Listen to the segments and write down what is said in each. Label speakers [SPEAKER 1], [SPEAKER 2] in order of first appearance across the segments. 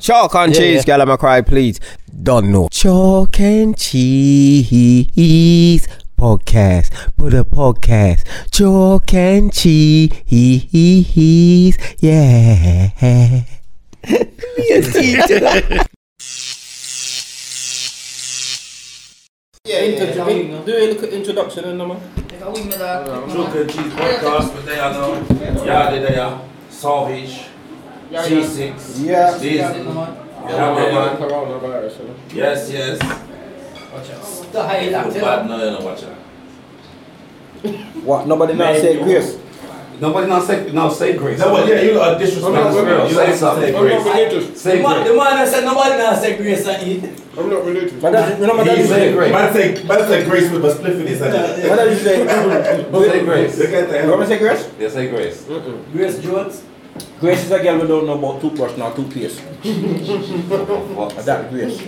[SPEAKER 1] Chalk and
[SPEAKER 2] Yeah,
[SPEAKER 1] cheese,
[SPEAKER 2] yeah.
[SPEAKER 1] Gallimacry, please. Don't know. Chalk and cheese podcast. Put a podcast. Chalk and cheese. Yeah.
[SPEAKER 3] Do a little introduction and number.
[SPEAKER 4] Chalk and Cheese podcast, but they are now, yeah, they, they are Salvage, G6, yeah,
[SPEAKER 3] Coronavirus.
[SPEAKER 4] yes, yes. Good bad, no, no, no, watch out.
[SPEAKER 3] What? Nobody now say grace.
[SPEAKER 5] Nobody now say now say grace.
[SPEAKER 4] No, but yeah, you lot are disrespectful. You
[SPEAKER 5] Say
[SPEAKER 4] say something,
[SPEAKER 5] something.
[SPEAKER 4] Grace.
[SPEAKER 3] religious.
[SPEAKER 5] Say grace.
[SPEAKER 2] man that said nobody now said grace and eat.
[SPEAKER 3] I'm not religious. But that, remember that
[SPEAKER 5] He
[SPEAKER 3] you
[SPEAKER 5] say
[SPEAKER 3] say.
[SPEAKER 5] grace.
[SPEAKER 6] Man say, man say grace with a spliff in his hand.
[SPEAKER 3] What did you say?
[SPEAKER 5] Say
[SPEAKER 3] You
[SPEAKER 5] grace. Mm-hmm.
[SPEAKER 6] Look at that.
[SPEAKER 3] want me to say grace?
[SPEAKER 5] Yeah, say grace.
[SPEAKER 2] Grace Jones.
[SPEAKER 3] Grace is a girl we don't know about toothbrush now, toothpaste.
[SPEAKER 5] Oh, fuck.
[SPEAKER 3] That grace.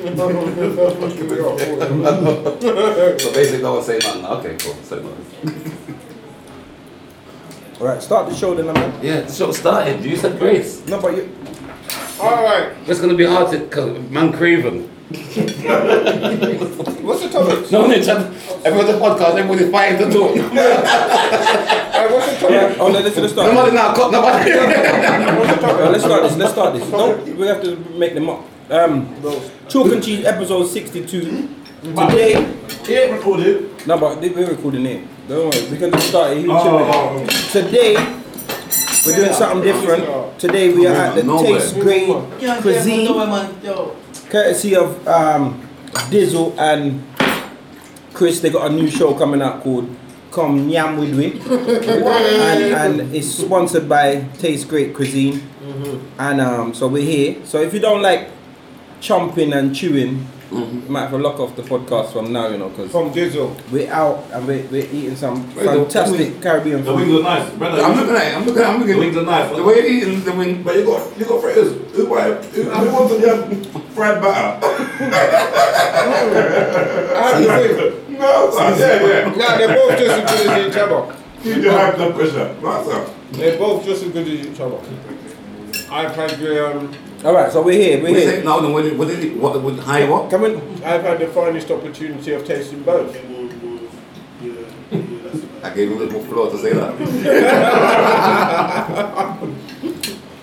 [SPEAKER 5] So basically, no one say nothing. Okay, cool. Say nothing.
[SPEAKER 3] Alright, start the show then, man.
[SPEAKER 5] Yeah, the show started. You said grace.
[SPEAKER 3] No, but you.
[SPEAKER 5] It's gonna be hard to cause man craven.
[SPEAKER 3] What's the topic?
[SPEAKER 5] No, they chat. Everyone's a podcast. Everybody's fighting the door.
[SPEAKER 3] Alright, what's the topic? Oh, no, let's let's start.
[SPEAKER 5] Nobody now. cut- Nobody.
[SPEAKER 3] What's the topic? Let's start this. Let's start this. Don't, we have to make them up. Um, Chalk and Cheese episode 62. Today.
[SPEAKER 6] It recorded.
[SPEAKER 3] No, but they- we're recording it. Don't worry, we can just start it. You chill it.
[SPEAKER 6] Oh,
[SPEAKER 3] Today, we're doing something different. Today, we are at the
[SPEAKER 5] Nowhere.
[SPEAKER 3] Taste Grade Cuisine, courtesy of um, Dizzle and Chris. They got a new show coming out called Come Yam With We. and, and it's sponsored by Taste Great Cuisine. And um, so we're here. So if you don't like chomping and chewing, you might have to lock off the podcast from now, you know, because
[SPEAKER 6] From Dizzle.
[SPEAKER 3] we're out and we're, we're eating some
[SPEAKER 5] Wait, the-
[SPEAKER 3] fantastic Caribbean
[SPEAKER 6] The
[SPEAKER 3] food.
[SPEAKER 6] wings are nice, brother.
[SPEAKER 5] I'm looking at. it, I'm looking. at it, I'm
[SPEAKER 6] The
[SPEAKER 5] looking.
[SPEAKER 6] wings
[SPEAKER 5] at
[SPEAKER 6] are
[SPEAKER 5] it.
[SPEAKER 6] nice.
[SPEAKER 5] The way you're eating the wing.
[SPEAKER 6] But you got, you got fritters. Who want, who who wants to have fried batter? No, sir. Yeah, yeah.
[SPEAKER 7] No, they're both just as good as each other.
[SPEAKER 6] Keep your high blood pressure. Master.
[SPEAKER 7] They're both just as good as each other. I've had the um,
[SPEAKER 3] All right, so we're here. We're
[SPEAKER 5] What is
[SPEAKER 3] here.
[SPEAKER 5] it? No, no. What is it? What is it? What? What? High what?
[SPEAKER 3] Come in.
[SPEAKER 7] I've had the finest opportunity of tasting both.
[SPEAKER 5] I gave you a little more floor to say that.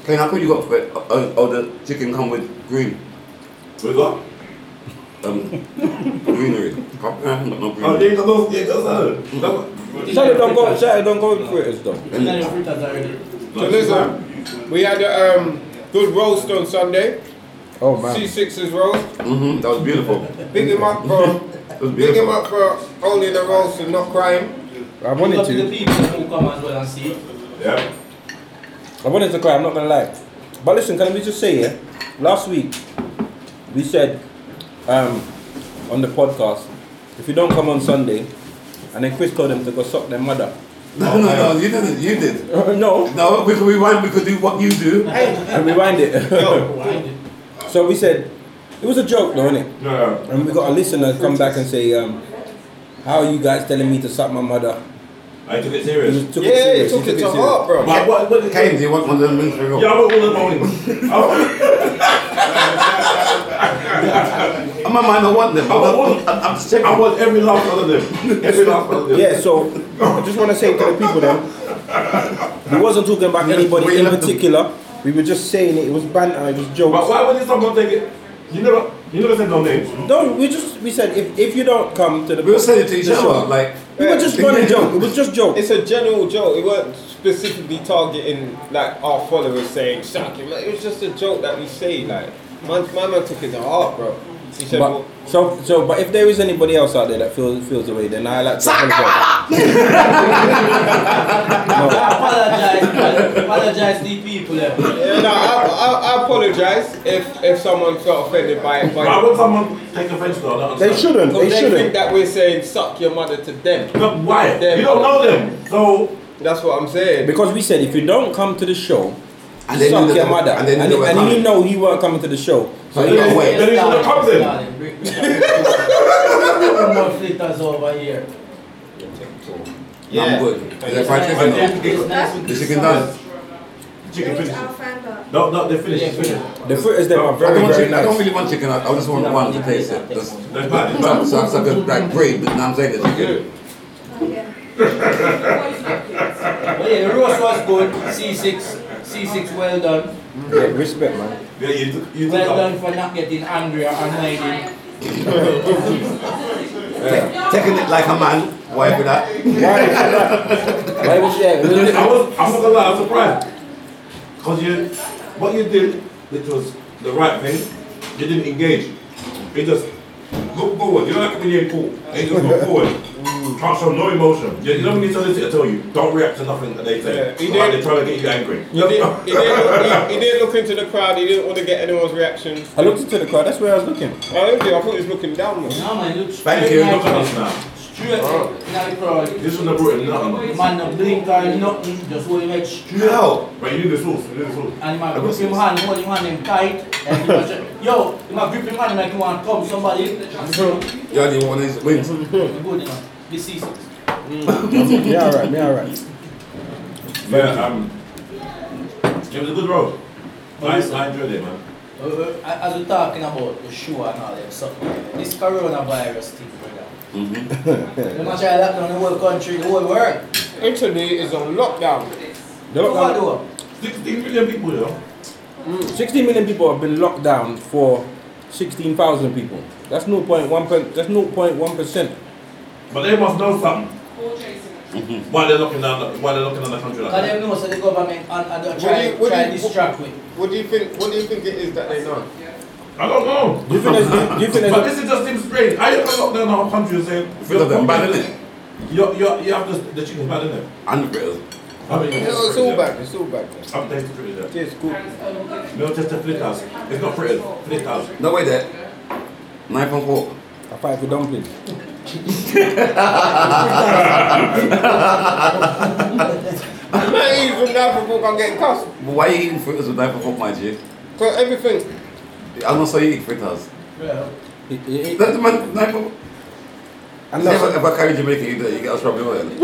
[SPEAKER 5] Kane, how come you got fed? Oh, oh, the chicken come with green,
[SPEAKER 6] What's up?
[SPEAKER 5] um, greenery. How come I haven't got no
[SPEAKER 6] Oh,
[SPEAKER 5] greenery?
[SPEAKER 6] they got those. They got salad. No, but-
[SPEAKER 3] Shadow don't go. Shadow don't go with fritters though.
[SPEAKER 7] So listen, we had a um, good roast on Sunday.
[SPEAKER 3] Oh
[SPEAKER 7] C6's roast.
[SPEAKER 5] Mm-hmm, that was beautiful.
[SPEAKER 7] Big him up for,
[SPEAKER 5] It was
[SPEAKER 7] big him
[SPEAKER 5] beautiful.
[SPEAKER 7] up for holding the roast and not crying.
[SPEAKER 3] I
[SPEAKER 2] Big
[SPEAKER 3] wanted
[SPEAKER 2] up to the
[SPEAKER 3] to.
[SPEAKER 2] people who come as well and see it.
[SPEAKER 6] Yeah.
[SPEAKER 3] I wanted to cry. I'm not gonna lie. But listen, can we just say yeah? Last week we said um, on the podcast, if you don't come on Sunday, and then Chris told them to go suck their mother.
[SPEAKER 5] No, no, no, you didn't. You did.
[SPEAKER 3] no.
[SPEAKER 5] No, we could rewind. We could do what you do.
[SPEAKER 3] And rewind it. so we said it was a joke, though, innit?
[SPEAKER 6] Yeah.
[SPEAKER 3] And we got a listener come back and say, um, "How are you guys telling me to suck my mother?"
[SPEAKER 6] I took it
[SPEAKER 3] He
[SPEAKER 6] serious.
[SPEAKER 3] just took
[SPEAKER 7] Yeah,
[SPEAKER 3] it
[SPEAKER 7] he
[SPEAKER 3] serious.
[SPEAKER 7] took it to
[SPEAKER 3] serious.
[SPEAKER 7] heart, bro.
[SPEAKER 6] But what, what did
[SPEAKER 5] Kane, do you want one of them rings for
[SPEAKER 6] Yeah,
[SPEAKER 5] you?
[SPEAKER 6] I want all of my wings. I want-
[SPEAKER 5] I might not want them.
[SPEAKER 6] I
[SPEAKER 5] but I'm,
[SPEAKER 3] Oh,
[SPEAKER 6] want,
[SPEAKER 5] I'm, I'm just checking.
[SPEAKER 6] I want every last one of them. Every last one of them.
[SPEAKER 3] Yeah, so I just want to say to the people then, we wasn't talking about anybody
[SPEAKER 5] we
[SPEAKER 3] in
[SPEAKER 5] left them.
[SPEAKER 3] particular. We were just saying it. It was banter. It was
[SPEAKER 6] But
[SPEAKER 3] jokes.
[SPEAKER 6] why would someone take it? You never, you never said no names.
[SPEAKER 3] No, we just we said if, if you don't come to the
[SPEAKER 5] We were saying it to each other, like.
[SPEAKER 3] we were just running joke. It was just joke.
[SPEAKER 7] It's a general joke. It weren't specifically targeting like our followers saying "suck it." Like, it was just a joke that we say. Like my, my man took it to heart, bro. He said,
[SPEAKER 3] But,
[SPEAKER 7] well,
[SPEAKER 3] so so but if there is anybody else out there that feels feels the way, then I like to apologize.
[SPEAKER 2] I apologize, man. apologize to the people. eh.
[SPEAKER 7] yeah, no, I, I, I apologize if if someone felt offended by it. By
[SPEAKER 6] Why would someone take offense though? I don't
[SPEAKER 3] They
[SPEAKER 6] understand.
[SPEAKER 3] shouldn't.
[SPEAKER 7] Because
[SPEAKER 3] They
[SPEAKER 7] they think
[SPEAKER 3] shouldn't.
[SPEAKER 7] that we're saying suck your mother to them.
[SPEAKER 6] No, why?
[SPEAKER 7] Them.
[SPEAKER 6] You don't know them. So,
[SPEAKER 7] That's what I'm saying.
[SPEAKER 3] Because we said if you don't come to the show,
[SPEAKER 5] And they
[SPEAKER 3] suck
[SPEAKER 5] knew
[SPEAKER 3] your
[SPEAKER 5] that-
[SPEAKER 3] mother.
[SPEAKER 5] and they knew
[SPEAKER 3] and,
[SPEAKER 5] they were
[SPEAKER 3] and you
[SPEAKER 5] coming.
[SPEAKER 3] know he weren't coming to the show. So
[SPEAKER 5] So you know, wait.
[SPEAKER 6] Then he should have come then.
[SPEAKER 2] More flitters over here.
[SPEAKER 5] I'm good. Is that fried
[SPEAKER 2] It's nice-
[SPEAKER 5] chicken?
[SPEAKER 2] it's nice with
[SPEAKER 5] The chicken done.
[SPEAKER 6] Chicken
[SPEAKER 8] Wait,
[SPEAKER 6] finish.
[SPEAKER 8] I'll find out.
[SPEAKER 6] No, no, they finish. It's finished.
[SPEAKER 3] The fritters them are
[SPEAKER 4] I
[SPEAKER 3] very,
[SPEAKER 4] don't, want
[SPEAKER 3] very
[SPEAKER 4] chicken, I don't
[SPEAKER 3] nice.
[SPEAKER 4] really want chicken. I, I just want one to taste it. That's,
[SPEAKER 6] They're bad. It's
[SPEAKER 4] but, so I'm such a like bread, but now I'm saying the chicken.
[SPEAKER 8] Oh, yeah.
[SPEAKER 2] But yeah, the roast was good. C6, C6, well done.
[SPEAKER 3] Yeah, respect, man.
[SPEAKER 6] Yeah, you took, you took
[SPEAKER 2] Well
[SPEAKER 6] out.
[SPEAKER 2] done for not getting angry or annoyed.
[SPEAKER 4] Taking it like a man. Why would that?
[SPEAKER 3] Why was that?
[SPEAKER 6] I was, I'm not gonna lie, I was surprised. Cause you, what you did, which was the right thing, you didn't engage. You just look forward. You don't have to be in cool. You just look forward. Can't show no emotion. You, you know when you tell this, I tell you, don't react to nothing that they say.
[SPEAKER 7] Yeah, he
[SPEAKER 6] Like
[SPEAKER 7] did.
[SPEAKER 6] they're trying to get you angry.
[SPEAKER 7] He didn't, he, didn't, he, he didn't look into the crowd, he didn't want to get anyone's reaction.
[SPEAKER 3] I looked into the car, that's where I was looking.
[SPEAKER 7] I don't think, I thought he was looking downwards.
[SPEAKER 2] No man, look
[SPEAKER 4] Thank
[SPEAKER 2] straight
[SPEAKER 4] you.
[SPEAKER 2] in
[SPEAKER 6] Look
[SPEAKER 2] the
[SPEAKER 6] at
[SPEAKER 2] eye,
[SPEAKER 6] us now.
[SPEAKER 2] Straight in the crowd.
[SPEAKER 6] This would have brought him nothing.
[SPEAKER 2] Man, no blink or nothing, just hold him head straight.
[SPEAKER 4] How?
[SPEAKER 6] But you knew the source. You knew the source.
[SPEAKER 2] And man grip him hand, hold him hand him tight. And he was just- yo, he might grip him hand like he want to come somebody. Good,
[SPEAKER 4] Y'all didn't want these wings.
[SPEAKER 2] you know. This is uh,
[SPEAKER 3] Me alright, me alright.
[SPEAKER 6] Yeah, um, it was a good road. I, I enjoyed it, man.
[SPEAKER 2] Uh, uh, As we're talking about the show and all that stuff, this coronavirus thing, brother. Mm-hmm. They're try to lock down the whole country, the whole world.
[SPEAKER 7] Italy is on lockdown.
[SPEAKER 3] The
[SPEAKER 2] So what
[SPEAKER 3] lockdown-
[SPEAKER 2] do?
[SPEAKER 6] 16 million people, you know.
[SPEAKER 3] 16 million people have been locked down for 16,000 people. That's 0.1 per, that's 0.1 percent.
[SPEAKER 6] But they must know something.
[SPEAKER 3] Mm-hmm.
[SPEAKER 6] Why they're looking down, the- why they're looking down the country like
[SPEAKER 2] Because
[SPEAKER 6] that.
[SPEAKER 2] they know so the government and, and they
[SPEAKER 7] do
[SPEAKER 2] try,
[SPEAKER 7] you- what do
[SPEAKER 2] try
[SPEAKER 7] you-
[SPEAKER 2] distract with.
[SPEAKER 7] What do you think? What do you think it is that they know?
[SPEAKER 6] I don't know.
[SPEAKER 3] Do you think there's, do you think
[SPEAKER 6] But
[SPEAKER 3] there's
[SPEAKER 6] this is just seems strange. How you gonna lock down the whole country and say
[SPEAKER 4] Feel like they're bad, innit?
[SPEAKER 6] You're, you're, you have this, the chicken's bad, innit?
[SPEAKER 4] And the fritters.
[SPEAKER 6] I mean,
[SPEAKER 7] No, it's all back. It's all back.
[SPEAKER 6] I'm tasting fritters there.
[SPEAKER 7] It's good.
[SPEAKER 6] Melchester flickers. It's not fritters, flickers.
[SPEAKER 4] No way that. Knife and fork.
[SPEAKER 3] a fight for dumplings?
[SPEAKER 7] I'm not even now for book. I'm getting cussed.
[SPEAKER 4] But why you eating fritters with knife and fork, my G?
[SPEAKER 7] So everything.
[SPEAKER 4] I'm not saying you eat fritters.
[SPEAKER 2] Bro,
[SPEAKER 3] It- it- it-
[SPEAKER 4] That's the man, knife and fork.
[SPEAKER 3] I'm
[SPEAKER 4] See, if, I,
[SPEAKER 3] not
[SPEAKER 4] if I carry Jamaican, you, do that, you get us rubbing oil. You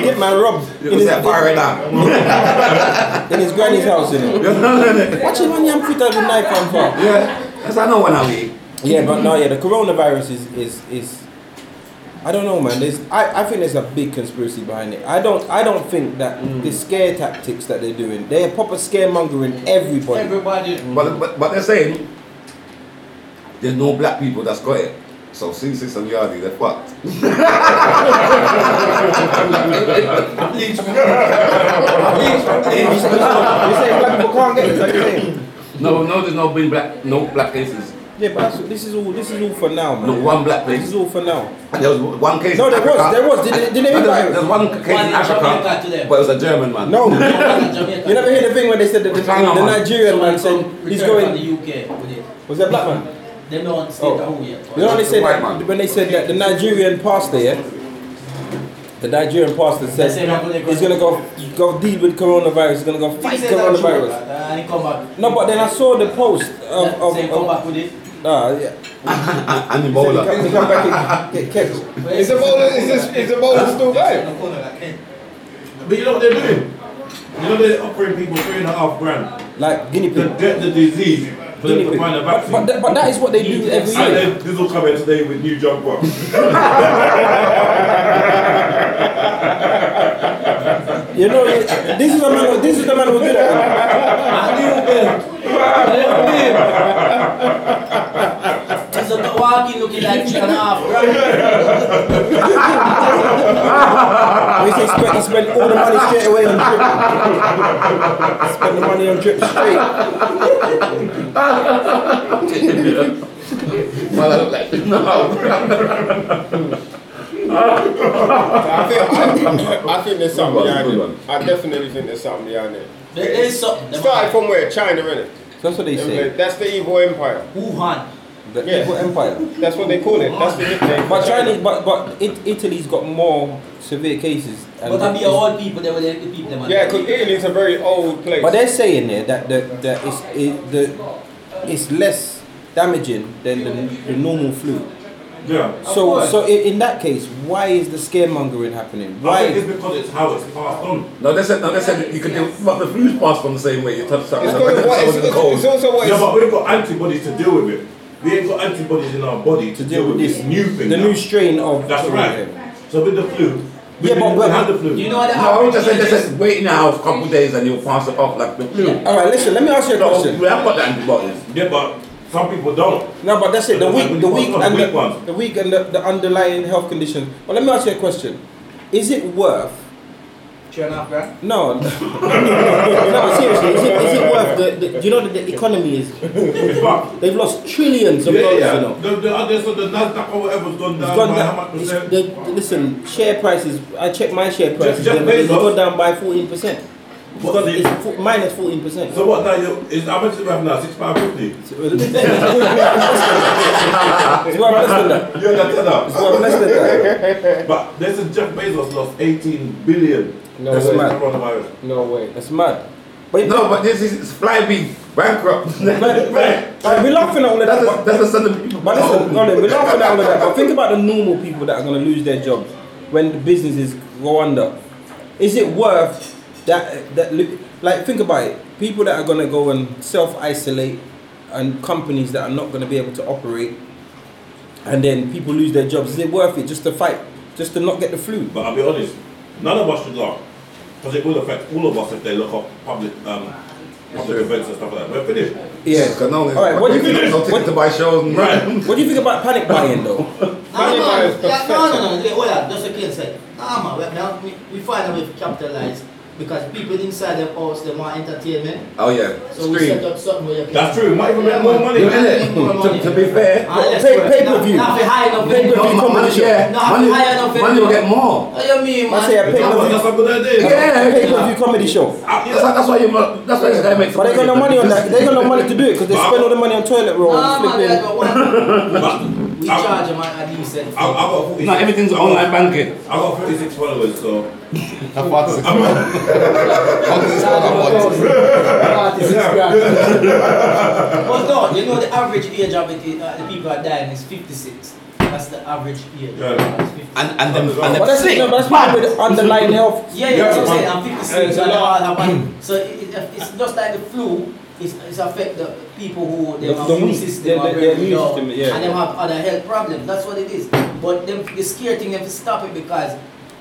[SPEAKER 3] get my rub in
[SPEAKER 4] know,
[SPEAKER 3] his,
[SPEAKER 4] say fire right now.
[SPEAKER 3] in his granny's house in it. Watch him when you put out the knife on for.
[SPEAKER 4] Yeah, that's I know when I eat.
[SPEAKER 3] Yeah, but no, yeah, the coronavirus is is is. I don't know, man. There's, I, I think there's a big conspiracy behind it. I don't I don't think that
[SPEAKER 4] Mm.
[SPEAKER 3] the scare tactics that they're doing, they're proper scaremongering everybody.
[SPEAKER 2] everybody.
[SPEAKER 4] But, but but they're saying there's no black people that's got it. So C6 and Yardi, they're fucked.
[SPEAKER 3] you say black people can't get it, like you're saying.
[SPEAKER 4] No, no, there's no been black, no black cases.
[SPEAKER 3] Yeah, but that's, this is all. This is all for now, man.
[SPEAKER 4] Not one black
[SPEAKER 3] This is
[SPEAKER 4] case.
[SPEAKER 3] all for now.
[SPEAKER 4] And there was one case.
[SPEAKER 3] No,
[SPEAKER 4] in
[SPEAKER 3] there
[SPEAKER 4] Africa.
[SPEAKER 3] was, there was. Did, did, did
[SPEAKER 4] No, there was-
[SPEAKER 3] everybody?
[SPEAKER 4] there's one case
[SPEAKER 2] One
[SPEAKER 4] in
[SPEAKER 2] in Jamaica
[SPEAKER 4] Africa,
[SPEAKER 2] today.
[SPEAKER 4] but it was a German man.
[SPEAKER 3] No, you
[SPEAKER 2] You
[SPEAKER 3] never hear the thing when they said that the, the,
[SPEAKER 4] China, man.
[SPEAKER 3] Nigerian man said he's
[SPEAKER 2] from
[SPEAKER 3] going.
[SPEAKER 2] the UK with it.
[SPEAKER 3] Was that black man?
[SPEAKER 2] They don't stay
[SPEAKER 3] Oh.
[SPEAKER 2] at home yet.
[SPEAKER 3] You know when they said
[SPEAKER 4] White
[SPEAKER 3] that
[SPEAKER 4] man.
[SPEAKER 3] when they said that the Nigerian pastor, yeah, the Nigerian pastor
[SPEAKER 2] They said I'm gonna
[SPEAKER 3] said
[SPEAKER 2] go-
[SPEAKER 3] he's gonna go go deal with coronavirus. He's gonna go fight
[SPEAKER 2] Things that are true,
[SPEAKER 3] coronavirus.
[SPEAKER 2] brother, And he come back.
[SPEAKER 3] No, but then I saw the post of
[SPEAKER 2] Yeah,
[SPEAKER 3] of.
[SPEAKER 2] say come
[SPEAKER 3] of
[SPEAKER 2] back with it.
[SPEAKER 3] Ah, yeah.
[SPEAKER 4] And
[SPEAKER 3] He
[SPEAKER 4] Ebola.
[SPEAKER 3] come- he come back and get kept.
[SPEAKER 7] Is the bowl? Is this? Is the bowl still there?
[SPEAKER 6] But you know what they're doing? You know they're offering people three and a half grand
[SPEAKER 3] like guinea
[SPEAKER 6] to
[SPEAKER 3] pig.
[SPEAKER 6] get the disease, for them
[SPEAKER 3] Guinea
[SPEAKER 6] to
[SPEAKER 3] pig.
[SPEAKER 6] find a
[SPEAKER 3] But,
[SPEAKER 6] vaccine.
[SPEAKER 3] but, that- but that is what they do every
[SPEAKER 6] And
[SPEAKER 3] year.
[SPEAKER 6] then this will come in today with new jump up.
[SPEAKER 3] You know, this is the man. This is the man who did it.
[SPEAKER 2] He's a walking looking like chicken half, bro.
[SPEAKER 3] We just expect to spend all the money straight away on drip. spend the money on drip straight.
[SPEAKER 4] Well, I look like no.
[SPEAKER 7] I think. I, I think there's something
[SPEAKER 4] Good one,
[SPEAKER 7] behind
[SPEAKER 4] good
[SPEAKER 7] it.
[SPEAKER 4] one.
[SPEAKER 7] I definitely think there's something behind it.
[SPEAKER 2] There is something.
[SPEAKER 7] It started from where? China, innit?
[SPEAKER 3] That's what they say.
[SPEAKER 7] That's the evil empire.
[SPEAKER 2] Wuhan.
[SPEAKER 3] The
[SPEAKER 7] Yeah.
[SPEAKER 3] evil empire.
[SPEAKER 7] That's what they call it. That's the nickname.
[SPEAKER 3] But China, but but it, Italy's got more severe cases. and
[SPEAKER 2] But I be
[SPEAKER 3] it's-
[SPEAKER 2] all people, they were the the people, man.
[SPEAKER 7] Yeah, because Italy's a very old place.
[SPEAKER 3] But they're saying there that the that it's it, the it's less damaging than the, the normal flu.
[SPEAKER 6] Yeah.
[SPEAKER 3] So, so i- in that case, why is the scaremongering happening?
[SPEAKER 6] I think
[SPEAKER 3] Why?
[SPEAKER 6] it's because it's how it's passed on.
[SPEAKER 5] No, they said, no, they said you could do, but the food's passed on the same way. You touch something,
[SPEAKER 7] It's,
[SPEAKER 5] and
[SPEAKER 7] got to, what,
[SPEAKER 5] someone's
[SPEAKER 7] it's,
[SPEAKER 5] in the
[SPEAKER 7] it's,
[SPEAKER 5] cold.
[SPEAKER 7] it's also what
[SPEAKER 6] Yeah,
[SPEAKER 7] it's,
[SPEAKER 6] but we've got antibodies to deal with it. We ain't got antibodies in our body to deal with this new thing.
[SPEAKER 3] The
[SPEAKER 6] now.
[SPEAKER 3] new strain of
[SPEAKER 6] That's
[SPEAKER 3] tourism.
[SPEAKER 6] right. So with the flu, we
[SPEAKER 3] Yeah,
[SPEAKER 6] didn't
[SPEAKER 3] but-
[SPEAKER 6] even
[SPEAKER 3] but-
[SPEAKER 6] have the flu.
[SPEAKER 9] You know what the
[SPEAKER 5] No,
[SPEAKER 9] average
[SPEAKER 5] they said, they
[SPEAKER 9] age is?
[SPEAKER 5] said, wait in the house a couple of days and you'll pass it off like the flu. No,
[SPEAKER 3] All right, listen. Let me ask you a question.
[SPEAKER 5] we have got the antibodies.
[SPEAKER 6] yeah, but some people don't.
[SPEAKER 3] No, but that's it. The
[SPEAKER 6] Like
[SPEAKER 3] weak,
[SPEAKER 6] when
[SPEAKER 3] the
[SPEAKER 6] you
[SPEAKER 3] weak,
[SPEAKER 6] pass on,
[SPEAKER 3] and
[SPEAKER 6] weak
[SPEAKER 3] the,
[SPEAKER 6] ones.
[SPEAKER 3] the weak, and the, the underlying health conditions. But let me ask you a question: Is it worth?
[SPEAKER 9] Two and a half grand?
[SPEAKER 3] No, no, no seriously, is it, is it worth? The, the, do you know that the economy is?
[SPEAKER 6] It's fucked.
[SPEAKER 3] They've lost trillions of
[SPEAKER 6] Yeah,
[SPEAKER 3] dollars.
[SPEAKER 6] yeah.
[SPEAKER 3] You know,
[SPEAKER 6] The, the, other- so the Nasdaq or whatever's gone
[SPEAKER 3] It's
[SPEAKER 6] down
[SPEAKER 3] gone
[SPEAKER 6] by
[SPEAKER 3] down-
[SPEAKER 6] how much
[SPEAKER 3] it's-
[SPEAKER 6] percent?
[SPEAKER 3] the- the- listen, share prices. I checked my share prices. they
[SPEAKER 6] Jeff
[SPEAKER 3] they
[SPEAKER 6] Bezos.
[SPEAKER 3] go down by fourteen percent.
[SPEAKER 6] What the-
[SPEAKER 3] It's fo- minus fourteen percent.
[SPEAKER 6] So what now? You, is, how much do we have now? Six pound fifty.
[SPEAKER 3] it's worth less than that.
[SPEAKER 6] You understand that?
[SPEAKER 3] It's worth less than that.
[SPEAKER 6] But this is Jeff Bezos lost 18 billion.
[SPEAKER 7] No
[SPEAKER 6] That's
[SPEAKER 7] way.
[SPEAKER 6] the coronavirus.
[SPEAKER 7] no way.
[SPEAKER 3] That's mad. But
[SPEAKER 5] No, but this is Flybe bankrupt.
[SPEAKER 3] But- but- but we're laughing at all of
[SPEAKER 5] That's
[SPEAKER 3] that.
[SPEAKER 5] a, that's a sudden people. Oh.
[SPEAKER 3] But listen, no, no, we're laughing at all of that. But think about the normal people that are going to lose their jobs when the businesses go under. Is it worth that? That look like think about it. People that are going to go and self isolate, and companies that are not going to be able to operate, and then people lose their jobs. Is it worth it just to fight, just to not get the flu?
[SPEAKER 6] But I'll be honest, none of us should laugh. Because it will affect all of us if they lock up public um, public events and stuff like that. We're finished.
[SPEAKER 3] Yeah.
[SPEAKER 5] All
[SPEAKER 3] All right, what do you think-
[SPEAKER 5] No ticket to buy shows. and-
[SPEAKER 6] Right.
[SPEAKER 3] What do you think about panic buying though?
[SPEAKER 2] Nah,
[SPEAKER 7] Money
[SPEAKER 2] man.
[SPEAKER 7] buys
[SPEAKER 2] Yeah, no,
[SPEAKER 7] perfection.
[SPEAKER 2] no, no. Yeah, well, that's what Ken said. Nah, man. We, now, we, we find a way to capitalize because people inside their house, they want entertainment.
[SPEAKER 5] Oh yeah.
[SPEAKER 2] So we set up something where you can.
[SPEAKER 6] That's true. We might even make more money.
[SPEAKER 5] Yeah, innit?
[SPEAKER 2] Make more money.
[SPEAKER 5] To, to be fair,
[SPEAKER 2] Ah, let's
[SPEAKER 3] Pay-
[SPEAKER 2] work.
[SPEAKER 3] pay-per-view.
[SPEAKER 2] Nah, nah, we high enough
[SPEAKER 3] Pay-per-view
[SPEAKER 2] video, man.
[SPEAKER 3] competition.
[SPEAKER 5] yeah,
[SPEAKER 2] Nah, we
[SPEAKER 5] money,
[SPEAKER 2] high enough
[SPEAKER 5] money
[SPEAKER 2] video.
[SPEAKER 5] will get more.
[SPEAKER 2] What you mean,
[SPEAKER 3] I say a
[SPEAKER 2] man?
[SPEAKER 3] pay
[SPEAKER 6] That's,
[SPEAKER 3] per
[SPEAKER 6] that's a good idea.
[SPEAKER 5] Yeah,
[SPEAKER 3] pay per view comedy show.
[SPEAKER 6] I-
[SPEAKER 5] That's, that's why you. mu- That's why this guy makes.
[SPEAKER 3] But they got no money on that. They got no money to do it because they spend all the money on toilet roll
[SPEAKER 2] Nah, Ah, man.
[SPEAKER 3] and flipping.
[SPEAKER 2] that's what- what-
[SPEAKER 6] But
[SPEAKER 2] We
[SPEAKER 6] I-
[SPEAKER 2] charge a man a decent.
[SPEAKER 6] I, I got 46,
[SPEAKER 5] No, everything's online banking.
[SPEAKER 6] I got 46 followers, so
[SPEAKER 4] How far does it go? How does it
[SPEAKER 2] Charge
[SPEAKER 4] go?
[SPEAKER 2] about
[SPEAKER 4] What?
[SPEAKER 2] 46 grand. But no, you know the average age of it, uh, the people are dying is 56. That's the average age.
[SPEAKER 6] Yeah.
[SPEAKER 2] It's 56.
[SPEAKER 4] And and them and
[SPEAKER 3] But
[SPEAKER 4] them
[SPEAKER 3] that's it, no,
[SPEAKER 4] sick.
[SPEAKER 3] but that's people with underlying health.
[SPEAKER 2] Yeah, yeah, that's what I'm saying. I'm 56
[SPEAKER 7] And it's
[SPEAKER 2] and
[SPEAKER 7] a lot.
[SPEAKER 2] all that. So it, it, it's just like the flu. It's, it's affect the people who their
[SPEAKER 3] The- the
[SPEAKER 2] immune
[SPEAKER 3] weak,
[SPEAKER 2] system
[SPEAKER 3] the-
[SPEAKER 2] are
[SPEAKER 3] the-
[SPEAKER 2] very
[SPEAKER 3] the immune
[SPEAKER 2] low
[SPEAKER 3] system, yeah.
[SPEAKER 2] and them have other health problems. That's what it is. But them the scary thing them to stop it because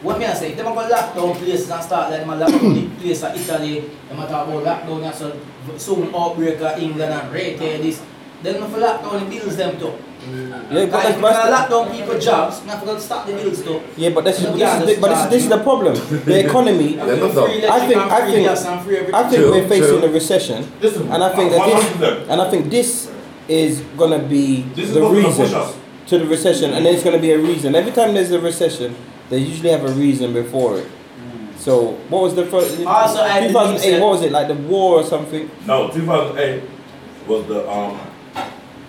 [SPEAKER 2] what me I say, if them a go lock down places and start like them a lock down the place like Italy, them a talk about lockdown and so soon outbreak of England and right here this. Then if lock down the bills them too.
[SPEAKER 3] Yeah, but
[SPEAKER 2] Because if
[SPEAKER 3] that's,
[SPEAKER 2] you
[SPEAKER 3] that's
[SPEAKER 2] lock down people jobs, we have to go stop the bills too.
[SPEAKER 3] yeah, but that's,
[SPEAKER 2] Yeah,
[SPEAKER 3] this is the, but this, is- this is the problem. The economy.
[SPEAKER 5] Yeah, no doubt.
[SPEAKER 2] I think I think
[SPEAKER 3] I think
[SPEAKER 5] True,
[SPEAKER 3] we're facing
[SPEAKER 5] true.
[SPEAKER 3] a recession,
[SPEAKER 6] listen.
[SPEAKER 3] and I think that
[SPEAKER 6] 100%.
[SPEAKER 3] this and I think this is gonna be
[SPEAKER 6] This is
[SPEAKER 3] the
[SPEAKER 6] what's gonna
[SPEAKER 3] reason
[SPEAKER 6] push us.
[SPEAKER 3] to the recession, and there's gonna be a reason. Every time there's a recession, they usually have a reason before it. So what was the first?
[SPEAKER 2] Also, I believe
[SPEAKER 3] 2008.
[SPEAKER 2] that-
[SPEAKER 3] What was it like? The war or something?
[SPEAKER 6] No, 2008 was the um,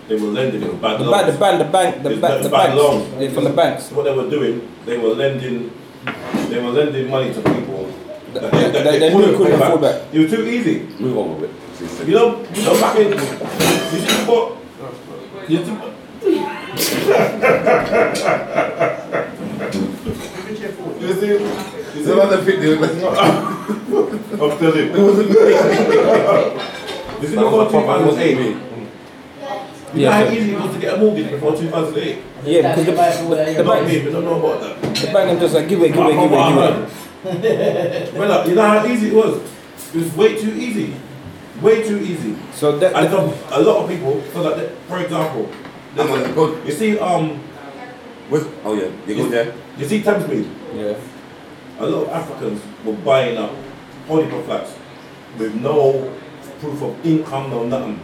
[SPEAKER 6] they were lending it was bad
[SPEAKER 3] The,
[SPEAKER 6] loans.
[SPEAKER 3] ba- the bank, the bank, the,
[SPEAKER 6] It's
[SPEAKER 3] ba-
[SPEAKER 6] ba-
[SPEAKER 3] the
[SPEAKER 6] bad
[SPEAKER 3] banks,
[SPEAKER 6] loans.
[SPEAKER 3] yeah, from the banks.
[SPEAKER 6] what they were doing, they were lending, they were lending money to people. That
[SPEAKER 3] That- that they knew couldn't afford back.
[SPEAKER 6] It was too easy.
[SPEAKER 5] Move on with it.
[SPEAKER 6] You know, you know back in, you see what, you see what. You see, you see
[SPEAKER 5] It's
[SPEAKER 6] what
[SPEAKER 5] another video.
[SPEAKER 6] I'm telling you.
[SPEAKER 5] It wasn't me.
[SPEAKER 6] You see before 2008, you know
[SPEAKER 3] Yeah.
[SPEAKER 6] how easy it was to get a mortgage before 2008.
[SPEAKER 3] Yeah, because the,
[SPEAKER 6] You
[SPEAKER 3] the,
[SPEAKER 6] know what I
[SPEAKER 3] bank,
[SPEAKER 6] mean? We don't know about that.
[SPEAKER 3] the bank, them just like give it, give it,
[SPEAKER 6] Well,
[SPEAKER 3] give it, give it.
[SPEAKER 6] you know how easy it was? It was way too easy. Way too easy.
[SPEAKER 3] So that,
[SPEAKER 6] And
[SPEAKER 3] that-
[SPEAKER 6] some, a lot of people, so like, that- for example,
[SPEAKER 5] I'm gonna go.
[SPEAKER 6] you see, um,
[SPEAKER 5] What's, oh yeah, you go there.
[SPEAKER 6] you see Thamesmead,
[SPEAKER 3] yeah.
[SPEAKER 6] a lot of Africans were buying up polymer flats with no proof of income, no nothing.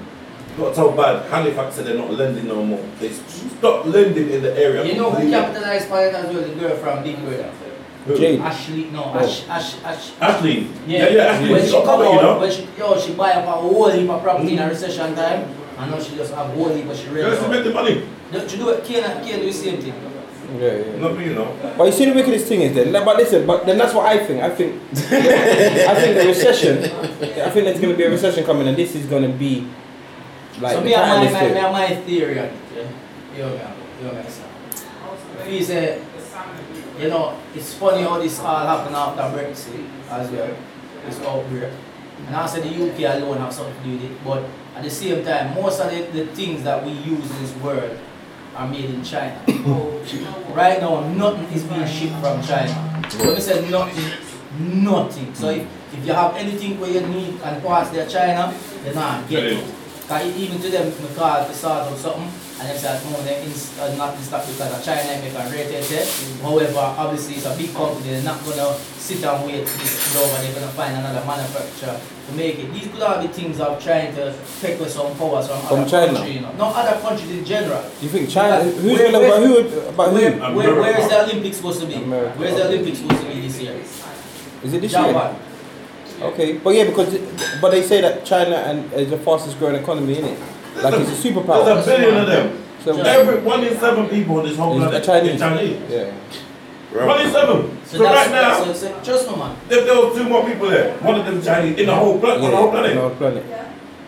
[SPEAKER 6] Not so bad. Halifax said they're not lending no more. They stopped lending in the area.
[SPEAKER 2] You know who
[SPEAKER 6] completely.
[SPEAKER 2] capitalized by it as well? The girl from Big Brother.
[SPEAKER 6] Who?
[SPEAKER 3] Jade.
[SPEAKER 2] Ashley, no,
[SPEAKER 3] Oh.
[SPEAKER 2] Ash, Ash, Ash.
[SPEAKER 6] Ashley.
[SPEAKER 2] Yeah,
[SPEAKER 6] Yeah, yeah, Ashley.
[SPEAKER 2] When she
[SPEAKER 6] Stop
[SPEAKER 2] come out,
[SPEAKER 6] it, you know? Mm-hmm.
[SPEAKER 2] when she, yo, she buy up a whole heap of property in a recession time, and now she just have whole heap, but she
[SPEAKER 6] Yeah,
[SPEAKER 2] rent
[SPEAKER 6] she
[SPEAKER 2] out.
[SPEAKER 6] made the money.
[SPEAKER 2] Don't you do it? Kane and Kane do the same thing.
[SPEAKER 3] Yeah, yeah.
[SPEAKER 6] Not me, you know.
[SPEAKER 3] But you see the wickedest thing is then, like, but listen, but then that's what I think. I think, I think the recession. I think there's gonna be a recession coming, and this is gonna be like
[SPEAKER 2] so
[SPEAKER 3] the
[SPEAKER 2] me and my,
[SPEAKER 3] catalyst
[SPEAKER 2] my,
[SPEAKER 3] to
[SPEAKER 2] me
[SPEAKER 3] it.
[SPEAKER 2] and my theory on it, yeah? Yo, man, yo, man, son. He say, eh, you know, it's funny how this all happened after Brexit as well, this outbreak. And I said the UK alone have something to do with it, but at the same time, most of the, the things that we use in this world are made in China. right now, nothing is being shipped from China. So we said nothing, nothing. So if, if you have anything where you need and parts there China, you're not get it. Because e- even to them, we call to sort of something, and they say, no, they ins- uh, not in stock because of China, make a rate there.
[SPEAKER 3] Mm.
[SPEAKER 2] However, obviously, it's a big company, they're not going to sit and wait for this job, and they're going to find another manufacturer to make it. These could all be things of trying to take away some powers from,
[SPEAKER 3] From
[SPEAKER 2] other
[SPEAKER 3] China?
[SPEAKER 2] countries. You know? No, other countries in general.
[SPEAKER 3] You think China?
[SPEAKER 2] Like,
[SPEAKER 3] Who's
[SPEAKER 2] where-
[SPEAKER 3] gonna? But who? would- But
[SPEAKER 2] Where,
[SPEAKER 3] who?
[SPEAKER 2] where, where is the Olympics supposed to be?
[SPEAKER 3] America.
[SPEAKER 2] Where's the Olympics supposed to be this year?
[SPEAKER 3] Is it this year?
[SPEAKER 2] Japan.
[SPEAKER 3] Okay, but yeah, because but they say that China and is the fastest growing economy in it. Like it's a
[SPEAKER 6] There's a
[SPEAKER 3] superpower.
[SPEAKER 6] billion of them.
[SPEAKER 3] So
[SPEAKER 6] Every one in seven people on this whole
[SPEAKER 3] Is
[SPEAKER 6] planet
[SPEAKER 3] Chinese.
[SPEAKER 6] is Chinese.
[SPEAKER 3] yeah.
[SPEAKER 6] One in seven.
[SPEAKER 2] So,
[SPEAKER 6] So, right
[SPEAKER 2] that's so,
[SPEAKER 6] now,
[SPEAKER 2] so, trust me, man.
[SPEAKER 6] there, there was two more people there. One of them Chinese in the whole planet. On the whole planet.
[SPEAKER 3] No, planet.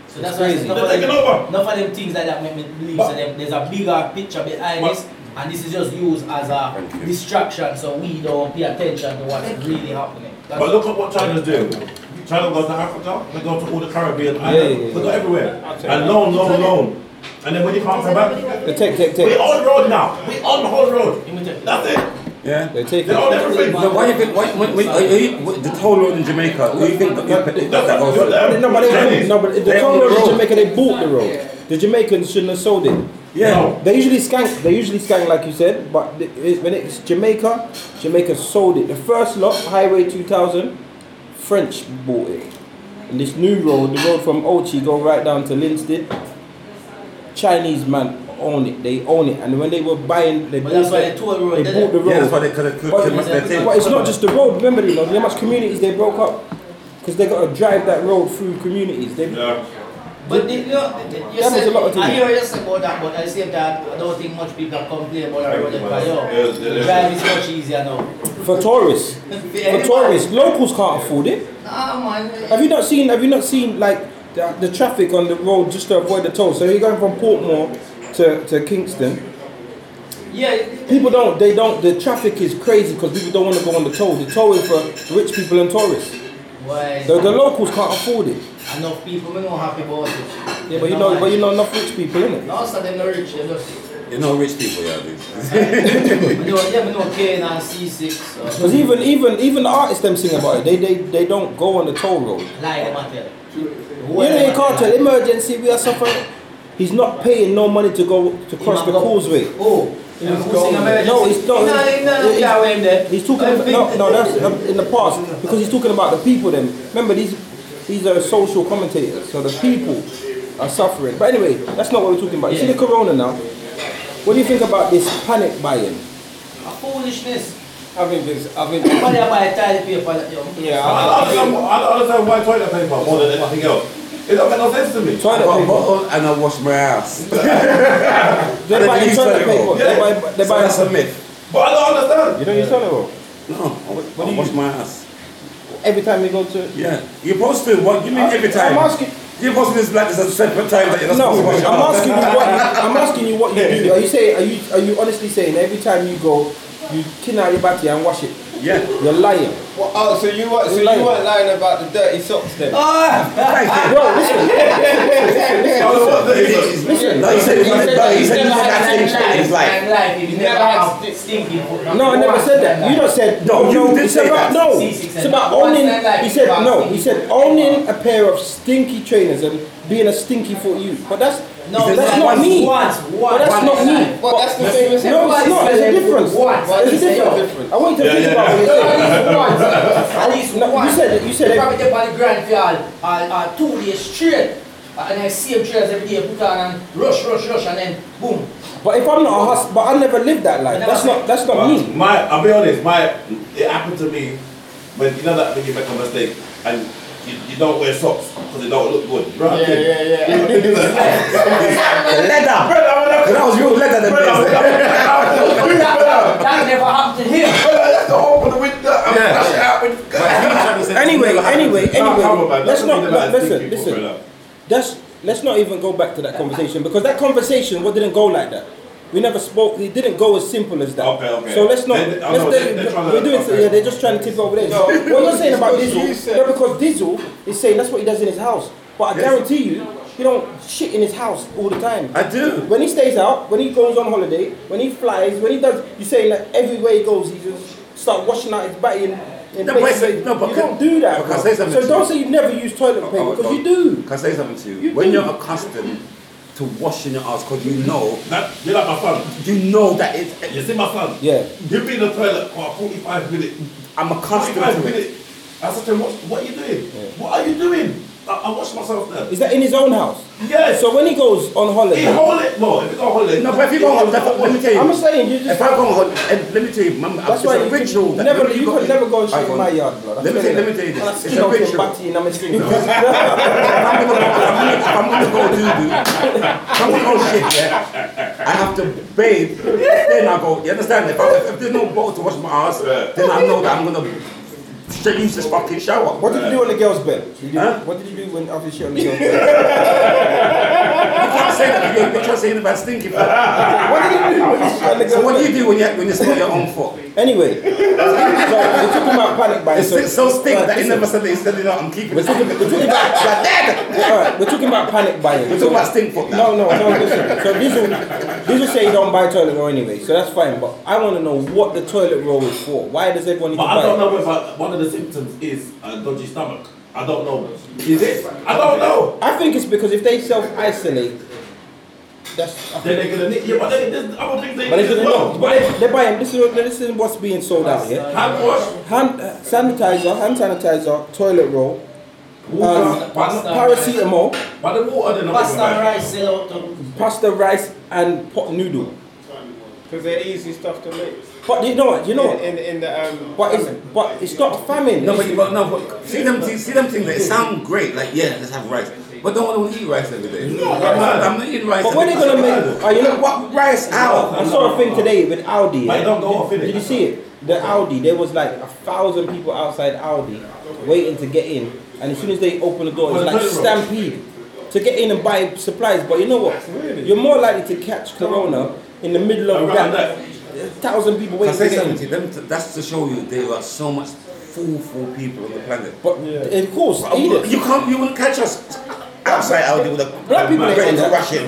[SPEAKER 2] So that's why I said,
[SPEAKER 3] crazy.
[SPEAKER 2] enough
[SPEAKER 6] They're
[SPEAKER 2] of
[SPEAKER 6] taking
[SPEAKER 2] them,
[SPEAKER 6] over.
[SPEAKER 2] enough of them things like that make me believe. so them, there's a bigger picture behind
[SPEAKER 6] But-
[SPEAKER 2] this, and this is just used as a distraction, so we don't pay attention to what's really happening. That's
[SPEAKER 6] But look at what China's doing. China goes to Africa, they go to all the Caribbean
[SPEAKER 3] yeah,
[SPEAKER 6] islands,
[SPEAKER 3] yeah.
[SPEAKER 6] they go everywhere. And loan, loan, loan. And then when you can't come back,
[SPEAKER 3] They take, take,
[SPEAKER 6] we're
[SPEAKER 3] take.
[SPEAKER 6] on road now. We're on the whole road.
[SPEAKER 2] Let me tell you.
[SPEAKER 6] That's it.
[SPEAKER 5] Yeah.
[SPEAKER 3] They take
[SPEAKER 6] They're
[SPEAKER 3] it.
[SPEAKER 6] on everything.
[SPEAKER 5] No, why you think? Why, when, when, are you, what- the toll road in Jamaica? Who you think that, that, that goes on?
[SPEAKER 6] That's
[SPEAKER 3] No, but they,
[SPEAKER 6] Chinese.
[SPEAKER 3] no, but the
[SPEAKER 5] They
[SPEAKER 3] toll
[SPEAKER 5] own the
[SPEAKER 3] road in
[SPEAKER 5] road.
[SPEAKER 3] Jamaica they bought the road. The Jamaicans shouldn't have sold it.
[SPEAKER 5] Yeah.
[SPEAKER 3] They usually skank. They usually skank, like you said. But the- it- when it's Jamaica, Jamaica sold it. The first lot, Highway 2000, French bought it. And this new road, the road from Ochi, go right down to Linstead. Chinese man own it. They own it. And when they were buying, they
[SPEAKER 2] But
[SPEAKER 3] bought
[SPEAKER 2] that's why
[SPEAKER 3] the-
[SPEAKER 2] they tore the road,
[SPEAKER 3] They
[SPEAKER 2] didn't
[SPEAKER 3] bought the road.
[SPEAKER 5] Yeah, that's why they could have
[SPEAKER 3] But,
[SPEAKER 5] cooked their thing.
[SPEAKER 3] but it's not just the road. Remember, you know, how much communities they broke up because they got to drive that road through communities. They,
[SPEAKER 6] Yeah.
[SPEAKER 2] But the, you know, the, the, you
[SPEAKER 3] That was
[SPEAKER 2] said,
[SPEAKER 3] a lot of
[SPEAKER 2] I
[SPEAKER 3] things.
[SPEAKER 2] hear you say about that, but at the same time, I don't think much people complain about that road because
[SPEAKER 6] Yeah, yeah,
[SPEAKER 2] yo,
[SPEAKER 6] yeah.
[SPEAKER 2] drive is much easier now.
[SPEAKER 3] for tourists, for tourists, locals can't afford it.
[SPEAKER 2] Nah, man.
[SPEAKER 3] Have you not seen? Have you not seen like the, the traffic on the road just to avoid the toll? So you're going from Portmore to, to Kingston.
[SPEAKER 2] Yeah,
[SPEAKER 3] People don't. They don't. The traffic is crazy because people don't want to go on the toll. The toll is for rich people and tourists.
[SPEAKER 2] why?
[SPEAKER 3] The, the locals can't afford it.
[SPEAKER 2] Enough people, me know happy about it.
[SPEAKER 3] Yeah, but you know, but you know enough rich people in it.
[SPEAKER 2] No, so them not rich, they just.
[SPEAKER 5] You know, rich people, yeah, dude.
[SPEAKER 2] Me know, yeah, me know Kane and C6. So.
[SPEAKER 3] Because even even even the artists them sing about it. They they they don't go on the toll road.
[SPEAKER 2] Lie, them a tell.
[SPEAKER 3] You know you can't tell emergency we are suffering. He's not paying no money to go to cross the causeway.
[SPEAKER 2] Oh.
[SPEAKER 3] He's gone. No, he's not.
[SPEAKER 2] No, no, no,
[SPEAKER 3] He's-
[SPEAKER 2] yeah, wait there.
[SPEAKER 3] He's talking
[SPEAKER 2] Um,
[SPEAKER 3] about, no, no, that's um, in the past because he's talking about the people. Then remember these these are social commentators, so the people are suffering. But anyway, that's not what we're talking about. You see the corona now. What do you think about this panic buying?
[SPEAKER 2] A foolishness.
[SPEAKER 7] I think this. I think.
[SPEAKER 2] Somebody a buy toilet paper, like, yo.
[SPEAKER 7] Yeah.
[SPEAKER 6] I
[SPEAKER 7] I,
[SPEAKER 6] don't understand, I don't understand why toilet paper more than anything else. It doesn't make no sense to me.
[SPEAKER 3] Toilet
[SPEAKER 5] I
[SPEAKER 3] paper.
[SPEAKER 5] bottle and I wash my ass.
[SPEAKER 3] They
[SPEAKER 5] and
[SPEAKER 3] buy
[SPEAKER 5] they use
[SPEAKER 3] toilet
[SPEAKER 5] toilet
[SPEAKER 3] paper.
[SPEAKER 5] roll.
[SPEAKER 3] They buy they
[SPEAKER 5] So
[SPEAKER 3] buy.
[SPEAKER 5] that's a myth.
[SPEAKER 6] But I don't understand.
[SPEAKER 3] You don't use toilet roll
[SPEAKER 5] No, I, wa- I wash my ass.
[SPEAKER 3] every time you go to.
[SPEAKER 5] Yeah. You're supposed to. What you mean every time?
[SPEAKER 3] I'm asking.
[SPEAKER 5] You're supposed to this like this a separate time that you're not
[SPEAKER 3] No,
[SPEAKER 5] supposed to wash
[SPEAKER 3] I'm asking
[SPEAKER 5] your ass.
[SPEAKER 3] you what I'm asking you what you do. Are you saying are you are you honestly saying every time you go you clean out your body and wash it?
[SPEAKER 5] Yeah.
[SPEAKER 3] You're lying.
[SPEAKER 7] well, oh, so you weren't. So you
[SPEAKER 3] Lying.
[SPEAKER 7] weren't lying about the dirty socks then.
[SPEAKER 3] Bro, listen, listen.
[SPEAKER 5] No, you said it's like that. You said it's like that. It's like.
[SPEAKER 2] And life, if you never had st- stinking food.
[SPEAKER 3] No, I never said that. You not said
[SPEAKER 5] No, you did
[SPEAKER 3] it's
[SPEAKER 5] say
[SPEAKER 3] about,
[SPEAKER 5] that.
[SPEAKER 3] No,
[SPEAKER 2] C6
[SPEAKER 3] it's
[SPEAKER 2] and
[SPEAKER 3] about
[SPEAKER 2] that.
[SPEAKER 3] owning.
[SPEAKER 2] What's that like?
[SPEAKER 3] He said
[SPEAKER 2] About
[SPEAKER 3] no.
[SPEAKER 2] stinky
[SPEAKER 3] He said
[SPEAKER 2] foot.
[SPEAKER 3] owning a pair of stinky trainers and being a stinky foot you. But that's
[SPEAKER 2] No,
[SPEAKER 3] that's
[SPEAKER 2] no,
[SPEAKER 3] not
[SPEAKER 2] once,
[SPEAKER 3] me.
[SPEAKER 2] once,
[SPEAKER 3] but that's
[SPEAKER 2] once.
[SPEAKER 3] not me.
[SPEAKER 7] Well, that's the same as him.
[SPEAKER 3] No, it's not. There's a difference.
[SPEAKER 2] Once.
[SPEAKER 3] There's a difference. I want you to think about what you're saying.
[SPEAKER 2] At least
[SPEAKER 3] No, you
[SPEAKER 2] once.
[SPEAKER 3] said that- you said
[SPEAKER 2] You
[SPEAKER 3] that-
[SPEAKER 2] probably did by the grand fial uh, uh, two days straight. Uh, and I see him trails every day, put on and rush, rush, rush, and then boom.
[SPEAKER 3] But if I'm not a hus, but I never lived that life. That's not. That's not
[SPEAKER 6] Well,
[SPEAKER 3] me.
[SPEAKER 6] My, I'll be honest, my, it happened to me when you know that when you make a mistake and you, you don't wear socks because they don't look good. You know what I mean?
[SPEAKER 7] Yeah, yeah, yeah.
[SPEAKER 5] Leather. That was your leather. that made it.
[SPEAKER 2] That never happened to him.
[SPEAKER 3] Anyway, anyway,
[SPEAKER 6] Now, come on,
[SPEAKER 3] anyway.
[SPEAKER 6] man,
[SPEAKER 3] Let's
[SPEAKER 6] don't
[SPEAKER 3] not
[SPEAKER 6] think about
[SPEAKER 3] listen.
[SPEAKER 6] thinking,
[SPEAKER 3] Listen.
[SPEAKER 6] brother.
[SPEAKER 3] That's let's not even go back to that conversation because that conversation what didn't go like that. We never spoke. It didn't go as simple as that.
[SPEAKER 6] Okay, okay.
[SPEAKER 3] So let's not.
[SPEAKER 6] They- they- oh,
[SPEAKER 3] let's
[SPEAKER 6] no,
[SPEAKER 3] they-
[SPEAKER 6] they- they're trying to-
[SPEAKER 3] we're doing.
[SPEAKER 6] okay.
[SPEAKER 3] Yeah, they're just trying to tip it over there.
[SPEAKER 7] No.
[SPEAKER 3] what you're saying about
[SPEAKER 7] It's what you
[SPEAKER 3] Dizzle?
[SPEAKER 7] said.
[SPEAKER 3] Yeah, because Dizzle is saying that's what he does in his house. But I guarantee you, he don't shit in his house all the time.
[SPEAKER 5] I do.
[SPEAKER 3] When he stays out, when he goes on holiday, when he flies, when he does, you saying that everywhere he goes, he just start washing out his body and. and
[SPEAKER 5] No, but
[SPEAKER 3] places.
[SPEAKER 5] say- no, but
[SPEAKER 3] you
[SPEAKER 5] can-
[SPEAKER 3] don't do that.
[SPEAKER 5] but can I
[SPEAKER 3] bro.
[SPEAKER 5] say something
[SPEAKER 3] so
[SPEAKER 5] to
[SPEAKER 3] don't
[SPEAKER 5] you?
[SPEAKER 3] say you never use toilet paper
[SPEAKER 5] Oh, oh,
[SPEAKER 3] because
[SPEAKER 5] oh.
[SPEAKER 3] you do.
[SPEAKER 5] Can I say something to you?
[SPEAKER 3] You
[SPEAKER 5] when
[SPEAKER 3] do.
[SPEAKER 5] you're accustomed to washing your ass because you know,
[SPEAKER 6] That, you're like my son.
[SPEAKER 5] you know that it's.
[SPEAKER 6] You see my son?
[SPEAKER 3] Yeah.
[SPEAKER 6] You've been in the toilet for 45 minutes.
[SPEAKER 5] I'm accustomed
[SPEAKER 6] 45
[SPEAKER 5] to it.
[SPEAKER 6] minutes. I said to him, what, what are you doing? What are you doing? I, I watched myself there.
[SPEAKER 3] Is that in his own house?
[SPEAKER 6] Yes.
[SPEAKER 3] So when he goes on holiday,
[SPEAKER 6] He hold it. No, if you don't hold it.
[SPEAKER 5] No, but if you go on, let let me tell you.
[SPEAKER 3] I'm saying you
[SPEAKER 5] If
[SPEAKER 3] just.
[SPEAKER 5] I go on, and let me tell you, mum,
[SPEAKER 3] That's
[SPEAKER 5] it's
[SPEAKER 3] why
[SPEAKER 5] a
[SPEAKER 3] you could
[SPEAKER 5] ritual. that
[SPEAKER 3] never-
[SPEAKER 5] everybody
[SPEAKER 3] you
[SPEAKER 5] got
[SPEAKER 3] could never go and
[SPEAKER 5] I
[SPEAKER 3] shit in my yard, bro.
[SPEAKER 5] Let me
[SPEAKER 3] That's
[SPEAKER 5] tell
[SPEAKER 3] what
[SPEAKER 5] let me tell you
[SPEAKER 3] I
[SPEAKER 5] this. It's
[SPEAKER 3] skin
[SPEAKER 5] a
[SPEAKER 3] off your
[SPEAKER 5] ritual.
[SPEAKER 3] body and I'm a skin off.
[SPEAKER 5] If I'm gonna go, if I'm gonna go do if I'm gonna go shit, yeah, I have to bathe. Then I go. You understand? If, I, if there's no bottle to wash my ass, then I know that I'm gonna straight use this fucking shower.
[SPEAKER 3] What did you do on the girl's bed? You did-
[SPEAKER 5] Huh?
[SPEAKER 3] What did you do when after shit on the girl's bed?
[SPEAKER 5] You can't say that. You, you can't say that about stinking. So
[SPEAKER 3] What did you do when you shit on the girl's
[SPEAKER 5] what do you
[SPEAKER 3] bed?
[SPEAKER 5] do when you when you smell your own foot?
[SPEAKER 3] Anyway, so we're talking about panic buying.
[SPEAKER 5] It's so, so stink
[SPEAKER 3] Right,
[SPEAKER 5] that it
[SPEAKER 3] listen.
[SPEAKER 5] never said that it's selling out. I'm keeping
[SPEAKER 3] We're
[SPEAKER 5] it.
[SPEAKER 3] talking, we're talking about All right, we're talking about panic buying.
[SPEAKER 5] We're talking about stink foot. now.
[SPEAKER 3] No, no, no. Listen. So these will these will say you don't buy toilet roll anyway, so that's fine. But I want to know what the toilet roll is for. Why does everyone need
[SPEAKER 6] But
[SPEAKER 3] to
[SPEAKER 6] I
[SPEAKER 3] buy
[SPEAKER 6] don't
[SPEAKER 3] it?
[SPEAKER 6] know whether one of the symptoms is a dodgy stomach. I don't know. Is it? I don't know.
[SPEAKER 3] I think it's because if they self isolate, that's. I
[SPEAKER 6] Then
[SPEAKER 3] think,
[SPEAKER 6] they're gonna need you. But then there's other things they
[SPEAKER 3] but
[SPEAKER 6] need
[SPEAKER 3] it's
[SPEAKER 6] as well.
[SPEAKER 3] no, but they, they're buying. This is this is what's being sold out here.
[SPEAKER 6] Hand wash,
[SPEAKER 3] Hand uh, sanitizer, hand sanitizer, toilet roll,
[SPEAKER 6] water,
[SPEAKER 3] um,
[SPEAKER 6] Uh, pasta.
[SPEAKER 3] paracetamol,
[SPEAKER 6] But the water, they're not
[SPEAKER 8] Pasta
[SPEAKER 6] gonna buy.
[SPEAKER 8] and rice sell out to
[SPEAKER 3] pasta, rice, and pot noodle.
[SPEAKER 7] Because they're easy stuff to make.
[SPEAKER 3] But you know what? You know what?
[SPEAKER 7] In, in, in the, um,
[SPEAKER 3] But it's but it's not a famine.
[SPEAKER 5] No, but, you- but no, but see them, see them things that sound great. Like yeah, let's have rice, but don't want to eat rice every day. No, I'm not, I'm not eating rice.
[SPEAKER 3] But when they
[SPEAKER 5] every
[SPEAKER 3] gonna
[SPEAKER 5] day.
[SPEAKER 3] make? Are you know what?
[SPEAKER 5] what rice out?
[SPEAKER 3] I saw a thing today with Audi.
[SPEAKER 6] But
[SPEAKER 3] yeah.
[SPEAKER 6] it don't go off, innit?
[SPEAKER 3] Did you see it? The Audi, there was like a thousand people outside Audi waiting to get in, and as soon as they open the door,
[SPEAKER 6] Well,
[SPEAKER 3] it's like
[SPEAKER 6] it's not wrong.
[SPEAKER 3] stampede to get in and buy supplies. But you know what? You're more likely to catch corona in the middle of
[SPEAKER 6] Around
[SPEAKER 3] that. A thousand people
[SPEAKER 5] Can I
[SPEAKER 3] waiting to
[SPEAKER 5] say
[SPEAKER 3] get
[SPEAKER 5] something
[SPEAKER 3] in.
[SPEAKER 5] to you? Them, that's to show you there are so much foolful people on the planet.
[SPEAKER 3] But of course, eat it.
[SPEAKER 5] You can't, you wouldn't catch us outside Aldi with a
[SPEAKER 3] Black people ain't
[SPEAKER 5] ready
[SPEAKER 3] on
[SPEAKER 5] to
[SPEAKER 3] that.
[SPEAKER 5] rush in.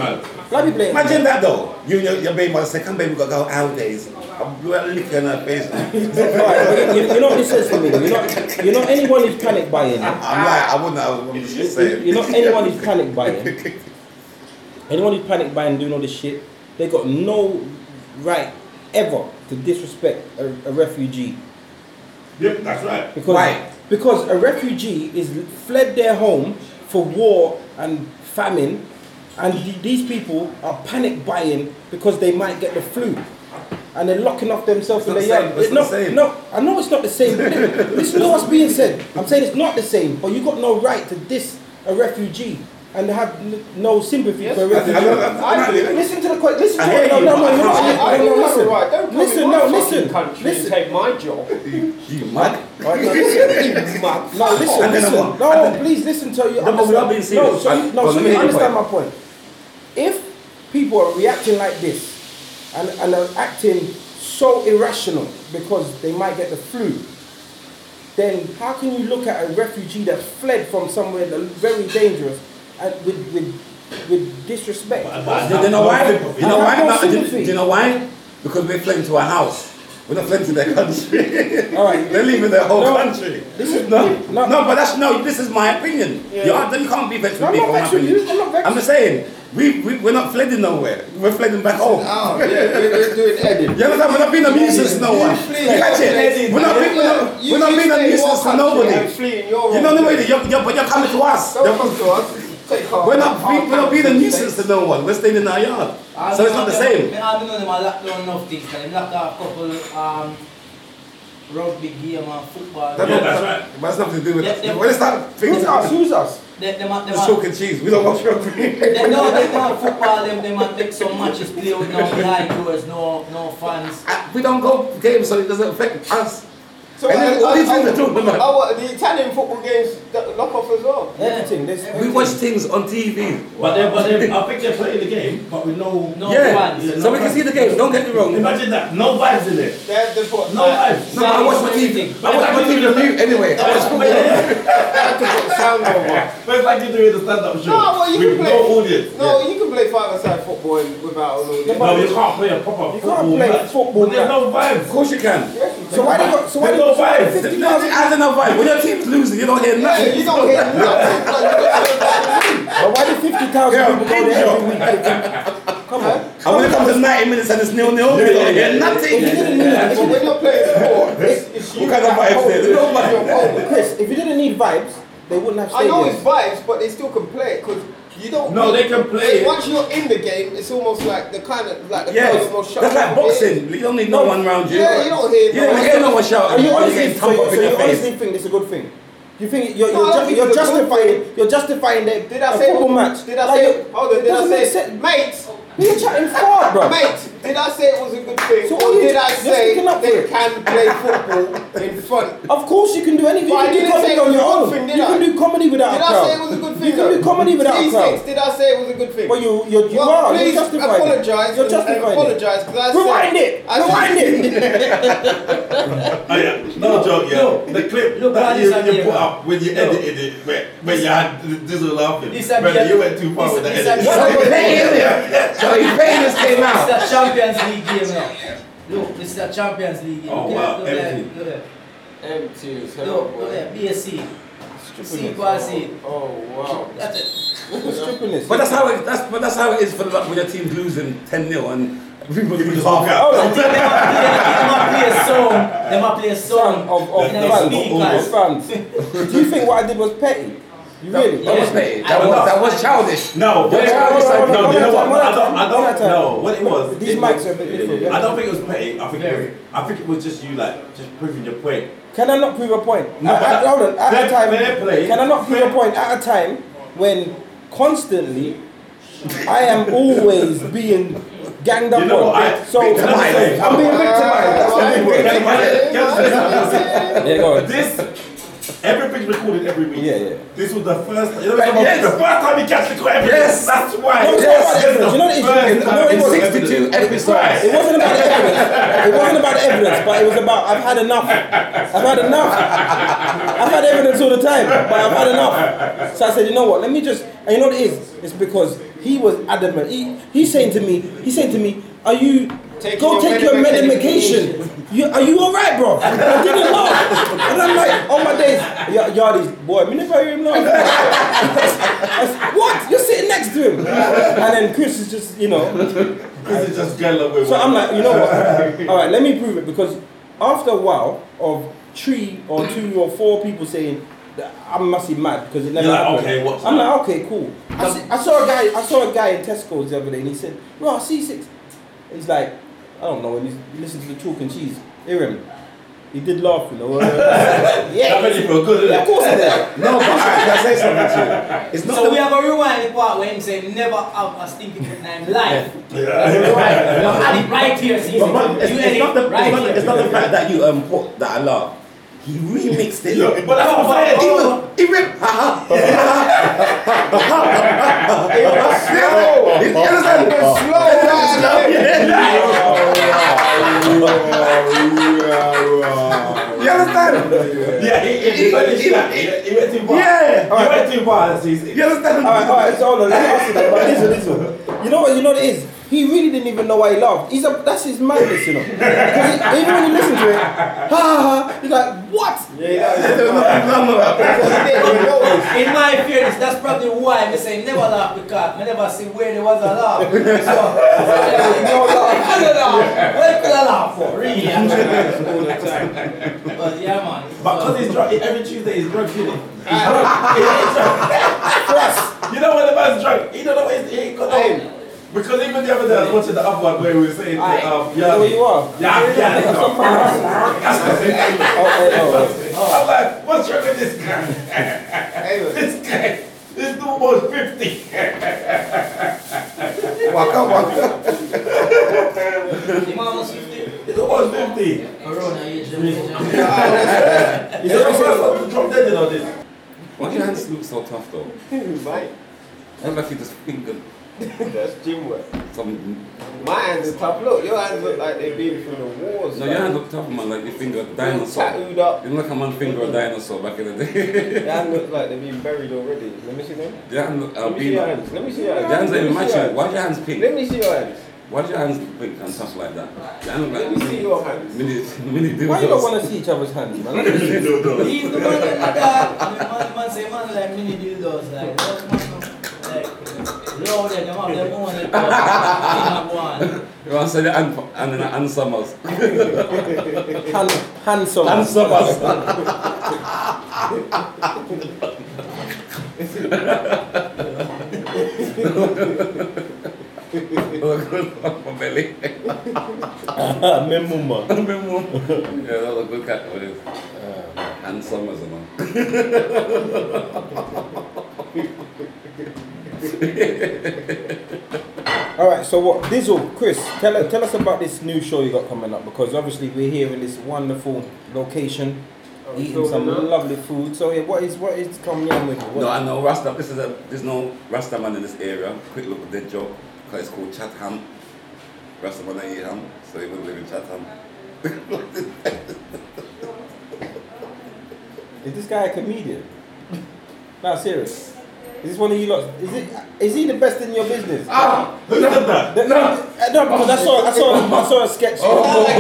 [SPEAKER 3] Black people ain't-
[SPEAKER 5] Imagine that though. You and your, your baby mother say, "Come, baby, we gotta go out days." I'm licking her face.
[SPEAKER 3] Alright, you, you know what this says to me? You're not, you're not anyone who's panic buying.
[SPEAKER 5] I'm like, I wouldn't. I wouldn't just say it.
[SPEAKER 3] You're not anyone who's panic buying. Anyone who panic buying doing all this shit, they got no right ever to disrespect a, a refugee
[SPEAKER 6] Yep, that's right.
[SPEAKER 3] because
[SPEAKER 5] Right.
[SPEAKER 3] because a refugee is fled their home for war and famine, and th- these people are panic buying because they might get the flu. And they're locking off themselves
[SPEAKER 5] It's
[SPEAKER 3] in
[SPEAKER 5] not
[SPEAKER 3] their
[SPEAKER 5] the
[SPEAKER 3] yard.
[SPEAKER 5] same, it's
[SPEAKER 3] no,
[SPEAKER 5] not the same.
[SPEAKER 3] no, I know it's not the same. but Listen listen to what's being said. I'm saying it's not the same, but you got no right to diss a refugee and have n- no sympathy for a refugee. Listen to the question. Listen to
[SPEAKER 5] I
[SPEAKER 3] what.
[SPEAKER 5] hear
[SPEAKER 3] No,
[SPEAKER 5] you,
[SPEAKER 3] no,
[SPEAKER 5] but I
[SPEAKER 3] no,
[SPEAKER 5] can't-
[SPEAKER 3] no,
[SPEAKER 7] I, I
[SPEAKER 3] no, no,
[SPEAKER 7] don't have
[SPEAKER 3] listen.
[SPEAKER 7] a right. Don't come
[SPEAKER 3] Listen,
[SPEAKER 7] in
[SPEAKER 3] no,
[SPEAKER 7] my
[SPEAKER 3] listen.
[SPEAKER 7] fucking country
[SPEAKER 3] Listen.
[SPEAKER 7] and take my job.
[SPEAKER 5] You mad?
[SPEAKER 3] Alright, no, listen. No, listen,
[SPEAKER 5] And then I'm
[SPEAKER 3] listen.
[SPEAKER 5] what?
[SPEAKER 3] No, please listen to you.
[SPEAKER 5] No, but we are being serious.
[SPEAKER 3] No, so you,
[SPEAKER 5] But
[SPEAKER 3] no, so
[SPEAKER 5] let
[SPEAKER 3] you
[SPEAKER 5] me hear your
[SPEAKER 3] understand my point. If people are reacting like this and, and are acting so irrational because they might get the flu, then how can you look at a refugee that's fled from somewhere that very dangerous and with, with, with disrespect?
[SPEAKER 5] Do you know why? You know
[SPEAKER 3] I
[SPEAKER 5] why?
[SPEAKER 3] have no
[SPEAKER 5] No, do,
[SPEAKER 3] sympathy.
[SPEAKER 5] do you know why? Because we're fleeing to our house. We're not fleeing to their country.
[SPEAKER 3] All right.
[SPEAKER 5] They're leaving their whole
[SPEAKER 3] No.
[SPEAKER 5] country.
[SPEAKER 3] This is-
[SPEAKER 5] no,
[SPEAKER 3] no.
[SPEAKER 5] no, but that's no. This is my opinion. You, are, you can't be vexed
[SPEAKER 3] No, I'm
[SPEAKER 5] with me
[SPEAKER 3] not
[SPEAKER 5] for my
[SPEAKER 3] vexed with
[SPEAKER 5] opinion.
[SPEAKER 3] you. I'm not vexed.
[SPEAKER 5] I'm just saying we, we we're not fleeing nowhere. We're fleeing back home.
[SPEAKER 7] Oh, yeah, you're, you're doing edit.
[SPEAKER 5] You understand? We're not being a nuisance to no one. You catch it? We're not, being- we're not, we're not being a nuisance to nobody.
[SPEAKER 7] Fleeing your
[SPEAKER 5] You know the way that you're, you're, but you're coming to us.
[SPEAKER 7] Don't come to us. Take our-
[SPEAKER 5] We're not,
[SPEAKER 7] our
[SPEAKER 5] we, we're not being a
[SPEAKER 7] country.
[SPEAKER 5] nuisance to no one. We're staying in our yard. So it's not the same.
[SPEAKER 8] I know them a lock down enough things. They lock down a couple um, rugby game and football.
[SPEAKER 5] That
[SPEAKER 6] Yeah,
[SPEAKER 5] don't-
[SPEAKER 6] that's right.
[SPEAKER 5] But that's nothing to do with
[SPEAKER 8] Yeah,
[SPEAKER 5] us.
[SPEAKER 8] yeah.
[SPEAKER 5] When it's that
[SPEAKER 3] Who's
[SPEAKER 5] things
[SPEAKER 3] us? Who's us?
[SPEAKER 8] They, them a, them
[SPEAKER 5] just
[SPEAKER 8] a,
[SPEAKER 5] chalk and cheese. We don't watch rugby.
[SPEAKER 8] they, no, they want football. Them, them a take some matches play with no behind doors, no, no fans.
[SPEAKER 5] Uh, I- we don't go games, so it doesn't affect us.
[SPEAKER 7] So
[SPEAKER 5] And then all these things are true, but man.
[SPEAKER 7] I, the Italian football games that lock off as well.
[SPEAKER 3] Everything. There's
[SPEAKER 5] We watch things on TV.
[SPEAKER 6] But then, but then, I think they're playing the game, but with no, no.
[SPEAKER 5] yeah.
[SPEAKER 6] Yeah, no
[SPEAKER 5] so we can
[SPEAKER 6] vibes.
[SPEAKER 5] see the game. Don't get me wrong. No,
[SPEAKER 6] Imagine that, no vibes in it.
[SPEAKER 7] They're the foot.
[SPEAKER 6] No vibes.
[SPEAKER 5] but I watch my TV. I watch my TV on mute anyway. I watch football.
[SPEAKER 7] sound over.
[SPEAKER 6] But it's like you're doing the stand-up show
[SPEAKER 7] No, well, you
[SPEAKER 6] with
[SPEAKER 7] can
[SPEAKER 6] no
[SPEAKER 7] play.
[SPEAKER 6] audience.
[SPEAKER 7] No, you can play five-a-side football and- without an audience.
[SPEAKER 6] No, you can't play a proper
[SPEAKER 3] You can't
[SPEAKER 6] football
[SPEAKER 3] play
[SPEAKER 6] match.
[SPEAKER 3] football
[SPEAKER 6] But there's no
[SPEAKER 5] Of
[SPEAKER 6] vibes.
[SPEAKER 5] course you can.
[SPEAKER 3] So why they got? So why they got?
[SPEAKER 6] There's no vibes.
[SPEAKER 5] You know, as in a vibe. When your team's losing, you don't hear
[SPEAKER 7] Yeah,
[SPEAKER 5] nothing.
[SPEAKER 7] you don't hear nothing. Like, you don't hear nothing.
[SPEAKER 3] But why do fifty thousand
[SPEAKER 5] Yeah,
[SPEAKER 3] people go there every week? Come on.
[SPEAKER 5] And when it comes to 90 minutes and it's nil nil, you don't hear nothing.
[SPEAKER 3] If you didn't need, if
[SPEAKER 7] But
[SPEAKER 3] you,
[SPEAKER 7] when you're playing sport, it's, it's you.
[SPEAKER 5] What kind of
[SPEAKER 7] that
[SPEAKER 5] vibes
[SPEAKER 7] hold-
[SPEAKER 5] there? No
[SPEAKER 7] it's your
[SPEAKER 5] vibes.
[SPEAKER 7] hold.
[SPEAKER 3] Chris, if you didn't need vibes, they wouldn't have
[SPEAKER 7] I
[SPEAKER 3] stayed.
[SPEAKER 7] know it's vibes, but they still can play it because you don't.
[SPEAKER 6] No, they can play it.
[SPEAKER 7] Once you're in the game, it's almost like the kind of like the
[SPEAKER 5] Yeah,
[SPEAKER 7] crowd's almost
[SPEAKER 5] that's
[SPEAKER 7] shut down
[SPEAKER 5] like
[SPEAKER 7] a bit.
[SPEAKER 5] boxing. You don't need no one round you.
[SPEAKER 7] Yeah, you don't hear
[SPEAKER 5] You don't
[SPEAKER 7] no-
[SPEAKER 5] hear no one shouting.
[SPEAKER 3] Are you
[SPEAKER 5] You're
[SPEAKER 3] honestly,
[SPEAKER 5] getting
[SPEAKER 3] so,
[SPEAKER 5] thumped
[SPEAKER 3] you-
[SPEAKER 5] up
[SPEAKER 3] so
[SPEAKER 5] in
[SPEAKER 3] you
[SPEAKER 5] your face.
[SPEAKER 3] honestly think it's a good thing? You think you're,
[SPEAKER 7] No, I
[SPEAKER 3] you're,
[SPEAKER 7] don't
[SPEAKER 3] ju-
[SPEAKER 7] think
[SPEAKER 3] you're
[SPEAKER 7] it's a good
[SPEAKER 3] justifying you're justifying that
[SPEAKER 7] Did I
[SPEAKER 3] a
[SPEAKER 7] say
[SPEAKER 3] football match?
[SPEAKER 7] Did I
[SPEAKER 3] Like,
[SPEAKER 7] say? Hold on. Did I
[SPEAKER 3] doesn't make
[SPEAKER 7] say,
[SPEAKER 3] sense.
[SPEAKER 7] mate?
[SPEAKER 3] You're chatting far, bro.
[SPEAKER 7] Mate, did I say it was a good thing?
[SPEAKER 3] So what
[SPEAKER 7] or
[SPEAKER 3] you-
[SPEAKER 7] did I
[SPEAKER 3] you're
[SPEAKER 7] say
[SPEAKER 3] sticking up for
[SPEAKER 7] they
[SPEAKER 3] it.
[SPEAKER 7] can play football in front?
[SPEAKER 3] Of course you can do anything. You
[SPEAKER 7] But I
[SPEAKER 3] can do
[SPEAKER 7] didn't say
[SPEAKER 3] comedy
[SPEAKER 7] it was
[SPEAKER 3] on
[SPEAKER 7] a
[SPEAKER 3] your
[SPEAKER 7] good
[SPEAKER 3] own.
[SPEAKER 7] thing,
[SPEAKER 3] You
[SPEAKER 7] did I?
[SPEAKER 3] can do comedy
[SPEAKER 7] Did
[SPEAKER 3] without a
[SPEAKER 7] I
[SPEAKER 3] crowd.
[SPEAKER 7] say it was a good thing?
[SPEAKER 3] You can do
[SPEAKER 7] though?
[SPEAKER 3] comedy without a
[SPEAKER 7] T6,
[SPEAKER 3] crowd.
[SPEAKER 7] Did I say it was a good thing?
[SPEAKER 3] But you, you, you
[SPEAKER 7] Well,
[SPEAKER 3] are.
[SPEAKER 7] please
[SPEAKER 3] you're justifying it.
[SPEAKER 7] apologise.
[SPEAKER 3] You're
[SPEAKER 7] and-
[SPEAKER 3] justifying
[SPEAKER 7] and apologise because
[SPEAKER 3] it.
[SPEAKER 7] I said-
[SPEAKER 3] Rewind it.
[SPEAKER 7] I said-
[SPEAKER 3] Rewind it.
[SPEAKER 6] Oh, yeah.
[SPEAKER 10] No joke, yeah.
[SPEAKER 2] no.
[SPEAKER 10] the clip
[SPEAKER 2] Look,
[SPEAKER 10] that
[SPEAKER 2] why
[SPEAKER 10] you,
[SPEAKER 2] this idea,
[SPEAKER 10] you put
[SPEAKER 2] bro?
[SPEAKER 10] up when you
[SPEAKER 2] No.
[SPEAKER 10] edited it, when, when you had Dizzle laughing.
[SPEAKER 2] This idea-
[SPEAKER 10] Brother, you went too far
[SPEAKER 2] this-
[SPEAKER 10] with the
[SPEAKER 2] this
[SPEAKER 10] edit.
[SPEAKER 2] idea-
[SPEAKER 5] So he paid it. So he paid this came out.
[SPEAKER 2] It's a Champions League game now. Look, this is a Champions League game.
[SPEAKER 10] Oh,
[SPEAKER 2] Look at-
[SPEAKER 10] wow,
[SPEAKER 2] look at-
[SPEAKER 10] everything.
[SPEAKER 2] Look at-
[SPEAKER 7] Empty as
[SPEAKER 2] look- look at BSC. C equals C.
[SPEAKER 7] Oh wow.
[SPEAKER 2] That's it.
[SPEAKER 3] Stripping this.
[SPEAKER 5] But that's how it. That's but that's how it is for like, when your team's losing 10 0 and people just half out.
[SPEAKER 3] Oh, no.
[SPEAKER 2] They might play a song. They might play a
[SPEAKER 3] Son
[SPEAKER 2] song.
[SPEAKER 3] of, of
[SPEAKER 2] Yeah,
[SPEAKER 3] fans.
[SPEAKER 2] speak,
[SPEAKER 3] Of fans. Do you think what I did was petty? You really?
[SPEAKER 5] That was petty. That was that was childish.
[SPEAKER 6] No,
[SPEAKER 5] You're
[SPEAKER 6] what it
[SPEAKER 5] childish.
[SPEAKER 6] was,
[SPEAKER 5] like-
[SPEAKER 3] no,
[SPEAKER 6] no, you know what?
[SPEAKER 3] no,
[SPEAKER 6] I don't, I
[SPEAKER 3] no,
[SPEAKER 6] don't
[SPEAKER 3] no,
[SPEAKER 6] know what it was.
[SPEAKER 3] These
[SPEAKER 6] It
[SPEAKER 3] mics
[SPEAKER 6] was-
[SPEAKER 3] are a bit different.
[SPEAKER 6] I don't think it was petty. I think it was, I think it was just you, like, just proving your point.
[SPEAKER 3] Can I not prove a point?
[SPEAKER 6] No,
[SPEAKER 3] at,
[SPEAKER 6] but
[SPEAKER 3] at- hold on. At
[SPEAKER 6] fair-
[SPEAKER 3] a time,
[SPEAKER 6] fair play.
[SPEAKER 3] can I not prove
[SPEAKER 6] Fair-
[SPEAKER 3] a point at a time when constantly I am always being ganged up
[SPEAKER 6] You know
[SPEAKER 3] on?
[SPEAKER 6] what? I-
[SPEAKER 3] so
[SPEAKER 6] Can I
[SPEAKER 3] I'm
[SPEAKER 6] say-
[SPEAKER 3] being victimized. That's what I'm being
[SPEAKER 6] Can
[SPEAKER 3] victimized.
[SPEAKER 6] I- can I say something?
[SPEAKER 3] Yeah, go on.
[SPEAKER 6] This, everything's recorded every week.
[SPEAKER 3] Yeah, yeah.
[SPEAKER 6] This was the first time, you know,
[SPEAKER 5] Yes.
[SPEAKER 6] the first time he catch the clip.
[SPEAKER 5] Yes.
[SPEAKER 6] That's why.
[SPEAKER 3] No, it's not about the evidence. You know the issue
[SPEAKER 6] First
[SPEAKER 3] is-
[SPEAKER 6] time
[SPEAKER 3] no, it
[SPEAKER 6] he
[SPEAKER 3] was
[SPEAKER 6] said
[SPEAKER 5] 62
[SPEAKER 6] evidence.
[SPEAKER 5] episodes.
[SPEAKER 3] It wasn't about the evidence. It wasn't about the evidence, but it was about I've had enough. I've had enough. I've had evidence all the time, but I've had enough. So I said, you know what? Let me just. And you know what it is? It's because he was adamant. He he's saying to me. He's saying to me, are you?
[SPEAKER 7] Taking
[SPEAKER 3] go
[SPEAKER 7] your
[SPEAKER 3] take your
[SPEAKER 7] medica-
[SPEAKER 3] medication. You, are you all right, bro? I didn't laugh, and I'm like, on my days, y- Yardies, boy, me never hear him laugh. I said, what? You're sitting next to him, and then Chris is just, you know,
[SPEAKER 10] This is just girl away.
[SPEAKER 3] so I'm like, you know what? All right, let me prove it because after a while of three or two or four people saying that I must be mad because it never
[SPEAKER 6] You're like,
[SPEAKER 3] happened.
[SPEAKER 6] okay, what's
[SPEAKER 3] I'm
[SPEAKER 6] that?
[SPEAKER 3] like, okay, cool. I, see, I saw a guy. I saw a guy in Tesco's the other day, and he said, "Raw C6." He's like, I don't know. And he's, he listens to the chalk and cheese. Hear him? He did laugh, you know.
[SPEAKER 10] That
[SPEAKER 3] yeah,
[SPEAKER 10] made you feel good,
[SPEAKER 3] yeah, of
[SPEAKER 10] innit?
[SPEAKER 3] course he did.
[SPEAKER 5] No, but alright, can I say something to you? It's not
[SPEAKER 2] So
[SPEAKER 5] the
[SPEAKER 2] we have a rewind part where him saying never have a stinking good name live.
[SPEAKER 10] Yeah.
[SPEAKER 2] Right. You had it right here, see. You
[SPEAKER 5] But man, it's, it's,
[SPEAKER 2] had
[SPEAKER 5] not
[SPEAKER 2] it
[SPEAKER 5] the, it's,
[SPEAKER 2] right
[SPEAKER 5] not the, it's
[SPEAKER 2] here.
[SPEAKER 5] not the fact that you um put that I love. He remixed it.
[SPEAKER 10] Yeah, but that's what I'm saying.
[SPEAKER 5] He was he ripped. Ha ha.
[SPEAKER 7] It was slow.
[SPEAKER 5] You understand?
[SPEAKER 7] Slow man.
[SPEAKER 5] You understand?
[SPEAKER 6] Yeah, he, he, he, went too far. he went too far.
[SPEAKER 5] Yeah.
[SPEAKER 6] He went too far. That's easy.
[SPEAKER 5] You understand?
[SPEAKER 3] All right, all right. So hold on. Let me ask you that. But listen, listen. You know what? You know what it is. He really didn't even know why he laughed. He's a that's his madness, you know. Because he- even when you listen to it, ha ha, ha, he's like, what?
[SPEAKER 7] He didn't even know this.
[SPEAKER 2] In my fairness, that's probably why I say never laugh because I never see where there was a laugh. So, so there was no laugh. I don't laugh. What could I laugh for? Really? I'm trying all the time. But yeah, man. it's-
[SPEAKER 6] But because he's drunk, every Tuesday he's drunk, isn't he? He's drunk. He's drunk. You know when the man's drunk, he don't know what he's, he ain't got no. Because even the other day I was watching the other one where we were saying, that, um,
[SPEAKER 3] You know where
[SPEAKER 6] yeah,
[SPEAKER 3] you are.
[SPEAKER 6] yeah, yeah, you know.
[SPEAKER 3] Oh, oh, oh,
[SPEAKER 6] I'm like, what's wrong with this guy?
[SPEAKER 7] Anyway,
[SPEAKER 6] This guy is almost 50.
[SPEAKER 2] The man was 50.
[SPEAKER 6] He's almost 50.
[SPEAKER 2] Corona. corona age. them age, them.
[SPEAKER 3] You see what I'm saying?
[SPEAKER 6] Drop dead in on this.
[SPEAKER 5] Why do your hands look so tough though?
[SPEAKER 7] Mate,
[SPEAKER 5] I'm lucky just fingered
[SPEAKER 7] that's gym work.
[SPEAKER 5] some.
[SPEAKER 7] My hands are tough. Look, your hands look like they've been through the wars.
[SPEAKER 5] No,
[SPEAKER 7] like.
[SPEAKER 5] your hand look tough, man, like you finger a
[SPEAKER 7] All
[SPEAKER 5] dinosaur.
[SPEAKER 7] Tattooed up.
[SPEAKER 5] You look like a man finger a dinosaur back in the day.
[SPEAKER 7] Your hand looks like they've been buried already. Let me see them.
[SPEAKER 5] Your hand look
[SPEAKER 7] Let me see your
[SPEAKER 5] albino.
[SPEAKER 7] hands. Let me see your
[SPEAKER 5] Your
[SPEAKER 7] hands.
[SPEAKER 5] hands
[SPEAKER 7] Let
[SPEAKER 5] don't
[SPEAKER 7] me
[SPEAKER 5] even
[SPEAKER 7] see
[SPEAKER 5] match
[SPEAKER 7] your
[SPEAKER 5] you.
[SPEAKER 7] hands.
[SPEAKER 5] Why do your hands
[SPEAKER 7] Let
[SPEAKER 5] pink?
[SPEAKER 7] me see your hands.
[SPEAKER 5] Why do your hands pink and tough like that? Your hand
[SPEAKER 7] Let me
[SPEAKER 5] look like
[SPEAKER 7] see
[SPEAKER 5] mini,
[SPEAKER 7] your hands.
[SPEAKER 5] mini, mini
[SPEAKER 3] Why you don't
[SPEAKER 5] dildos.
[SPEAKER 3] want to see each other's hands, man?
[SPEAKER 2] He's the man that dog. Man, man say man like mini dildos like. what man, Like, load them, them have their own. They have one.
[SPEAKER 5] You want to say the hand, hand, in a- hand summers.
[SPEAKER 3] Hand, handsome.
[SPEAKER 5] Hand summers. Look on my belly.
[SPEAKER 3] Memuma.
[SPEAKER 5] Remember? yeah, that look good cat. What is? Hand summers and all.
[SPEAKER 3] All right, so what, Dizzle, Chris, tell, tell us about this new show you got coming up because obviously we're here in this wonderful location,
[SPEAKER 7] Oh,
[SPEAKER 3] eating
[SPEAKER 7] so
[SPEAKER 3] some
[SPEAKER 7] good, huh?
[SPEAKER 3] lovely food. So yeah, what is what is coming in with? What,
[SPEAKER 5] No, I know Rasta. This is a there's no Rasta man in this area. Quick look at that job. Cause it's called Chatham. Rasta man ain't eat ham, so he wouldn't live in Chatham.
[SPEAKER 3] is this guy a comedian? No, serious. Is this one of you lot? Is it? Is he the best in your business?
[SPEAKER 6] Ah, who said that?
[SPEAKER 3] The- uh, no, because I saw I saw I saw a sketch.
[SPEAKER 7] Oh.
[SPEAKER 3] I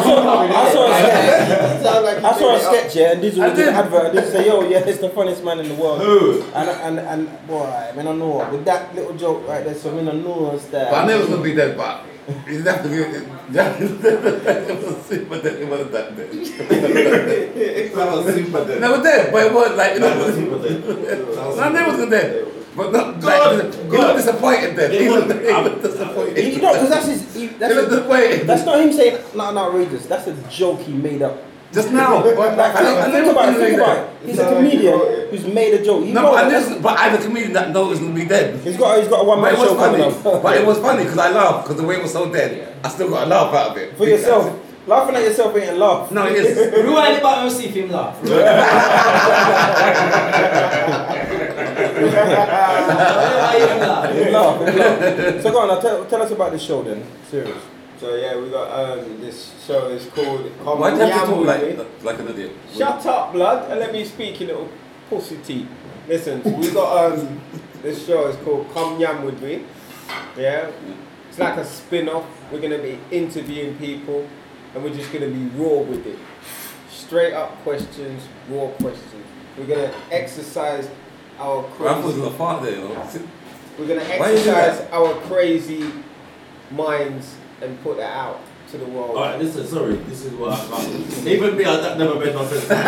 [SPEAKER 3] saw, I saw a sketch. I saw a sketch, yeah, and Dizzle
[SPEAKER 5] I
[SPEAKER 3] was doing
[SPEAKER 5] did.
[SPEAKER 3] advert. And Dizzle say, "Yo, yeah, it's the funniest man in the world."
[SPEAKER 6] Who?
[SPEAKER 3] And and and boy, I mean, I know with that little joke right there, so I mean, I know it's that.
[SPEAKER 5] But I never gonna be that bad. He's definitely it was super dead. It wasn't that dead.
[SPEAKER 6] It's not a simple
[SPEAKER 5] It
[SPEAKER 6] thing.
[SPEAKER 5] never dead, but it was like
[SPEAKER 6] It's
[SPEAKER 5] you
[SPEAKER 6] not a
[SPEAKER 5] know.
[SPEAKER 6] simple thing.
[SPEAKER 5] No, I never was dead. But not
[SPEAKER 6] God,
[SPEAKER 5] like, he
[SPEAKER 6] God.
[SPEAKER 5] looked disappointed then. He
[SPEAKER 6] It
[SPEAKER 5] looked,
[SPEAKER 6] wasn't-
[SPEAKER 5] he looked disappointed.
[SPEAKER 3] He- no, because that's his. He, that's,
[SPEAKER 5] he looked
[SPEAKER 3] his
[SPEAKER 5] disappointed.
[SPEAKER 3] that's not him saying nothing outrageous. That's a joke he made up.
[SPEAKER 5] just now. I,
[SPEAKER 3] Like,
[SPEAKER 5] I, I
[SPEAKER 3] think, think
[SPEAKER 5] never
[SPEAKER 3] about it.
[SPEAKER 5] been like
[SPEAKER 3] Think
[SPEAKER 5] that.
[SPEAKER 3] about it. He's a comedian who's made a joke. You
[SPEAKER 5] No,
[SPEAKER 3] know
[SPEAKER 5] but, I
[SPEAKER 3] that.
[SPEAKER 5] just, but I'm a comedian that knows it'll be dead.
[SPEAKER 3] he's got he's got a one man
[SPEAKER 5] But it was
[SPEAKER 3] show coming
[SPEAKER 5] funny.
[SPEAKER 3] up.
[SPEAKER 5] But it was funny because I laughed because the way it was so dead. I still got a laugh out of it.
[SPEAKER 3] For yourself, laughing at yourself ain't a laugh.
[SPEAKER 5] No, it is.
[SPEAKER 2] Rewind the bottom and see if him laugh. Why him laugh?
[SPEAKER 3] It's laugh, it's laugh. So go on, now tell, tell us about the show then. Serious.
[SPEAKER 7] So yeah, we got um this show is called
[SPEAKER 5] Why do you have to talk
[SPEAKER 7] Kamuyamuri.
[SPEAKER 5] like, like an idiot?
[SPEAKER 7] Shut up, blood, and let me speak, you little pussy teeth. Listen, we got um this show is called Come Yam With Me. Yeah. It's like a spin-off. We're gonna be interviewing people and we're just gonna be raw with it. Straight up questions, raw questions. We're gonna exercise our
[SPEAKER 5] Raffles is
[SPEAKER 7] crazy
[SPEAKER 5] a fart there, you know.
[SPEAKER 7] we're gonna
[SPEAKER 5] Why you do that?
[SPEAKER 7] exercise our crazy minds and put that out to the world.
[SPEAKER 6] Alright, listen, sorry, this is what I've Even me, I've never made my friends.
[SPEAKER 3] That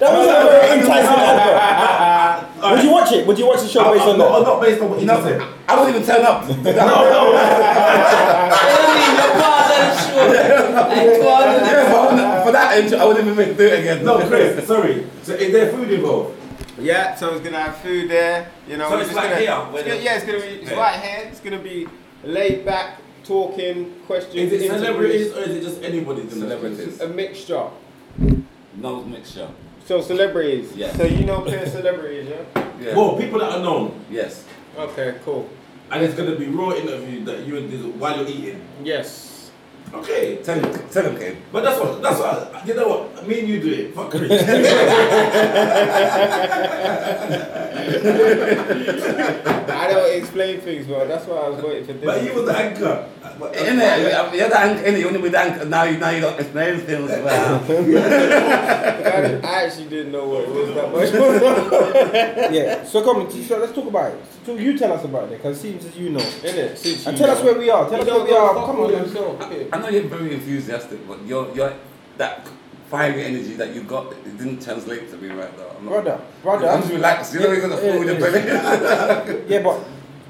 [SPEAKER 3] wasn't a very enticing advert. Would you watch it? Would you watch the show based on
[SPEAKER 6] not,
[SPEAKER 3] that?
[SPEAKER 6] not based on what you said.
[SPEAKER 5] I wouldn't even turn up.
[SPEAKER 2] They don't leave your part of the show. Like, go on with
[SPEAKER 5] yeah, but on- for that intro, I wouldn't even make- do it again.
[SPEAKER 6] No, Chris, sorry. So is there food involved?
[SPEAKER 7] Yeah, so it's gonna have food there. You know,
[SPEAKER 6] So
[SPEAKER 7] we're
[SPEAKER 6] it's
[SPEAKER 7] just
[SPEAKER 6] right
[SPEAKER 7] gonna,
[SPEAKER 6] here,
[SPEAKER 7] it's
[SPEAKER 6] where
[SPEAKER 7] gonna-
[SPEAKER 6] the-
[SPEAKER 7] yeah, it's gonna be it's
[SPEAKER 6] Yeah.
[SPEAKER 7] right here. It's gonna be laid back, talking, questions,
[SPEAKER 6] Is it
[SPEAKER 7] interviews,
[SPEAKER 6] celebrities or is it just anybody? in the-
[SPEAKER 5] Celebrities.
[SPEAKER 7] a mixture.
[SPEAKER 5] No mixture.
[SPEAKER 7] So celebrities.
[SPEAKER 5] Yeah.
[SPEAKER 7] So you know clear celebrities, yeah.
[SPEAKER 5] Yeah.
[SPEAKER 6] Well, people that are known,
[SPEAKER 5] Yes.
[SPEAKER 7] Okay, cool.
[SPEAKER 6] and it's gonna be raw interview that you and Dizzle while you're eating.
[SPEAKER 7] Yes.
[SPEAKER 6] Okay,
[SPEAKER 5] Tell him, tell him, Kane.
[SPEAKER 6] but that's what that's what you know what me and you do it. Fuck Chris.
[SPEAKER 7] I don't explain things well. That's why I was waiting for this.
[SPEAKER 6] but he was the anchor. But-
[SPEAKER 5] In it, you're the anchor, in it, you only with the anchor. Now you, now you don't explain things. Wow.
[SPEAKER 7] I, I actually didn't know what it was that much.
[SPEAKER 3] Yeah. So come, on, so let's talk about it. So you tell us about it, because it seems as you know.
[SPEAKER 7] In it, since
[SPEAKER 3] And
[SPEAKER 7] you
[SPEAKER 3] tell us
[SPEAKER 7] know.
[SPEAKER 3] where we are. Tell
[SPEAKER 7] You
[SPEAKER 3] us where
[SPEAKER 7] don't
[SPEAKER 3] we
[SPEAKER 7] know
[SPEAKER 3] are.
[SPEAKER 7] fuck
[SPEAKER 3] Come
[SPEAKER 7] all
[SPEAKER 3] on. then.
[SPEAKER 7] yourself.
[SPEAKER 5] I know you're very enthusiastic, but your, your, that fiery energy that you got, it didn't translate to me right now. I'm not-
[SPEAKER 3] Brother,
[SPEAKER 5] I'm
[SPEAKER 3] brother.
[SPEAKER 5] just relaxed. You know, you're gonna fool with your belly.
[SPEAKER 3] Yeah, but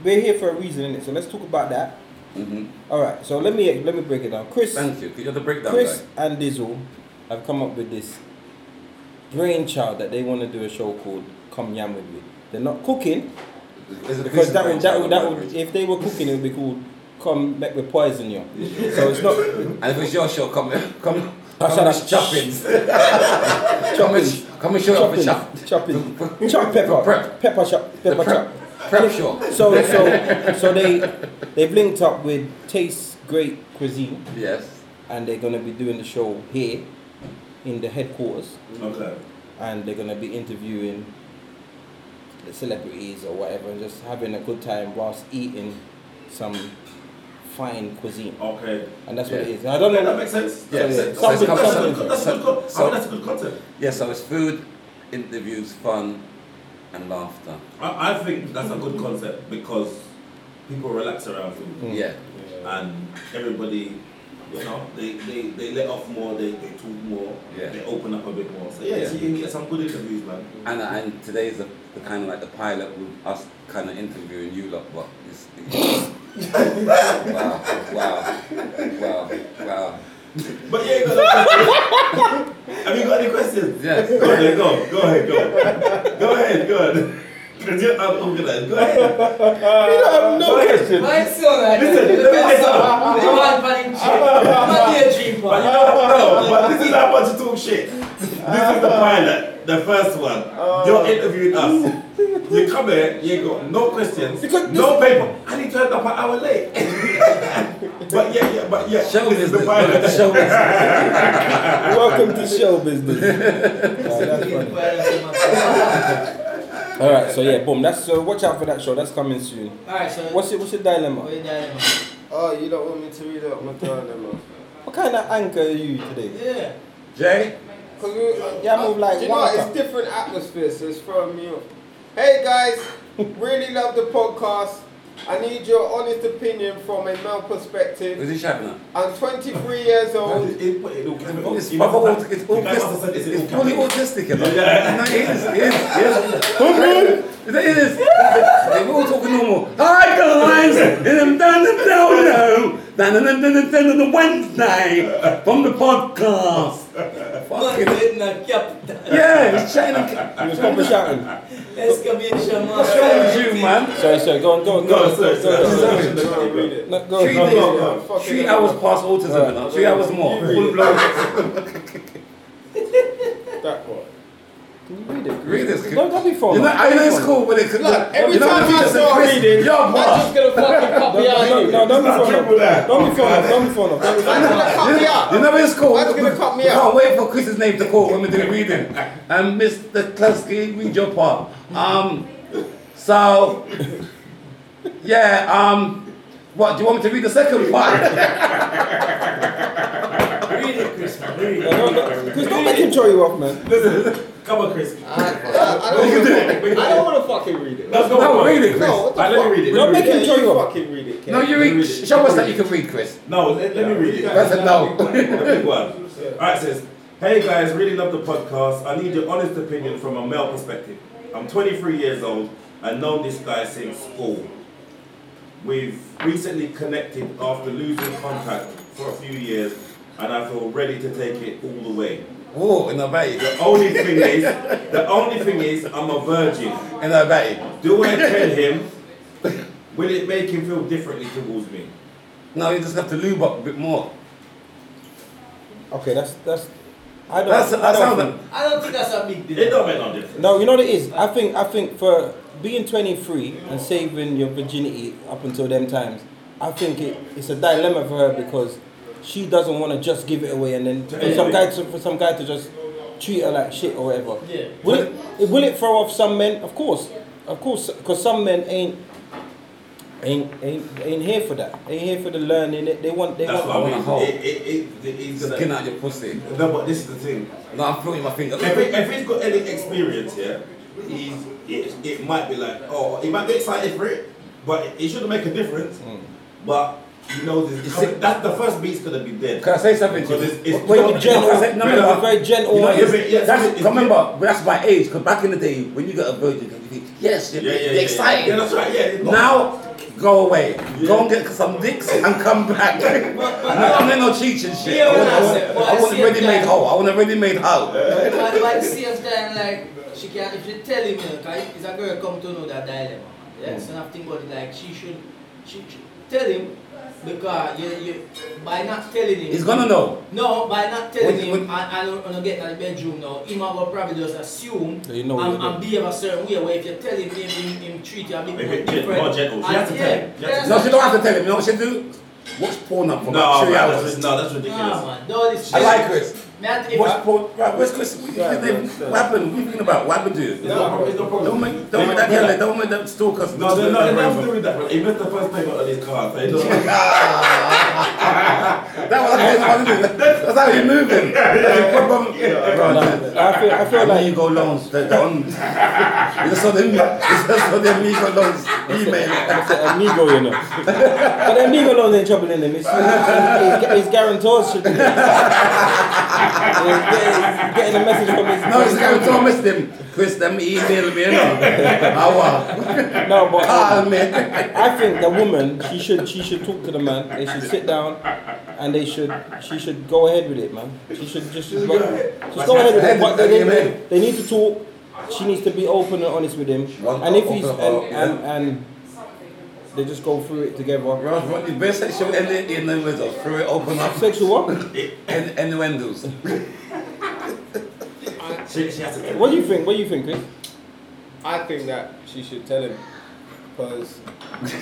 [SPEAKER 3] we're here for a reason, innit? So let's talk about that.
[SPEAKER 5] Mhm.
[SPEAKER 3] All right. So let me let me break it down. Chris,
[SPEAKER 5] Thank you. 'cause You're the breakdown
[SPEAKER 3] Chris
[SPEAKER 5] guy.
[SPEAKER 3] and Dizzle have come up with this brainchild that they want to do a show called Come Yam with Me. They're not cooking
[SPEAKER 5] Is it a
[SPEAKER 3] because that
[SPEAKER 5] piece
[SPEAKER 3] would
[SPEAKER 5] of
[SPEAKER 3] that would, that
[SPEAKER 5] brainchild
[SPEAKER 3] would
[SPEAKER 5] or
[SPEAKER 3] if they were cooking it would be called come make me poison you. So it's not
[SPEAKER 5] And if it's your show, come, come,
[SPEAKER 3] I
[SPEAKER 5] come
[SPEAKER 3] said I-
[SPEAKER 5] with choppings. Come
[SPEAKER 3] chopping.
[SPEAKER 5] and, come and show up for chop.
[SPEAKER 3] chopping, chopping, chop pepper,
[SPEAKER 5] prep.
[SPEAKER 3] pepper chop, pepper
[SPEAKER 5] prep.
[SPEAKER 3] chop.
[SPEAKER 5] Prep show.
[SPEAKER 3] So so so they they've linked up with Taste Great Cuisine,
[SPEAKER 5] Yes.
[SPEAKER 3] and they're gonna be doing the show here in the headquarters,
[SPEAKER 6] Okay.
[SPEAKER 3] and they're gonna be interviewing the celebrities or whatever, and just having a good time whilst eating some fine cuisine,
[SPEAKER 6] Okay.
[SPEAKER 3] and that's what it
[SPEAKER 5] Yeah.
[SPEAKER 3] is. I don't
[SPEAKER 6] That
[SPEAKER 3] know.
[SPEAKER 6] makes sense.
[SPEAKER 5] Yeah,
[SPEAKER 3] So,
[SPEAKER 5] so-
[SPEAKER 3] yeah,
[SPEAKER 5] so
[SPEAKER 6] That's
[SPEAKER 5] it's
[SPEAKER 6] good,
[SPEAKER 5] come-
[SPEAKER 6] that's
[SPEAKER 5] so-
[SPEAKER 6] good, that's good,
[SPEAKER 5] so-
[SPEAKER 6] co- I
[SPEAKER 5] so-
[SPEAKER 6] mean, that's good content.
[SPEAKER 5] Yeah, so it's food, interviews, fun, and laughter.
[SPEAKER 6] I, I think that's a good concept because people relax around food.
[SPEAKER 5] Yeah.
[SPEAKER 6] and everybody, you know, they, they, they let off more, they, they talk more,
[SPEAKER 5] Yeah.
[SPEAKER 6] they open up a bit more. So yeah,
[SPEAKER 5] Yeah.
[SPEAKER 6] so you can get some good interviews, man.
[SPEAKER 5] And, and today's the, the kind of like the pilot with us kind of interviewing you lot, but it's, wow, wow, wow, wow.
[SPEAKER 6] But yeah, you got Have you got any questions?
[SPEAKER 5] Yes.
[SPEAKER 6] Go ahead, go, go ahead, go. Go ahead, go ahead. Because you're unorganized. Go ahead.
[SPEAKER 3] No question.
[SPEAKER 2] Why it's so that?
[SPEAKER 6] Listen, let me tell you something.
[SPEAKER 2] The one man in dream. I'm a daydream,
[SPEAKER 6] But you
[SPEAKER 2] boy.
[SPEAKER 6] know what? No, but this is how much you talk shit. This is the pilot, the first one. You're interviewing us. You come here, you ain't got no questions,
[SPEAKER 3] Because
[SPEAKER 6] no paper. I need to end up an hour late. but yeah, yeah, but yeah.
[SPEAKER 5] Show
[SPEAKER 6] this is the
[SPEAKER 5] business,
[SPEAKER 6] pilot.
[SPEAKER 5] brother, show business.
[SPEAKER 3] Welcome to show business. Nah, that's funny. All right, so yeah, boom. That's so watch out for that show. That's coming soon.
[SPEAKER 2] Alright, so.
[SPEAKER 3] What's it? What's the dilemma?
[SPEAKER 2] Wait, dilemma.
[SPEAKER 7] Oh, you don't want me to read out my dilemma?
[SPEAKER 3] What kind of anchor are you today?
[SPEAKER 2] Yeah.
[SPEAKER 5] Jay?
[SPEAKER 7] Cause we,
[SPEAKER 3] uh, Yeah, I move like
[SPEAKER 7] Do you know what?
[SPEAKER 3] Waka.
[SPEAKER 7] It's different atmosphere, so it's throwing me off. Hey guys, really love the podcast. I need your honest opinion from a male perspective.
[SPEAKER 5] Is he shouting at?
[SPEAKER 7] I'm 23 years
[SPEAKER 6] It-
[SPEAKER 7] old.
[SPEAKER 6] it- it- it'll come out.
[SPEAKER 5] It's
[SPEAKER 6] You must
[SPEAKER 5] proper
[SPEAKER 6] have-
[SPEAKER 5] aut- it's
[SPEAKER 6] you guys must have
[SPEAKER 5] autistic.
[SPEAKER 6] said
[SPEAKER 5] It's,
[SPEAKER 6] this,
[SPEAKER 5] it's
[SPEAKER 6] it'll come
[SPEAKER 5] fully
[SPEAKER 6] out.
[SPEAKER 5] autistic, you know.
[SPEAKER 6] Yeah.
[SPEAKER 5] No, it is, it is, it is. It is. They all talking normal. Hi guys, and I'm down the down down down down down down on Wednesday from the podcast.
[SPEAKER 2] Fuck
[SPEAKER 5] Fucking
[SPEAKER 2] it, na capital.
[SPEAKER 5] yeah, he's chatting. and-
[SPEAKER 3] You was proper shouting.
[SPEAKER 2] Excavation, man.
[SPEAKER 5] What's wrong with you, man?
[SPEAKER 3] Sorry, sorry. Go on, go on, go on.
[SPEAKER 6] No, sorry,
[SPEAKER 3] Go on,
[SPEAKER 6] sorry,
[SPEAKER 3] go on.
[SPEAKER 6] sorry. Let me read it.
[SPEAKER 3] Oh, No, go on,
[SPEAKER 5] Three
[SPEAKER 3] go on.
[SPEAKER 5] days,
[SPEAKER 7] on.
[SPEAKER 5] three hours past autism, you know. three hours more. Full blown.
[SPEAKER 7] That one.
[SPEAKER 3] Can you read it?
[SPEAKER 5] Read this.
[SPEAKER 3] No, that'd be fun.
[SPEAKER 5] You know, I know it's cool, but it could.
[SPEAKER 7] Look, every
[SPEAKER 5] you know,
[SPEAKER 7] time
[SPEAKER 5] the
[SPEAKER 7] I
[SPEAKER 5] teacher said,
[SPEAKER 7] start
[SPEAKER 5] "Chris,
[SPEAKER 7] reading,
[SPEAKER 5] you're what?"
[SPEAKER 2] Just gonna fucking copy
[SPEAKER 3] No,
[SPEAKER 2] out
[SPEAKER 3] no,
[SPEAKER 2] you.
[SPEAKER 3] no, don't be
[SPEAKER 6] triple
[SPEAKER 3] fun.
[SPEAKER 6] that.
[SPEAKER 3] Don't be fun. Don't be fun. Don't be
[SPEAKER 7] Man's
[SPEAKER 3] fun.
[SPEAKER 7] gonna cut me out.
[SPEAKER 5] You know it's cool.
[SPEAKER 7] That's gonna cut me
[SPEAKER 5] we
[SPEAKER 7] out.
[SPEAKER 5] Can't wait for Chris's name to call when we do the reading. And Mr. Klusky, read your part. Um, so yeah. Um, what do you want me to read the second part?
[SPEAKER 11] Read it, Chris, man. Read it.
[SPEAKER 3] No, no, no. Chris, don't make him throw you off, man.
[SPEAKER 6] Come on, Chris.
[SPEAKER 7] I don't, I don't want to fucking read it.
[SPEAKER 6] Let's go.
[SPEAKER 5] no, read it, Chris.
[SPEAKER 7] No,
[SPEAKER 5] No,
[SPEAKER 7] what the
[SPEAKER 6] Alright, let me read it.
[SPEAKER 3] Don't
[SPEAKER 6] Let me
[SPEAKER 3] make
[SPEAKER 6] read it.
[SPEAKER 3] him throw you off.
[SPEAKER 7] fucking read it.
[SPEAKER 5] you read. Show us that you can read, Chris.
[SPEAKER 6] No, let, let me read it.
[SPEAKER 5] That's a no.
[SPEAKER 6] Alright, says, hey guys, really love the podcast. I need your honest opinion from a male perspective. I'm 23 years old. I've known this guy since school. We've recently connected after losing contact for a few years, and I feel ready to take it all the way.
[SPEAKER 5] Oh, in a bay,
[SPEAKER 6] The only thing is, the only thing is, I'm a virgin.
[SPEAKER 5] in a bay.
[SPEAKER 6] Do I tell him? Will it make him feel differently towards me?
[SPEAKER 5] No, you just have to lube up a bit more.
[SPEAKER 3] Okay, that's that's. I don't.
[SPEAKER 5] That's
[SPEAKER 3] I
[SPEAKER 5] that
[SPEAKER 3] don't
[SPEAKER 5] sounds.
[SPEAKER 3] think-
[SPEAKER 5] like-
[SPEAKER 2] I don't think that's a big
[SPEAKER 6] It
[SPEAKER 2] deal.
[SPEAKER 6] don't make no difference.
[SPEAKER 3] No, you know what it is. I think I think for being 23 and saving your virginity up until them times, I think it, it's a dilemma for her because she doesn't want to just give it away and then for some guy to for some guy to just treat her like shit or whatever.
[SPEAKER 2] Yeah.
[SPEAKER 3] Will it, it will it throw off some men? Of course, of course, because some men ain't. Ain't, ain't ain't here for that. Ain't here for the learning. They, they want they
[SPEAKER 6] That's
[SPEAKER 3] want.
[SPEAKER 6] what I
[SPEAKER 5] wanna
[SPEAKER 6] mean.
[SPEAKER 5] hold.
[SPEAKER 6] It, it, it, it, it's
[SPEAKER 5] Just
[SPEAKER 6] gonna-
[SPEAKER 5] getting out your pussy.
[SPEAKER 6] No, but this is the thing.
[SPEAKER 5] No, I'm throwing my finger.
[SPEAKER 6] If, it, if he's got any experience, yeah, he's, it, it might be like, oh, he might be excited for it, but it, it shouldn't make a difference. But you know, this,
[SPEAKER 5] Hmm. It's-
[SPEAKER 6] that the first beat's gonna be dead.
[SPEAKER 5] Can I say something to you?
[SPEAKER 6] Because it's- it's
[SPEAKER 5] Wait,
[SPEAKER 6] not
[SPEAKER 5] wait,
[SPEAKER 3] gentle.
[SPEAKER 5] can I say- no, no, no.
[SPEAKER 3] It's very gentle.
[SPEAKER 5] You know,
[SPEAKER 3] Yes,
[SPEAKER 5] it's-
[SPEAKER 6] yes, yes,
[SPEAKER 5] that's-
[SPEAKER 6] it's-
[SPEAKER 5] remember, that's my age. Because back in the day, when you got a virgin, you think, yes, you're,
[SPEAKER 6] Yeah, yeah, yeah,
[SPEAKER 5] you're
[SPEAKER 6] yeah.
[SPEAKER 5] excited.
[SPEAKER 6] Yeah, that's right. Yeah.
[SPEAKER 5] Now, go away. Go and get some dicks and come back. I'm not no cheating shit.
[SPEAKER 2] Yeah,
[SPEAKER 5] I want,
[SPEAKER 2] but
[SPEAKER 5] I
[SPEAKER 2] I
[SPEAKER 5] want,
[SPEAKER 2] said-
[SPEAKER 5] I
[SPEAKER 2] but I
[SPEAKER 5] want
[SPEAKER 2] said
[SPEAKER 5] ready made
[SPEAKER 2] that-
[SPEAKER 5] hoe. I want a ready made hoe.
[SPEAKER 2] But but at the same time, like, she
[SPEAKER 5] Mm.
[SPEAKER 2] can, if you tell him, you know, 'cause it's a girl come to know that dilemma. man. Yeah, so nothing but like, she should She, she- tell him because you, you, by not telling him.
[SPEAKER 5] He's gonna know.
[SPEAKER 2] No, by not telling
[SPEAKER 5] What-
[SPEAKER 2] him,
[SPEAKER 5] what-
[SPEAKER 2] I, I don't wanna get in the bedroom now. Him I will probably just assume
[SPEAKER 3] That you know
[SPEAKER 2] and,
[SPEAKER 3] you do.
[SPEAKER 2] and behave a certain way. Where if you tell him, him, him, him treat you a bit
[SPEAKER 10] Maybe
[SPEAKER 2] more
[SPEAKER 10] gen-
[SPEAKER 2] different.
[SPEAKER 10] more gentle. She
[SPEAKER 2] And
[SPEAKER 10] has to
[SPEAKER 2] yeah,
[SPEAKER 10] tell him. She has to
[SPEAKER 2] yeah,
[SPEAKER 5] No, she don't have to tell him. You know what she do? Watch porn up for about
[SPEAKER 10] No,
[SPEAKER 5] three
[SPEAKER 10] man,
[SPEAKER 5] hours.
[SPEAKER 10] that's, no, that's ridiculous.
[SPEAKER 2] Nah, man, don't this
[SPEAKER 5] I
[SPEAKER 2] shit.
[SPEAKER 5] like Chris.
[SPEAKER 2] Man, if I-
[SPEAKER 5] Watch porn. Right, where's Chris? What
[SPEAKER 7] Yeah,
[SPEAKER 5] happened? What are you thinking about? What happened to you?
[SPEAKER 10] It's no problem. It's no problem.
[SPEAKER 5] Don't make, don't make that yell. Don't make that stalk us.
[SPEAKER 10] No, no, no, nothing to do with that. bro. He missed the first payment on his card. So he doesn't
[SPEAKER 5] That was that's how you do it. That's how you move him.
[SPEAKER 3] I feel, I feel like
[SPEAKER 5] got loans. They're done. It's just on them. It's just on them. Ego loans. Email.
[SPEAKER 3] that's an amigo, you know. but the amigo loans ain't troubling him. It's, it's, it's, guarantors should be there. He's getting a message from his
[SPEAKER 5] No, it's kind of Thomas them. Chris them email me. You know. Our
[SPEAKER 3] No, but um,
[SPEAKER 5] call me. Ah,
[SPEAKER 3] I think the woman she should she should talk to the man. They should sit down, and they should she should go ahead with it, man. She should just go, just go ahead with it. But they, they, they, they need to talk. She needs to be open and honest with him. And if he's and and, and they just go through it together.
[SPEAKER 5] Ross, what the best sexual end in the windows? Throw it open up.
[SPEAKER 3] Sexual what?
[SPEAKER 5] And and windows.
[SPEAKER 10] She, she has to
[SPEAKER 3] What do you think? What do you think, Chris?
[SPEAKER 7] I think that she should tell him because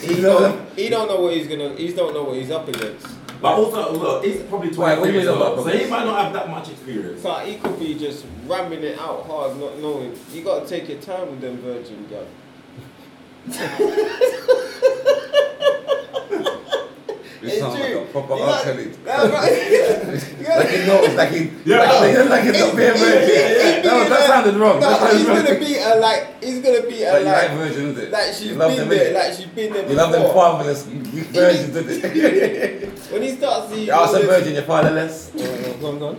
[SPEAKER 5] You know.
[SPEAKER 7] he don't know what he's gonna. He don't know what he's up against.
[SPEAKER 10] But also, look, he's probably 20
[SPEAKER 5] Wait, what do you
[SPEAKER 10] years
[SPEAKER 5] mean
[SPEAKER 10] old,
[SPEAKER 5] about
[SPEAKER 10] so he might not have that much experience.
[SPEAKER 7] So he could be just ramming it out hard, not knowing. You gotta take your time with them virgin girl.
[SPEAKER 5] You sound like a proper
[SPEAKER 7] You got-
[SPEAKER 5] alcoholic.
[SPEAKER 7] That's right. You gotta-
[SPEAKER 5] Like he knows, like he,
[SPEAKER 10] Yeah.
[SPEAKER 5] like, he- like he's not being virgin. That, was, that sounded wrong.
[SPEAKER 7] No,
[SPEAKER 5] that sounded
[SPEAKER 7] he's
[SPEAKER 5] wrong.
[SPEAKER 7] gonna be a like. He's gonna be a
[SPEAKER 5] Like, you like
[SPEAKER 7] like.
[SPEAKER 5] virgin, isn't it?
[SPEAKER 7] Like she's
[SPEAKER 5] you love
[SPEAKER 7] been
[SPEAKER 5] them,
[SPEAKER 7] there.
[SPEAKER 5] innit?
[SPEAKER 7] Like she's been there.
[SPEAKER 5] you love them
[SPEAKER 7] before.
[SPEAKER 5] fatherless virgins, isn't it?
[SPEAKER 7] When he starts seeing.
[SPEAKER 5] You're also
[SPEAKER 7] all this-
[SPEAKER 5] virgin, you're fatherless.
[SPEAKER 3] Go on, go on.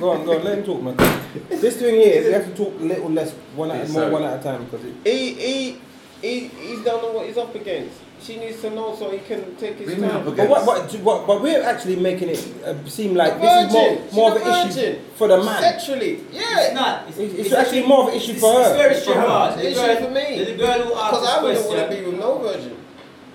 [SPEAKER 3] go on, go on. Let him talk, man. This thing here, we have to talk little less, one at more, one at a time, because it,
[SPEAKER 7] He he he he don't know what he's up against. She needs to know so he can take his
[SPEAKER 5] Bring me up
[SPEAKER 7] time.
[SPEAKER 3] But
[SPEAKER 5] against.
[SPEAKER 3] what, what, what, but we're actually making it uh, seem like
[SPEAKER 7] A
[SPEAKER 3] this is more,
[SPEAKER 7] virgin.
[SPEAKER 3] more of
[SPEAKER 7] She's a
[SPEAKER 3] an issue
[SPEAKER 7] virgin.
[SPEAKER 3] for the man.
[SPEAKER 7] Sexually, yeah.
[SPEAKER 2] It's not. It's,
[SPEAKER 3] It's, it's actually more of an issue
[SPEAKER 2] it's,
[SPEAKER 3] for
[SPEAKER 2] It's
[SPEAKER 3] her.
[SPEAKER 2] very straightforward.
[SPEAKER 7] It's
[SPEAKER 2] The girl-
[SPEAKER 7] for me.
[SPEAKER 2] The girl who asked
[SPEAKER 7] Because I
[SPEAKER 2] this
[SPEAKER 7] wouldn't
[SPEAKER 2] question.
[SPEAKER 7] want to be with no virgin.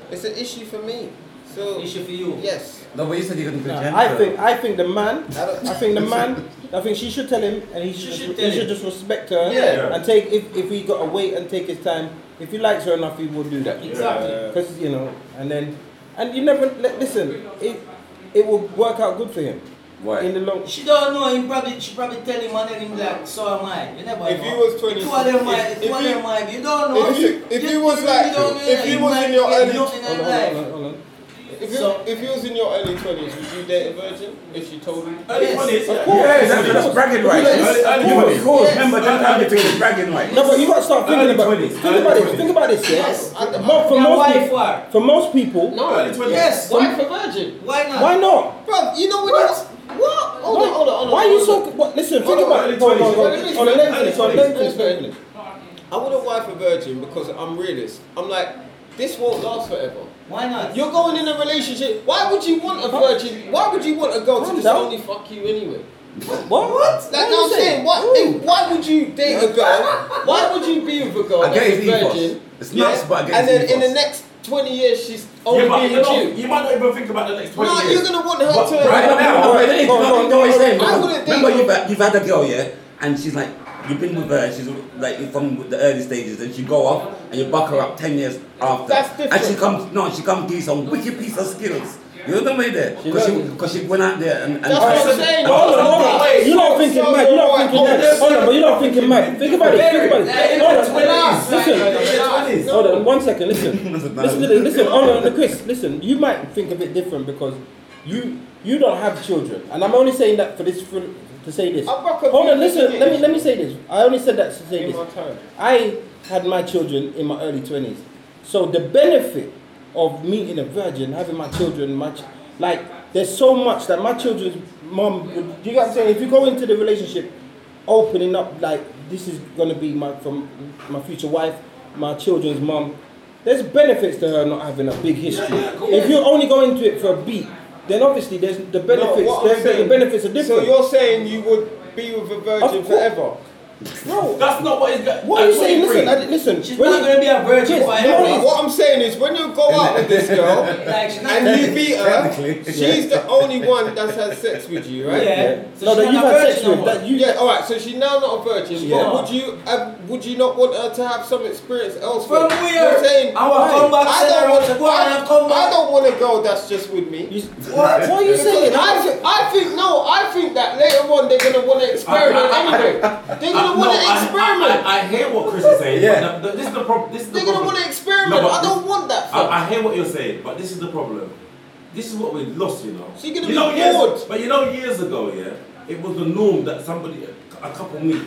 [SPEAKER 7] It's an issue for me. So
[SPEAKER 2] Issue for you.
[SPEAKER 7] yes,
[SPEAKER 5] No, but you said you couldn't pretend.
[SPEAKER 3] I think, I think the man,
[SPEAKER 7] I don't-
[SPEAKER 3] I think the man, I think she should tell him, and he
[SPEAKER 2] She
[SPEAKER 3] should,
[SPEAKER 2] should
[SPEAKER 3] just,
[SPEAKER 2] tell
[SPEAKER 3] he should
[SPEAKER 2] him.
[SPEAKER 3] just respect her
[SPEAKER 7] Yeah.
[SPEAKER 3] and take if if he got to wait and take his time. If he likes her enough, he will do that.
[SPEAKER 2] Exactly.
[SPEAKER 3] Because you know, and then, and you never li- listen. It it will work out good for him in
[SPEAKER 5] Why?
[SPEAKER 3] the long.
[SPEAKER 2] She don't know. He probably she probably tell him and tell him like, so am I. You never
[SPEAKER 7] If
[SPEAKER 2] know.
[SPEAKER 7] you was 20
[SPEAKER 2] two of them might,
[SPEAKER 7] if-
[SPEAKER 2] two
[SPEAKER 7] if
[SPEAKER 2] of
[SPEAKER 7] you-
[SPEAKER 2] them might. You don't know.
[SPEAKER 7] if you if you was like
[SPEAKER 2] don't know.
[SPEAKER 7] if you was
[SPEAKER 2] might
[SPEAKER 7] in your
[SPEAKER 2] get
[SPEAKER 7] early
[SPEAKER 2] nothing in
[SPEAKER 3] Hold on,
[SPEAKER 2] life.
[SPEAKER 3] hold on, hold on.
[SPEAKER 7] if you
[SPEAKER 2] So-
[SPEAKER 7] if you was in your early twenties, would you date a virgin if she told you?
[SPEAKER 3] Uh,
[SPEAKER 10] Early
[SPEAKER 2] Yes.
[SPEAKER 10] 20s, yeah.
[SPEAKER 5] Yeah, that's, that's bragging rights.
[SPEAKER 10] Early- early
[SPEAKER 5] Early, of
[SPEAKER 10] 20s.
[SPEAKER 5] course,
[SPEAKER 2] Yes.
[SPEAKER 5] remember that time between is bragging rights.
[SPEAKER 3] No, but you gotta start thinking
[SPEAKER 10] Early
[SPEAKER 3] about
[SPEAKER 10] 20s,
[SPEAKER 3] think about
[SPEAKER 10] early
[SPEAKER 3] it. Think about this, yeah.
[SPEAKER 2] Yes.
[SPEAKER 3] For, for
[SPEAKER 2] Now,
[SPEAKER 3] most
[SPEAKER 2] why
[SPEAKER 3] people,
[SPEAKER 2] for?
[SPEAKER 3] for most people,
[SPEAKER 10] Early 20s.
[SPEAKER 2] Yes.
[SPEAKER 7] Why for virgin?
[SPEAKER 2] Why not?
[SPEAKER 3] why not?
[SPEAKER 7] Bro, you know what? What? Hold
[SPEAKER 3] why,
[SPEAKER 7] on, hold on, hold on.
[SPEAKER 3] why are you
[SPEAKER 7] hold on.
[SPEAKER 3] so? What, listen, think
[SPEAKER 10] on,
[SPEAKER 3] about
[SPEAKER 10] early
[SPEAKER 3] it. Hold on, hold on,
[SPEAKER 7] 20s.
[SPEAKER 3] hold on. Let me
[SPEAKER 10] Early
[SPEAKER 3] finish. Hold on,
[SPEAKER 10] 20s.
[SPEAKER 3] let me finish. Let me finish.
[SPEAKER 7] I wouldn't wife a virgin because I'm realist. I'm like, this won't last forever.
[SPEAKER 2] Why not?
[SPEAKER 7] You're going in a relationship. Why would you want a virgin? Why would you want a girl to
[SPEAKER 3] Calm
[SPEAKER 7] just
[SPEAKER 3] down.
[SPEAKER 7] only fuck you anyway?
[SPEAKER 3] What? What?
[SPEAKER 7] Like what I'm saying, why, if- why would you date a girl? Why would you be with a girl
[SPEAKER 5] I get
[SPEAKER 7] that's
[SPEAKER 5] his
[SPEAKER 7] a
[SPEAKER 5] ethos.
[SPEAKER 7] virgin?
[SPEAKER 5] It's nuts, but I get
[SPEAKER 7] And
[SPEAKER 5] his
[SPEAKER 7] then in
[SPEAKER 5] ethos.
[SPEAKER 7] the next 20 years, she's
[SPEAKER 10] Yeah,
[SPEAKER 7] only
[SPEAKER 10] but
[SPEAKER 7] being
[SPEAKER 10] you, know,
[SPEAKER 7] with you.
[SPEAKER 10] you might not even think about the next 20
[SPEAKER 7] No,
[SPEAKER 10] years.
[SPEAKER 7] you're gonna want her
[SPEAKER 10] But
[SPEAKER 7] to.
[SPEAKER 10] right
[SPEAKER 5] No,
[SPEAKER 10] now,
[SPEAKER 5] no, wait,
[SPEAKER 3] Go on, go
[SPEAKER 5] no,
[SPEAKER 3] on,
[SPEAKER 5] no,
[SPEAKER 3] go
[SPEAKER 5] he's
[SPEAKER 3] on.
[SPEAKER 5] saying,
[SPEAKER 7] I wouldn't
[SPEAKER 5] remember
[SPEAKER 7] think-
[SPEAKER 5] you've had, you've had a girl, yeah, and she's like, you've been with her, she's like from the early stages, and she go off and you buck her up ten years after.
[SPEAKER 7] That's
[SPEAKER 5] And she
[SPEAKER 7] different.
[SPEAKER 5] comes, no, she comes give you some wicked piece of skills. You know what I mean there? Because she,
[SPEAKER 3] learned.
[SPEAKER 5] because she went out there and. and
[SPEAKER 7] That's what I'm saying.
[SPEAKER 5] Hold on, hold on.
[SPEAKER 7] Stop.
[SPEAKER 10] wait,
[SPEAKER 3] You're not thinking
[SPEAKER 7] stop,
[SPEAKER 3] mad. You're not
[SPEAKER 7] stop,
[SPEAKER 3] thinking
[SPEAKER 7] hold on,
[SPEAKER 3] mad. Hold on, but you're not thinking mad. Think about it. Think about
[SPEAKER 2] Very.
[SPEAKER 3] it. Hold
[SPEAKER 2] Relax.
[SPEAKER 3] on. Listen.
[SPEAKER 7] Nah,
[SPEAKER 3] Hold on, one second, listen.
[SPEAKER 5] Listen,
[SPEAKER 3] listen,
[SPEAKER 5] man.
[SPEAKER 3] listen, listen, hold on, look, Chris, listen, you might think of it different because you you don't have children. And I'm only saying that for this for, to say this.
[SPEAKER 7] I'm not
[SPEAKER 3] Hold on, listen,
[SPEAKER 7] confusing
[SPEAKER 3] let me
[SPEAKER 7] you.
[SPEAKER 3] let me say this. I only said that to say
[SPEAKER 7] In
[SPEAKER 3] this.
[SPEAKER 7] my time.
[SPEAKER 3] I had my children in my early 20s. So the benefit of meeting a virgin, having my children, much like there's so much that my children's mom, would- do you get what I'm saying? If you go into the relationship opening up like this is gonna be my from my future wife, my children's mom, there's benefits to her not having a big history. If you only go into it for a beat, then obviously there's the benefits.
[SPEAKER 7] what I'm
[SPEAKER 3] there's, the
[SPEAKER 7] saying-
[SPEAKER 3] benefits are
[SPEAKER 7] So
[SPEAKER 3] different.
[SPEAKER 7] you're saying you would be with a virgin
[SPEAKER 3] Of course.
[SPEAKER 7] forever?
[SPEAKER 3] Bro,
[SPEAKER 2] That's not what it's got.
[SPEAKER 3] what are you saying? Listen, I, listen.
[SPEAKER 2] She's
[SPEAKER 3] when
[SPEAKER 2] not
[SPEAKER 3] you-
[SPEAKER 2] going to be a virgin
[SPEAKER 3] Yes,
[SPEAKER 2] forever.
[SPEAKER 3] no,
[SPEAKER 7] What I'm saying is, when you go out with this girl
[SPEAKER 2] Like, she's not
[SPEAKER 7] and you beat her, she's the only one that's had sex with you, right?
[SPEAKER 2] Yeah. So
[SPEAKER 3] no,
[SPEAKER 2] she's
[SPEAKER 3] that
[SPEAKER 2] not
[SPEAKER 3] you've
[SPEAKER 2] a
[SPEAKER 3] had
[SPEAKER 2] virgin
[SPEAKER 3] sex
[SPEAKER 2] no
[SPEAKER 3] with.
[SPEAKER 2] more.
[SPEAKER 3] That you,
[SPEAKER 7] Yeah, all right. So she's now not a virgin.
[SPEAKER 3] Yeah.
[SPEAKER 7] But would you uh, would you not want her to have some experience
[SPEAKER 2] From
[SPEAKER 7] elsewhere?
[SPEAKER 2] where?
[SPEAKER 7] You're saying
[SPEAKER 2] I will
[SPEAKER 7] why?
[SPEAKER 2] come back,
[SPEAKER 7] I
[SPEAKER 2] send her
[SPEAKER 7] don't
[SPEAKER 2] out
[SPEAKER 7] want
[SPEAKER 2] to go and
[SPEAKER 7] I,
[SPEAKER 2] I'll come back.
[SPEAKER 7] I don't want a girl that's just with me.
[SPEAKER 3] you, what? What are you saying?
[SPEAKER 7] I, thi- I think no. I think that later on they're gonna want to experiment anyway. They're
[SPEAKER 6] I-
[SPEAKER 7] gonna want
[SPEAKER 6] no,
[SPEAKER 7] to
[SPEAKER 6] I- I-
[SPEAKER 7] experiment.
[SPEAKER 6] I, I, hear what Chris is saying.
[SPEAKER 4] Yeah.
[SPEAKER 6] Yeah. But the- this is the problem. This is the
[SPEAKER 7] They're gonna
[SPEAKER 6] problem.
[SPEAKER 7] want to experiment.
[SPEAKER 6] No, but
[SPEAKER 7] I don't want that.
[SPEAKER 6] I,
[SPEAKER 7] fuck.
[SPEAKER 6] I hear what you're saying, but this is the problem. This is what we lost, you know.
[SPEAKER 7] So you're gonna
[SPEAKER 6] you
[SPEAKER 7] be
[SPEAKER 6] know, years-
[SPEAKER 7] bored.
[SPEAKER 6] but you know, years ago, yeah, it was the norm that somebody, a couple meet,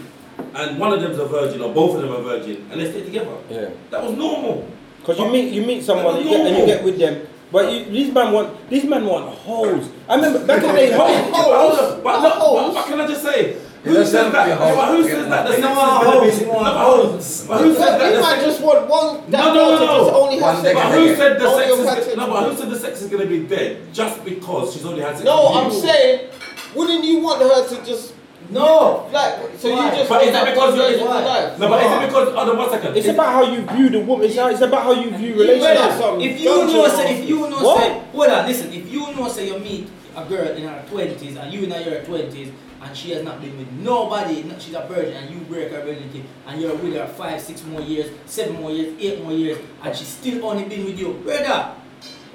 [SPEAKER 6] and one of them's a virgin or both of them are virgin, and they stay together.
[SPEAKER 3] Yeah.
[SPEAKER 6] That was normal.
[SPEAKER 3] Because you meet you meet someone you get, and you get with them. But you, these man want these man want hoes. I remember back in the day, hoes.
[SPEAKER 6] But hold on, but look,
[SPEAKER 7] Hoes?
[SPEAKER 6] what, what can I just say? Who
[SPEAKER 4] That's not
[SPEAKER 6] says that?
[SPEAKER 4] your
[SPEAKER 6] Yeah, but who
[SPEAKER 4] hoes.
[SPEAKER 6] says that? The
[SPEAKER 2] You
[SPEAKER 6] sex
[SPEAKER 2] know
[SPEAKER 6] is
[SPEAKER 2] what,
[SPEAKER 6] gonna
[SPEAKER 2] hoes,
[SPEAKER 6] be
[SPEAKER 2] you want
[SPEAKER 6] no,
[SPEAKER 2] hoes.
[SPEAKER 6] hoes. But who
[SPEAKER 7] You
[SPEAKER 6] said that? The
[SPEAKER 7] might
[SPEAKER 6] sex-
[SPEAKER 7] just want one. That
[SPEAKER 6] No, no,
[SPEAKER 7] girl to
[SPEAKER 6] no,
[SPEAKER 7] just
[SPEAKER 6] no.
[SPEAKER 7] Only have
[SPEAKER 4] One
[SPEAKER 7] sex
[SPEAKER 4] day.
[SPEAKER 6] But
[SPEAKER 7] with
[SPEAKER 6] who
[SPEAKER 7] you.
[SPEAKER 6] said the
[SPEAKER 7] Only
[SPEAKER 6] sex
[SPEAKER 7] have
[SPEAKER 6] is
[SPEAKER 7] sex
[SPEAKER 6] no?
[SPEAKER 7] with
[SPEAKER 6] But
[SPEAKER 7] you.
[SPEAKER 6] who said the sex is gonna be dead just because she's only had sex?
[SPEAKER 7] No,
[SPEAKER 6] with
[SPEAKER 7] I'm
[SPEAKER 6] you?
[SPEAKER 7] saying, wouldn't you want her to just
[SPEAKER 2] No.
[SPEAKER 7] like? So
[SPEAKER 2] Why?
[SPEAKER 7] you just
[SPEAKER 6] But
[SPEAKER 7] want
[SPEAKER 6] is that
[SPEAKER 7] her
[SPEAKER 6] because
[SPEAKER 7] to
[SPEAKER 6] you're-
[SPEAKER 7] live your
[SPEAKER 2] why?
[SPEAKER 7] life?
[SPEAKER 6] No, but is it because? Hold on, one second.
[SPEAKER 3] It's about how you view the woman. It's, how- it's about how you view
[SPEAKER 7] better-
[SPEAKER 3] relationships.
[SPEAKER 7] something.
[SPEAKER 2] If you
[SPEAKER 7] Don't
[SPEAKER 2] know,
[SPEAKER 7] you
[SPEAKER 2] say,
[SPEAKER 7] know?
[SPEAKER 2] if you know,
[SPEAKER 3] What?
[SPEAKER 2] say, hold on, listen, if you know, say, you meet a girl in her 20s and you in your 20s and she has not been with nobody, no- she's a virgin and you break her virginity and you're with her five, six more years, seven more years, eight more years and she's still only been with you, brother.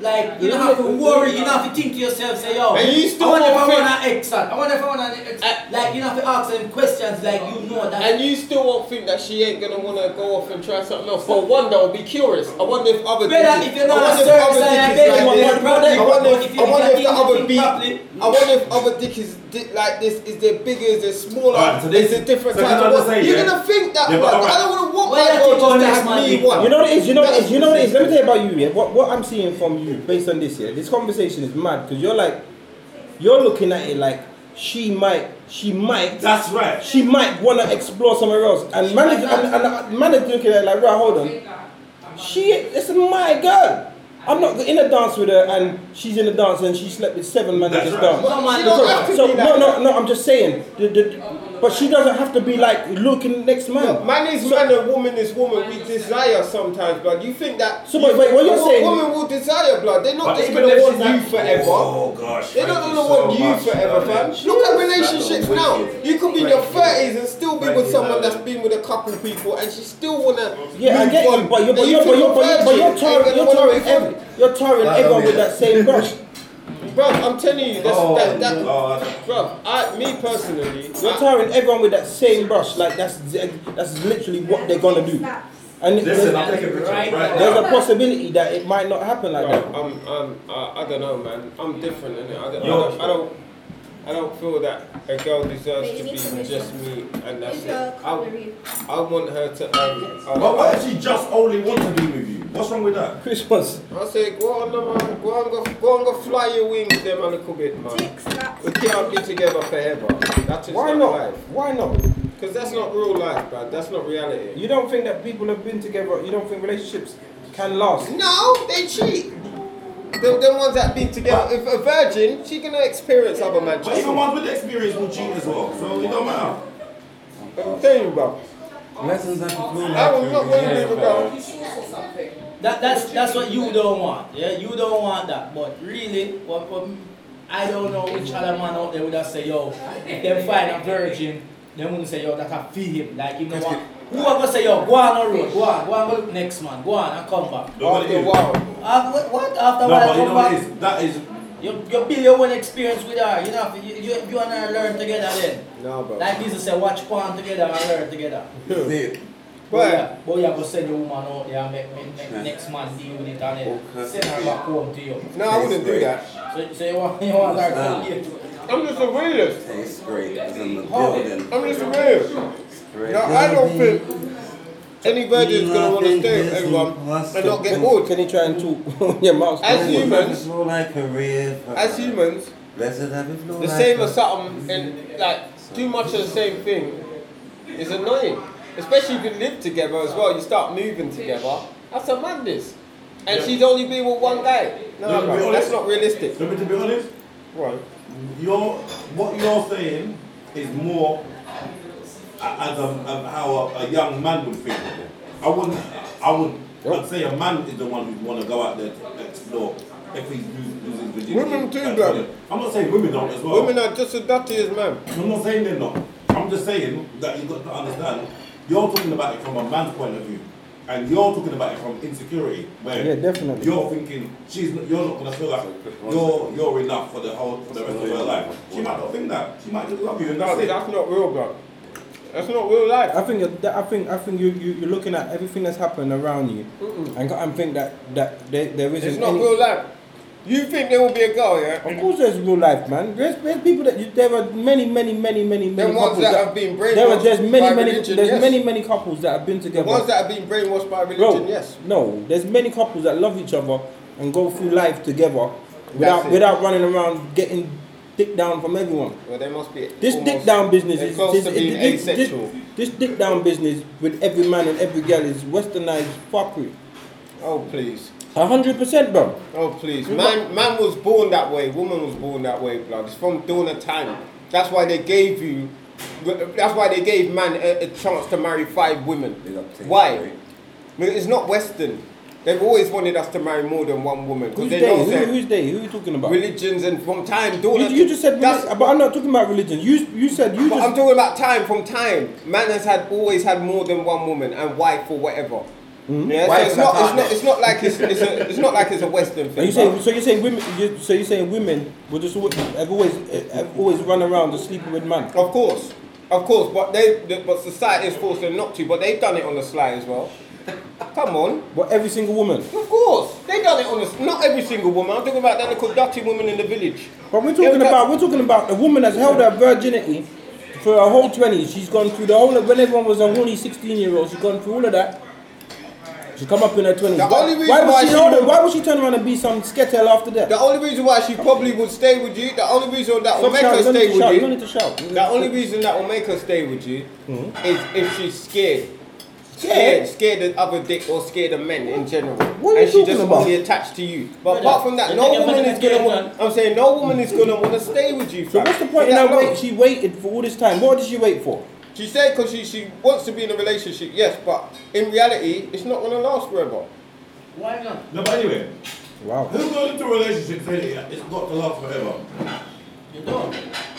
[SPEAKER 2] Like, you don't have to worry, you don't have to think to yourself, say, yo,
[SPEAKER 7] And you still
[SPEAKER 2] I wonder if I
[SPEAKER 7] won't fit.
[SPEAKER 2] want an ex I wonder if I want an ex Like, you don't have to ask them questions, like, you know that.
[SPEAKER 7] And you still won't think that she ain't gonna wanna go off and try something else. For one, though, be curious. I wonder if other
[SPEAKER 2] Brother,
[SPEAKER 7] bitches-
[SPEAKER 2] if you're
[SPEAKER 7] I
[SPEAKER 2] not a
[SPEAKER 7] wonder if
[SPEAKER 2] certain
[SPEAKER 7] other
[SPEAKER 2] size,
[SPEAKER 7] dick
[SPEAKER 2] I
[SPEAKER 7] is
[SPEAKER 2] bet
[SPEAKER 7] like
[SPEAKER 2] you
[SPEAKER 7] this.
[SPEAKER 2] won't probably-
[SPEAKER 7] I wonder
[SPEAKER 2] but if
[SPEAKER 7] if,
[SPEAKER 2] you
[SPEAKER 7] I wonder
[SPEAKER 2] can
[SPEAKER 7] if the
[SPEAKER 2] think
[SPEAKER 7] other beat.
[SPEAKER 2] properly-
[SPEAKER 7] I wonder if other dick is di- like this. Is they bigger? Is they smaller?
[SPEAKER 6] Alright, so
[SPEAKER 7] is
[SPEAKER 6] this-
[SPEAKER 7] it different
[SPEAKER 6] so
[SPEAKER 7] type
[SPEAKER 6] this
[SPEAKER 7] of
[SPEAKER 6] is what I'm
[SPEAKER 7] one?
[SPEAKER 6] saying,
[SPEAKER 7] You're
[SPEAKER 6] yeah?
[SPEAKER 7] gonna think that
[SPEAKER 6] Yeah, but
[SPEAKER 7] one.
[SPEAKER 6] alright.
[SPEAKER 7] I don't wanna
[SPEAKER 2] Well,
[SPEAKER 7] want my
[SPEAKER 2] I think
[SPEAKER 7] girl
[SPEAKER 2] all
[SPEAKER 7] just to
[SPEAKER 2] next
[SPEAKER 7] have
[SPEAKER 2] man
[SPEAKER 7] me
[SPEAKER 2] dick.
[SPEAKER 7] one.
[SPEAKER 3] You know what it is. You know what it is. You know what it is. Let me tell you about you. Yeah. What what I'm seeing from you based on this. Yeah. This conversation is mad because you're like, you're looking at it like she might, she might,
[SPEAKER 6] That's right.
[SPEAKER 3] she might wanna explore somewhere else. And man, is- and, and, and man is looking at it like, right, hold on. She, this is my girl. I'm not in a dance with her, and she's in a dance, and she slept with seven men that
[SPEAKER 6] That's
[SPEAKER 3] just
[SPEAKER 6] right.
[SPEAKER 3] danced.
[SPEAKER 7] Well, she
[SPEAKER 3] Because-
[SPEAKER 7] don't have to
[SPEAKER 3] so
[SPEAKER 7] be
[SPEAKER 3] no,
[SPEAKER 7] like
[SPEAKER 3] no, no. I'm just saying. The, the, but she doesn't have to be like looking next man.
[SPEAKER 7] Man is man and woman is woman. We desire sometimes, blood. You think that?
[SPEAKER 3] So, but wait, what you're
[SPEAKER 7] wo-
[SPEAKER 3] saying-
[SPEAKER 7] Women will desire blood. They're not
[SPEAKER 6] But
[SPEAKER 7] just
[SPEAKER 6] even
[SPEAKER 7] gonna
[SPEAKER 6] if
[SPEAKER 7] want
[SPEAKER 6] she's
[SPEAKER 7] you
[SPEAKER 6] not-
[SPEAKER 7] forever.
[SPEAKER 6] Oh gosh.
[SPEAKER 7] They
[SPEAKER 6] thank
[SPEAKER 7] don't
[SPEAKER 6] you
[SPEAKER 7] know
[SPEAKER 6] so
[SPEAKER 7] what you
[SPEAKER 6] much,
[SPEAKER 7] forever,
[SPEAKER 6] darling.
[SPEAKER 7] fam. Look at
[SPEAKER 6] That's
[SPEAKER 7] relationships
[SPEAKER 6] wicked.
[SPEAKER 7] now. You could be in your thirties and still be
[SPEAKER 6] Thank
[SPEAKER 7] with
[SPEAKER 6] you,
[SPEAKER 7] someone
[SPEAKER 6] darling.
[SPEAKER 7] that's been with a couple people, and she still wanna
[SPEAKER 3] Yeah, I
[SPEAKER 7] move
[SPEAKER 3] get you,
[SPEAKER 7] on.
[SPEAKER 3] but you're, but
[SPEAKER 7] And
[SPEAKER 3] you're, but
[SPEAKER 7] think
[SPEAKER 3] you're, but you're,
[SPEAKER 7] a
[SPEAKER 3] but
[SPEAKER 7] virgin
[SPEAKER 3] you're
[SPEAKER 7] ain't gonna
[SPEAKER 3] tarring, you're
[SPEAKER 7] wanna
[SPEAKER 3] tarring,
[SPEAKER 7] be fun.
[SPEAKER 3] every, you're tarring
[SPEAKER 4] Nah,
[SPEAKER 3] everyone
[SPEAKER 4] nah,
[SPEAKER 3] with
[SPEAKER 4] yeah.
[SPEAKER 3] that same brush.
[SPEAKER 7] Bruv, I'm telling you, that's
[SPEAKER 6] Oh,
[SPEAKER 7] that. that
[SPEAKER 6] Lord.
[SPEAKER 7] Bruv, I, me personally,
[SPEAKER 3] You're
[SPEAKER 7] I-
[SPEAKER 3] tarring everyone with that same brush. Like that's that's literally what they're gonna do. And it-
[SPEAKER 6] Listen,
[SPEAKER 3] there's,
[SPEAKER 6] I'm taking pictures right
[SPEAKER 3] there's
[SPEAKER 6] now.
[SPEAKER 3] a possibility that it might not happen like
[SPEAKER 7] Right,
[SPEAKER 3] that.
[SPEAKER 7] I'm, I'm, I, I don't know, man. I'm different, and I don't, I
[SPEAKER 6] Yo.
[SPEAKER 7] don't, I don't, I don't feel that a girl deserves to be with just me, and that's it. I, I want her to earn. Um,
[SPEAKER 6] But what if she just only want to be with you? What's wrong with that?
[SPEAKER 3] Chris was
[SPEAKER 7] I say, go on, no, man. Go on, go, go on, go fly your wings, them a little bit, man. We can't be together forever. That is
[SPEAKER 3] why
[SPEAKER 7] not,
[SPEAKER 3] not?
[SPEAKER 7] life.
[SPEAKER 3] Why not?
[SPEAKER 7] Because that's not real life, man. That's not reality.
[SPEAKER 3] You don't think that people have been together? You don't think relationships can last?
[SPEAKER 7] No, they cheat. Them, them ones that been together. If a virgin, she gonna experience other man.
[SPEAKER 6] But even ones with experience will cheat as well, so it don't matter.
[SPEAKER 7] I'm telling you, bro.
[SPEAKER 4] Lessons have to flow
[SPEAKER 7] I will not win with a girl.
[SPEAKER 2] That, that's that's what you don't want. Yeah, you don't want that. But really, what, what I don't know which other man out there would have say, yo, if them find a virgin, them would say, yo, that I feel him. Like you know what? Who are gonna say, yo, go on the road, go on, go on, go look next man, go on and come back.
[SPEAKER 6] Look what it
[SPEAKER 7] After a
[SPEAKER 6] is.
[SPEAKER 7] while.
[SPEAKER 2] After, what, what? After a
[SPEAKER 6] No,
[SPEAKER 2] while,
[SPEAKER 6] but you know
[SPEAKER 2] come
[SPEAKER 6] what it
[SPEAKER 2] back.
[SPEAKER 6] is? That is.
[SPEAKER 2] You, you build your own experience with her. You know, you, you, you and her learn together then.
[SPEAKER 7] Nah, bro.
[SPEAKER 2] Like Jesus said, watch porn together and learn together. But
[SPEAKER 7] But
[SPEAKER 2] yeah, but you have to send the woman out there and make, make, make next man deal with it and then send her back home to you.
[SPEAKER 7] no, I wouldn't do that.
[SPEAKER 2] So, so you want, you want her to get
[SPEAKER 7] I'm just a realist.
[SPEAKER 4] Tastes great. It's in the building.
[SPEAKER 7] I'm just a realist. No, I don't think any virgin's gonna want to stay with everyone and not get bored.
[SPEAKER 3] Can you try and talk on your mouse?
[SPEAKER 7] As humans-
[SPEAKER 4] Flow like a river.
[SPEAKER 7] As humans,
[SPEAKER 4] Lessons have to flow
[SPEAKER 7] the
[SPEAKER 4] like
[SPEAKER 7] same
[SPEAKER 4] a-
[SPEAKER 7] as something and like too much of the same thing is annoying. Especially if you live together as well, you start moving together. That's a madness. And she's only been with one guy. No,
[SPEAKER 6] No, we
[SPEAKER 7] bro,
[SPEAKER 6] all-
[SPEAKER 7] that's not realistic.
[SPEAKER 6] Let me to be honest.
[SPEAKER 7] Right.
[SPEAKER 6] Your what you're saying is more as a, of how a, a young man would think of them. I wouldn't, I wouldn't, I'd say a man is the one who'd want to go out there to explore if he's losing, losing virginity.
[SPEAKER 7] Women too,
[SPEAKER 6] That's
[SPEAKER 7] bro.
[SPEAKER 6] what it- I'm not saying women don't as well.
[SPEAKER 7] Women are just as dirty as men.
[SPEAKER 6] I'm not saying they're not. I'm just saying that you've got to understand, you're talking about it from a man's point of view. And you're talking about it from insecurity, where
[SPEAKER 3] Yeah, definitely.
[SPEAKER 6] you're thinking she's not, you're not gonna feel like you're you're enough for the whole for the rest of her life. She might not think that. She might just love you and that's
[SPEAKER 7] See,
[SPEAKER 6] it.
[SPEAKER 7] that's not real, bro. That's not real life.
[SPEAKER 3] I think you're, that- I think I think you, you you're looking at everything that's happened around you, and and think that that there, there isn't.
[SPEAKER 7] It's not
[SPEAKER 3] any-
[SPEAKER 7] real life. You think there will be a girl, yeah?
[SPEAKER 3] Of course, there's real life, man. There's, there's people that you, there are many, many, many, many, many
[SPEAKER 7] Them ones
[SPEAKER 3] couples
[SPEAKER 7] that have been brainwashed
[SPEAKER 3] There are there's many,
[SPEAKER 7] by
[SPEAKER 3] many,
[SPEAKER 7] religion,
[SPEAKER 3] there's
[SPEAKER 7] yes.
[SPEAKER 3] many, many couples that have been together.
[SPEAKER 7] Ones that have been brainwashed by religion,
[SPEAKER 3] Bro,
[SPEAKER 7] yes.
[SPEAKER 3] No, there's many couples that love each other and go through life together without
[SPEAKER 7] it.
[SPEAKER 3] without running around getting dick down from everyone.
[SPEAKER 7] Well, they must be.
[SPEAKER 3] This
[SPEAKER 7] almost-
[SPEAKER 3] dick down business
[SPEAKER 7] they're
[SPEAKER 3] is
[SPEAKER 7] close
[SPEAKER 3] this,
[SPEAKER 7] to being
[SPEAKER 3] this, this-
[SPEAKER 7] asexual.
[SPEAKER 3] this dick down business with every man and every girl is westernized fuckery.
[SPEAKER 7] oh please,
[SPEAKER 3] A hundred percent, bro.
[SPEAKER 7] oh please. Man, man was born that way. Woman was born that way, blood. It's from dawn of time. That's why they gave you. That's why they gave man a, a chance to marry five women. Why? I mean, It's not Western. They've always wanted us to marry more than one woman because
[SPEAKER 3] Who's
[SPEAKER 7] they
[SPEAKER 3] they?
[SPEAKER 7] know
[SPEAKER 3] Who,
[SPEAKER 7] that
[SPEAKER 3] who's they? Who are you talking about?
[SPEAKER 7] religions and from time dawn.
[SPEAKER 3] You,
[SPEAKER 7] of-
[SPEAKER 3] you just said,
[SPEAKER 7] that's-
[SPEAKER 3] religion, but I'm not talking about religion. You you said you
[SPEAKER 7] But
[SPEAKER 3] just
[SPEAKER 7] I'm talking about time from time. Man has had always had more than one woman and wife or whatever.
[SPEAKER 3] Hmm?
[SPEAKER 7] Yeah, so
[SPEAKER 5] Wife
[SPEAKER 7] it's
[SPEAKER 5] and
[SPEAKER 7] not,
[SPEAKER 5] a
[SPEAKER 7] it's not it's not like it's it's, a, it's not like it's a Western
[SPEAKER 3] Are
[SPEAKER 7] thing.
[SPEAKER 3] you saying, so you're saying women? You, so you're saying women will just always, have always eh, have always run around just sleeping with man?
[SPEAKER 7] Of course, of course, but they the- but society has forced them not to. But they've done it on the sly as well. Come on,
[SPEAKER 3] But every single woman.
[SPEAKER 7] of course they done it on the s- not every single woman. I'm talking about that little dirty woman in the village.
[SPEAKER 3] But we're talking about we're talking about a woman that's held her virginity for her whole twenties. She's gone through the whole of when everyone was a horny sixteen year old. She's gone through all of that. She come up in her twenties.
[SPEAKER 7] The only
[SPEAKER 3] Why,
[SPEAKER 7] reason
[SPEAKER 3] why
[SPEAKER 7] why
[SPEAKER 3] would she
[SPEAKER 7] she
[SPEAKER 3] hold her?
[SPEAKER 7] would-
[SPEAKER 3] Why would she turn around and be some skettel after that?
[SPEAKER 7] The only reason why she probably would stay with you, the only reason that will
[SPEAKER 3] Stop
[SPEAKER 7] make
[SPEAKER 3] shouting,
[SPEAKER 7] her
[SPEAKER 3] you don't need to
[SPEAKER 7] stay
[SPEAKER 3] shout. You don't
[SPEAKER 7] with
[SPEAKER 3] need
[SPEAKER 7] you,
[SPEAKER 3] to shout.
[SPEAKER 7] the only reason that will make her stay with you
[SPEAKER 3] Hmm?
[SPEAKER 7] is if she's scared. scared, scared of other dick or scared of men in general.
[SPEAKER 3] What are you
[SPEAKER 7] and she just
[SPEAKER 3] talking about?
[SPEAKER 7] only attached to you. But apart from that,
[SPEAKER 2] you
[SPEAKER 7] no
[SPEAKER 2] think I'm
[SPEAKER 7] woman
[SPEAKER 2] gonna
[SPEAKER 7] is gonna.
[SPEAKER 2] get
[SPEAKER 7] Want, I'm saying no woman is gonna want to stay with you.
[SPEAKER 3] So
[SPEAKER 7] fam.
[SPEAKER 3] what's the point in
[SPEAKER 7] For
[SPEAKER 3] that
[SPEAKER 7] long.
[SPEAKER 3] wait? She waited for all this time. What did she wait for?
[SPEAKER 7] She said because she she wants to be in a relationship. Yes, but in reality, it's not gonna last forever.
[SPEAKER 2] Why not?
[SPEAKER 6] No, but anyway,
[SPEAKER 3] Wow.
[SPEAKER 6] who goes into a relationship saying "Yeah, it's got to last forever?
[SPEAKER 2] You don't.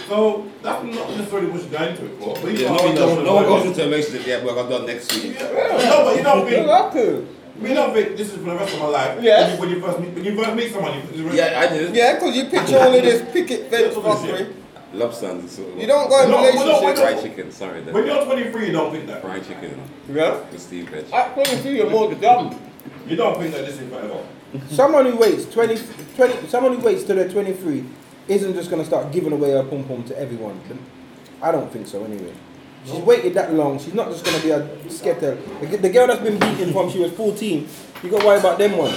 [SPEAKER 6] So that's not necessarily what you're going to it for. But you
[SPEAKER 5] Yeah,
[SPEAKER 6] know
[SPEAKER 5] no,
[SPEAKER 6] what
[SPEAKER 5] one
[SPEAKER 6] you don't
[SPEAKER 5] does- no one
[SPEAKER 6] want
[SPEAKER 5] goes
[SPEAKER 6] to
[SPEAKER 5] into a relationship yet, but I've done next week.
[SPEAKER 6] do. No, but you don't
[SPEAKER 7] You're
[SPEAKER 6] think
[SPEAKER 7] lucky.
[SPEAKER 6] we don't think this is for the rest of my life.
[SPEAKER 7] Yes.
[SPEAKER 6] When you, when you first meet when you first meet someone, you, you
[SPEAKER 5] Yeah, I did.
[SPEAKER 7] Yeah, because you picture all of this picket fence
[SPEAKER 6] You're talking
[SPEAKER 7] fuckery.
[SPEAKER 6] shit.
[SPEAKER 5] Love sandwich. Sort of
[SPEAKER 7] You don't go in
[SPEAKER 6] No, we don't- we
[SPEAKER 7] relationships.
[SPEAKER 6] don't-
[SPEAKER 5] Fried chicken, sorry. Then.
[SPEAKER 6] when you're 23, you don't think that.
[SPEAKER 5] Fried chicken.
[SPEAKER 7] Yeah.
[SPEAKER 5] The Steve veg.
[SPEAKER 7] I promise you, you're more dumb.
[SPEAKER 6] You don't think that this is forever.
[SPEAKER 3] Someone who waits 20, 20 someone who waits till they're 23 isn't just going to start giving away her pom pom to everyone. I don't think so, anyway. She's waited that long. She's not just going to be a sketter. The g- The girl that's been beaten from she was 14, you got to worry about them ones.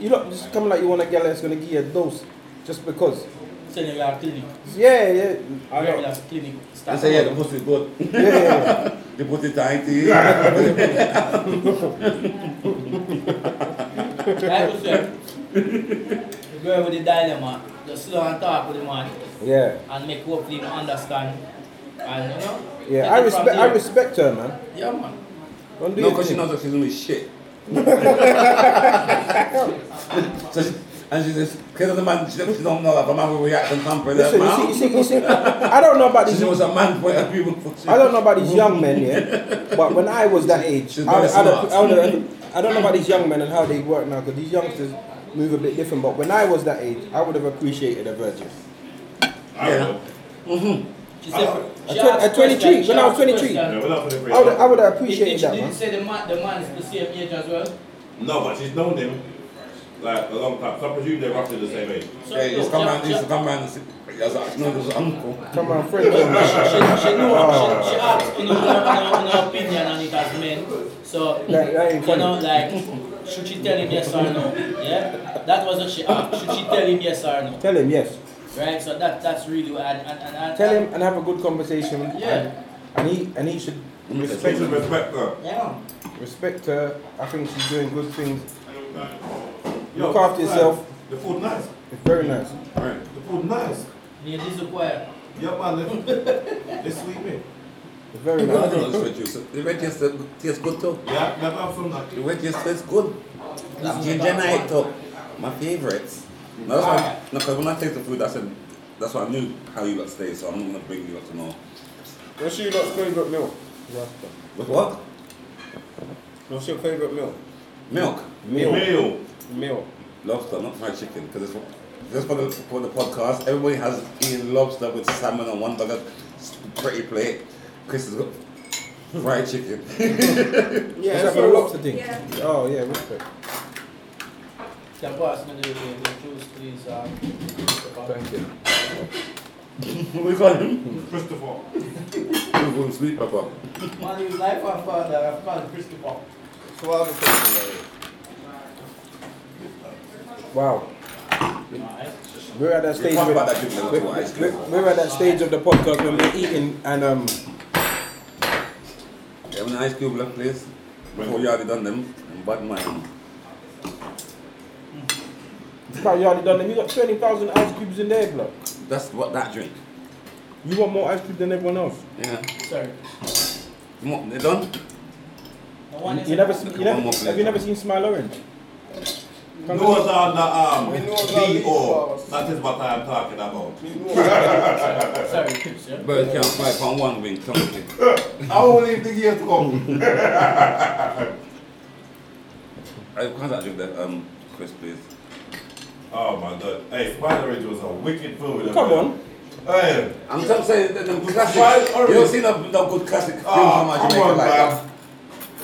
[SPEAKER 3] You're not just coming like you want a girl that's going to give you a dose just because.
[SPEAKER 2] Send you your clinic.
[SPEAKER 3] Yeah, yeah.
[SPEAKER 2] I don't have clinic.
[SPEAKER 5] I
[SPEAKER 2] Start.
[SPEAKER 5] say, yeah, the pussy's good.
[SPEAKER 3] Yeah, yeah, yeah.
[SPEAKER 5] The pussy's tiny. Yeah.
[SPEAKER 2] Like you said, the girl with the dilemma, just slow and talk with the man
[SPEAKER 3] yeah.
[SPEAKER 2] and make hopefully him understand. And you know?
[SPEAKER 3] Yeah,
[SPEAKER 2] take it
[SPEAKER 3] I
[SPEAKER 2] from
[SPEAKER 3] respect, I
[SPEAKER 2] there.
[SPEAKER 3] respect her, man.
[SPEAKER 2] Yeah, man.
[SPEAKER 3] Don't do
[SPEAKER 5] No,
[SPEAKER 3] your
[SPEAKER 5] because she
[SPEAKER 3] thing.
[SPEAKER 5] knows that she's doing shit. so she, and she just, because of the man, she, she don't know that the man will react and tamper with her
[SPEAKER 3] Listen, you see,
[SPEAKER 5] mouth.
[SPEAKER 3] you see, you see, I don't know about
[SPEAKER 5] She
[SPEAKER 3] these
[SPEAKER 5] was a man point of view.
[SPEAKER 3] I don't know about these young men, yeah, but when I was that age,
[SPEAKER 5] She's
[SPEAKER 3] I, I,
[SPEAKER 5] very
[SPEAKER 3] don't, I,
[SPEAKER 5] smart.
[SPEAKER 3] don't, I don't know about these young men and how they work now, because these youngsters move a bit different. But when I was that age, I would have appreciated a virgin.
[SPEAKER 6] I
[SPEAKER 5] Yeah.
[SPEAKER 6] will.
[SPEAKER 2] She said,
[SPEAKER 3] At
[SPEAKER 2] she
[SPEAKER 3] twen-
[SPEAKER 2] asked
[SPEAKER 3] at 23,
[SPEAKER 2] question, she
[SPEAKER 3] when I was
[SPEAKER 2] asked
[SPEAKER 3] 23.
[SPEAKER 2] question.
[SPEAKER 6] Yeah, we're not for the
[SPEAKER 3] I would, I would have
[SPEAKER 2] Did, did,
[SPEAKER 3] appreciated
[SPEAKER 2] you-
[SPEAKER 3] that,
[SPEAKER 2] did you
[SPEAKER 3] man.
[SPEAKER 2] say the man, the man is the same age as well?
[SPEAKER 6] No, but she's known him like a long time. So I presume they're roughly the same age.
[SPEAKER 2] So,
[SPEAKER 5] Yeah, he used
[SPEAKER 2] look,
[SPEAKER 5] to come
[SPEAKER 2] she-
[SPEAKER 5] round, he
[SPEAKER 2] she-
[SPEAKER 5] used to come round and say, "Yes, I know there's an uncle.
[SPEAKER 3] Come on, friend. man.
[SPEAKER 2] She, she knew, she, she asked, you know, her, her, her opinion on it as men. So,
[SPEAKER 3] That- that ain't
[SPEAKER 2] you know, like, should she tell him yes or no? Yeah? That was what she asked. Should she tell him yes or no?
[SPEAKER 3] Tell him yes.
[SPEAKER 2] Right? So that that's really what I, and, and, and
[SPEAKER 3] Tell him and have a good conversation. and-
[SPEAKER 2] Yeah.
[SPEAKER 3] And, he and he should
[SPEAKER 6] She
[SPEAKER 3] respect
[SPEAKER 6] should respect her.
[SPEAKER 2] Yeah.
[SPEAKER 3] respect her. I think she's doing good things.
[SPEAKER 6] Yo,
[SPEAKER 3] Look after
[SPEAKER 6] nice.
[SPEAKER 3] yourself.
[SPEAKER 6] The food nice.
[SPEAKER 3] It's very nice.
[SPEAKER 6] The food nice.
[SPEAKER 2] Need this require.
[SPEAKER 6] Yeah, man. They, they sweet me.
[SPEAKER 3] Very
[SPEAKER 4] No,
[SPEAKER 3] nice.
[SPEAKER 4] no, it's red juice. The red juice uh, tastes good too.
[SPEAKER 6] Yeah, that comes from that.
[SPEAKER 4] The red juice tastes good. It's ginger night too. My favorites. No, that's why, no, because when I taste the food, that's a, that's why I knew how you got stay, so I'm not gonna bring you up to know.
[SPEAKER 7] What's your lot's favourite milk?
[SPEAKER 4] With what?
[SPEAKER 7] What's your favourite milk?
[SPEAKER 4] Milk.
[SPEAKER 6] Meal.
[SPEAKER 7] Milk.
[SPEAKER 4] Lobster, not fried chicken, because it's for, just for the, for the podcast. Everybody has eaten lobster with salmon on one burger, s- pretty plate. Chris has got fried chicken.
[SPEAKER 7] Yeah,
[SPEAKER 3] Is that
[SPEAKER 7] that's
[SPEAKER 3] for the
[SPEAKER 7] your
[SPEAKER 3] lobster thing?
[SPEAKER 10] Yeah.
[SPEAKER 3] Oh, yeah, respect.
[SPEAKER 2] Can pass me the, the, the juice, please? Um,
[SPEAKER 3] Thank you.
[SPEAKER 4] we got him.
[SPEAKER 6] Christopher.
[SPEAKER 4] We're going sweet pepper.
[SPEAKER 2] Man, you life and father, I've called Christopher.
[SPEAKER 7] So what other things
[SPEAKER 3] Wow.
[SPEAKER 2] Alright.
[SPEAKER 3] We're at that
[SPEAKER 4] We
[SPEAKER 3] stage
[SPEAKER 4] talked
[SPEAKER 3] with-
[SPEAKER 4] about that chicken
[SPEAKER 3] we-
[SPEAKER 4] and ice
[SPEAKER 3] we-
[SPEAKER 4] cream.
[SPEAKER 3] we're at that stage of the podcast when we're eating and um
[SPEAKER 4] Yeah, when the ice cube left place, before you already done them, and bad man.
[SPEAKER 3] probably already done them. You got twenty thousand ice cubes in there, blood.
[SPEAKER 4] That's what that drink.
[SPEAKER 3] You want more ice cubes than everyone else.
[SPEAKER 4] Yeah.
[SPEAKER 2] Sorry.
[SPEAKER 4] Come on, they done?
[SPEAKER 2] The one is
[SPEAKER 3] You never, seen, you never
[SPEAKER 4] One more
[SPEAKER 3] have you never seen Smile Orange? Come
[SPEAKER 6] Those are the um,
[SPEAKER 7] We know about these
[SPEAKER 6] D.O.
[SPEAKER 7] bars.
[SPEAKER 6] That is what I am talking about.
[SPEAKER 2] Sorry, Chris, yeah?
[SPEAKER 4] But can't fight from one wing, come on.
[SPEAKER 6] I won't leave the years come.
[SPEAKER 4] I can't that drink that um Chris please.
[SPEAKER 6] Oh my god. Hey, Spider Ridge was a wicked film. with
[SPEAKER 3] Come
[SPEAKER 6] them.
[SPEAKER 3] on.
[SPEAKER 6] Hey.
[SPEAKER 4] I'm just saying that them
[SPEAKER 6] Why
[SPEAKER 4] classics.
[SPEAKER 6] orange?
[SPEAKER 4] You don't see no, no good classic film from
[SPEAKER 6] Oh, come
[SPEAKER 4] Jamaica
[SPEAKER 6] on,
[SPEAKER 4] like that.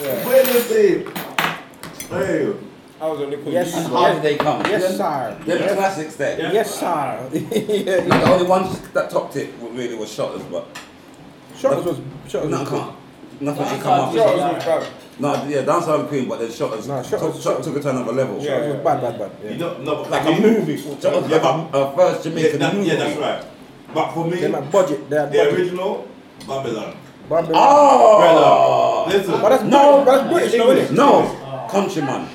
[SPEAKER 6] man. Wait a second. Hey.
[SPEAKER 7] are? I was on the
[SPEAKER 3] Yes.
[SPEAKER 7] cookies.
[SPEAKER 4] um, How did they come?
[SPEAKER 3] Yes,
[SPEAKER 4] Them-
[SPEAKER 3] sir.
[SPEAKER 4] Them classics there.
[SPEAKER 3] Yes, sir.
[SPEAKER 4] Not the only ones that topped it were- really was Shotters, but
[SPEAKER 3] Shots was shots
[SPEAKER 4] no,
[SPEAKER 3] was good.
[SPEAKER 4] can't. Nothing can
[SPEAKER 2] Dancehall
[SPEAKER 4] come
[SPEAKER 2] Queen.
[SPEAKER 4] up.
[SPEAKER 7] That was me,
[SPEAKER 4] No, yeah, Dancehall Queen, but then Shotters,
[SPEAKER 3] No,
[SPEAKER 4] took,
[SPEAKER 3] Shotters-
[SPEAKER 4] took- took it to another level.
[SPEAKER 7] Yeah.
[SPEAKER 3] It was bad, bad, bad.
[SPEAKER 6] You
[SPEAKER 3] Yeah.
[SPEAKER 6] don't know.
[SPEAKER 4] Like a movie. Shotters like
[SPEAKER 6] Yeah,
[SPEAKER 4] a, a uh, first
[SPEAKER 6] Yeah,
[SPEAKER 4] Jamaican
[SPEAKER 6] that,
[SPEAKER 4] movie.
[SPEAKER 6] yeah, that's right. But for me,
[SPEAKER 3] They're like budget. They're
[SPEAKER 6] the
[SPEAKER 3] budget.
[SPEAKER 6] original, Babylon.
[SPEAKER 3] Bamboo.
[SPEAKER 4] Oh!
[SPEAKER 6] Brother, listen.
[SPEAKER 3] But that's
[SPEAKER 4] No.
[SPEAKER 3] no, that's British,
[SPEAKER 6] No.
[SPEAKER 3] isn't it?
[SPEAKER 4] No, Countryman.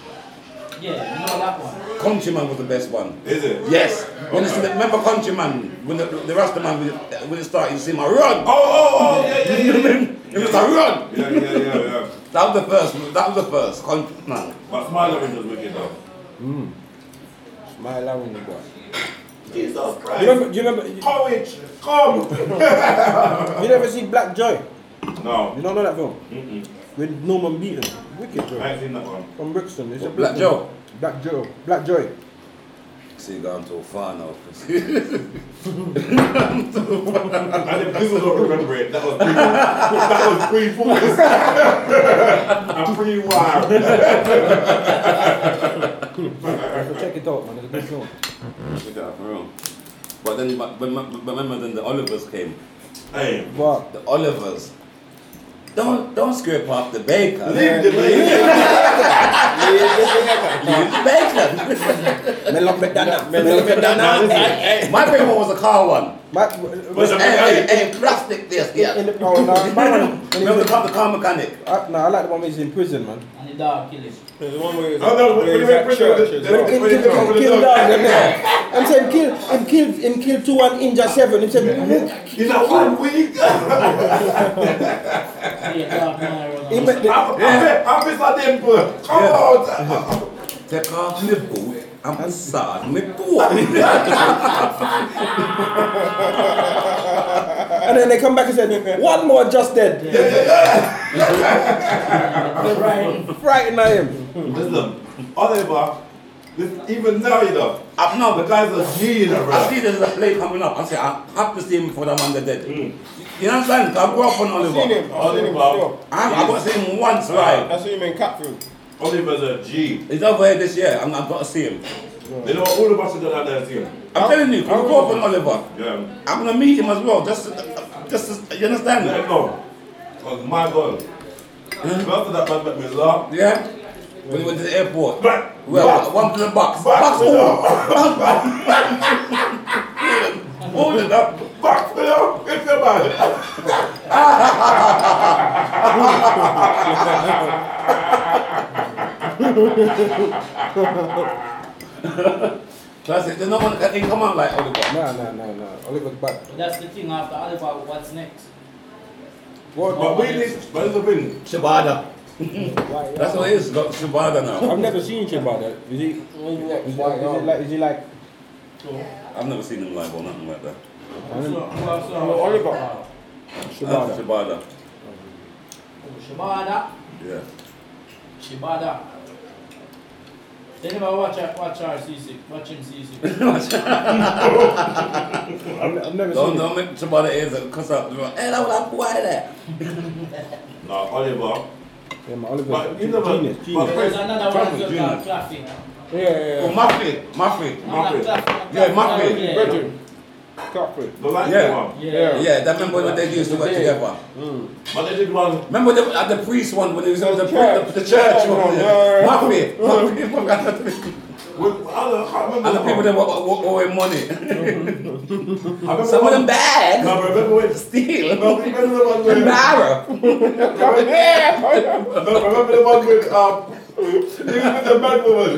[SPEAKER 2] Yeah, you know that one.
[SPEAKER 4] Countryman was the best one.
[SPEAKER 6] Is it?
[SPEAKER 4] Yes. When it's, remember Countryman? When the, the Rasta man, when it started, you see my
[SPEAKER 6] Oh,
[SPEAKER 4] run.
[SPEAKER 6] oh, oh, yeah, yeah, yeah.
[SPEAKER 4] it was a run.
[SPEAKER 6] Yeah, yeah, yeah, yeah.
[SPEAKER 4] That was the first. That was the first Countryman.
[SPEAKER 6] But Smiley Ridge was wicked though.
[SPEAKER 3] My allowing the boy.
[SPEAKER 6] Jesus
[SPEAKER 3] You
[SPEAKER 6] Christ.
[SPEAKER 3] remember? You remember? You,
[SPEAKER 6] Courage, come.
[SPEAKER 3] you never seen Black Joy?
[SPEAKER 6] No,
[SPEAKER 3] You don't know that film? With Norman Beaton. Wicked, bro.
[SPEAKER 6] I ain't seen that one.
[SPEAKER 3] From Brixton. It's a
[SPEAKER 4] Black
[SPEAKER 3] Brixton.
[SPEAKER 4] Joe.
[SPEAKER 3] Black Joe. Black Joy.
[SPEAKER 4] See, you gone too far now. Chris.
[SPEAKER 6] And if people don't remember it, that was pre that was pre focus. I'm pre wired.
[SPEAKER 3] So check it out, man. It's a good film.
[SPEAKER 4] Yeah, for real. But then, but, but but remember, then the Olivers came.
[SPEAKER 6] Hey, leave
[SPEAKER 3] But
[SPEAKER 4] The Olivers. Don't don't scrape off the baker.
[SPEAKER 6] the
[SPEAKER 4] Leave
[SPEAKER 6] lady.
[SPEAKER 4] the baker.
[SPEAKER 3] me love it, Dana. Me love it, Dana.
[SPEAKER 4] My favorite one was the car one.
[SPEAKER 3] My-
[SPEAKER 4] Hey, hey, hey, plastic this,
[SPEAKER 3] In
[SPEAKER 4] yeah.
[SPEAKER 3] the oh, no, my one. when he
[SPEAKER 4] Remember
[SPEAKER 3] was-
[SPEAKER 4] the car, the car mechanic?
[SPEAKER 3] Uh, no, I like the one where he's in prison, man.
[SPEAKER 2] And the dog killing.
[SPEAKER 7] There's one where he was
[SPEAKER 6] Oh, no,
[SPEAKER 7] where he
[SPEAKER 6] wait, wait,
[SPEAKER 7] was at
[SPEAKER 6] wait,
[SPEAKER 7] church.
[SPEAKER 6] wait,
[SPEAKER 7] as well.
[SPEAKER 6] wait.
[SPEAKER 3] Kill,
[SPEAKER 6] What you
[SPEAKER 3] kill,
[SPEAKER 6] talking
[SPEAKER 3] kill,
[SPEAKER 6] about?
[SPEAKER 3] kill dogs, them there. I'm saying kill, him kill, him kill two and injure seven. He said,
[SPEAKER 6] In that one week.
[SPEAKER 2] Yeah, dog man around.
[SPEAKER 3] he made the,
[SPEAKER 6] I'm pissed at them, bro. Come on.
[SPEAKER 4] Take off my boot. I'm sad, my boot.
[SPEAKER 3] and then they come back and said, one more just dead.
[SPEAKER 2] Right.
[SPEAKER 3] Frighten at him.
[SPEAKER 6] Listen, Oliver, this, even now, you know,
[SPEAKER 4] I'm
[SPEAKER 6] the
[SPEAKER 4] not.
[SPEAKER 6] guy's a genius,
[SPEAKER 4] I
[SPEAKER 6] bro.
[SPEAKER 4] see there's a play coming up. I say I have to see him before that man get dead. You understand? 'Cause I grew up on Oliver.
[SPEAKER 7] Seen him, I've seen him
[SPEAKER 6] Oliver.
[SPEAKER 7] before.
[SPEAKER 4] I I got to see him once, right?
[SPEAKER 7] That's what you mean, Catfield.
[SPEAKER 6] Oliver's a G.
[SPEAKER 4] He's over here this year, and I've got to see him.
[SPEAKER 6] They know all of us have done that team.
[SPEAKER 4] I'm telling you, I grew up on Oliver.
[SPEAKER 6] Yeah.
[SPEAKER 4] I'm gonna meet him as well. Just, just you
[SPEAKER 6] Let him
[SPEAKER 4] understand?
[SPEAKER 6] know. Because my God. After that man met me laugh.
[SPEAKER 4] Yeah. When we went to the airport.
[SPEAKER 6] Back,
[SPEAKER 4] Well,
[SPEAKER 6] back,
[SPEAKER 4] one to the box.
[SPEAKER 6] back
[SPEAKER 4] box
[SPEAKER 6] to
[SPEAKER 4] all.
[SPEAKER 6] the-
[SPEAKER 4] Hold it up.
[SPEAKER 6] Back to them. It's the man.
[SPEAKER 4] Classic. There's no one that can come out like Oliver.
[SPEAKER 3] No, no, no, no. Oliver's back.
[SPEAKER 2] That's the thing after Oliver, what's next?
[SPEAKER 6] But we did, but it's a win.
[SPEAKER 4] Shibada. That's what it is. Got Shibada now.
[SPEAKER 3] I've never seen you about that. Is he? Is he like? Is he like?
[SPEAKER 4] I've never seen him live or nothing like that.
[SPEAKER 7] Oliver.
[SPEAKER 4] Shibada.
[SPEAKER 3] Shibada.
[SPEAKER 4] Shibada.
[SPEAKER 2] Shibada.
[SPEAKER 4] Yeah.
[SPEAKER 2] Shibada. They never watch her, watch her CC, watch him CC.
[SPEAKER 3] I've, I've never
[SPEAKER 4] Don't,
[SPEAKER 3] seen.
[SPEAKER 4] don't make Shibada is a cuss up. Hey, that was a boy there.
[SPEAKER 6] No, Oliver.
[SPEAKER 3] it. Yeah, my Oliver.
[SPEAKER 6] But you
[SPEAKER 3] Genius.
[SPEAKER 6] never.
[SPEAKER 3] Genius.
[SPEAKER 6] But
[SPEAKER 2] There's
[SPEAKER 6] Chris,
[SPEAKER 2] another
[SPEAKER 4] Trump
[SPEAKER 2] one
[SPEAKER 4] is
[SPEAKER 2] that's
[SPEAKER 4] genius.
[SPEAKER 2] called clapping.
[SPEAKER 4] Oh,
[SPEAKER 3] Yeah,
[SPEAKER 4] Mafi. Mafi.
[SPEAKER 2] Not
[SPEAKER 6] Mapping.
[SPEAKER 2] clapping.
[SPEAKER 4] Yeah, Mapping.
[SPEAKER 2] Yeah.
[SPEAKER 3] Bridget. Catherine.
[SPEAKER 6] the light
[SPEAKER 4] Yeah.
[SPEAKER 6] one.
[SPEAKER 2] Yeah.
[SPEAKER 4] Yeah, that remember when they used to work together.
[SPEAKER 6] But they did one.
[SPEAKER 4] Remember the, at the priest one when he was in the, the,
[SPEAKER 3] church.
[SPEAKER 4] the, church
[SPEAKER 3] Yeah,
[SPEAKER 4] one?
[SPEAKER 3] yeah,
[SPEAKER 4] Yeah.
[SPEAKER 3] yeah.
[SPEAKER 4] Mafi. Mafi.
[SPEAKER 6] With, I, don't, I can't remember.
[SPEAKER 4] And the
[SPEAKER 6] one.
[SPEAKER 4] people that were owing money.
[SPEAKER 6] I remember
[SPEAKER 4] Some of
[SPEAKER 6] one-
[SPEAKER 4] them bad.
[SPEAKER 6] No, but remember when?
[SPEAKER 4] Steal.
[SPEAKER 6] No, remember the one where?
[SPEAKER 4] Mara.
[SPEAKER 6] No, remember the one with um, it was with the mad woman.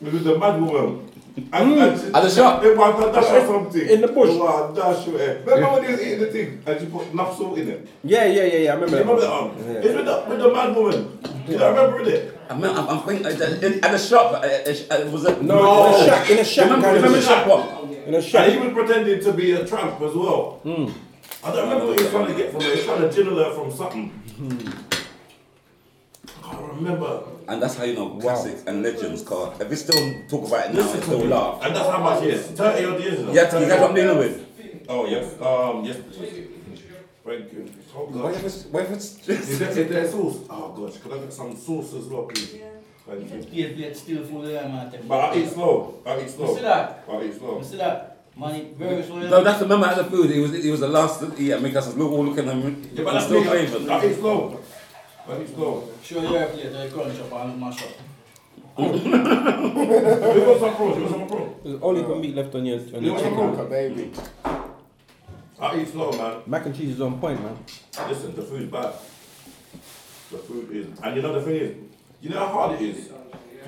[SPEAKER 6] It was the mad woman. And, and she,
[SPEAKER 4] At the shop.
[SPEAKER 6] They want to dash her something.
[SPEAKER 3] In the bush.
[SPEAKER 6] They want to dash her. Remember when they was eating the thing and she put enough salt in it?
[SPEAKER 3] Yeah, yeah, yeah, yeah. I
[SPEAKER 6] You
[SPEAKER 3] remember that.
[SPEAKER 6] remember that one? It's with the, with the mad woman. You don't remember it?
[SPEAKER 4] I mean, I'm, I'm thinking, uh, in, at the shop, uh, uh, uh, was it?
[SPEAKER 3] No, in a shack, in a shack,
[SPEAKER 4] Remember,
[SPEAKER 3] kind of
[SPEAKER 4] remember the
[SPEAKER 3] shack.
[SPEAKER 4] shop one?
[SPEAKER 3] In a
[SPEAKER 6] And he
[SPEAKER 3] shack.
[SPEAKER 6] was pretending to be a tramp as well.
[SPEAKER 4] Hmm.
[SPEAKER 6] I don't remember what he was trying to get from her. He was trying to jiggle her from something. I can't remember.
[SPEAKER 4] And that's how you know classics and legends, Carl. If we still talk about it now, it's still laugh.
[SPEAKER 6] And that's how much it is. 30 odd years ago.
[SPEAKER 4] Yeah, you guys what I'm dealing with.
[SPEAKER 6] Oh, yes. Um, yes. Thank you. Oh,
[SPEAKER 4] What
[SPEAKER 6] God.
[SPEAKER 4] if it's, what if it's,
[SPEAKER 6] Is there, is there sauce? Oh, God. Could I get some sauce as well, please? Thank you.
[SPEAKER 2] Plate plate still full of them at
[SPEAKER 6] But I eat slow. I eat slow.
[SPEAKER 2] You see that?
[SPEAKER 6] I eat slow.
[SPEAKER 2] You see that? Money, very slow.
[SPEAKER 4] no, that's the remember at the food, he was, he was the last to eat at McDonald's. We were all looking at him,
[SPEAKER 6] Yeah, but
[SPEAKER 4] I'm
[SPEAKER 6] that's
[SPEAKER 4] still
[SPEAKER 6] me.
[SPEAKER 4] craving.
[SPEAKER 6] I eat slow. I eat slow.
[SPEAKER 2] Show your plate, they crunch up and mash up.
[SPEAKER 6] You got some prawns? You got some prawns?
[SPEAKER 3] There's only got meat left on your on
[SPEAKER 6] You
[SPEAKER 3] your
[SPEAKER 6] want some
[SPEAKER 3] chicken.
[SPEAKER 6] prawns?
[SPEAKER 7] Baby.
[SPEAKER 6] I eat slow, man.
[SPEAKER 3] Mac and cheese is on point, man.
[SPEAKER 6] Listen, the food's bad. The food is, and you know the thing is, you know how hard it is to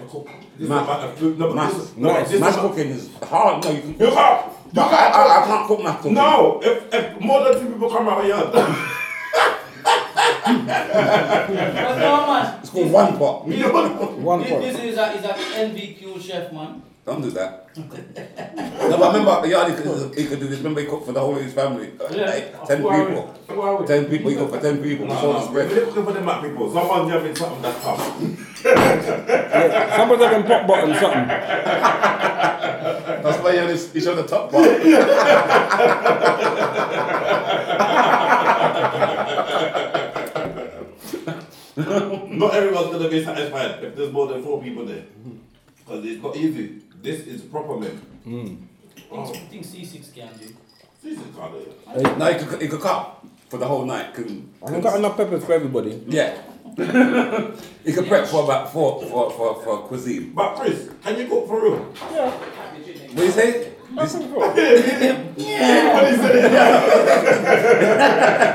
[SPEAKER 6] cook. This
[SPEAKER 4] Mass-
[SPEAKER 6] amount of food. No, but
[SPEAKER 4] Mass,
[SPEAKER 6] this, no,
[SPEAKER 4] mass,
[SPEAKER 6] this
[SPEAKER 4] mass
[SPEAKER 6] amount-
[SPEAKER 4] cooking is hard. No, you can
[SPEAKER 6] You
[SPEAKER 4] cook.
[SPEAKER 6] can't. You
[SPEAKER 4] I,
[SPEAKER 6] can't.
[SPEAKER 4] I, I can't cook mass cooking.
[SPEAKER 6] No, if, if more than two people come out here,
[SPEAKER 2] But no, man.
[SPEAKER 4] It's called one pot.
[SPEAKER 3] One
[SPEAKER 2] This,
[SPEAKER 3] pot.
[SPEAKER 2] this is a, is an NVQ chef, man.
[SPEAKER 4] Don't do that. no, but remember, Yardi could, he could do this. Remember, he cooked for the whole of his family. uh,
[SPEAKER 2] Yeah.
[SPEAKER 4] Like, 10
[SPEAKER 2] Who are we?
[SPEAKER 4] people.
[SPEAKER 2] Who are we?
[SPEAKER 4] 10 people, he cooked for 10 people.
[SPEAKER 6] No,
[SPEAKER 4] Nah,
[SPEAKER 6] no,
[SPEAKER 4] nah,
[SPEAKER 6] no. We're looking for them mad people. Someone's having something that's tough.
[SPEAKER 3] Yeah, somebody's having pop button something.
[SPEAKER 4] That's why he showed the top part.
[SPEAKER 6] Not everyone's gonna be satisfied if there's more than four people there, because it's not easy. This is proper men.
[SPEAKER 4] Hmm.
[SPEAKER 6] Oh,
[SPEAKER 2] Things, things C6 can do.
[SPEAKER 6] This is kind of.
[SPEAKER 4] no, he could, he could cut for the whole night. Couldn't,
[SPEAKER 3] I've got enough peppers for everybody.
[SPEAKER 4] yeah. he could prep for about four for, for, for cuisine.
[SPEAKER 6] But Chris, can you cook for real?
[SPEAKER 4] What do you say?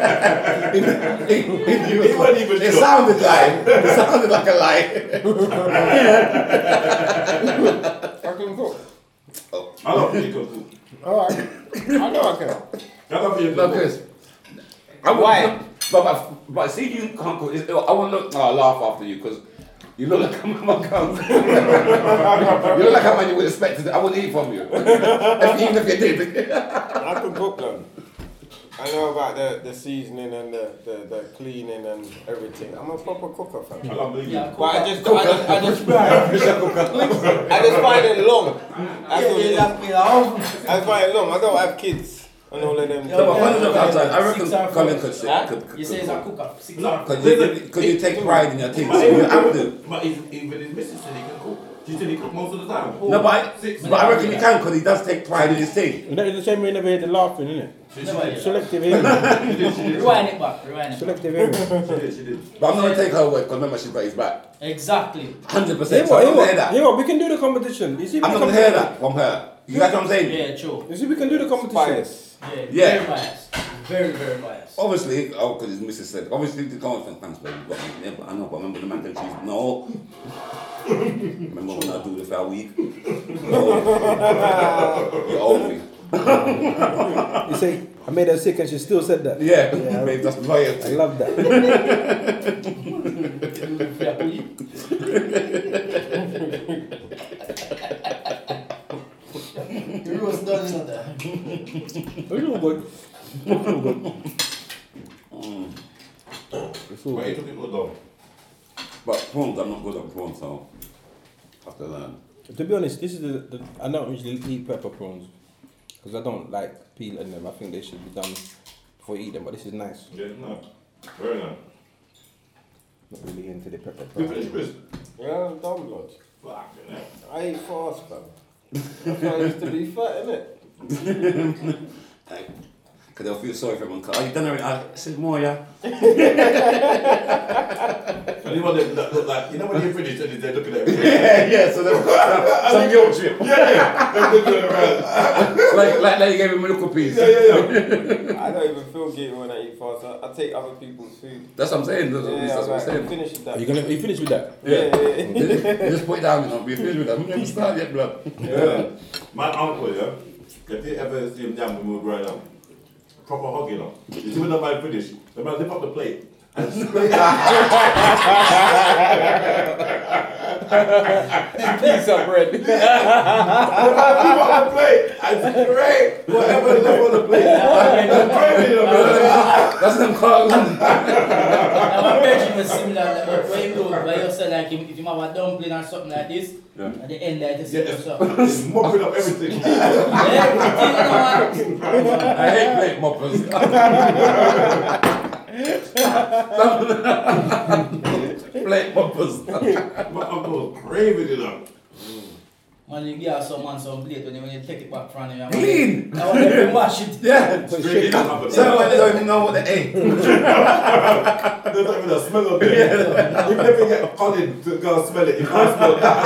[SPEAKER 4] He- he- he was-
[SPEAKER 6] He wasn't even
[SPEAKER 4] it
[SPEAKER 6] sure.
[SPEAKER 4] sounded like it sounded like a lie.
[SPEAKER 7] I can cook.
[SPEAKER 6] I don't think you can cook.
[SPEAKER 7] All right. I know I can.
[SPEAKER 6] I don't think you can
[SPEAKER 4] No,
[SPEAKER 6] cook.
[SPEAKER 4] Chris. I would-
[SPEAKER 7] Why?
[SPEAKER 4] But, but, but see, you can't cook. It's- I want to look. No, I laugh after you because you look like a man. you look like a man you would expect to. do- I wouldn't eat from you. If- even if you did.
[SPEAKER 7] I can cook them. I know about the, the seasoning and the, the, the cleaning and everything. I'm a proper cooker,
[SPEAKER 6] I
[SPEAKER 7] fam.
[SPEAKER 6] don't believe you.
[SPEAKER 2] Yeah,
[SPEAKER 7] But I just, I just, I just, I just find it long. I
[SPEAKER 2] Yeah, yeah,
[SPEAKER 7] just,
[SPEAKER 2] that's me now.
[SPEAKER 7] I just find it long. I don't have kids and all of them.
[SPEAKER 2] Yeah, but
[SPEAKER 4] One of the times, I
[SPEAKER 2] Six
[SPEAKER 4] reckon
[SPEAKER 2] hours.
[SPEAKER 4] Colin could
[SPEAKER 7] Huh?
[SPEAKER 4] say. Could,
[SPEAKER 2] You
[SPEAKER 4] could,
[SPEAKER 2] say it's a cooker. Six hours.
[SPEAKER 4] could you, could you take pride in your things?
[SPEAKER 6] But
[SPEAKER 4] You
[SPEAKER 6] even,
[SPEAKER 4] have to.
[SPEAKER 6] but even, even his missus said he can cook. She said he cooked most of the time.
[SPEAKER 4] No, but I,
[SPEAKER 6] Six.
[SPEAKER 4] but I reckon you can because he does take pride in his thing.
[SPEAKER 3] And that is the same way you never hear the laughing, isn't it?
[SPEAKER 6] She, she,
[SPEAKER 2] Never
[SPEAKER 6] did,
[SPEAKER 2] hear that.
[SPEAKER 3] Selective hearing.
[SPEAKER 6] she did. She did.
[SPEAKER 2] Rewind it back. Rewind it. back.
[SPEAKER 3] Selective hearing.
[SPEAKER 6] She did. She did.
[SPEAKER 4] But I'm not going to take her word because remember, she's got his back.
[SPEAKER 2] Exactly.
[SPEAKER 4] 100%.
[SPEAKER 3] Hey,
[SPEAKER 4] so I'm
[SPEAKER 3] what, hey,
[SPEAKER 4] not going to hear
[SPEAKER 3] what,
[SPEAKER 4] that.
[SPEAKER 3] hey, what, we can do the competition. You see, we
[SPEAKER 4] I'm not
[SPEAKER 3] can
[SPEAKER 4] going to hear that from her. You guys know what I'm saying?
[SPEAKER 2] Yeah, true.
[SPEAKER 3] You see, we can do the competition.
[SPEAKER 7] Bias.
[SPEAKER 2] Yeah,
[SPEAKER 4] Yeah.
[SPEAKER 2] very biased. Very, very biased.
[SPEAKER 4] Obviously, oh, because his missus said, obviously, the can't think thanks, baby. But, yeah, but I know, but remember the mac and cheese? No. remember when I do the foul week? No. You're old me.
[SPEAKER 3] You say, I made her sick and she still said that.
[SPEAKER 5] Yeah, babe, that's loyalty.
[SPEAKER 3] I love that.
[SPEAKER 2] The roast done is not there.
[SPEAKER 3] It's all good. It's all good. It's all
[SPEAKER 6] But
[SPEAKER 3] good.
[SPEAKER 6] you took it good though.
[SPEAKER 5] But prawns, I'm not good at prawns, so I have to learn.
[SPEAKER 3] To be honest, this is the, the I don't usually eat pepper prawns because I don't like peeling them. I think they should be done before you eat them. But this is nice.
[SPEAKER 6] Yeah, no. Very nice.
[SPEAKER 3] Not really into the pepper
[SPEAKER 6] You
[SPEAKER 3] prawns.
[SPEAKER 6] finished, Chris?
[SPEAKER 7] Yeah, I'm dumb, blood.
[SPEAKER 6] Fucking hell.
[SPEAKER 7] I ain't fast, man. That's why I used to be fat, innit?
[SPEAKER 5] Because they'll feel sorry for him. Cause, oh, you done everything. I said more, yeah.
[SPEAKER 6] And you know what they look look like? You know when you finish, they're they're looking at me.
[SPEAKER 5] Yeah, yeah, so they'll some guilt trip.
[SPEAKER 6] They're looking around.
[SPEAKER 5] Like, like, like you gave him a little piece.
[SPEAKER 6] Yeah, yeah, yeah.
[SPEAKER 7] I don't even feel guilty when I eat fast. I, I take other people's food.
[SPEAKER 5] That's what I'm saying. That's,
[SPEAKER 7] Yeah,
[SPEAKER 5] that's
[SPEAKER 7] I'm
[SPEAKER 5] what I'm
[SPEAKER 7] like,
[SPEAKER 5] saying.
[SPEAKER 7] I'm finished with that.
[SPEAKER 3] Are you gonna? Are you finished with that?
[SPEAKER 7] Yeah, yeah, yeah.
[SPEAKER 5] You just put it down and I'll be finished with that. We haven't started yet, blood.
[SPEAKER 6] Yeah. My uncle, yeah, if you ever see him down when we were growing up, proper hug, you know. You see when the man finish, the man lift up the plate. And squeeze it.
[SPEAKER 3] Pizza bread.
[SPEAKER 6] Lift up the plate and scrape whatever left on the plate. And scrape it, you know.
[SPEAKER 5] That's them called London.
[SPEAKER 2] Our bedroom is similar, like, but what you do, but you say like if if you have a dumpling or something like this,
[SPEAKER 5] Yeah.
[SPEAKER 2] at the end like this,
[SPEAKER 6] Yeah.
[SPEAKER 2] you so.
[SPEAKER 6] It's mopping up everything.
[SPEAKER 2] Yeah, you know what?
[SPEAKER 5] I hate plate moppers. plate moppers.
[SPEAKER 6] My uncle was craving it up.
[SPEAKER 2] Man, you give some man some plate when you, when you take it back from him.
[SPEAKER 5] Clean.
[SPEAKER 2] I want to wash it.
[SPEAKER 5] Yeah.
[SPEAKER 6] Straight in the oven.
[SPEAKER 5] Some of them don't even know what they ate.
[SPEAKER 6] There's not even a smell of it. You never get a Colin to go and smell it. You can't smell that.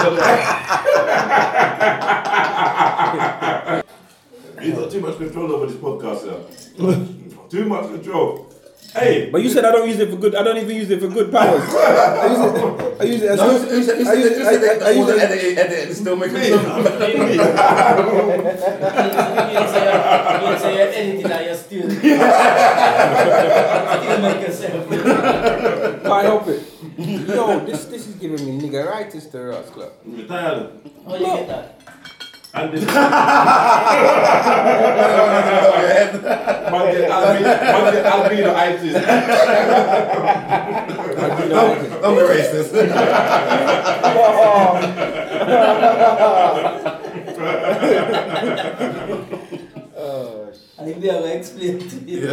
[SPEAKER 6] and all that. He's got too much control over this podcast now. too much control. Hey,
[SPEAKER 3] But you said I don't use it for good. I don't even use it for good powers. I use it. I use it as.
[SPEAKER 5] No, who- who said- who
[SPEAKER 3] I
[SPEAKER 5] said-
[SPEAKER 3] use
[SPEAKER 5] who said
[SPEAKER 3] it. I- I- I
[SPEAKER 5] they
[SPEAKER 3] use it.
[SPEAKER 5] ordered edit- edit and still making some?
[SPEAKER 2] You can say, you can say anything that you're still. Still make yourself.
[SPEAKER 3] Can't help it. Yo, this this is giving me niggeritis to us, club.
[SPEAKER 6] you're tired.
[SPEAKER 2] How you get that?
[SPEAKER 6] And this. Man get albino, man get albino itis.
[SPEAKER 5] Don't be racist.
[SPEAKER 2] And if they ever explain to you.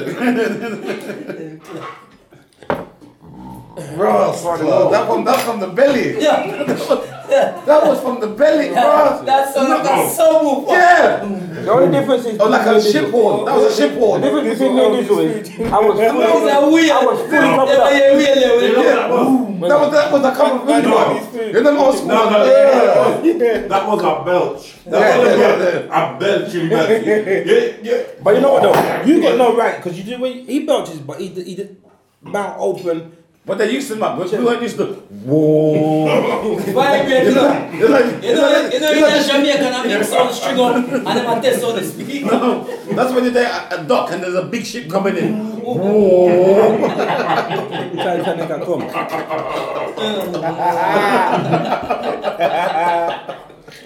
[SPEAKER 5] Ross, bro. That from that from the belly.
[SPEAKER 2] Yeah,
[SPEAKER 5] That was from the belly, bro.
[SPEAKER 2] that's so, that's so move.
[SPEAKER 5] Yeah.
[SPEAKER 3] The only difference is.
[SPEAKER 5] Oh, like a ship horn. That was a ship horn.
[SPEAKER 3] The difference between me and this is I was
[SPEAKER 2] It's a weird.
[SPEAKER 3] I was fully
[SPEAKER 2] Yeah,
[SPEAKER 3] topped
[SPEAKER 2] yeah,
[SPEAKER 3] up.
[SPEAKER 2] yeah, yeah, yeah.
[SPEAKER 6] That was,
[SPEAKER 5] That was that was a cover video. You know, old school.
[SPEAKER 6] no, no,
[SPEAKER 5] yeah.
[SPEAKER 6] that was, that was a belch. That
[SPEAKER 5] Yeah,
[SPEAKER 6] was
[SPEAKER 5] yeah,
[SPEAKER 6] a, a belching belch. Yeah, yeah.
[SPEAKER 3] But you know what though? You got no right because you did. when He belches, but he did- he did mouth open.
[SPEAKER 5] But they used to not. But we weren't used to. Whoa.
[SPEAKER 2] Vibrate, you know.
[SPEAKER 5] It's like,
[SPEAKER 2] You
[SPEAKER 5] it's
[SPEAKER 2] know,
[SPEAKER 5] like,
[SPEAKER 2] you know,
[SPEAKER 5] it's
[SPEAKER 2] you know,
[SPEAKER 5] like,
[SPEAKER 2] Jamaican, I make sound string up, and then I test how they speak.
[SPEAKER 5] that's when you're there at a dock and there's a big ship coming in. Whoa.
[SPEAKER 3] Titanic can come.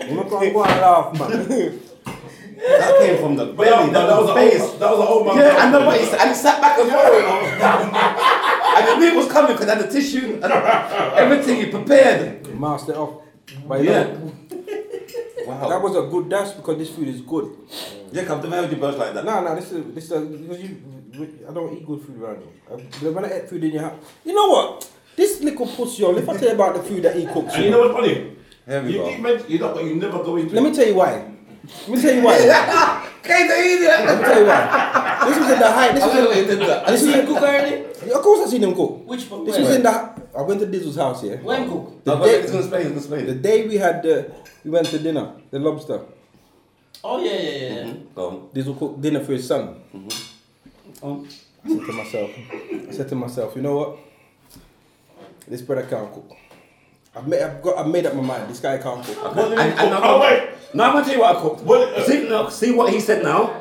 [SPEAKER 3] You know, can't go and laugh, man.
[SPEAKER 5] That came from the
[SPEAKER 6] But yeah,
[SPEAKER 5] belly.
[SPEAKER 6] that, that was
[SPEAKER 5] the
[SPEAKER 6] an
[SPEAKER 5] face.
[SPEAKER 6] old, that was an old man.
[SPEAKER 5] Yeah, I know, but it's, and it sat back as well. I knew it was coming because I had the tissue and everything you prepared.
[SPEAKER 3] Masked it off. But yeah.
[SPEAKER 5] Yeah.
[SPEAKER 3] that
[SPEAKER 5] Wow.
[SPEAKER 3] was a good dash because this food is good.
[SPEAKER 5] Yeah, come to my you birds like that.
[SPEAKER 3] No, no, this is this is because you. I don't eat good food around here. I- When I eat food in your house, you know what? This little pussy, on, if I tell you about the food that he cooks,
[SPEAKER 6] And you know what's funny?
[SPEAKER 5] Here we
[SPEAKER 6] You
[SPEAKER 5] go.
[SPEAKER 6] keep mentioning you know, but you never go into
[SPEAKER 3] let me tell you why. Let me tell you why. Let
[SPEAKER 5] Can't eat it.
[SPEAKER 3] me tell you why. This was in the height. This
[SPEAKER 5] I
[SPEAKER 3] was
[SPEAKER 5] don't know you did that.
[SPEAKER 2] You see him cook already?
[SPEAKER 3] in, of course I seen him cook.
[SPEAKER 2] Which one?
[SPEAKER 3] This was in the. I went to Dizzle's house here.
[SPEAKER 2] When cook?
[SPEAKER 3] The
[SPEAKER 5] No, but
[SPEAKER 3] day,
[SPEAKER 5] it's gonna explain, it's
[SPEAKER 3] the
[SPEAKER 5] gonna explain.
[SPEAKER 3] day we had the, we went to dinner, the lobster.
[SPEAKER 2] Oh, yeah, yeah, yeah. yeah.
[SPEAKER 5] Go on.
[SPEAKER 3] Dizzle cooked dinner for his son.
[SPEAKER 5] Oh.
[SPEAKER 3] I said to myself, I said to myself, you know what? This brother can't cook. I've made, I've got, I've made up my mind. This guy can't cook.
[SPEAKER 5] And, and,
[SPEAKER 6] Oh, wait.
[SPEAKER 5] no, I'm gonna tell you what I cooked.
[SPEAKER 6] What-
[SPEAKER 5] see, no, see what he said now.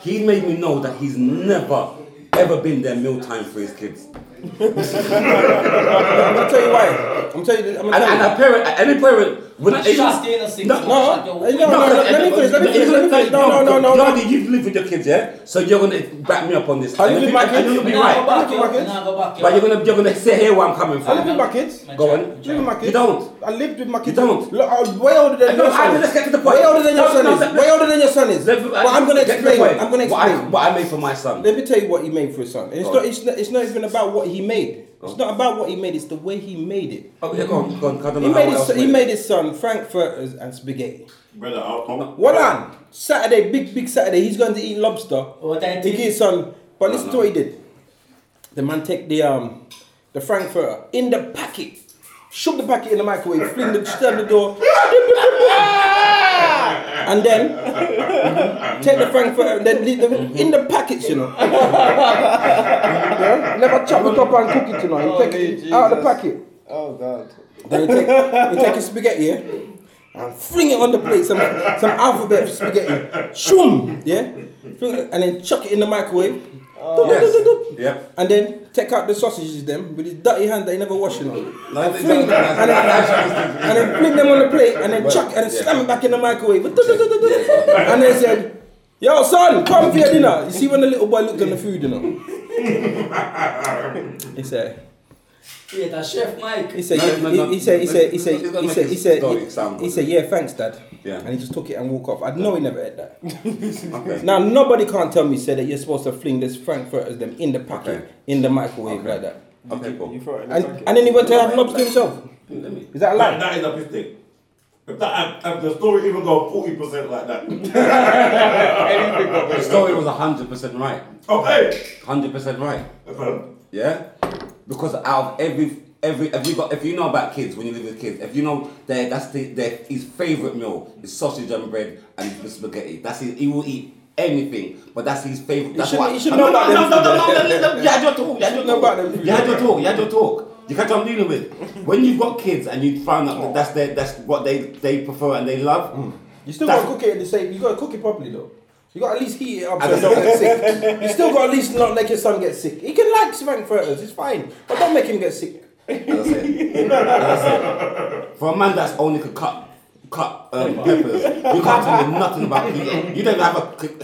[SPEAKER 5] He made me know that he's never, ever been there mealtime for his kids.
[SPEAKER 3] I'm gonna tell you why. I'm telling you. I'm
[SPEAKER 5] And,
[SPEAKER 3] gonna tell
[SPEAKER 5] and
[SPEAKER 3] you.
[SPEAKER 5] a parent, any parent, when
[SPEAKER 8] Not
[SPEAKER 5] it's-
[SPEAKER 8] just stay in a six
[SPEAKER 5] No,
[SPEAKER 8] month,
[SPEAKER 3] No,
[SPEAKER 8] shut your-
[SPEAKER 3] no, no, no, let me finish, let me finish, let me finish. No, no, no, no.
[SPEAKER 5] Yardi, you've lived with your kids, yeah? So you're gonna back me up on this.
[SPEAKER 3] I live with my
[SPEAKER 5] And
[SPEAKER 3] kids.
[SPEAKER 5] you'll be
[SPEAKER 8] Nah, go
[SPEAKER 5] right.
[SPEAKER 8] back,
[SPEAKER 3] Look at
[SPEAKER 8] yo.
[SPEAKER 3] my kids.
[SPEAKER 8] Nah, go back, yo.
[SPEAKER 5] But you're gonna you're gonna say here where I'm coming
[SPEAKER 3] I live
[SPEAKER 5] from.
[SPEAKER 3] with my kids. I
[SPEAKER 5] Go on.
[SPEAKER 3] live with my kids.
[SPEAKER 5] You don't.
[SPEAKER 3] I lived with my kids.
[SPEAKER 5] don't.
[SPEAKER 3] Look, I was way older than
[SPEAKER 5] No,
[SPEAKER 3] your
[SPEAKER 5] I-
[SPEAKER 3] son. is.
[SPEAKER 5] let's get to the point.
[SPEAKER 3] Way older than your
[SPEAKER 5] No,
[SPEAKER 3] son
[SPEAKER 5] no,
[SPEAKER 3] is.
[SPEAKER 5] let-
[SPEAKER 3] Way older than your son is.
[SPEAKER 5] Let-
[SPEAKER 3] But I'm gonna
[SPEAKER 5] get to the
[SPEAKER 3] explain.
[SPEAKER 5] point.
[SPEAKER 3] I'm gonna
[SPEAKER 5] What I,
[SPEAKER 3] explain.
[SPEAKER 5] what I made for my son.
[SPEAKER 3] Let me tell you what he made for his son. And It's
[SPEAKER 5] Go
[SPEAKER 3] not.
[SPEAKER 5] on.
[SPEAKER 3] It's not. It's not even about what he made. It's not about what he made. It's the way he made it.
[SPEAKER 5] Oh, yeah, go on, go on. 'cause I don't
[SPEAKER 3] He
[SPEAKER 5] know how
[SPEAKER 3] made
[SPEAKER 5] else
[SPEAKER 3] his. He
[SPEAKER 5] to-
[SPEAKER 3] made his son frankfurters and spaghetti.
[SPEAKER 6] Brother, I'll, I'll,
[SPEAKER 3] What on? Saturday, big, big Saturday, he's going to eat lobster.
[SPEAKER 8] What I
[SPEAKER 3] he
[SPEAKER 8] think-
[SPEAKER 3] gets some. But listen to what he did. The man take the um the Frankfurter in the packet. Shove the packet in the microwave, fling the slam the door. and then take the Frankfurter, then leave the, in the packets, you know. Yeah? Never chop it up and cook it, you know. He take it out of the packet.
[SPEAKER 7] Oh God.
[SPEAKER 3] Then you take, you take your spaghetti, yeah, and fling it on the plate, some, some alphabet spaghetti. Shoom! Yeah? Fling it, And then chuck it in the microwave.
[SPEAKER 5] Oh,
[SPEAKER 3] Doop, doop, doop, doop.
[SPEAKER 5] Yep.
[SPEAKER 3] And then take out the sausages, them, with his dirty hand that he never washed, you know.
[SPEAKER 5] No,
[SPEAKER 3] and,
[SPEAKER 5] they-
[SPEAKER 3] fling,
[SPEAKER 5] no, no, no,
[SPEAKER 3] and, then, and then fling them on the plate, and then
[SPEAKER 5] Well,
[SPEAKER 3] chuck, and then
[SPEAKER 5] yeah.
[SPEAKER 3] slam it back in the microwave. Doop, doop, doop, doop, doop. And then said, Yo, son, come for your dinner. You see when the little boy looked on the food, you know. he said,
[SPEAKER 8] Wait, a chef Mike.
[SPEAKER 3] he said,
[SPEAKER 5] No,
[SPEAKER 3] yeah,
[SPEAKER 5] no,
[SPEAKER 3] he,
[SPEAKER 5] no.
[SPEAKER 3] he said, he said, he said,
[SPEAKER 5] It's gonna
[SPEAKER 3] he
[SPEAKER 5] make
[SPEAKER 3] said, he
[SPEAKER 5] his
[SPEAKER 3] said,
[SPEAKER 5] story
[SPEAKER 3] he-
[SPEAKER 5] sound
[SPEAKER 3] he
[SPEAKER 5] good.
[SPEAKER 3] said, yeah, thanks, dad.
[SPEAKER 5] Yeah.
[SPEAKER 3] And he just took it and walked off. I know he never ate that.
[SPEAKER 5] Okay.
[SPEAKER 3] now nobody can't tell me say that you're supposed to fling this frankfurters them in the packet,
[SPEAKER 5] Okay.
[SPEAKER 3] in the microwave like that.
[SPEAKER 5] Okay,
[SPEAKER 7] You
[SPEAKER 5] cool.
[SPEAKER 7] throw it in the
[SPEAKER 3] And
[SPEAKER 7] bucket.
[SPEAKER 3] and then he went to have lobster himself. Is that a
[SPEAKER 6] that,
[SPEAKER 3] lie?
[SPEAKER 6] that is a mistake. If that, if, if the story even go 40% like that.
[SPEAKER 7] Anything but
[SPEAKER 5] The story was 100% right.
[SPEAKER 6] Oh, hey!
[SPEAKER 5] 100% right.
[SPEAKER 6] Um,
[SPEAKER 5] Yeah? Because out of every every if you got if you know about kids when you live with kids, if you know that that's the their his favourite meal is sausage and bread and the spaghetti. That's his, he will eat anything, but that's his favourite that's
[SPEAKER 3] should-
[SPEAKER 5] what
[SPEAKER 3] you should
[SPEAKER 5] No,
[SPEAKER 3] know
[SPEAKER 5] no,
[SPEAKER 3] about
[SPEAKER 5] no,
[SPEAKER 3] them
[SPEAKER 5] no, no,
[SPEAKER 3] food.
[SPEAKER 5] no, no, no, no, you had your talk, you had your
[SPEAKER 3] know about them
[SPEAKER 5] talk.
[SPEAKER 3] food.
[SPEAKER 5] You had your talk, you had your talk. You catch what I'm dealing with. When you've got kids and you find out that that's their that's what they they prefer and they love
[SPEAKER 3] You still
[SPEAKER 5] That's-
[SPEAKER 3] gotta cook it in the same. You gotta cook it properly though. You gotta at least heat it up so
[SPEAKER 5] And
[SPEAKER 3] you don't get sick. You still gotta at least not make your son get sick. He can like frankfurters, it's fine, but don't make him get sick.
[SPEAKER 5] As I said, as I said, for a man that's only could cut cut um, peppers, you can't tell me nothing about you. You don't have a cook-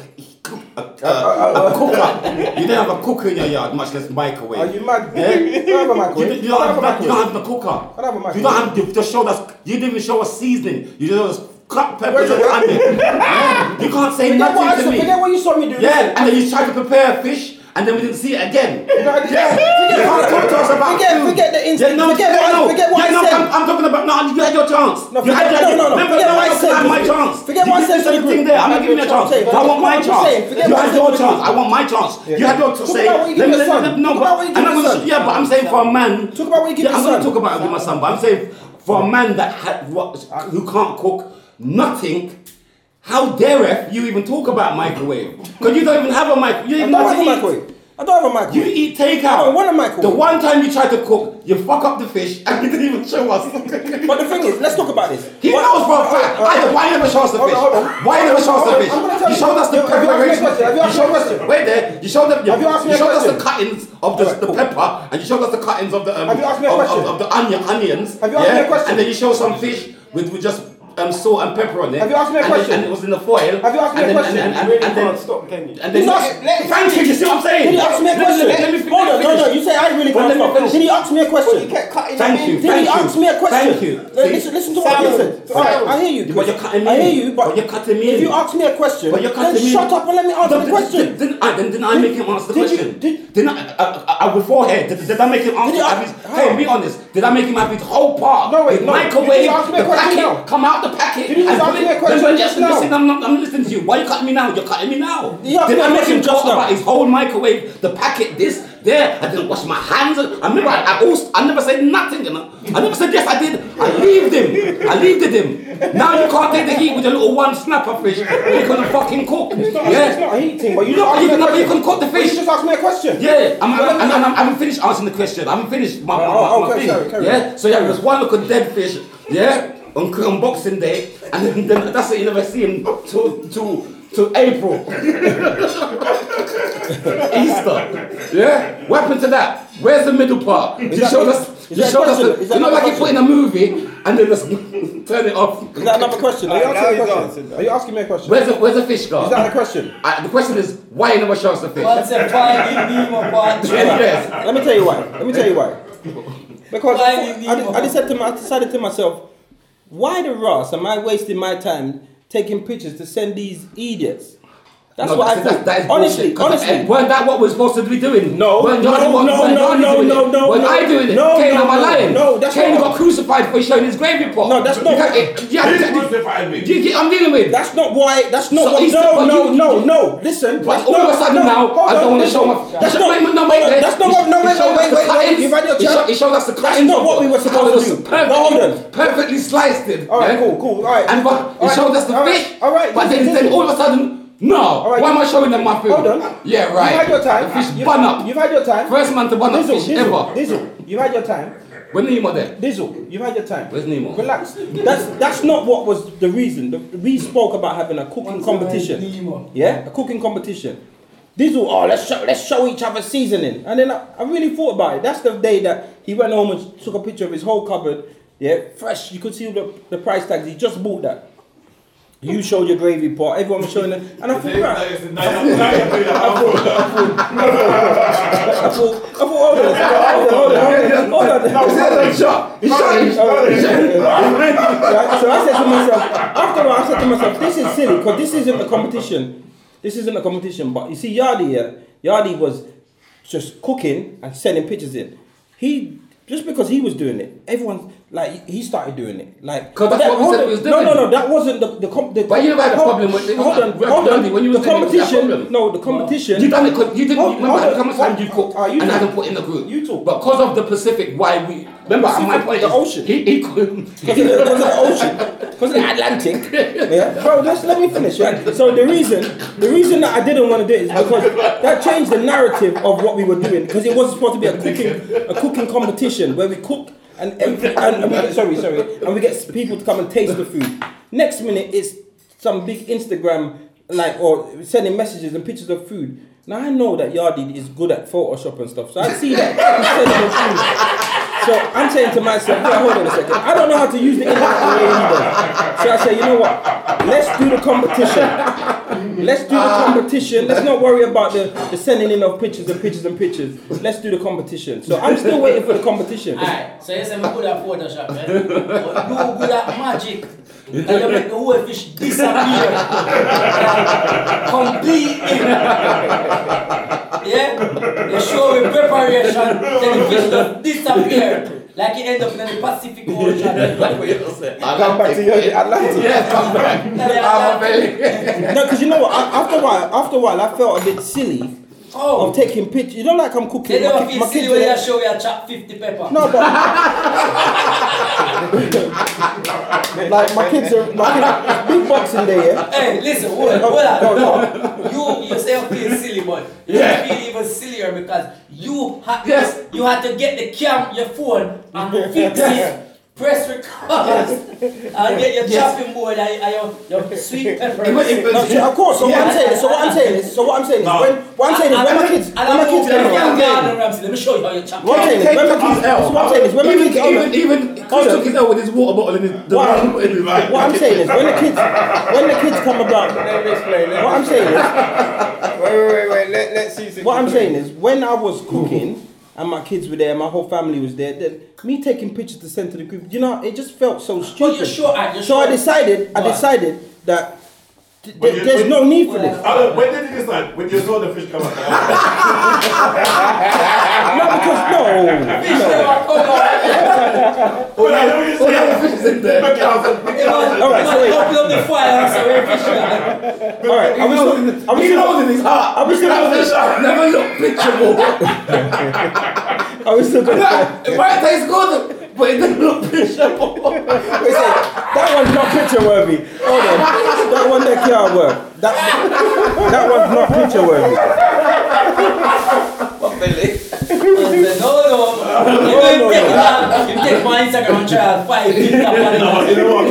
[SPEAKER 5] a, a, a cooker. uh, You don't have a cooker in your yard, much less microwave.
[SPEAKER 3] Are you mad?
[SPEAKER 5] Yeah.
[SPEAKER 3] You don't have a
[SPEAKER 5] You,
[SPEAKER 3] microwave.
[SPEAKER 5] don't- you don't have,
[SPEAKER 3] a
[SPEAKER 5] you
[SPEAKER 3] microwave.
[SPEAKER 5] don't have the cooker.
[SPEAKER 3] I don't have a microwave.
[SPEAKER 5] You don't have you just showed us. You didn't even show us seasoning. You just cut
[SPEAKER 3] Where's
[SPEAKER 5] peppers and
[SPEAKER 3] your-
[SPEAKER 5] onion. Yeah. You can't say
[SPEAKER 3] Forget what I
[SPEAKER 5] nothing
[SPEAKER 3] saw-
[SPEAKER 5] to me.
[SPEAKER 3] forget what you saw me do.
[SPEAKER 5] Yeah, and then you tried to prepare fish, and then we didn't see it again.
[SPEAKER 3] No, I-
[SPEAKER 5] Yeah, you can't talk to us about
[SPEAKER 3] Forget-
[SPEAKER 5] food.
[SPEAKER 3] forget the instant-
[SPEAKER 5] no,
[SPEAKER 3] forget what I- forget what
[SPEAKER 5] yeah,
[SPEAKER 3] I
[SPEAKER 5] no,
[SPEAKER 3] said.
[SPEAKER 5] I'm, I'm talking about. No, you had your chance.
[SPEAKER 3] No,
[SPEAKER 5] you
[SPEAKER 3] forget-
[SPEAKER 5] had
[SPEAKER 3] no,
[SPEAKER 5] your,
[SPEAKER 3] no, no,
[SPEAKER 5] Remember,
[SPEAKER 3] forget
[SPEAKER 5] no,
[SPEAKER 3] what I
[SPEAKER 5] else can
[SPEAKER 3] said
[SPEAKER 5] have
[SPEAKER 3] to
[SPEAKER 5] my
[SPEAKER 3] you.
[SPEAKER 5] chance.
[SPEAKER 3] Forget
[SPEAKER 5] you
[SPEAKER 3] what I
[SPEAKER 5] did
[SPEAKER 3] said
[SPEAKER 5] the
[SPEAKER 3] to
[SPEAKER 5] same
[SPEAKER 3] you.
[SPEAKER 5] thing there. I'm
[SPEAKER 3] Forget
[SPEAKER 5] not giving you a
[SPEAKER 3] what
[SPEAKER 5] chance.
[SPEAKER 3] I'm saying.
[SPEAKER 5] I want my
[SPEAKER 3] Forget what I'm saying.
[SPEAKER 5] chance.
[SPEAKER 3] Forget
[SPEAKER 5] You
[SPEAKER 3] what I
[SPEAKER 5] had
[SPEAKER 3] said
[SPEAKER 5] your
[SPEAKER 3] to you.
[SPEAKER 5] chance. I want my chance. You had your to
[SPEAKER 3] Talk
[SPEAKER 5] say.
[SPEAKER 3] about what you
[SPEAKER 5] Let
[SPEAKER 3] give
[SPEAKER 5] me-
[SPEAKER 3] your
[SPEAKER 5] let me-
[SPEAKER 3] son. Talk
[SPEAKER 5] No, but
[SPEAKER 3] about what you
[SPEAKER 5] I'm
[SPEAKER 3] give
[SPEAKER 5] not
[SPEAKER 3] your
[SPEAKER 5] gonna-
[SPEAKER 3] son.
[SPEAKER 5] Yeah, but I'm saying for a man.
[SPEAKER 3] Talk about what you give
[SPEAKER 5] Yeah,
[SPEAKER 3] your
[SPEAKER 5] I'm gonna
[SPEAKER 3] son.
[SPEAKER 5] talk about it with my son, but I'm saying for a man that had what who can't cook nothing. How dare you even talk about microwave? Because you don't even have a microwave. You
[SPEAKER 3] I
[SPEAKER 5] don't even know
[SPEAKER 3] don't
[SPEAKER 5] what
[SPEAKER 3] have
[SPEAKER 5] to
[SPEAKER 3] a
[SPEAKER 5] eat.
[SPEAKER 3] microwave. I don't have a
[SPEAKER 5] You
[SPEAKER 3] microwave.
[SPEAKER 5] eat takeout.
[SPEAKER 3] I don't want a microwave.
[SPEAKER 5] The one time you tried to cook, you fuck up the fish and you didn't even show us.
[SPEAKER 3] But the thing is, let's talk about this.
[SPEAKER 5] He
[SPEAKER 3] What-
[SPEAKER 5] knows for a fact.
[SPEAKER 3] Hold on,
[SPEAKER 5] Either why you never show us the
[SPEAKER 3] hold
[SPEAKER 5] fish?
[SPEAKER 3] on, hold on.
[SPEAKER 5] Why you never show us
[SPEAKER 3] Hold
[SPEAKER 5] the
[SPEAKER 3] on,
[SPEAKER 5] fish?
[SPEAKER 3] I'm gonna tell
[SPEAKER 5] You showed us the
[SPEAKER 3] Have you asked me a
[SPEAKER 5] preparation.
[SPEAKER 3] question? Have you asked me a question?
[SPEAKER 5] Wait there. You showed us.
[SPEAKER 3] Have you asked me a
[SPEAKER 5] showed us the
[SPEAKER 3] question?
[SPEAKER 5] cuttings of the,
[SPEAKER 3] Alright,
[SPEAKER 5] the
[SPEAKER 3] cool.
[SPEAKER 5] pepper and you showed us the cuttings of the um,
[SPEAKER 3] Have you asked me a
[SPEAKER 5] of,
[SPEAKER 3] question?
[SPEAKER 5] of, of the onion onions.
[SPEAKER 3] Have you asked me a question?
[SPEAKER 5] And then you show some fish with, with just um, salt and pepper on it.
[SPEAKER 3] Have you asked me a
[SPEAKER 5] and then-
[SPEAKER 3] question?
[SPEAKER 5] and it was in the foil.
[SPEAKER 3] Have you asked me
[SPEAKER 5] and
[SPEAKER 3] a
[SPEAKER 5] then-
[SPEAKER 3] question?
[SPEAKER 5] And, and,
[SPEAKER 7] Really
[SPEAKER 5] and, and
[SPEAKER 7] can't
[SPEAKER 5] then.
[SPEAKER 7] stop, can you?
[SPEAKER 5] And then
[SPEAKER 3] You asked- let-
[SPEAKER 5] thank you, you see what I'm saying?
[SPEAKER 3] Did he ask me a
[SPEAKER 5] Let let-
[SPEAKER 3] question?
[SPEAKER 5] let me
[SPEAKER 3] Hold on, no, no,
[SPEAKER 5] finish.
[SPEAKER 3] you say I really
[SPEAKER 5] But let
[SPEAKER 3] can't
[SPEAKER 5] me
[SPEAKER 3] talk.
[SPEAKER 5] finish.
[SPEAKER 3] Did he ask me a question?
[SPEAKER 7] You kept cutting
[SPEAKER 5] Thank
[SPEAKER 7] him in.
[SPEAKER 5] you.
[SPEAKER 3] Did he ask me a question?
[SPEAKER 5] Thank you.
[SPEAKER 3] No,
[SPEAKER 5] See?
[SPEAKER 3] Listen, listen to what I
[SPEAKER 7] Silence.
[SPEAKER 3] said. Alright, I hear you.
[SPEAKER 5] But you're cutting me
[SPEAKER 3] I
[SPEAKER 5] in.
[SPEAKER 3] hear you, but,
[SPEAKER 5] But you're cutting me
[SPEAKER 3] if
[SPEAKER 5] in.
[SPEAKER 3] you ask me a question,
[SPEAKER 5] But you're
[SPEAKER 3] then
[SPEAKER 5] cutting me.
[SPEAKER 3] shut up and let me answer
[SPEAKER 5] No,
[SPEAKER 3] the
[SPEAKER 5] did-
[SPEAKER 3] question.
[SPEAKER 5] Did, didn't I, then didn't I make him answer the
[SPEAKER 3] did you-
[SPEAKER 5] question?
[SPEAKER 3] did-
[SPEAKER 5] did, not I, I, I, I, before here, did, did I make him answer
[SPEAKER 3] you
[SPEAKER 5] have
[SPEAKER 3] ask-
[SPEAKER 5] his,
[SPEAKER 3] how?
[SPEAKER 5] hey, be honest, did I make him have his whole part?
[SPEAKER 3] No, wait,
[SPEAKER 5] His
[SPEAKER 3] no. Did
[SPEAKER 5] microwave,
[SPEAKER 3] you ask me a
[SPEAKER 5] the
[SPEAKER 3] question
[SPEAKER 5] packet,
[SPEAKER 3] now?
[SPEAKER 5] come out the packet.
[SPEAKER 3] Did you
[SPEAKER 5] and
[SPEAKER 3] ask
[SPEAKER 5] put
[SPEAKER 3] me
[SPEAKER 5] it-
[SPEAKER 3] a
[SPEAKER 5] No,
[SPEAKER 3] question
[SPEAKER 5] but
[SPEAKER 3] just
[SPEAKER 5] listen,
[SPEAKER 3] now?
[SPEAKER 5] listen, I'm not, I'm listening to you. Why are you cutting me now? You're cutting me now.
[SPEAKER 3] You asked
[SPEAKER 5] did
[SPEAKER 3] me a
[SPEAKER 5] I make him
[SPEAKER 3] question just
[SPEAKER 5] talk
[SPEAKER 3] now.
[SPEAKER 5] about his whole microwave, the packet, this, there, I didn't wash my hands. I remember I, I, also, I never said nothing, you know. I never said yes, I did. I leaved him. I leaved him. Now you can't take the heat with a little one snapper fish. You couldn't fucking cook.
[SPEAKER 3] It's not- It's not a heat thing, but you
[SPEAKER 5] No,
[SPEAKER 3] just asked
[SPEAKER 5] you-
[SPEAKER 3] me a
[SPEAKER 5] no, you
[SPEAKER 3] question.
[SPEAKER 5] can cut the
[SPEAKER 3] But you
[SPEAKER 5] fish.
[SPEAKER 3] just asked me a question.
[SPEAKER 5] Yeah, I'm,
[SPEAKER 3] Well,
[SPEAKER 5] I'm, I'm, I'm, I haven't finished answering the question. I haven't finished my, my,
[SPEAKER 3] Oh,
[SPEAKER 5] my,
[SPEAKER 3] okay,
[SPEAKER 5] thing.
[SPEAKER 3] sorry, carry
[SPEAKER 5] yeah, so yeah, there's one look at dead fish. Yeah, on, on Boxing Day, and then, then that's it. You never see him till till to April. Easter. Yeah? What happened to that? Where's the middle part? You
[SPEAKER 3] that-
[SPEAKER 5] showed us.
[SPEAKER 3] is
[SPEAKER 5] You
[SPEAKER 3] that
[SPEAKER 5] showed us.
[SPEAKER 3] question?
[SPEAKER 5] the-
[SPEAKER 3] Is that
[SPEAKER 5] you know,
[SPEAKER 3] another
[SPEAKER 5] like you put in a movie and they just turn it off.
[SPEAKER 3] Is that another question? Are you
[SPEAKER 7] Alright,
[SPEAKER 3] asking me a
[SPEAKER 7] now he's
[SPEAKER 3] question?
[SPEAKER 7] answered that.
[SPEAKER 3] Are you asking me a question?
[SPEAKER 5] Where's the Where's the fish
[SPEAKER 3] Is that a
[SPEAKER 5] gone?
[SPEAKER 3] question?
[SPEAKER 5] Uh, the question is why ain't never show us the fish?
[SPEAKER 2] What's a finding Nemo part two?
[SPEAKER 5] Yes.
[SPEAKER 3] Let me tell you why. Let me tell you why. Because
[SPEAKER 2] Why did he
[SPEAKER 3] I, I
[SPEAKER 2] move?
[SPEAKER 3] decided to my, I decided to myself, why the Ross am I wasting my time taking pictures to send these idiots? That's
[SPEAKER 5] No,
[SPEAKER 3] what I
[SPEAKER 5] that-
[SPEAKER 3] thought.
[SPEAKER 5] that is
[SPEAKER 3] honestly,
[SPEAKER 5] bullshit, 'cause
[SPEAKER 3] honestly.
[SPEAKER 5] that- weren't that what we're supposed to be doing?
[SPEAKER 3] No,
[SPEAKER 5] weren't
[SPEAKER 3] no,
[SPEAKER 5] Johnny-
[SPEAKER 3] no,
[SPEAKER 5] weren't
[SPEAKER 3] no,
[SPEAKER 5] Johnny
[SPEAKER 3] no,
[SPEAKER 5] doing
[SPEAKER 3] no,
[SPEAKER 5] it?
[SPEAKER 3] no,
[SPEAKER 5] Weren't
[SPEAKER 3] no.
[SPEAKER 5] I doing it?
[SPEAKER 3] No,
[SPEAKER 5] Kane,
[SPEAKER 3] no,
[SPEAKER 5] am I
[SPEAKER 3] no,
[SPEAKER 5] lying?
[SPEAKER 3] no, that's
[SPEAKER 5] Kane
[SPEAKER 3] not-
[SPEAKER 5] got crucified for showing his gravy pot.
[SPEAKER 3] No, that's
[SPEAKER 5] You
[SPEAKER 3] not-
[SPEAKER 5] can't- it- yeah,
[SPEAKER 6] He
[SPEAKER 5] that-
[SPEAKER 6] crucified me.
[SPEAKER 5] Do you get what I'm dealing with?
[SPEAKER 3] That's not why. That's
[SPEAKER 5] So
[SPEAKER 3] not what.
[SPEAKER 5] he said,
[SPEAKER 3] No,
[SPEAKER 5] but
[SPEAKER 3] no,
[SPEAKER 5] you-
[SPEAKER 3] no,
[SPEAKER 5] you-
[SPEAKER 3] no. Listen.
[SPEAKER 5] But
[SPEAKER 3] that's
[SPEAKER 5] all
[SPEAKER 3] not-
[SPEAKER 5] of a sudden
[SPEAKER 3] no,
[SPEAKER 5] now,
[SPEAKER 3] hold
[SPEAKER 5] I
[SPEAKER 3] on,
[SPEAKER 5] don't want to
[SPEAKER 3] listen.
[SPEAKER 5] show my.
[SPEAKER 3] That's not.
[SPEAKER 5] wait, no,
[SPEAKER 3] hold
[SPEAKER 5] wait,
[SPEAKER 3] on,
[SPEAKER 5] wait.
[SPEAKER 3] That's not
[SPEAKER 5] He-
[SPEAKER 3] what. No,
[SPEAKER 5] he
[SPEAKER 3] wait,
[SPEAKER 5] showed
[SPEAKER 3] wait,
[SPEAKER 5] us
[SPEAKER 3] wait,
[SPEAKER 5] the
[SPEAKER 3] wait, wait.
[SPEAKER 5] cuttings.
[SPEAKER 3] You've had your
[SPEAKER 5] He showed- He
[SPEAKER 3] chance.
[SPEAKER 5] showed us the
[SPEAKER 3] That's
[SPEAKER 5] cuttings.
[SPEAKER 3] not
[SPEAKER 5] of
[SPEAKER 3] what
[SPEAKER 5] it.
[SPEAKER 3] we were
[SPEAKER 5] How
[SPEAKER 3] supposed
[SPEAKER 5] it
[SPEAKER 3] to
[SPEAKER 5] was
[SPEAKER 3] do.
[SPEAKER 5] Perfectly,
[SPEAKER 3] Hold on.
[SPEAKER 5] perfectly sliced it.
[SPEAKER 3] All right,
[SPEAKER 5] yeah?
[SPEAKER 3] cool, cool, all right.
[SPEAKER 5] And but he
[SPEAKER 3] All right,
[SPEAKER 5] showed us the
[SPEAKER 3] all right,
[SPEAKER 5] fish.
[SPEAKER 3] all right,
[SPEAKER 5] But then,
[SPEAKER 3] listen,
[SPEAKER 5] then
[SPEAKER 3] listen.
[SPEAKER 5] all of a sudden, no.
[SPEAKER 3] All right,
[SPEAKER 5] why am I
[SPEAKER 3] you-
[SPEAKER 5] showing them my food?
[SPEAKER 3] Hold on.
[SPEAKER 5] Yeah, right.
[SPEAKER 3] You've had your time.
[SPEAKER 5] The fish
[SPEAKER 3] You've-
[SPEAKER 5] bun up.
[SPEAKER 3] You've had your time.
[SPEAKER 5] First man to bun up
[SPEAKER 3] Dizzle,
[SPEAKER 5] fish
[SPEAKER 3] Dizzle,
[SPEAKER 5] ever.
[SPEAKER 3] Dizzle, you've had your time.
[SPEAKER 5] When Nemo there?
[SPEAKER 3] Dizzle, you've had your time.
[SPEAKER 5] Where's Nemo?
[SPEAKER 3] Relax. That's that's not what was the reason. The- We spoke about having a cooking competition.
[SPEAKER 2] Nemo.
[SPEAKER 3] Yeah, a cooking competition. Dizzle, oh let's show let's show each other seasoning. And then I, I really thought about it. That's the day that he went home and took a picture of his whole cupboard. Yeah, fresh. You could see the, the price tags. He just bought that. You showed your gravy pot. Everyone was showing it, and I thought, right. I thought, I thought, hold on, hold on, hold on, hold on.
[SPEAKER 5] He shot him.
[SPEAKER 3] Right, Oh, so I said to myself, after all, I said to myself, this is silly because this isn't a competition. This isn't a competition. But you see, Yardi here, Yardi was just cooking and sending pictures in. He just because he was doing it, everyone like he started doing it. Like
[SPEAKER 5] 'Cause that's
[SPEAKER 3] that-
[SPEAKER 5] what we
[SPEAKER 3] hold
[SPEAKER 5] said
[SPEAKER 3] on,
[SPEAKER 5] we was
[SPEAKER 3] No,
[SPEAKER 5] doing.
[SPEAKER 3] no, no, that wasn't the the. Com- the
[SPEAKER 5] But you never had a
[SPEAKER 3] hold-
[SPEAKER 5] problem with it.
[SPEAKER 3] Hold on,
[SPEAKER 5] Well,
[SPEAKER 3] hold
[SPEAKER 5] Yardi,
[SPEAKER 3] on.
[SPEAKER 5] when you was
[SPEAKER 3] the
[SPEAKER 5] doing it, was that a
[SPEAKER 3] competition.
[SPEAKER 5] problem?
[SPEAKER 3] No, the competition.
[SPEAKER 5] You done it 'cause you didn't
[SPEAKER 3] Hold-
[SPEAKER 5] remember
[SPEAKER 3] hold
[SPEAKER 5] how
[SPEAKER 3] on.
[SPEAKER 5] much time you cooked
[SPEAKER 3] Ah, you
[SPEAKER 5] and I
[SPEAKER 3] talk.
[SPEAKER 5] hadn't put in the group.
[SPEAKER 3] You talk.
[SPEAKER 5] Because of the Pacific, why we remember my
[SPEAKER 3] Pacific,
[SPEAKER 5] point
[SPEAKER 3] the
[SPEAKER 5] is
[SPEAKER 3] ocean.
[SPEAKER 5] He, he couldn't.
[SPEAKER 3] Because of, the- 'cause of the ocean, because of the Atlantic. Yeah, bro. Just let me finish. Right? So the reason, the reason that I didn't want to do it is because that changed the narrative of what we were doing. Because it was supposed to be a cooking, a cooking competition where we cook and, every, and, and we get, sorry, sorry, and we get people to come and taste the food. Next minute, it's some big Instagram like or sending messages and pictures of food. Now I know that Yardi is good at Photoshop and stuff, so I see that he's sending us food. So I'm saying to myself, yeah, hold on a second. I don't know how to use the internet the way he does. So I say, you know what? Let's do the competition. Let's do the competition. Let's not worry about the, the sending in of pictures and pictures and pictures. Let's do the competition. So I'm still waiting for the competition.
[SPEAKER 2] Alright, so you say me good at Photoshop, eh? But you good at magic. And you make the whole fish disappear. Like, completely. Yeah? You show with preparation, then the fish just disappear. Like you end up in the Pacific Ocean.
[SPEAKER 3] Come back to your Atlantic.
[SPEAKER 5] Yeah, come back. I'm a baby.
[SPEAKER 3] No, because you know what? I, after a while, after a while, I felt a bit silly
[SPEAKER 2] Oh,
[SPEAKER 3] of taking pictures. You know, like I'm
[SPEAKER 2] they
[SPEAKER 3] cooking. my
[SPEAKER 2] never
[SPEAKER 3] kid-
[SPEAKER 2] feel
[SPEAKER 3] my kids
[SPEAKER 2] silly when
[SPEAKER 3] are-
[SPEAKER 2] you show you a chop 50 pepper.
[SPEAKER 3] No, but. like my kids are my kids, big boxing day, yeah.
[SPEAKER 2] Hey, listen, hold on, hold on. You yourself feel silly, but
[SPEAKER 5] Yeah.
[SPEAKER 2] you feel even sillier because you had
[SPEAKER 5] Yes.
[SPEAKER 2] you had to get the cam, your phone, and fix it. Press record and get your chopping board and, and your, your sweet pepper.
[SPEAKER 5] It was- it was-
[SPEAKER 3] No, so of course. So what I'm saying is, so what I'm saying is, so what I'm saying is, when what I'm saying is, when my kids,
[SPEAKER 2] And
[SPEAKER 3] when my
[SPEAKER 2] I'm over
[SPEAKER 3] kids get
[SPEAKER 2] there,
[SPEAKER 3] older,
[SPEAKER 2] Gordon Ramsay, let me show you how you chop.
[SPEAKER 3] what I'm saying is, when my kids, this is what I'm saying is, when my
[SPEAKER 5] even,
[SPEAKER 3] kids get older,
[SPEAKER 5] even, even, Chris took his L with his water bottle in his, the
[SPEAKER 3] What?
[SPEAKER 5] round in his
[SPEAKER 3] what I'm saying is, when the kids, when the kids come about,
[SPEAKER 7] Let me explain. Let me
[SPEAKER 3] what I'm saying is,
[SPEAKER 7] Wait, wait, wait, wait. Let, let's see.
[SPEAKER 3] What I'm saying is, when I was cooking and my kids were there, my whole family was there, then me taking pictures to send to the group, you know, it just felt so stupid.
[SPEAKER 2] you're sure- you're
[SPEAKER 3] so I
[SPEAKER 2] sure-
[SPEAKER 3] decided, I
[SPEAKER 2] Why?
[SPEAKER 3] decided that th-
[SPEAKER 6] Well,
[SPEAKER 3] th-
[SPEAKER 6] you-
[SPEAKER 3] there's
[SPEAKER 6] when-
[SPEAKER 3] no need for this. No,
[SPEAKER 6] Alan, when did you decide? When you saw the fish come out?
[SPEAKER 3] because no, no.
[SPEAKER 6] When I know you
[SPEAKER 5] All the
[SPEAKER 6] said
[SPEAKER 5] other fish is in there.
[SPEAKER 2] All
[SPEAKER 3] Alright, so wait.
[SPEAKER 2] Open up the fire and say, where fish are.
[SPEAKER 3] All right, I
[SPEAKER 5] He
[SPEAKER 3] was
[SPEAKER 5] knows-
[SPEAKER 3] I was-
[SPEAKER 5] he knows in his heart.
[SPEAKER 3] I was
[SPEAKER 5] That
[SPEAKER 3] still,
[SPEAKER 5] fish never looked pictureable.
[SPEAKER 3] I was still.
[SPEAKER 5] That- It might taste good, but it doesn't look pictureable.
[SPEAKER 3] Wait, say, that one's not picture worthy. Hold on. That one there can't work. That, that one's not picture worthy.
[SPEAKER 2] No, no. You
[SPEAKER 3] no,
[SPEAKER 2] don't take that. You take my Instagram and try and fight.
[SPEAKER 6] No, you know what?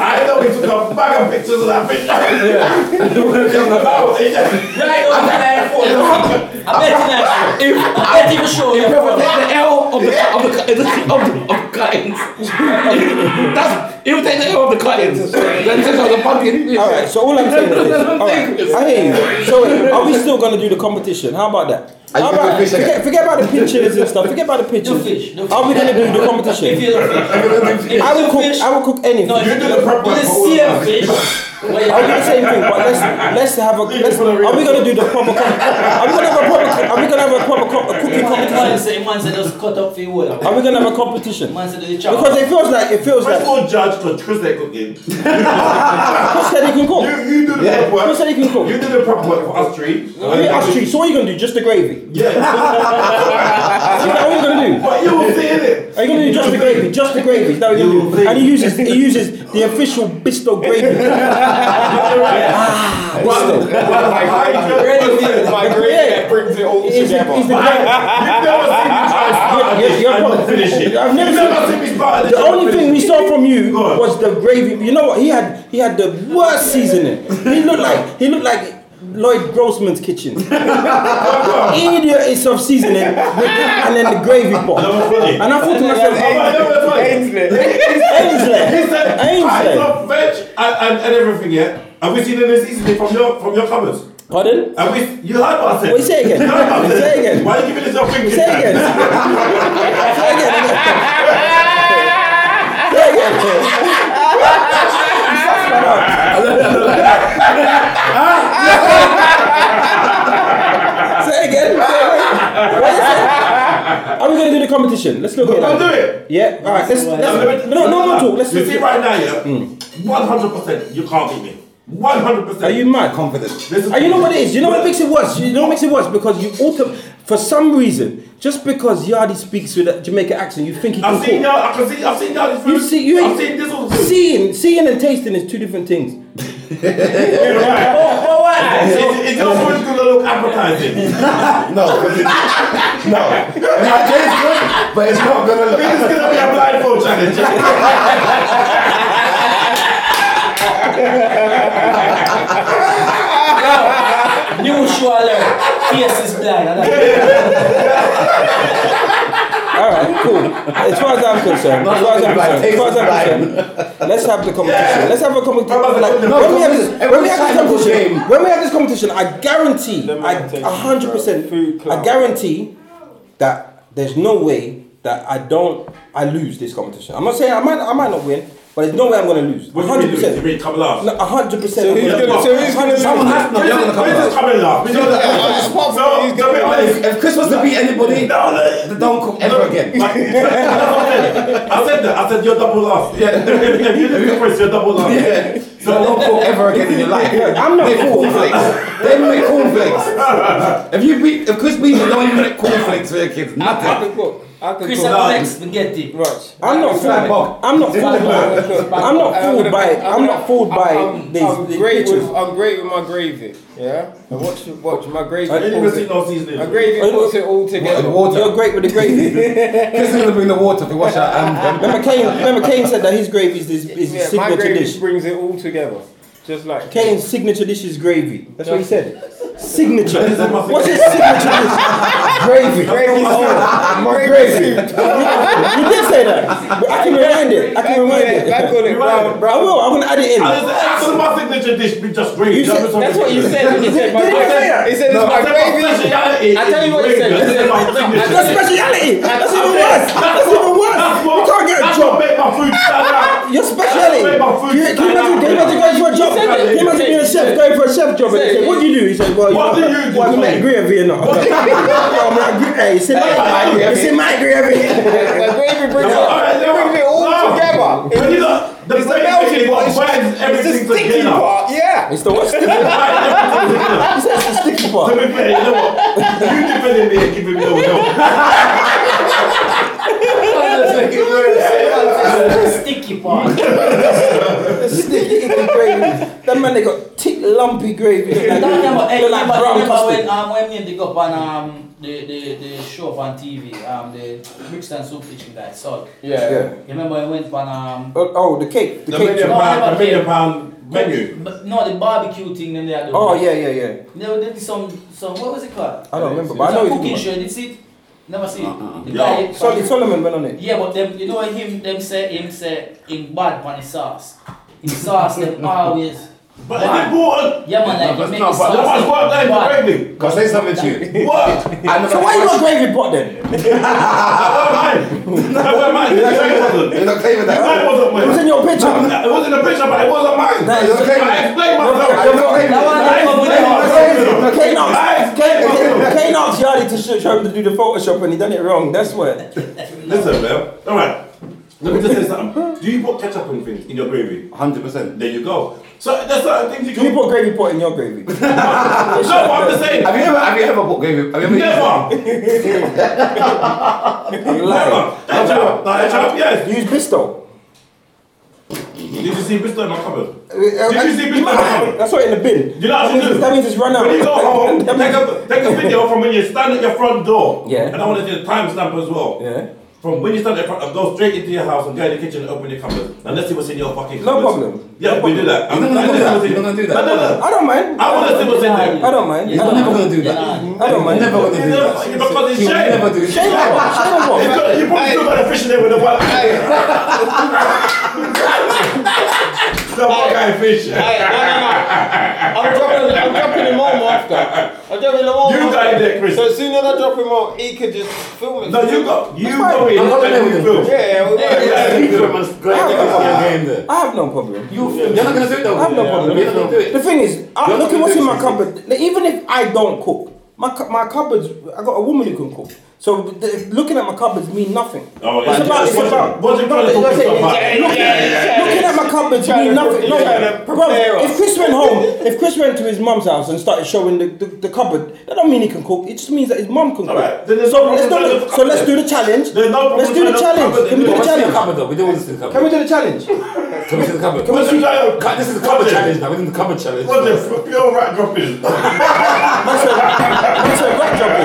[SPEAKER 6] I know we took a bag have pictures of that bitch. Yeah.
[SPEAKER 2] Right on the line. I bet you not.
[SPEAKER 4] If
[SPEAKER 2] I bet you show
[SPEAKER 4] If
[SPEAKER 2] you.
[SPEAKER 4] Reverend take the L of the of the of the of the, of the cuttings, that's if take the L of the cuttings, then take out the fucking.
[SPEAKER 3] All right. So all I'm saying is, this. all right, I hear you. So are we still gonna do the competition? How about that?
[SPEAKER 5] Are you
[SPEAKER 3] How
[SPEAKER 5] gonna
[SPEAKER 3] about,
[SPEAKER 5] fish again?
[SPEAKER 3] forget, forget about the pictures and stuff. Forget about the pictures.
[SPEAKER 2] No fish, no
[SPEAKER 3] Are we gonna do the
[SPEAKER 2] If
[SPEAKER 3] competition?
[SPEAKER 2] you don't fish. If you
[SPEAKER 3] I would
[SPEAKER 2] don't
[SPEAKER 3] cook.
[SPEAKER 2] fish-
[SPEAKER 3] I would cook anything.
[SPEAKER 2] No,
[SPEAKER 3] I
[SPEAKER 2] you do the prep work. fish. Wait,
[SPEAKER 3] would do the same thing, but let's let's have a. Let's, are we gonna do the proper? Com- are we gonna have a proper? Are we gonna have a proper co- a cooking
[SPEAKER 2] man,
[SPEAKER 3] competition?
[SPEAKER 2] man say, man say just cut up for you.
[SPEAKER 3] Are we gonna have a competition?
[SPEAKER 2] Man say just chop.
[SPEAKER 3] Because it feels like it feels
[SPEAKER 6] Let's
[SPEAKER 3] like.
[SPEAKER 6] go judge for Tuesday cooking.
[SPEAKER 3] Chris said he can cook.
[SPEAKER 6] You, you do the prep
[SPEAKER 3] Chris
[SPEAKER 6] work.
[SPEAKER 3] said he can cook.
[SPEAKER 6] You do the prep work for us three.
[SPEAKER 3] Only us three. So what are you gonna do? Just the gravy?
[SPEAKER 6] Yeah.
[SPEAKER 3] Is that what you gonna do?
[SPEAKER 6] But you will see it.
[SPEAKER 3] Are you gonna do just the gravy? Just the gravy. Is that what you're gonna do? And he uses he uses the official Bistro gravy. Ah, Bistro.
[SPEAKER 7] My grade that brings it all
[SPEAKER 3] It's the, it's
[SPEAKER 7] together.
[SPEAKER 3] the gravy. You're- you're probably-
[SPEAKER 6] Finish it.
[SPEAKER 3] I've never
[SPEAKER 6] You've
[SPEAKER 3] seen.
[SPEAKER 6] never seen me start
[SPEAKER 3] The only thing we saw from you
[SPEAKER 6] Go on.
[SPEAKER 3] was the gravy. You know what? He had he had the worst seasoning. He looked like he looked like Lloyd Grossman's kitchen. Idiot is of seasoning, with- and then the gravy pot.
[SPEAKER 6] Never funny.
[SPEAKER 3] And I thought to myself,
[SPEAKER 6] He
[SPEAKER 3] Ainsley,
[SPEAKER 6] said,
[SPEAKER 3] Ainsley.
[SPEAKER 6] "Pies of veg and, and, and everything, yeah? Have we seen any seasoning from your from your cupboards?
[SPEAKER 3] Pardon?
[SPEAKER 6] Have we, you heard what I said?
[SPEAKER 3] Wait, say again.
[SPEAKER 6] You heard what I said?
[SPEAKER 3] Say again.
[SPEAKER 6] Why are you giving yourself finger?
[SPEAKER 3] Say again. Say again. Say again. Say again. What is it? Are we gonna do the competition? Let's look at
[SPEAKER 6] Don't do
[SPEAKER 3] that.
[SPEAKER 6] it.
[SPEAKER 3] Yeah. All right. Let's. let's no, no more talk. Let's
[SPEAKER 6] You
[SPEAKER 3] look.
[SPEAKER 6] see
[SPEAKER 3] at-
[SPEAKER 6] right now, yeah? 100% you can't beat me. 100%.
[SPEAKER 3] Are you mad?
[SPEAKER 5] Confidence.
[SPEAKER 6] This is-
[SPEAKER 3] And you know what it is? You know what makes it worse? You know what makes it worse? Because you auto, for some reason, just because Yardi speaks with a Jamaican accent, you think he can
[SPEAKER 6] I've seen
[SPEAKER 3] cook.
[SPEAKER 6] y'all, I can see, I've seen y'all this
[SPEAKER 3] You see, you
[SPEAKER 6] I've seen this one too.
[SPEAKER 3] Seeing, seeing and tasting is two different things.
[SPEAKER 6] You're right. Oh, why? It's, it's just always gonna look appetizing.
[SPEAKER 5] No, 'cause it's- no. Now it tastes good, but it's not gonna look.
[SPEAKER 6] This is gonna be a blindfold challenge.
[SPEAKER 2] New show alert. Yes, is blind. I like it.
[SPEAKER 3] All right, cool. As far as I'm concerned, as far as I'm concerned, as far as I'm concerned, let's have the competition. Let's have a competition. Like, when we have this, when we have this competition, when we have this competition, I guarantee, I hundred percent, I guarantee that there's no way that I don't, I lose this competition. I'm not saying I might, I might not win, but there's no way I'm gonna lose.
[SPEAKER 6] What do
[SPEAKER 3] Hundred
[SPEAKER 6] you mean? You
[SPEAKER 3] percent.
[SPEAKER 6] mean come last?
[SPEAKER 3] No, hundred percent.
[SPEAKER 7] So who's gonna
[SPEAKER 6] Someone has to. You're gonna come in last. Because
[SPEAKER 5] Apart from-
[SPEAKER 6] no, to be honest,
[SPEAKER 5] If Chris was to beat anybody,
[SPEAKER 6] no, no.
[SPEAKER 5] don't cook ever again.
[SPEAKER 6] I said that. I said you're double last. Yeah. if, if you do the first, you're double last.
[SPEAKER 5] Yeah. So don't cook ever again in your life.
[SPEAKER 3] I'm not
[SPEAKER 5] Make
[SPEAKER 3] cool.
[SPEAKER 5] cornflakes. They make cornflakes. If you beat, if Chris beats you, don't even make cornflakes for your kids. Nothing.
[SPEAKER 7] I can
[SPEAKER 2] Chris
[SPEAKER 7] cook.
[SPEAKER 2] and Alex spaghetti.
[SPEAKER 3] Right. I'm not
[SPEAKER 5] It's
[SPEAKER 3] fooled.
[SPEAKER 5] like Bob.
[SPEAKER 3] I'm not fooled by. I'm not fooled by. I'm not fooled by
[SPEAKER 7] I'm, I'm
[SPEAKER 3] these
[SPEAKER 7] great
[SPEAKER 3] pictures.
[SPEAKER 7] with I'm great with my gravy. Yeah, and watch watch my gravy.
[SPEAKER 6] You didn't even
[SPEAKER 7] puts
[SPEAKER 6] see
[SPEAKER 7] it-
[SPEAKER 6] no seasoning.
[SPEAKER 7] My gravy
[SPEAKER 3] Oh,
[SPEAKER 7] puts it all together.
[SPEAKER 3] You're
[SPEAKER 5] Water.
[SPEAKER 3] great with the gravy.
[SPEAKER 5] Chris is gonna bring the water to wash out. and- and-
[SPEAKER 3] remember Kane? Remember Kane said that his gravy is his, is his
[SPEAKER 7] Yeah, my
[SPEAKER 3] signature
[SPEAKER 7] gravy
[SPEAKER 3] dish.
[SPEAKER 7] brings it all together, just like
[SPEAKER 3] Kane's signature dish is gravy. That's what he said. Signature. What's his signature dish? gravy.
[SPEAKER 7] Gravy's all-
[SPEAKER 3] My gravy. you did say that. But I can rewind it. I
[SPEAKER 7] Back
[SPEAKER 3] can
[SPEAKER 7] on
[SPEAKER 3] rewind
[SPEAKER 7] it, back on
[SPEAKER 3] it.
[SPEAKER 7] it,
[SPEAKER 3] I
[SPEAKER 7] brown, brown.
[SPEAKER 3] will. I'm gonna add it in.
[SPEAKER 6] I said, "Ah, so my signature dish be just gravy.
[SPEAKER 3] You said-
[SPEAKER 6] just
[SPEAKER 7] That's what you
[SPEAKER 6] something
[SPEAKER 7] said. He said my
[SPEAKER 3] Did he say that?
[SPEAKER 7] gravy. He said it's my
[SPEAKER 6] different." I said, "My
[SPEAKER 7] gravy.
[SPEAKER 6] speciality
[SPEAKER 7] I tell
[SPEAKER 6] is
[SPEAKER 7] you what he
[SPEAKER 6] gravy."
[SPEAKER 7] said.
[SPEAKER 6] I said, "My signature
[SPEAKER 3] That's
[SPEAKER 6] dish."
[SPEAKER 3] speciality. That's even worse. That's even worse.
[SPEAKER 6] That's
[SPEAKER 3] You
[SPEAKER 6] what-
[SPEAKER 3] can't get a
[SPEAKER 6] that's
[SPEAKER 3] job.
[SPEAKER 6] what make my food stand out.
[SPEAKER 3] Your speciality.
[SPEAKER 6] That's what
[SPEAKER 3] Can you,
[SPEAKER 6] make my food
[SPEAKER 3] can you
[SPEAKER 6] stand
[SPEAKER 3] imagine,
[SPEAKER 6] out.
[SPEAKER 3] can you imagine going for a job?
[SPEAKER 7] said
[SPEAKER 3] Can you imagine being a chef, going for a chef job and they say, what do you do? He said, well,
[SPEAKER 6] What
[SPEAKER 3] you
[SPEAKER 6] do you do,
[SPEAKER 3] Well, I'm
[SPEAKER 6] Tony?
[SPEAKER 3] not gravy or not. well, I'm not gravy. Hey, it's in my, it's in my gravy.
[SPEAKER 7] My gravy brings it,
[SPEAKER 6] All right,
[SPEAKER 7] brings it all
[SPEAKER 6] no.
[SPEAKER 7] together.
[SPEAKER 6] But you know, the
[SPEAKER 7] it's the
[SPEAKER 6] gravy is
[SPEAKER 7] Belgian
[SPEAKER 6] what
[SPEAKER 7] part. It's,
[SPEAKER 6] binds
[SPEAKER 7] it's
[SPEAKER 6] everything
[SPEAKER 7] the sticky
[SPEAKER 6] together.
[SPEAKER 7] part. Yeah.
[SPEAKER 3] It's the worst thing. It's
[SPEAKER 6] Binds everything
[SPEAKER 3] the
[SPEAKER 6] together.
[SPEAKER 3] sticky
[SPEAKER 6] To
[SPEAKER 3] part.
[SPEAKER 6] be fair, you know what? You defending me and giving me no help.
[SPEAKER 2] Sticky part.
[SPEAKER 3] The sticky in the gravy. That man, they got thick, lumpy gravy. Look
[SPEAKER 2] I
[SPEAKER 3] like,
[SPEAKER 2] don't remember, hey,
[SPEAKER 3] look like
[SPEAKER 2] remember,
[SPEAKER 3] brown
[SPEAKER 2] remember
[SPEAKER 3] custard.
[SPEAKER 2] when um when me and the up on um the, the, the show up on TV, um the Brixton Soup Kitchen guy, Salt.
[SPEAKER 7] Yeah.
[SPEAKER 2] You remember I went on um
[SPEAKER 3] Oh, oh, the cake. The
[SPEAKER 6] The
[SPEAKER 3] cake.
[SPEAKER 6] million
[SPEAKER 2] No, I
[SPEAKER 6] pound, the
[SPEAKER 2] never
[SPEAKER 6] million
[SPEAKER 2] did.
[SPEAKER 6] pound Menu.
[SPEAKER 2] But no, the barbecue thing them they are doing.
[SPEAKER 5] Oh yeah, yeah, yeah.
[SPEAKER 2] They did some some what was it called?
[SPEAKER 5] I don't remember, but I know
[SPEAKER 2] Some
[SPEAKER 5] what you're
[SPEAKER 2] cooking
[SPEAKER 5] talking
[SPEAKER 2] show. Did you see it? Never see it.
[SPEAKER 10] Uh-uh.
[SPEAKER 2] The
[SPEAKER 6] Yeah.
[SPEAKER 2] guy.
[SPEAKER 5] about. Sol- Solomon went on it.
[SPEAKER 2] Yeah, but them you know him them say him say him bad on his sauce. His sauce them always.
[SPEAKER 6] But
[SPEAKER 2] bad.
[SPEAKER 6] it's important.
[SPEAKER 2] Yeah man, like
[SPEAKER 10] That's
[SPEAKER 2] make
[SPEAKER 10] not
[SPEAKER 2] his
[SPEAKER 10] bad.
[SPEAKER 2] sauce.
[SPEAKER 10] That was what
[SPEAKER 2] them
[SPEAKER 10] I'm
[SPEAKER 2] bad.
[SPEAKER 10] craving.
[SPEAKER 5] Cause say something to you.
[SPEAKER 6] What?
[SPEAKER 5] I never-
[SPEAKER 3] So why you not gravy pot then?
[SPEAKER 6] I don't mind. I don't mind. It's like it wasn't.
[SPEAKER 5] You're not
[SPEAKER 6] It's
[SPEAKER 5] claiming
[SPEAKER 6] like
[SPEAKER 5] that.
[SPEAKER 6] It wasn't
[SPEAKER 3] It was in
[SPEAKER 6] mine.
[SPEAKER 3] your picture.
[SPEAKER 6] It wasn't a picture, but it wasn't mine.
[SPEAKER 5] Nah, you're okay.
[SPEAKER 6] I explained
[SPEAKER 5] You're not
[SPEAKER 6] myself.
[SPEAKER 5] claiming
[SPEAKER 2] That one
[SPEAKER 5] that.
[SPEAKER 2] I come with them.
[SPEAKER 3] Kane asked Yardie to sh- show him to do the Photoshop and he done it wrong. That's why.
[SPEAKER 6] Listen, man. All right. Let me just say something. Do you put ketchup in things in your gravy?
[SPEAKER 5] Hundred percent.
[SPEAKER 6] There you go. So there's certain things you
[SPEAKER 3] Do you
[SPEAKER 6] can.
[SPEAKER 3] put gravy pot in your gravy?
[SPEAKER 6] No, but I'm just saying.
[SPEAKER 5] Have you ever? Have you ever bought gravy? Have you ever?
[SPEAKER 6] Never.
[SPEAKER 3] You lie.
[SPEAKER 6] Never. Ketchup. Ketchup. Yes.
[SPEAKER 3] Use pistol.
[SPEAKER 6] Did you see Bristol in my cupboard? Did
[SPEAKER 5] uh,
[SPEAKER 6] you see Bristol in my cupboard?
[SPEAKER 3] That's what in the bin.
[SPEAKER 6] You know what
[SPEAKER 3] that,
[SPEAKER 6] you
[SPEAKER 3] means,
[SPEAKER 6] do?
[SPEAKER 3] that means it's run out.
[SPEAKER 6] When you go home, take
[SPEAKER 3] That means-
[SPEAKER 6] a, take a video from when you stand at your front door.
[SPEAKER 3] Yeah.
[SPEAKER 6] And I want to do a timestamp as well.
[SPEAKER 3] Yeah.
[SPEAKER 6] From when you stand at front door, go straight into your house and go in the kitchen and open your cupboard. And let's see what's in your fucking
[SPEAKER 3] No
[SPEAKER 6] cupboard.
[SPEAKER 3] problem.
[SPEAKER 6] Yeah, we do that.
[SPEAKER 5] You're not
[SPEAKER 6] Let's
[SPEAKER 5] gonna do
[SPEAKER 6] see
[SPEAKER 5] that.
[SPEAKER 6] what's in-
[SPEAKER 5] You're not gonna do
[SPEAKER 6] No,
[SPEAKER 5] that.
[SPEAKER 6] no, no.
[SPEAKER 3] I don't mind.
[SPEAKER 6] I want to see what's in there.
[SPEAKER 3] I don't mind. I
[SPEAKER 5] You're
[SPEAKER 3] don't
[SPEAKER 5] never
[SPEAKER 3] mind.
[SPEAKER 5] gonna do that.
[SPEAKER 3] I don't mind.
[SPEAKER 5] You're never gonna do that.
[SPEAKER 6] It's because it's
[SPEAKER 5] You'll
[SPEAKER 6] shame.
[SPEAKER 5] never do
[SPEAKER 3] Shame
[SPEAKER 5] that.
[SPEAKER 3] on what? Shame on
[SPEAKER 6] You
[SPEAKER 3] what?
[SPEAKER 6] got- you probably still got a fish in there with a white. The white guy fish.
[SPEAKER 7] Hey, no, no, no. I'm dropping, I'm dropping him home after. I'm dropping him home.
[SPEAKER 6] You
[SPEAKER 7] after.
[SPEAKER 6] got in there, Chris.
[SPEAKER 7] So as soon as I drop him home, he could just film it.
[SPEAKER 6] No, you go. You
[SPEAKER 3] fine.
[SPEAKER 6] go in.
[SPEAKER 5] I'm not
[SPEAKER 6] and
[SPEAKER 5] in
[SPEAKER 6] you
[SPEAKER 5] with
[SPEAKER 6] film.
[SPEAKER 7] Yeah, yeah, we- yeah, yeah.
[SPEAKER 6] Yeah, you film.
[SPEAKER 3] I have no problem.
[SPEAKER 5] You, you're not gonna do it though.
[SPEAKER 3] I have no problem.
[SPEAKER 5] You're not gonna do it.
[SPEAKER 3] The thing is, I,
[SPEAKER 5] You're
[SPEAKER 3] look
[SPEAKER 5] not
[SPEAKER 3] at what's in my
[SPEAKER 5] gonna do
[SPEAKER 3] cupboard. Like, Even if I don't cook, my cu- my cupboards. I got a woman who can cook. So the, looking at my cupboards mean nothing.
[SPEAKER 6] Oh,
[SPEAKER 3] it's
[SPEAKER 6] yeah.
[SPEAKER 3] about. It's
[SPEAKER 6] What's-
[SPEAKER 3] about.
[SPEAKER 6] what's it trying to
[SPEAKER 3] No,
[SPEAKER 6] cook
[SPEAKER 3] that's it.
[SPEAKER 6] yourself
[SPEAKER 3] It's-
[SPEAKER 6] up?
[SPEAKER 3] Looking at looking at my cupboards mean nothing. No,
[SPEAKER 7] prepare-
[SPEAKER 3] bro,
[SPEAKER 7] prepare
[SPEAKER 3] if
[SPEAKER 7] us.
[SPEAKER 3] Chris went home, if Chris went to his mum's house and started showing the, the, the cupboard, that don't mean he can cook. It just means that his mum can cook.
[SPEAKER 6] Alright, then there's
[SPEAKER 3] so
[SPEAKER 6] no
[SPEAKER 3] let's
[SPEAKER 6] problem
[SPEAKER 3] not,
[SPEAKER 6] with the
[SPEAKER 3] so let's do the challenge.
[SPEAKER 6] There's no problem
[SPEAKER 3] let's do
[SPEAKER 6] with
[SPEAKER 3] the
[SPEAKER 6] the
[SPEAKER 3] challenge.
[SPEAKER 6] cupboard.
[SPEAKER 3] Can we do the
[SPEAKER 5] Let's do
[SPEAKER 3] challenge?
[SPEAKER 5] the cupboard though. We don't want to do the
[SPEAKER 3] Can
[SPEAKER 5] cupboard.
[SPEAKER 3] we do the challenge?
[SPEAKER 5] Can we do the cupboard?
[SPEAKER 6] What's it trying to-
[SPEAKER 5] Cut- This is the cupboard challenge now. We're doing the cupboard challenge.
[SPEAKER 6] What the f- pure rat dropping?
[SPEAKER 3] That's a rat job.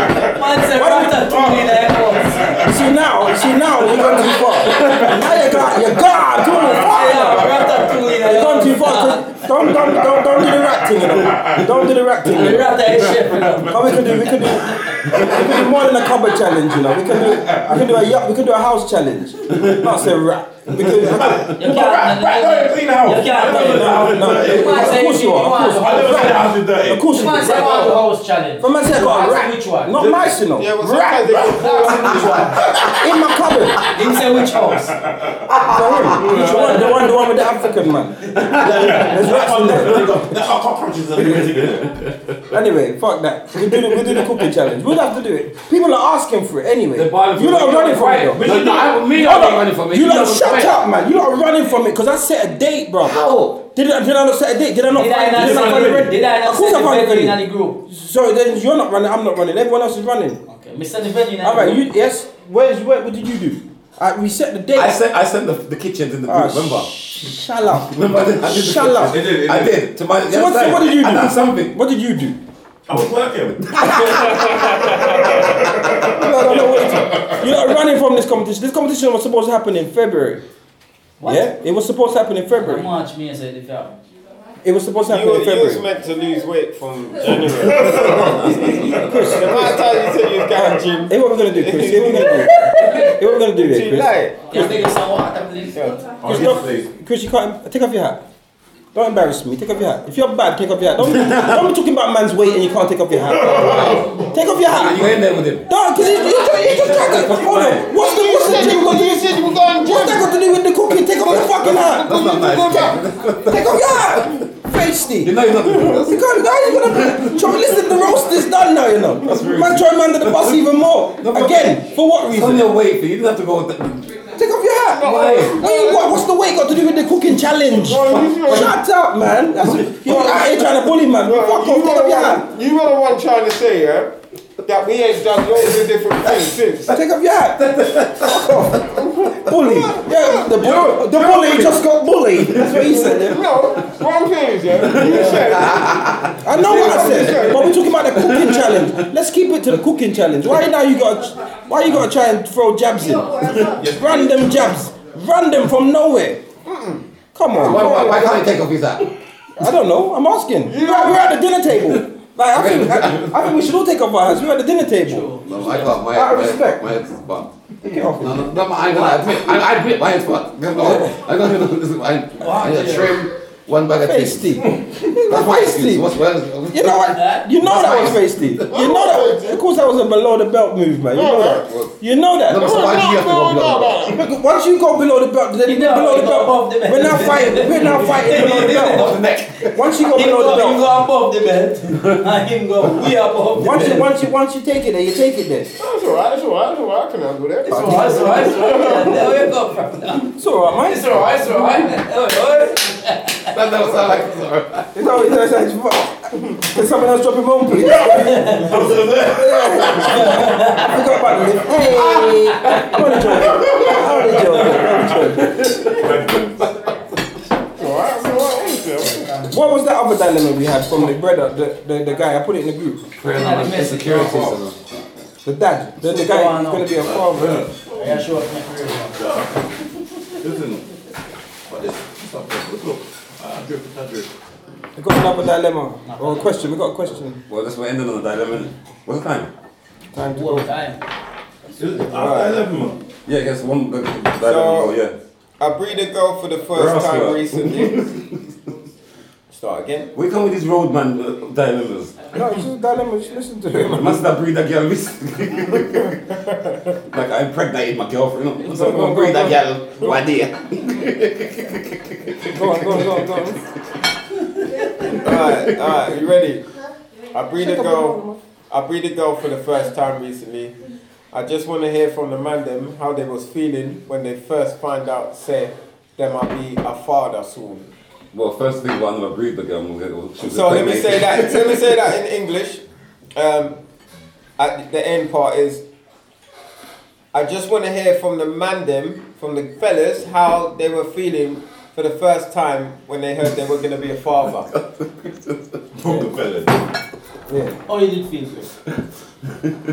[SPEAKER 2] Man say "Rata two in the house."
[SPEAKER 3] You see now, you see now, you've gone too far. Now you got, you got, doing the
[SPEAKER 2] Yeah,
[SPEAKER 3] fire.
[SPEAKER 2] rata two in the
[SPEAKER 3] You've gone too
[SPEAKER 2] house.
[SPEAKER 3] far. Don't, don't, don't, don't do the rat thing, you know. Don't do the rat thing. You know.
[SPEAKER 2] Rata is chef, you know.
[SPEAKER 3] But we can do, we can do, we can do more than a cupboard challenge, you know. We can do, we can do a, yacht- we can do a house challenge. That's a rat. We can,
[SPEAKER 2] You can't-
[SPEAKER 6] Rat, don't even clean the house.
[SPEAKER 2] You can't-
[SPEAKER 6] I never said the house is
[SPEAKER 3] no,
[SPEAKER 6] dirty.
[SPEAKER 2] You
[SPEAKER 3] of
[SPEAKER 2] might say
[SPEAKER 3] course you are. Of course.
[SPEAKER 6] I never said the house is dirty.
[SPEAKER 3] of course you
[SPEAKER 2] You might
[SPEAKER 3] can.
[SPEAKER 2] say
[SPEAKER 3] Rat.
[SPEAKER 2] about the house challenge.
[SPEAKER 3] But man said I got a rat.
[SPEAKER 2] Which one?
[SPEAKER 3] Not nice, you know.
[SPEAKER 7] Yeah, but
[SPEAKER 3] rat
[SPEAKER 7] sometimes they get
[SPEAKER 3] in my cupboard.
[SPEAKER 2] Him say which house?
[SPEAKER 3] For him. Which one? The one, the one with the African man. There's rats in there.
[SPEAKER 6] They got- they got cockroaches and everything in it.
[SPEAKER 3] Anyway, fuck that. We do the, we do the cooking challenge. We'll have to do it. People are asking for it anyway.
[SPEAKER 5] They're buying it
[SPEAKER 3] You
[SPEAKER 5] from
[SPEAKER 3] lot are
[SPEAKER 5] me.
[SPEAKER 3] running from it.
[SPEAKER 5] Right.
[SPEAKER 3] though.
[SPEAKER 5] No, no, I- me, I'm
[SPEAKER 3] Hold
[SPEAKER 5] not
[SPEAKER 3] on.
[SPEAKER 5] running from it.
[SPEAKER 3] You
[SPEAKER 5] know
[SPEAKER 3] lot,
[SPEAKER 5] what's
[SPEAKER 3] shut
[SPEAKER 5] right.
[SPEAKER 3] up, man. You lot are running from it because I set a date, bro.
[SPEAKER 2] How?
[SPEAKER 3] Did I, did I not set a date? Did I not
[SPEAKER 2] Did I
[SPEAKER 3] find
[SPEAKER 2] not
[SPEAKER 3] did
[SPEAKER 2] say
[SPEAKER 3] I not find
[SPEAKER 2] the
[SPEAKER 3] a red?
[SPEAKER 2] Did I not
[SPEAKER 3] Of course
[SPEAKER 2] say
[SPEAKER 3] I
[SPEAKER 2] the
[SPEAKER 3] found a
[SPEAKER 2] venue in
[SPEAKER 3] venue.
[SPEAKER 2] the group?
[SPEAKER 3] So then you're not running, I'm not running. Everyone else is running.
[SPEAKER 2] Okay, me say the venue in the
[SPEAKER 3] All right,
[SPEAKER 2] group.
[SPEAKER 3] you, yes. Where's, where, what did you do? I, we set the date.
[SPEAKER 5] I sent I sent the, the kitchens in the
[SPEAKER 3] Ah,
[SPEAKER 5] group. Remember?
[SPEAKER 3] Shut up.
[SPEAKER 5] Remember I did. I did the
[SPEAKER 3] Shut up.
[SPEAKER 5] kitchens.
[SPEAKER 6] They did, they
[SPEAKER 5] I
[SPEAKER 6] did.
[SPEAKER 5] did. To my,
[SPEAKER 3] So what, so what did you do?
[SPEAKER 5] I done something.
[SPEAKER 3] What did you do?
[SPEAKER 6] I was working.
[SPEAKER 3] No, no, no, wait. You're not running from this competition. This competition was supposed to happen in February.
[SPEAKER 2] What?
[SPEAKER 3] Yeah, it was supposed to happen in February.
[SPEAKER 2] March, me say the film.
[SPEAKER 3] It was supposed to happen in
[SPEAKER 7] You, was- you was
[SPEAKER 3] February.
[SPEAKER 7] meant to lose weight from January. Chris, the amount of time you said you was going gym,
[SPEAKER 3] Hey, eh, what we gonna do, Chris? Hey, what we gonna do? Hey, what we gonna do there,
[SPEAKER 7] too
[SPEAKER 3] Chris?
[SPEAKER 7] late.
[SPEAKER 2] You think it's some water, please?
[SPEAKER 6] Oh,
[SPEAKER 3] Chris,
[SPEAKER 6] yes,
[SPEAKER 3] don't-
[SPEAKER 6] please.
[SPEAKER 3] Chris, you can't take off your hat. Don't embarrass me. Take off your hat. If you're bad, take off your hat. Don't, don't be talking about man's weight and you can't take off your hat. Take off your
[SPEAKER 5] Are you
[SPEAKER 3] hat.
[SPEAKER 5] in there with him?
[SPEAKER 3] No, because you you just tried to. Hold on. What's the what's the gym got to do? What's that got to do with the cooking? Take off your fucking hat.
[SPEAKER 5] That's not nice.
[SPEAKER 3] Take off your hat. Feisty.
[SPEAKER 5] You know you're not gonna do
[SPEAKER 3] You can't, now you're gonna try, listen, the roast is done now, you know. Man, try man under the bus even more.
[SPEAKER 5] but-
[SPEAKER 3] Again, for what
[SPEAKER 5] It's on
[SPEAKER 3] reason?
[SPEAKER 5] your way for you. You didn't have to go with that.
[SPEAKER 3] Take off your hat.
[SPEAKER 5] Why?
[SPEAKER 3] What you- what- what's the weight got to do with the cooking challenge? Shut up, man. That's, you're out here trying to bully, man.
[SPEAKER 7] Bro,
[SPEAKER 3] Fuck off,
[SPEAKER 7] you
[SPEAKER 3] take
[SPEAKER 7] were
[SPEAKER 3] off
[SPEAKER 7] the
[SPEAKER 3] your hat.
[SPEAKER 7] one, you were the one trying to say, yeah, that we ain't done loads of different things since.
[SPEAKER 3] Take off your hat. Fuck off. bully. Yeah, the, bu- the bully just got bullied. That's what he said. yeah.
[SPEAKER 7] No, what I'm saying is, yeah, you said,
[SPEAKER 3] I know what I said, but we're talking about the cooking challenge. Let's keep it to the cooking challenge. Why now you got? Why you got to try and throw jabs in? Random jabs, random from nowhere. Come on,
[SPEAKER 5] Why,
[SPEAKER 3] come
[SPEAKER 5] why,
[SPEAKER 3] on.
[SPEAKER 5] why can't he take off his hat?
[SPEAKER 3] I don't know. I'm asking. We're, at- we're at the dinner table. Like I think, I, I think we should all take off our hats. We're at the dinner table.
[SPEAKER 12] No, I got my,
[SPEAKER 3] Out of
[SPEAKER 12] my-
[SPEAKER 3] respect.
[SPEAKER 12] my head's bumped.
[SPEAKER 3] Take it off.
[SPEAKER 12] No, no, no, I, I admit, I, I admit my head's bumped. No, no, I got I, I had a trim, one bag of
[SPEAKER 3] Feisty.
[SPEAKER 12] tea. That's my excuse. What's well?
[SPEAKER 3] You know what? You know that was feisty. You know that. Was, of course, that was a below the belt move, man. You know that. You know that.
[SPEAKER 12] No, but so why do you have to go below that?
[SPEAKER 3] Look, Once you go below the belt, then you go below the belt. We're not fighting. We're not fighting below the belt. Once you go
[SPEAKER 2] Him
[SPEAKER 3] below the
[SPEAKER 2] go, him
[SPEAKER 3] belt,
[SPEAKER 2] go above the belt, and him go way above the
[SPEAKER 3] once you
[SPEAKER 2] belt.
[SPEAKER 3] once you once you take it, then you take it. Then
[SPEAKER 7] That's alright, that's alright, that's alright. I can handle that.
[SPEAKER 2] It's alright, it's alright, it's alright. There we go from now.
[SPEAKER 3] so am I?
[SPEAKER 2] It's alright, it's alright. Oi, oi.
[SPEAKER 12] That never sound like it's alright.
[SPEAKER 3] It's always it's always fun. Can someone else drop him home, please? I forgot about this. Hey, I'm only joking. I'm only joking. I'm only joking.
[SPEAKER 7] Alright, it's alright, honestly. I'm-
[SPEAKER 3] What was that other dilemma we had from the brother, the, the, the guy? I put it in the group.
[SPEAKER 12] Insecurities.
[SPEAKER 2] Oh,
[SPEAKER 12] you know.
[SPEAKER 3] The dad, the, the guy who's going to be a father.
[SPEAKER 2] Yeah, sure. it's my career.
[SPEAKER 10] Listen, but this, this not good. Look, Ah, I drift, I drift.
[SPEAKER 3] We got another dilemma or a question. We got a question.
[SPEAKER 5] Well, that's what ended on the dilemma. innit? What's the time?
[SPEAKER 3] Time to
[SPEAKER 2] Well
[SPEAKER 3] go.
[SPEAKER 2] time.
[SPEAKER 10] After 11, man.
[SPEAKER 5] Yeah, I guess one good dilemma.
[SPEAKER 7] So-
[SPEAKER 5] oh, yeah.
[SPEAKER 7] I breed a girl for the first
[SPEAKER 5] Grass
[SPEAKER 7] time
[SPEAKER 5] girl.
[SPEAKER 7] recently. Start again.
[SPEAKER 5] We come with these roadman uh, dilemmas.
[SPEAKER 3] No, it's just a dilemma. Just listen to him.
[SPEAKER 5] Must have breed a girl recently. like I impregnated my girlfriend. You know? So I'm
[SPEAKER 3] Go on,
[SPEAKER 5] gonna
[SPEAKER 3] go on,
[SPEAKER 5] breed a
[SPEAKER 3] go
[SPEAKER 5] girl one day.
[SPEAKER 3] Go on, go on, go on, go on.
[SPEAKER 7] Alright, alright, you ready? I breed a girl. I breed a girl for the first time recently. I just want to hear from the man them how they was feeling when they first find out, say, them I be a father soon.
[SPEAKER 5] Well, first thing, one of a breed the girl. was- was- she was
[SPEAKER 7] So let me
[SPEAKER 5] impregnated.
[SPEAKER 7] say that. Let me say that in English. Um, at the end part is, I just want to hear from the man them, from the fellas, how they were feeling for the first time when they heard they were gonna be a father.
[SPEAKER 10] From the fellas.
[SPEAKER 3] Yeah,
[SPEAKER 2] How Oh, you did feel, Chris?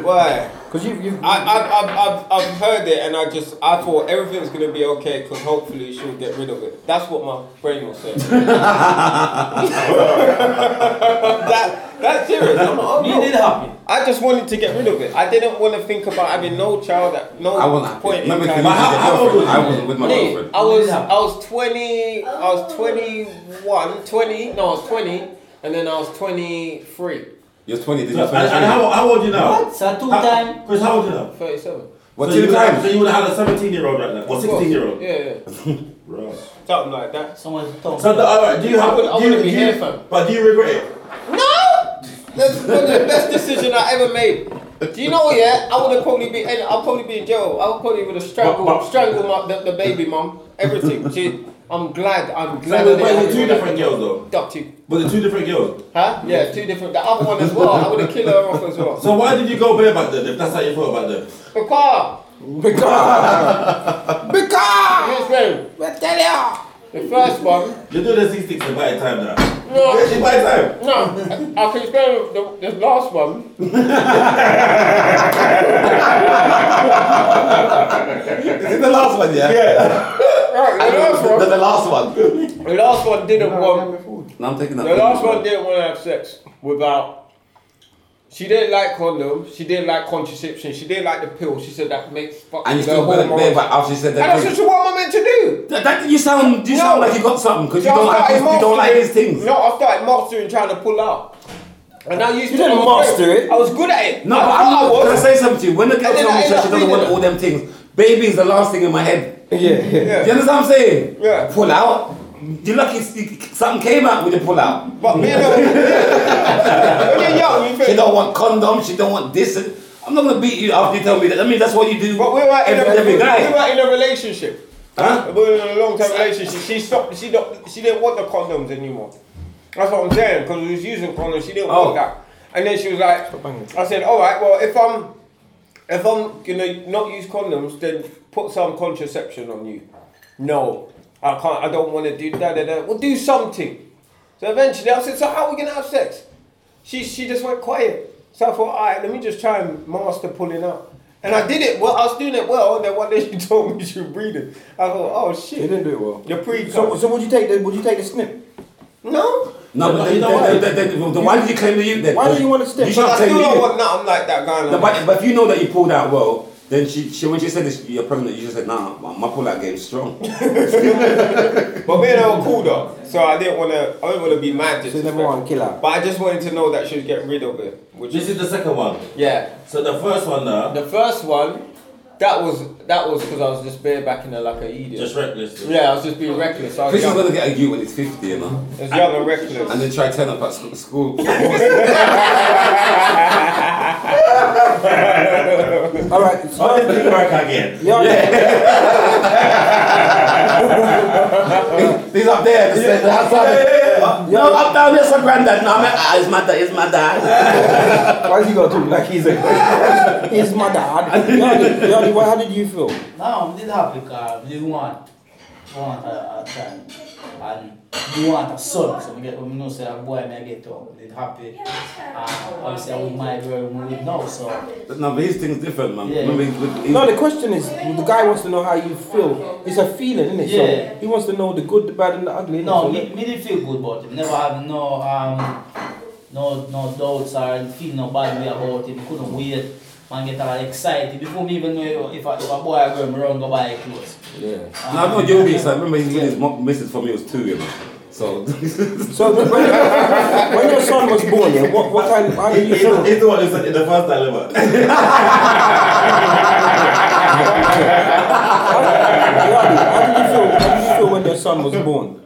[SPEAKER 7] Why?
[SPEAKER 3] because you you.
[SPEAKER 7] I, I, I've, I've, I've heard it and I just I thought everything's gonna be okay because hopefully she'll get rid of it. That's what my brain was saying. that, that's serious. I'm
[SPEAKER 3] Oh,
[SPEAKER 7] not, I'm
[SPEAKER 2] Me
[SPEAKER 7] not-
[SPEAKER 2] did happy.
[SPEAKER 7] I just wanted to get rid of it. I didn't want to think about having no child at no
[SPEAKER 5] I wasn't.
[SPEAKER 7] point in
[SPEAKER 5] Let me
[SPEAKER 7] time.
[SPEAKER 5] finish with the girlfriend. I wasn't with my
[SPEAKER 7] Hey,
[SPEAKER 5] girlfriend.
[SPEAKER 7] I was I was 20, I was 21, 20, no, I was 20, and then I was 23,
[SPEAKER 5] You're 20. Did you
[SPEAKER 10] And,
[SPEAKER 5] finish?
[SPEAKER 10] and how, how old you now?
[SPEAKER 2] So two
[SPEAKER 10] How-
[SPEAKER 2] time.
[SPEAKER 10] Chris, how old you now?
[SPEAKER 7] 37.
[SPEAKER 5] What's
[SPEAKER 10] so
[SPEAKER 5] your
[SPEAKER 10] you would have- So
[SPEAKER 5] time?
[SPEAKER 10] you would have had a 17 year old right now, or 16 year old.
[SPEAKER 7] Yeah, yeah.
[SPEAKER 10] Right.
[SPEAKER 7] Something like that.
[SPEAKER 2] Someone talk.
[SPEAKER 10] So, the, all right, do you have?
[SPEAKER 7] I wouldn't- I
[SPEAKER 10] do you,
[SPEAKER 7] wouldn't be
[SPEAKER 10] do
[SPEAKER 7] here,
[SPEAKER 10] you,
[SPEAKER 7] fam.
[SPEAKER 10] But do you regret it?
[SPEAKER 7] No! That's one of the best decision I ever made. Do you know, yeah, I would have probably been, I'll probably be in jail. I would probably would have strangled,
[SPEAKER 10] But- but-
[SPEAKER 7] strangled my, the, the baby mum, everything. She, I'm glad, I'm glad. I
[SPEAKER 10] Like, but
[SPEAKER 7] didn't
[SPEAKER 10] but
[SPEAKER 7] have
[SPEAKER 10] it's
[SPEAKER 7] to do
[SPEAKER 10] two
[SPEAKER 7] that.
[SPEAKER 10] different girls though.
[SPEAKER 7] Adopted.
[SPEAKER 10] But the two different girls.
[SPEAKER 7] Huh? Yeah, two different. The other one as well. I would have killed her off as well.
[SPEAKER 10] So why did you go bare about them? If that's how you felt about them.
[SPEAKER 7] Because
[SPEAKER 3] Because
[SPEAKER 7] his name,
[SPEAKER 3] I tell ya.
[SPEAKER 7] the first one.
[SPEAKER 10] You do the C6 and buy time now.
[SPEAKER 7] No,
[SPEAKER 10] It's buy time.
[SPEAKER 7] no. I, I can explain the, the last one.
[SPEAKER 12] Is it the last one, yeah? Yeah.
[SPEAKER 7] Right, the last
[SPEAKER 12] The,
[SPEAKER 7] one.
[SPEAKER 12] the last one.
[SPEAKER 7] The last one didn't want.
[SPEAKER 5] No, I'm taking that.
[SPEAKER 7] The last one didn't want to have sex without. She didn't like condoms. She didn't like contraception. She didn't like the pill. She said that makes fucking.
[SPEAKER 5] And you
[SPEAKER 7] her
[SPEAKER 5] still went
[SPEAKER 7] hormones-
[SPEAKER 5] there, but after you said
[SPEAKER 7] And
[SPEAKER 5] that
[SPEAKER 7] I
[SPEAKER 5] thing.
[SPEAKER 7] said, so what am I meant to do?
[SPEAKER 5] That, that, you sound you
[SPEAKER 7] No.
[SPEAKER 5] sound like you got something because you
[SPEAKER 7] So I
[SPEAKER 5] don't like these,
[SPEAKER 7] started
[SPEAKER 5] you don't like
[SPEAKER 7] mastering-
[SPEAKER 5] these things.
[SPEAKER 7] No, I started mastering trying to pull out. And I used
[SPEAKER 3] You
[SPEAKER 7] to
[SPEAKER 3] didn't
[SPEAKER 7] I was
[SPEAKER 3] master
[SPEAKER 7] great.
[SPEAKER 3] it.
[SPEAKER 7] I was good at it.
[SPEAKER 5] No,
[SPEAKER 7] I
[SPEAKER 5] but
[SPEAKER 7] thought
[SPEAKER 5] I'm
[SPEAKER 7] I
[SPEAKER 5] not
[SPEAKER 7] was.
[SPEAKER 5] gonna say something to you. When the girl
[SPEAKER 7] And then
[SPEAKER 5] tells
[SPEAKER 7] I
[SPEAKER 5] me she
[SPEAKER 7] end up
[SPEAKER 5] she doesn't
[SPEAKER 7] being
[SPEAKER 5] want
[SPEAKER 7] a-
[SPEAKER 5] all them things, baby is the last thing in my head.
[SPEAKER 3] Yeah, yeah.
[SPEAKER 5] Do you understand what I'm saying?
[SPEAKER 7] Yeah.
[SPEAKER 5] Pull out. You lucky s- something came out with the pull out.
[SPEAKER 7] But me and her, when you're young, you
[SPEAKER 5] She
[SPEAKER 7] think.
[SPEAKER 5] don't want condoms. She don't want this. and- I'm not gonna beat you after you tell me that. I mean that's what you do.
[SPEAKER 7] But we were in a,
[SPEAKER 5] every, every
[SPEAKER 7] we
[SPEAKER 5] guy.
[SPEAKER 7] were in a relationship.
[SPEAKER 5] Huh?
[SPEAKER 7] We were in a long-term relationship. She stopped. She not, She didn't want the condoms anymore. That's what I'm saying. Because we was using condoms. She didn't
[SPEAKER 5] Oh.
[SPEAKER 7] want that. And then she was like, I said, all right. Well, if I'm, if I'm gonna not use condoms, then put some contraception on you. No, I can't. I don't want to do that. We'll do something. So eventually, I said, so how are we gonna have sex? She she just went quiet. So I thought, all right, let me just try and master pulling out. And I did it. Well, I was doing it well. And then one day she told me she was breathing. I thought, oh
[SPEAKER 3] You
[SPEAKER 7] shit,
[SPEAKER 3] didn't do it well.
[SPEAKER 7] you're pre.
[SPEAKER 3] So, so would you take the would you take the snip?
[SPEAKER 7] no,
[SPEAKER 4] No, but then, then, then, then, then, then why did you claim the youth then?
[SPEAKER 3] Why do you wanna stay?
[SPEAKER 4] You should
[SPEAKER 7] But I
[SPEAKER 4] have
[SPEAKER 7] still
[SPEAKER 4] claimed the
[SPEAKER 7] don't
[SPEAKER 4] youth.
[SPEAKER 7] want nothing like that going
[SPEAKER 4] No,
[SPEAKER 7] on.
[SPEAKER 4] but, but if you know that you pulled out well, then she, she when she said this, you're pregnant, you just said, nah, my, my pullout game's strong.
[SPEAKER 7] But me and her were cool though, so I didn't want to. I didn't want to be mad.
[SPEAKER 3] So you never want to kill her.
[SPEAKER 7] But I just wanted to know that she'd get rid of it, which
[SPEAKER 6] This
[SPEAKER 7] is
[SPEAKER 6] is the second one.
[SPEAKER 7] yeah.
[SPEAKER 6] So the first one now,
[SPEAKER 7] The first one, that was that was because I was just barebacking her like an idiot.
[SPEAKER 6] just reckless.
[SPEAKER 7] yeah, I was just being reckless. I was
[SPEAKER 5] Chris is
[SPEAKER 7] young,
[SPEAKER 5] gonna get a U when he's 50, you know?
[SPEAKER 7] I was young and reckless.
[SPEAKER 5] And then try turn up at sc- school.
[SPEAKER 3] All right. So,
[SPEAKER 6] Oh, it's back again.
[SPEAKER 3] yeah,
[SPEAKER 5] He's up there, just yeah.
[SPEAKER 4] no, I'm down there, some granddad. No, I'm like, ah, it's my dad, it's my dad.
[SPEAKER 3] Why he got to look like he's a he's my dad? Yardie, Yardie, why, how did you feel?
[SPEAKER 2] Now, this happy because we want, we want a, a time. And we want a son, so we get, we know say a boy may get up, they happy. And obviously, I'm with my girl, we with now, so.
[SPEAKER 4] But No, but his thing's different, man.
[SPEAKER 2] Yeah.
[SPEAKER 4] Remember, he's, with- he's,
[SPEAKER 3] No, the question is, the guy wants to know how you feel. It's a feeling, isn't it?
[SPEAKER 2] Yeah.
[SPEAKER 3] So he wants to know the good, the bad, and the ugly. innit?
[SPEAKER 2] No,
[SPEAKER 3] So
[SPEAKER 2] me, me didn't feel good about him. Never have no um no no doubts or feel no bad way about him. Couldn't wait. Man get all excited before me even know if a, if a boy or girl me run go buy clothes.
[SPEAKER 4] no, I'm not giving me, so I remember his, his mom, missus for me was two, you know. So,
[SPEAKER 3] So when, when your son was born, yeah, what, what kind? How did you
[SPEAKER 6] He's the
[SPEAKER 3] feel?
[SPEAKER 6] he's the one who said it the first time ever.
[SPEAKER 3] Yardie, how did you feel? How did you feel when your son was born?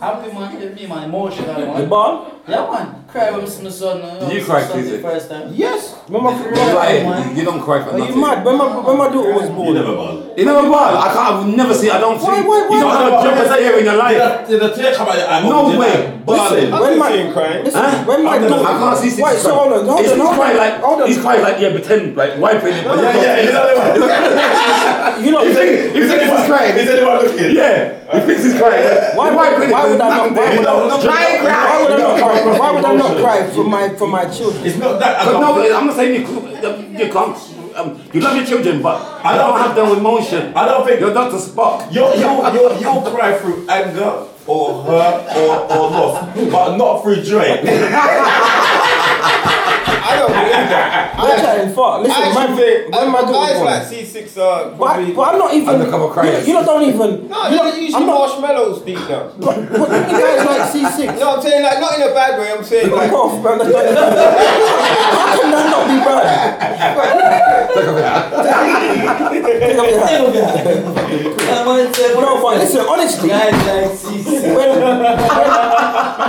[SPEAKER 2] Happy man, give me my emotional
[SPEAKER 3] The
[SPEAKER 2] man.
[SPEAKER 3] born?
[SPEAKER 2] Yeah man, cry when I see my son. uh,
[SPEAKER 4] Did you
[SPEAKER 2] my
[SPEAKER 4] cry,
[SPEAKER 2] son
[SPEAKER 4] Chris?
[SPEAKER 2] the first time.
[SPEAKER 3] Yes. When my,
[SPEAKER 4] He's
[SPEAKER 3] when
[SPEAKER 4] like, hey, you don't cry for
[SPEAKER 3] are you
[SPEAKER 4] nothing.
[SPEAKER 3] mad? When my when my daughter was
[SPEAKER 6] You
[SPEAKER 3] born.
[SPEAKER 6] never ball.
[SPEAKER 4] You never ball. I can't. I would never see. I don't see.
[SPEAKER 3] Why- why- why-
[SPEAKER 4] you don't have a
[SPEAKER 6] why-
[SPEAKER 4] jump as here in your life.
[SPEAKER 6] Did the tear come out your eye?
[SPEAKER 4] No
[SPEAKER 6] Did
[SPEAKER 4] way.
[SPEAKER 6] I ball
[SPEAKER 4] Listen,
[SPEAKER 6] it?
[SPEAKER 7] I
[SPEAKER 3] When
[SPEAKER 7] didn't
[SPEAKER 3] my
[SPEAKER 7] see him crying.
[SPEAKER 3] listen, when my
[SPEAKER 4] I
[SPEAKER 3] daughter.
[SPEAKER 4] can't see. see
[SPEAKER 3] Wait,
[SPEAKER 4] this
[SPEAKER 3] so
[SPEAKER 4] guy.
[SPEAKER 3] hold on, hold
[SPEAKER 4] he's,
[SPEAKER 3] on,
[SPEAKER 4] he's
[SPEAKER 3] hold
[SPEAKER 4] crying
[SPEAKER 3] on,
[SPEAKER 4] like
[SPEAKER 3] hold on.
[SPEAKER 4] he's crying like yeah, pretend like wipe it. but
[SPEAKER 6] Yeah, yeah, you know the one.
[SPEAKER 3] You know,
[SPEAKER 4] He thinks he thinks he's crying.
[SPEAKER 6] Is anyone looking?
[SPEAKER 4] Yeah, he thinks he's crying.
[SPEAKER 3] Why,
[SPEAKER 4] Why
[SPEAKER 3] why,
[SPEAKER 4] wipe it?
[SPEAKER 3] why would I not? Why would I not?
[SPEAKER 4] Dry cry.
[SPEAKER 3] Why would I not cry? Why would I not cry for my for my children?
[SPEAKER 6] It's not that. I
[SPEAKER 4] But
[SPEAKER 6] don't-
[SPEAKER 4] no, I'm not saying you, could- you can't. Um, you love your children, but I
[SPEAKER 6] don't
[SPEAKER 4] don't have them emotion.
[SPEAKER 6] I don't think
[SPEAKER 4] You're Dr. Spock.
[SPEAKER 6] You'll, you'll, you'll, you'll cry through anger or hurt or, or loss, but not through joy.
[SPEAKER 7] I don't believe that.
[SPEAKER 3] I'm trying far.
[SPEAKER 7] I
[SPEAKER 3] Listen, my
[SPEAKER 7] actually think
[SPEAKER 3] when my
[SPEAKER 7] I-
[SPEAKER 3] daughter was
[SPEAKER 7] guys
[SPEAKER 3] born.
[SPEAKER 7] like C6 are probably.
[SPEAKER 3] But, but I'm not even.
[SPEAKER 4] Undercover criers.
[SPEAKER 3] You, you lot don't even.
[SPEAKER 7] No,
[SPEAKER 3] you
[SPEAKER 7] you
[SPEAKER 3] lot,
[SPEAKER 7] don't use
[SPEAKER 3] I'm not.
[SPEAKER 7] marshmallows deep now.
[SPEAKER 3] But, but you guys like C6.
[SPEAKER 7] No, I'm saying like not in a bad way. I'm saying like
[SPEAKER 3] Fuck off, man. That's not- How can that not be bad? Take off your hat. No, fine. Listen, honestly. When, when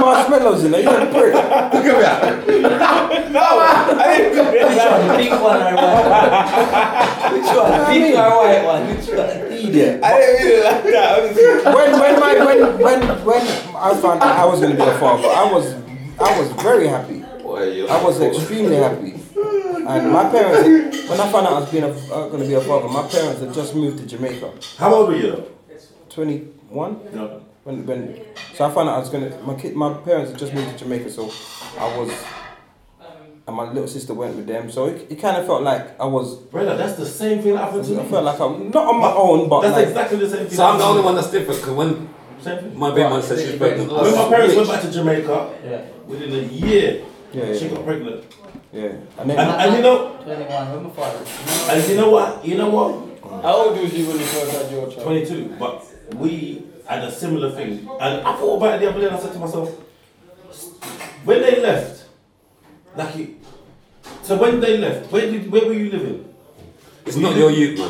[SPEAKER 3] marshmallows in there, you're a prick.
[SPEAKER 2] Big one or white one? Which one? Big or white one? Which one?
[SPEAKER 3] Idiot.
[SPEAKER 7] I didn't mean it like that. Honestly.
[SPEAKER 3] When, when, my, when, when, when I found out I was going to be a father, I was, I was very happy. I was extremely happy. And my parents, when I found out I was being a, uh, going to be a father, my parents had just moved to Jamaica.
[SPEAKER 6] How old were you
[SPEAKER 3] 21?
[SPEAKER 6] though? No.
[SPEAKER 3] When, when, so I found out I was gonna. My kid, my parents had just moved to Jamaica, so I was, and my little sister went with them. So it, it kind of felt like I was.
[SPEAKER 6] Brother, that's the same thing that happened to
[SPEAKER 3] I
[SPEAKER 6] me.
[SPEAKER 3] felt like I'm not on my own, but
[SPEAKER 6] That's
[SPEAKER 3] like,
[SPEAKER 6] exactly the same thing.
[SPEAKER 4] So I'm the
[SPEAKER 6] that
[SPEAKER 4] only
[SPEAKER 6] happened
[SPEAKER 4] one that's different. Cause when
[SPEAKER 6] to me. Same thing.
[SPEAKER 4] my baby mom said she's pregnant, I
[SPEAKER 6] When
[SPEAKER 4] was-
[SPEAKER 6] my parents went back to Jamaica,
[SPEAKER 2] Yeah.
[SPEAKER 6] within a year,
[SPEAKER 3] Yeah, yeah,
[SPEAKER 6] she
[SPEAKER 3] yeah.
[SPEAKER 6] got pregnant.
[SPEAKER 3] yeah. And
[SPEAKER 6] And,
[SPEAKER 3] then
[SPEAKER 6] and you know,
[SPEAKER 2] 21, where my father?
[SPEAKER 6] and you know what? You know what?
[SPEAKER 7] How old was you when you first had your child?
[SPEAKER 6] 22. But we had a similar thing, and I thought about it the other day. And I said to myself, when they left, like you. So when they left, where did where were you living?
[SPEAKER 4] it's not your youth, man.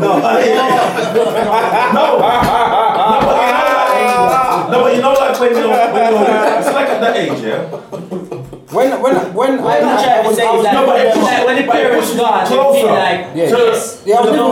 [SPEAKER 6] No, I- no, no, but you know, like, no, but you know, like when you're, when you're, it's like at that age, yeah.
[SPEAKER 3] when when when
[SPEAKER 2] I'm
[SPEAKER 3] I, I,
[SPEAKER 2] trying to
[SPEAKER 3] was,
[SPEAKER 2] say
[SPEAKER 3] I
[SPEAKER 2] is
[SPEAKER 3] was
[SPEAKER 2] that
[SPEAKER 6] no, but it pushes-
[SPEAKER 2] like, when the
[SPEAKER 6] but it
[SPEAKER 2] parents
[SPEAKER 6] pushes
[SPEAKER 2] gone, they
[SPEAKER 6] closer.
[SPEAKER 2] feel like,
[SPEAKER 3] Yeah.
[SPEAKER 2] yes.
[SPEAKER 3] yeah, I was living
[SPEAKER 2] No,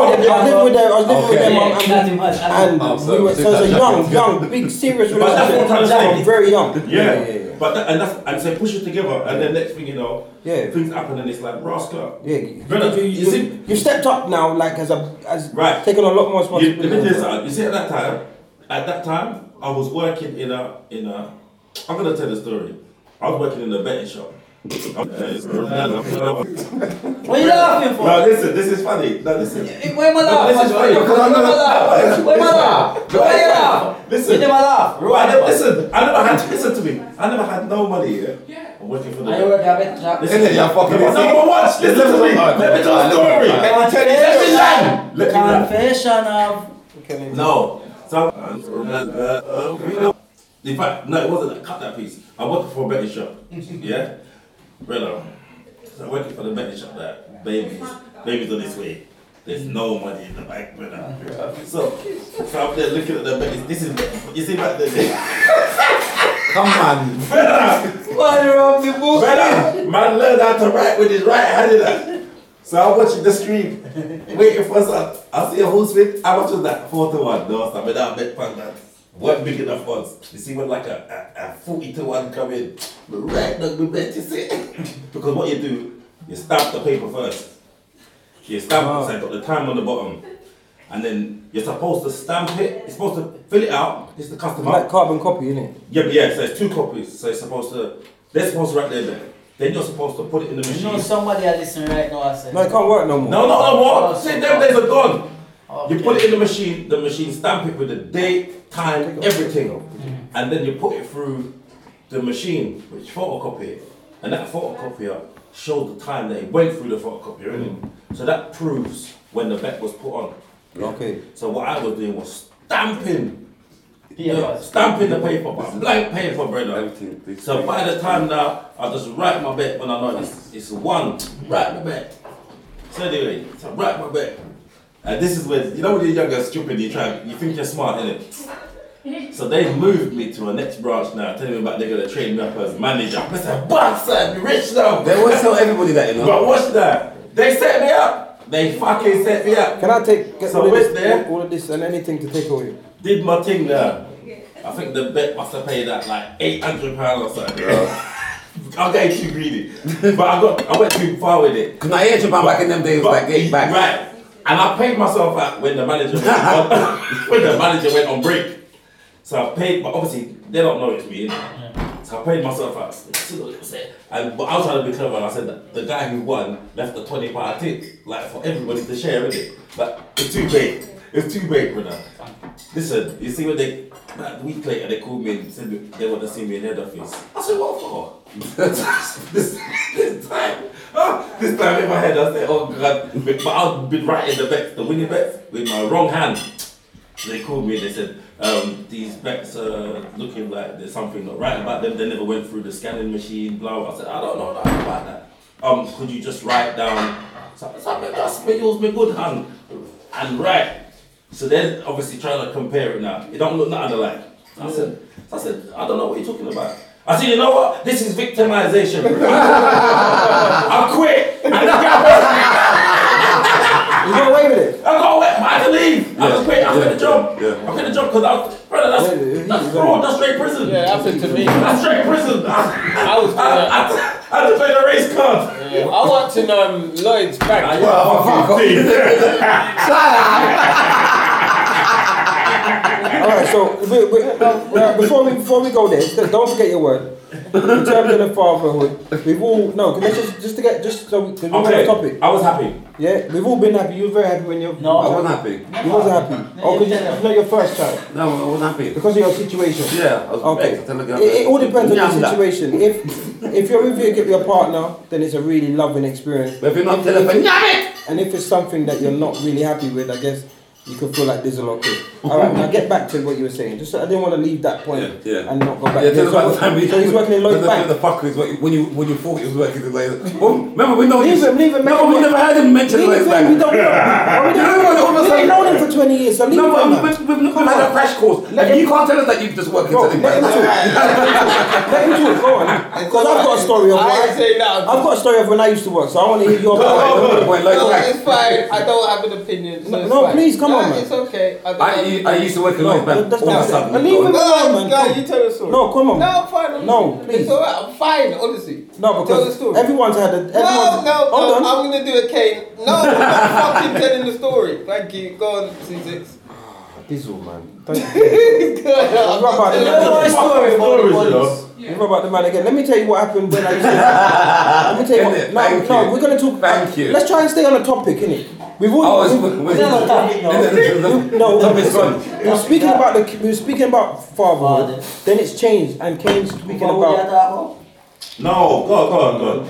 [SPEAKER 3] with them. I was living with them. I was living with
[SPEAKER 4] Okay.
[SPEAKER 3] them.
[SPEAKER 2] Yeah,
[SPEAKER 3] um,
[SPEAKER 2] nothing much.
[SPEAKER 3] And,
[SPEAKER 4] Oh,
[SPEAKER 3] and
[SPEAKER 4] so
[SPEAKER 3] we were,
[SPEAKER 4] take
[SPEAKER 3] so it was a
[SPEAKER 4] that
[SPEAKER 3] young,
[SPEAKER 4] jacket.
[SPEAKER 3] young, big, serious
[SPEAKER 6] But that's
[SPEAKER 3] relationship.
[SPEAKER 6] what I'm
[SPEAKER 3] From
[SPEAKER 6] saying.
[SPEAKER 3] very young.
[SPEAKER 6] Yeah,
[SPEAKER 3] yeah, yeah.
[SPEAKER 6] but that, and that's and so push it together, and then next thing you know,
[SPEAKER 3] Yeah.
[SPEAKER 6] things happen, and it's like rascal.
[SPEAKER 3] Yeah,
[SPEAKER 6] Brother,
[SPEAKER 3] you,
[SPEAKER 6] you see-
[SPEAKER 3] you, have stepped up now, like as a as
[SPEAKER 6] Right.
[SPEAKER 3] taking on a lot more
[SPEAKER 6] You, let me tell
[SPEAKER 3] responsibility.
[SPEAKER 6] you something. You see, at that time, at that time, I was working in a in a. I'm gonna tell the story. I was working in a betting shop,
[SPEAKER 2] What you laughing for?
[SPEAKER 6] No, listen, this is funny. No, listen.
[SPEAKER 2] Eh, Why am I laughing?
[SPEAKER 6] This is funny,
[SPEAKER 2] Why am I
[SPEAKER 6] 'cause I'm not-
[SPEAKER 2] laughing? Why am I laughing? Why you laughing?
[SPEAKER 6] Listen.
[SPEAKER 2] You never laugh.
[SPEAKER 6] Right, I never, listen, I never had, listen to me, I never had no money, yeah? Yeah. I'm working for the...
[SPEAKER 2] Are you working at a job?
[SPEAKER 12] Isn't it? You're fucking
[SPEAKER 6] No, but watch, listen to me, let me tell a story.
[SPEAKER 2] Confession.
[SPEAKER 6] Let me laugh.
[SPEAKER 2] Confession of.
[SPEAKER 6] No. So, uh, uh, uh, in fact, no, it wasn't. that. Cut that piece. I worked for a betting shop. yeah? Brother. So I worked for the betting shop that babies, babies on this way. There's no money in the bank, brother. So, so I'm there looking at the betting. This is, you see back there,
[SPEAKER 5] Come on.
[SPEAKER 6] brother, man learned how to write with his right hand in that. So I'm watching the screen, waiting for some. I see a whole spin. How much was that? Four to one. No, I mean, I bet fun that. What big enough odds? You see when like a, a, a 40 to one come in, but right not be bet, you see? Because what you do, you stamp the paper first. You stamp it, so you got the time on the bottom. And then you're supposed to stamp it, you're supposed to fill it out, it's the customer.
[SPEAKER 3] Like carbon copy, innit?
[SPEAKER 6] Yeah, but yeah, so it's two copies. So it's supposed to, they're supposed to write their name. Then you're supposed to put it in the
[SPEAKER 2] You
[SPEAKER 6] machine.
[SPEAKER 2] know somebody are listening right now. I said.
[SPEAKER 3] No, it can't work no more.
[SPEAKER 6] No, no, no, what? See, them days are gone.
[SPEAKER 2] Okay.
[SPEAKER 6] You put it in the machine, the machine stamp it with the date, time, everything. And then you put it through the machine, which photocopy it. And that photocopier showed the time that it went through the photocopier, innit? So that proves when the bet was put on.
[SPEAKER 5] Okay.
[SPEAKER 6] So what I was doing was stamping
[SPEAKER 2] Yeah,
[SPEAKER 6] yeah,
[SPEAKER 2] but-
[SPEAKER 6] stamping the paper, but blank paper, brother.
[SPEAKER 12] Everything, big
[SPEAKER 6] So by the time now, I just write my bet when I know it's, it's one. Write my bet. So anyway, so write my bet. And this is when, you know when you're young and stupid, you try, you think you're smart, innit? So they moved me to a next branch now, telling me about they're gonna train me up as manager. I said, boss, I'd be rich now.
[SPEAKER 5] They won't tell everybody that, you know.
[SPEAKER 6] But watch that. They set me up. They fucking set me up.
[SPEAKER 3] Can I take get
[SPEAKER 6] So
[SPEAKER 3] all, of
[SPEAKER 6] where's
[SPEAKER 3] this,
[SPEAKER 6] there?
[SPEAKER 3] all of this and anything to take away?
[SPEAKER 6] Did my thing there. I think the bet must have paid that like eight hundred pounds or something. I'm getting too greedy, but I got I went too far with it.
[SPEAKER 5] Because I hear Japan back in them days,
[SPEAKER 6] But-
[SPEAKER 5] like, getting back.
[SPEAKER 6] right, and I paid myself out when the manager went on, when the manager went on break. So I paid, but obviously they don't know it's me. innit? So I paid myself out. See what it said. And but I was trying to be clever, and I said that the guy who won left the twenty pound tip, like for everybody to share, innit? But it's too big. It's too big, brother. Listen, you see when they that week later they called me and said they want to see me in head office. I said, what for? this, this time, ah, this time in my head I said, oh god, but I've been writing the bets, the winning bets with my wrong hand. So they called me and they said, um, these bets are looking like there's something not right about them. They never went through the scanning machine, blah blah. I said, I don't know nothing about that. Um, could you just write down? So, so I said, just me use my good hand and write. So they're obviously trying to compare it now. It don't look nothing alike. I said, I said, I don't know what you're talking about. I said, you know what? This is victimization. bro." I quit. I just got
[SPEAKER 3] You got away with it.
[SPEAKER 6] I got away. I had to leave. I just quit. I quit the job.
[SPEAKER 12] yeah.
[SPEAKER 6] I quit the job because I was, brother,
[SPEAKER 3] Yeah, yeah,
[SPEAKER 6] that's, that's
[SPEAKER 3] yeah.
[SPEAKER 6] fraud. That's straight prison.
[SPEAKER 8] Yeah, that happened to me.
[SPEAKER 6] That's straight prison. I,
[SPEAKER 8] I was.
[SPEAKER 6] I, I, I had to play the race card.
[SPEAKER 8] I worked in um, Lloyd's
[SPEAKER 6] I,
[SPEAKER 8] bank.
[SPEAKER 3] All right, so we, we, now, before we before we go there, so don't forget your word. In terms of the fatherhood, we've all no. Let's just just to get just so we can
[SPEAKER 6] okay.
[SPEAKER 3] the topic.
[SPEAKER 6] I was happy.
[SPEAKER 3] Yeah, we've all been happy. You were very happy when you
[SPEAKER 5] I
[SPEAKER 2] No.
[SPEAKER 5] wasn't happy.
[SPEAKER 3] you wasn't happy. Oh, 'cause you- it's not your first child
[SPEAKER 5] No, I wasn't happy.
[SPEAKER 3] because of your situation.
[SPEAKER 5] Yeah, I was
[SPEAKER 3] Okay.
[SPEAKER 5] vexed. I tell
[SPEAKER 3] It,
[SPEAKER 5] the girl,
[SPEAKER 3] it all depends on
[SPEAKER 5] "Nyam
[SPEAKER 3] the
[SPEAKER 5] that."
[SPEAKER 3] situation. If if you're with your- your partner, then it's a really loving experience.
[SPEAKER 5] But if you're not telling her, "Nyam it!
[SPEAKER 3] And if it's something that you're not really happy with, I guess you could feel like there's a lot. to- All right, now get back to what you were saying. Just I didn't want to leave that point
[SPEAKER 5] Yeah, yeah.
[SPEAKER 3] and not go back.
[SPEAKER 5] Yeah,
[SPEAKER 3] there.
[SPEAKER 5] tell us
[SPEAKER 3] so,
[SPEAKER 5] about the time we
[SPEAKER 3] so he's working in Lloyd's
[SPEAKER 5] the, The,
[SPEAKER 3] Bank.
[SPEAKER 5] the fucker is working- when you when you thought he was working in Lloyd's. Well, remember we know
[SPEAKER 3] Leave
[SPEAKER 5] you-
[SPEAKER 3] him, leave him,
[SPEAKER 5] No,
[SPEAKER 3] man.
[SPEAKER 5] we never had him mention
[SPEAKER 3] Leave
[SPEAKER 5] Lloyd's
[SPEAKER 3] him, we
[SPEAKER 5] Bank.
[SPEAKER 3] don't know. Well, we
[SPEAKER 5] Yeah, everyone all of
[SPEAKER 3] don't-
[SPEAKER 5] a
[SPEAKER 3] we
[SPEAKER 5] sudden-
[SPEAKER 3] ain't known him for 20 years, so leave
[SPEAKER 5] No,
[SPEAKER 3] him.
[SPEAKER 5] but
[SPEAKER 3] man.
[SPEAKER 5] we've, we've, we've had a crash course.
[SPEAKER 3] Let
[SPEAKER 5] And you can't tell us that you've just worked in
[SPEAKER 3] Bro,
[SPEAKER 5] Lloyd's
[SPEAKER 3] let him
[SPEAKER 5] Bank.
[SPEAKER 3] talk. Let him talk, go on. Because I've got a story of
[SPEAKER 7] I ain't
[SPEAKER 3] what
[SPEAKER 7] saying that.
[SPEAKER 3] I've got a story of when I used to work, so I want to hear your part.
[SPEAKER 5] Wait,
[SPEAKER 7] no,
[SPEAKER 5] Lloyd's Bank.
[SPEAKER 7] it's fine. I don't have an opinion. So
[SPEAKER 3] No,
[SPEAKER 7] it's
[SPEAKER 3] no,
[SPEAKER 7] fine.
[SPEAKER 3] please, come
[SPEAKER 7] Nah,
[SPEAKER 3] on, man.
[SPEAKER 7] It's okay. I don't.
[SPEAKER 5] I, I used to work in Lloyd's Bank.
[SPEAKER 3] That's
[SPEAKER 5] All of
[SPEAKER 3] not-
[SPEAKER 5] a sudden.
[SPEAKER 3] Leave him
[SPEAKER 7] no,
[SPEAKER 3] alone,
[SPEAKER 7] no, you
[SPEAKER 3] man.
[SPEAKER 7] tell the story.
[SPEAKER 3] No, come on.
[SPEAKER 7] No, I'm fine. I'm
[SPEAKER 3] No,
[SPEAKER 7] fine.
[SPEAKER 3] please.
[SPEAKER 7] It's alright. I'm fine, honestly.
[SPEAKER 3] No,
[SPEAKER 7] tell the
[SPEAKER 3] because
[SPEAKER 7] story.
[SPEAKER 3] everyone's had a.
[SPEAKER 7] no,
[SPEAKER 3] everyone's-
[SPEAKER 7] no,
[SPEAKER 3] hold
[SPEAKER 7] no,
[SPEAKER 3] on.
[SPEAKER 7] I'm gonna do a cane. No, I'm not fucking telling the story. Thank you. Go on, C six.
[SPEAKER 5] Diesel, man.
[SPEAKER 3] Don't- Rub out the-
[SPEAKER 2] You know my story about the police. You
[SPEAKER 3] people about the man again. Let me tell you what happened when I used to. Let me tell you.
[SPEAKER 4] Innit?
[SPEAKER 3] What,
[SPEAKER 4] Thank
[SPEAKER 3] no,
[SPEAKER 4] you.
[SPEAKER 3] no, we're gonna talk.
[SPEAKER 4] Thank you.
[SPEAKER 3] Let's try and stay on a topic, innit? We've
[SPEAKER 4] I
[SPEAKER 5] Oh,
[SPEAKER 3] all.
[SPEAKER 4] was-
[SPEAKER 3] we've-
[SPEAKER 4] wait,
[SPEAKER 3] no, no, no,
[SPEAKER 4] Love is gone.
[SPEAKER 3] we were speaking about the we were speaking about fatherhood. Then it's changed, and Kane's speaking about.
[SPEAKER 6] No, go on, go on, go on.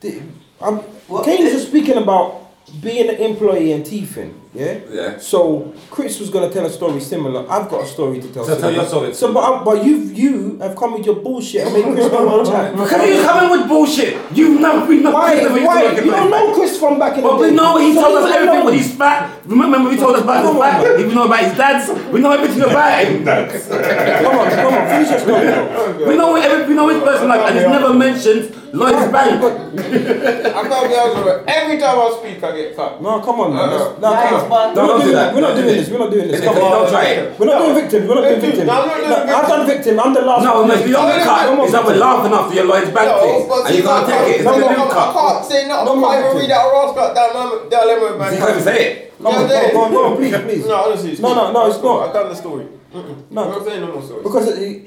[SPEAKER 3] The, um, Kane was just speaking about being an employee and thiefing. Yeah.
[SPEAKER 4] Yeah.
[SPEAKER 3] So Chris was gonna tell a story similar. I've got a story to tell.
[SPEAKER 4] So tell
[SPEAKER 3] similar.
[SPEAKER 4] your story.
[SPEAKER 3] So, but I- but you you have come with your bullshit and made Chris go on chat.
[SPEAKER 5] Because you coming with bullshit. You know, we know.
[SPEAKER 3] Why?
[SPEAKER 5] we know he's
[SPEAKER 3] Why?
[SPEAKER 5] working
[SPEAKER 3] You don't
[SPEAKER 5] for his
[SPEAKER 3] know Chris from back in the
[SPEAKER 5] But
[SPEAKER 3] day.
[SPEAKER 5] we know he
[SPEAKER 3] So
[SPEAKER 5] told
[SPEAKER 3] you
[SPEAKER 5] us
[SPEAKER 3] don't
[SPEAKER 5] everything
[SPEAKER 3] know.
[SPEAKER 5] when he's fat. Remember we told us about his fat? We know about his dads. We know everything about him.
[SPEAKER 3] Come on, come on, finish your story. now.
[SPEAKER 5] We know every, we know his personal life and it's never mentioned Lloyd's Bank.
[SPEAKER 7] I'm not be honest with you. Every time I speak, I get fucked.
[SPEAKER 3] No, come on, man. Let's- No,
[SPEAKER 2] Nice,
[SPEAKER 3] come
[SPEAKER 2] man.
[SPEAKER 3] on. We're
[SPEAKER 4] Don't
[SPEAKER 3] not
[SPEAKER 4] do
[SPEAKER 3] doing
[SPEAKER 4] that.
[SPEAKER 3] that. We're not
[SPEAKER 4] Don't do
[SPEAKER 3] doing
[SPEAKER 4] it.
[SPEAKER 3] this. We're not doing this.
[SPEAKER 4] Innit?
[SPEAKER 3] Come on.
[SPEAKER 4] Don't try it.
[SPEAKER 3] We're not doing victim. We're not doing
[SPEAKER 7] No,
[SPEAKER 3] victim.
[SPEAKER 7] no, no, no,
[SPEAKER 3] I've done victim. I'm the last.
[SPEAKER 5] No, no,
[SPEAKER 3] one.
[SPEAKER 5] if you don't get cut, it's that we're laughing after your Lloyd's Bank
[SPEAKER 7] No,
[SPEAKER 5] thing.
[SPEAKER 7] but
[SPEAKER 5] And
[SPEAKER 7] see,
[SPEAKER 5] you
[SPEAKER 7] I
[SPEAKER 5] can't take it.
[SPEAKER 7] can't-
[SPEAKER 5] It's
[SPEAKER 7] no,
[SPEAKER 5] not
[SPEAKER 7] no,
[SPEAKER 5] going to
[SPEAKER 7] no,
[SPEAKER 5] be
[SPEAKER 7] I
[SPEAKER 5] cut.
[SPEAKER 7] can't say
[SPEAKER 3] No
[SPEAKER 7] nothing.
[SPEAKER 3] more
[SPEAKER 7] I can't
[SPEAKER 3] victim.
[SPEAKER 7] even read out a rascal down down lemon
[SPEAKER 5] You can't even
[SPEAKER 7] man.
[SPEAKER 5] say it.
[SPEAKER 3] Come on, go on, go on, go on, please, please.
[SPEAKER 7] No, honestly, it's
[SPEAKER 3] No, no, no, it's not.
[SPEAKER 7] I've done the story. Mm-mm.
[SPEAKER 3] No.
[SPEAKER 7] I'm not saying no more story.
[SPEAKER 3] Because it-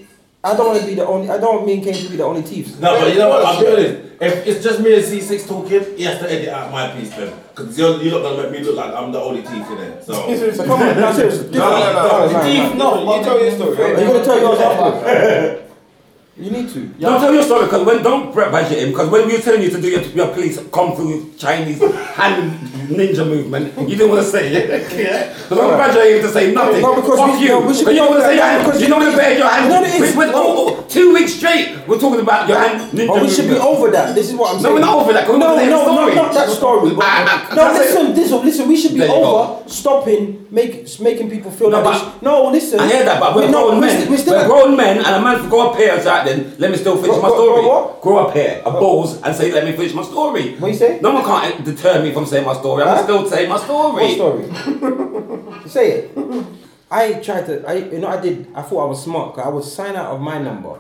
[SPEAKER 3] I don't want to be the only. I don't mean Kane to be the only thieves.
[SPEAKER 6] No, but you know what? I'll be honest. If it's just me and C6 talking, he has to edit out my piece then. Because you're, you're not going to make me look like I'm the only thief in there. So.
[SPEAKER 3] So come on, no, seriously.
[SPEAKER 7] No, no, no,
[SPEAKER 3] No,
[SPEAKER 7] no,
[SPEAKER 3] no,
[SPEAKER 7] Steve, no, you tell your story.
[SPEAKER 3] Are you gonna tell yours afterwards? You need to.
[SPEAKER 5] Don't tell your story because when don't Brett budget him because when we were telling you to do your, your police kung fu Chinese hand ninja movement, you didn't want to say it. yeah. So don't badger him to say nothing.
[SPEAKER 3] No, because
[SPEAKER 5] Fuck
[SPEAKER 3] we-
[SPEAKER 5] you.
[SPEAKER 3] no, we should
[SPEAKER 5] But you don't want to
[SPEAKER 3] know
[SPEAKER 5] say your
[SPEAKER 3] that,
[SPEAKER 5] hand
[SPEAKER 3] because
[SPEAKER 5] because you know
[SPEAKER 3] we-
[SPEAKER 5] the bear your hand.
[SPEAKER 3] No, it is-
[SPEAKER 5] we, we're, oh, oh, two weeks straight we're talking about your hand ninja
[SPEAKER 3] But Oh, we should be
[SPEAKER 5] movement.
[SPEAKER 3] over that. This is what I'm
[SPEAKER 5] No,
[SPEAKER 3] saying.
[SPEAKER 5] we're not over that. 'cause we're
[SPEAKER 3] No,
[SPEAKER 5] not
[SPEAKER 3] no,
[SPEAKER 5] saying the
[SPEAKER 3] no,
[SPEAKER 5] story.
[SPEAKER 3] not that story. But
[SPEAKER 5] Ah, ah,
[SPEAKER 3] no,
[SPEAKER 5] that's it.
[SPEAKER 3] listen, this, listen. We should be
[SPEAKER 5] There you
[SPEAKER 3] over stopping, make, making people feel
[SPEAKER 5] No,
[SPEAKER 3] like
[SPEAKER 5] but-
[SPEAKER 3] this. No, listen.
[SPEAKER 5] I hear that, but we're
[SPEAKER 3] We're not-
[SPEAKER 5] grown
[SPEAKER 3] we're
[SPEAKER 5] men.
[SPEAKER 3] st- we're still-
[SPEAKER 5] We're grown men, and a man could grow up here and say, "Right then let me still finish
[SPEAKER 3] Grow-
[SPEAKER 5] my
[SPEAKER 3] grow-
[SPEAKER 5] story.
[SPEAKER 3] grow what?
[SPEAKER 5] Grow up here, a balls, and say, let me finish my story.
[SPEAKER 3] What you say?
[SPEAKER 5] No one can't deter me from saying my story. I'm
[SPEAKER 3] Huh?
[SPEAKER 5] still saying my
[SPEAKER 3] What
[SPEAKER 5] story.
[SPEAKER 3] story? Say it. I tried to. I you know I did. I thought I was smart. 'cause I would sign out of my number,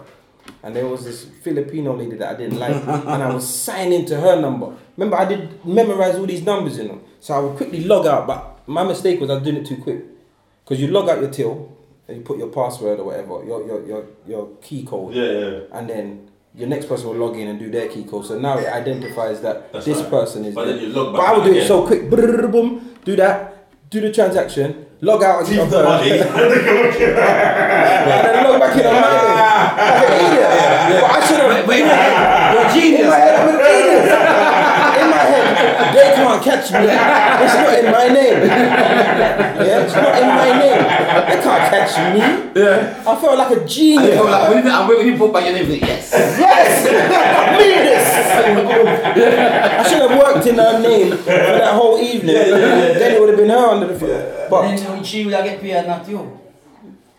[SPEAKER 3] and there was this Filipino lady that I didn't like, and I was signing to her number. Remember, I did memorize all these numbers in them, so I would quickly log out. But my mistake was I was doing it too quick, because you log out your till and you put your password or whatever, your your your, your key code.
[SPEAKER 6] Yeah, yeah.
[SPEAKER 3] And then. Your next person will log in and do their key code, so now it identifies that
[SPEAKER 6] That's
[SPEAKER 3] this
[SPEAKER 6] right.
[SPEAKER 3] person is.
[SPEAKER 6] But
[SPEAKER 3] there.
[SPEAKER 6] then you log
[SPEAKER 3] But I
[SPEAKER 6] back
[SPEAKER 3] would do it
[SPEAKER 6] again.
[SPEAKER 3] so quick brrrr, boom, do that, do the transaction, log out of
[SPEAKER 6] Thief
[SPEAKER 3] of
[SPEAKER 6] the
[SPEAKER 3] her,
[SPEAKER 6] money.
[SPEAKER 3] and then log back in on my end. Like an idiot. But I should have.
[SPEAKER 5] Wait, you're a
[SPEAKER 3] In
[SPEAKER 5] genius.
[SPEAKER 3] my head, I'm an idiot. In my head, they can't catch me. It's not in my name. Yeah, it's not in my name. They can't catch me.
[SPEAKER 5] Yeah.
[SPEAKER 3] I felt like a
[SPEAKER 5] And you go
[SPEAKER 3] genius.
[SPEAKER 5] like, when you- and when you put back your name, you think, yes.
[SPEAKER 3] Yes, I mean this. I should have worked in her name for that whole evening. Then it would have been her under the foot. But
[SPEAKER 2] Then she will get paid, not you.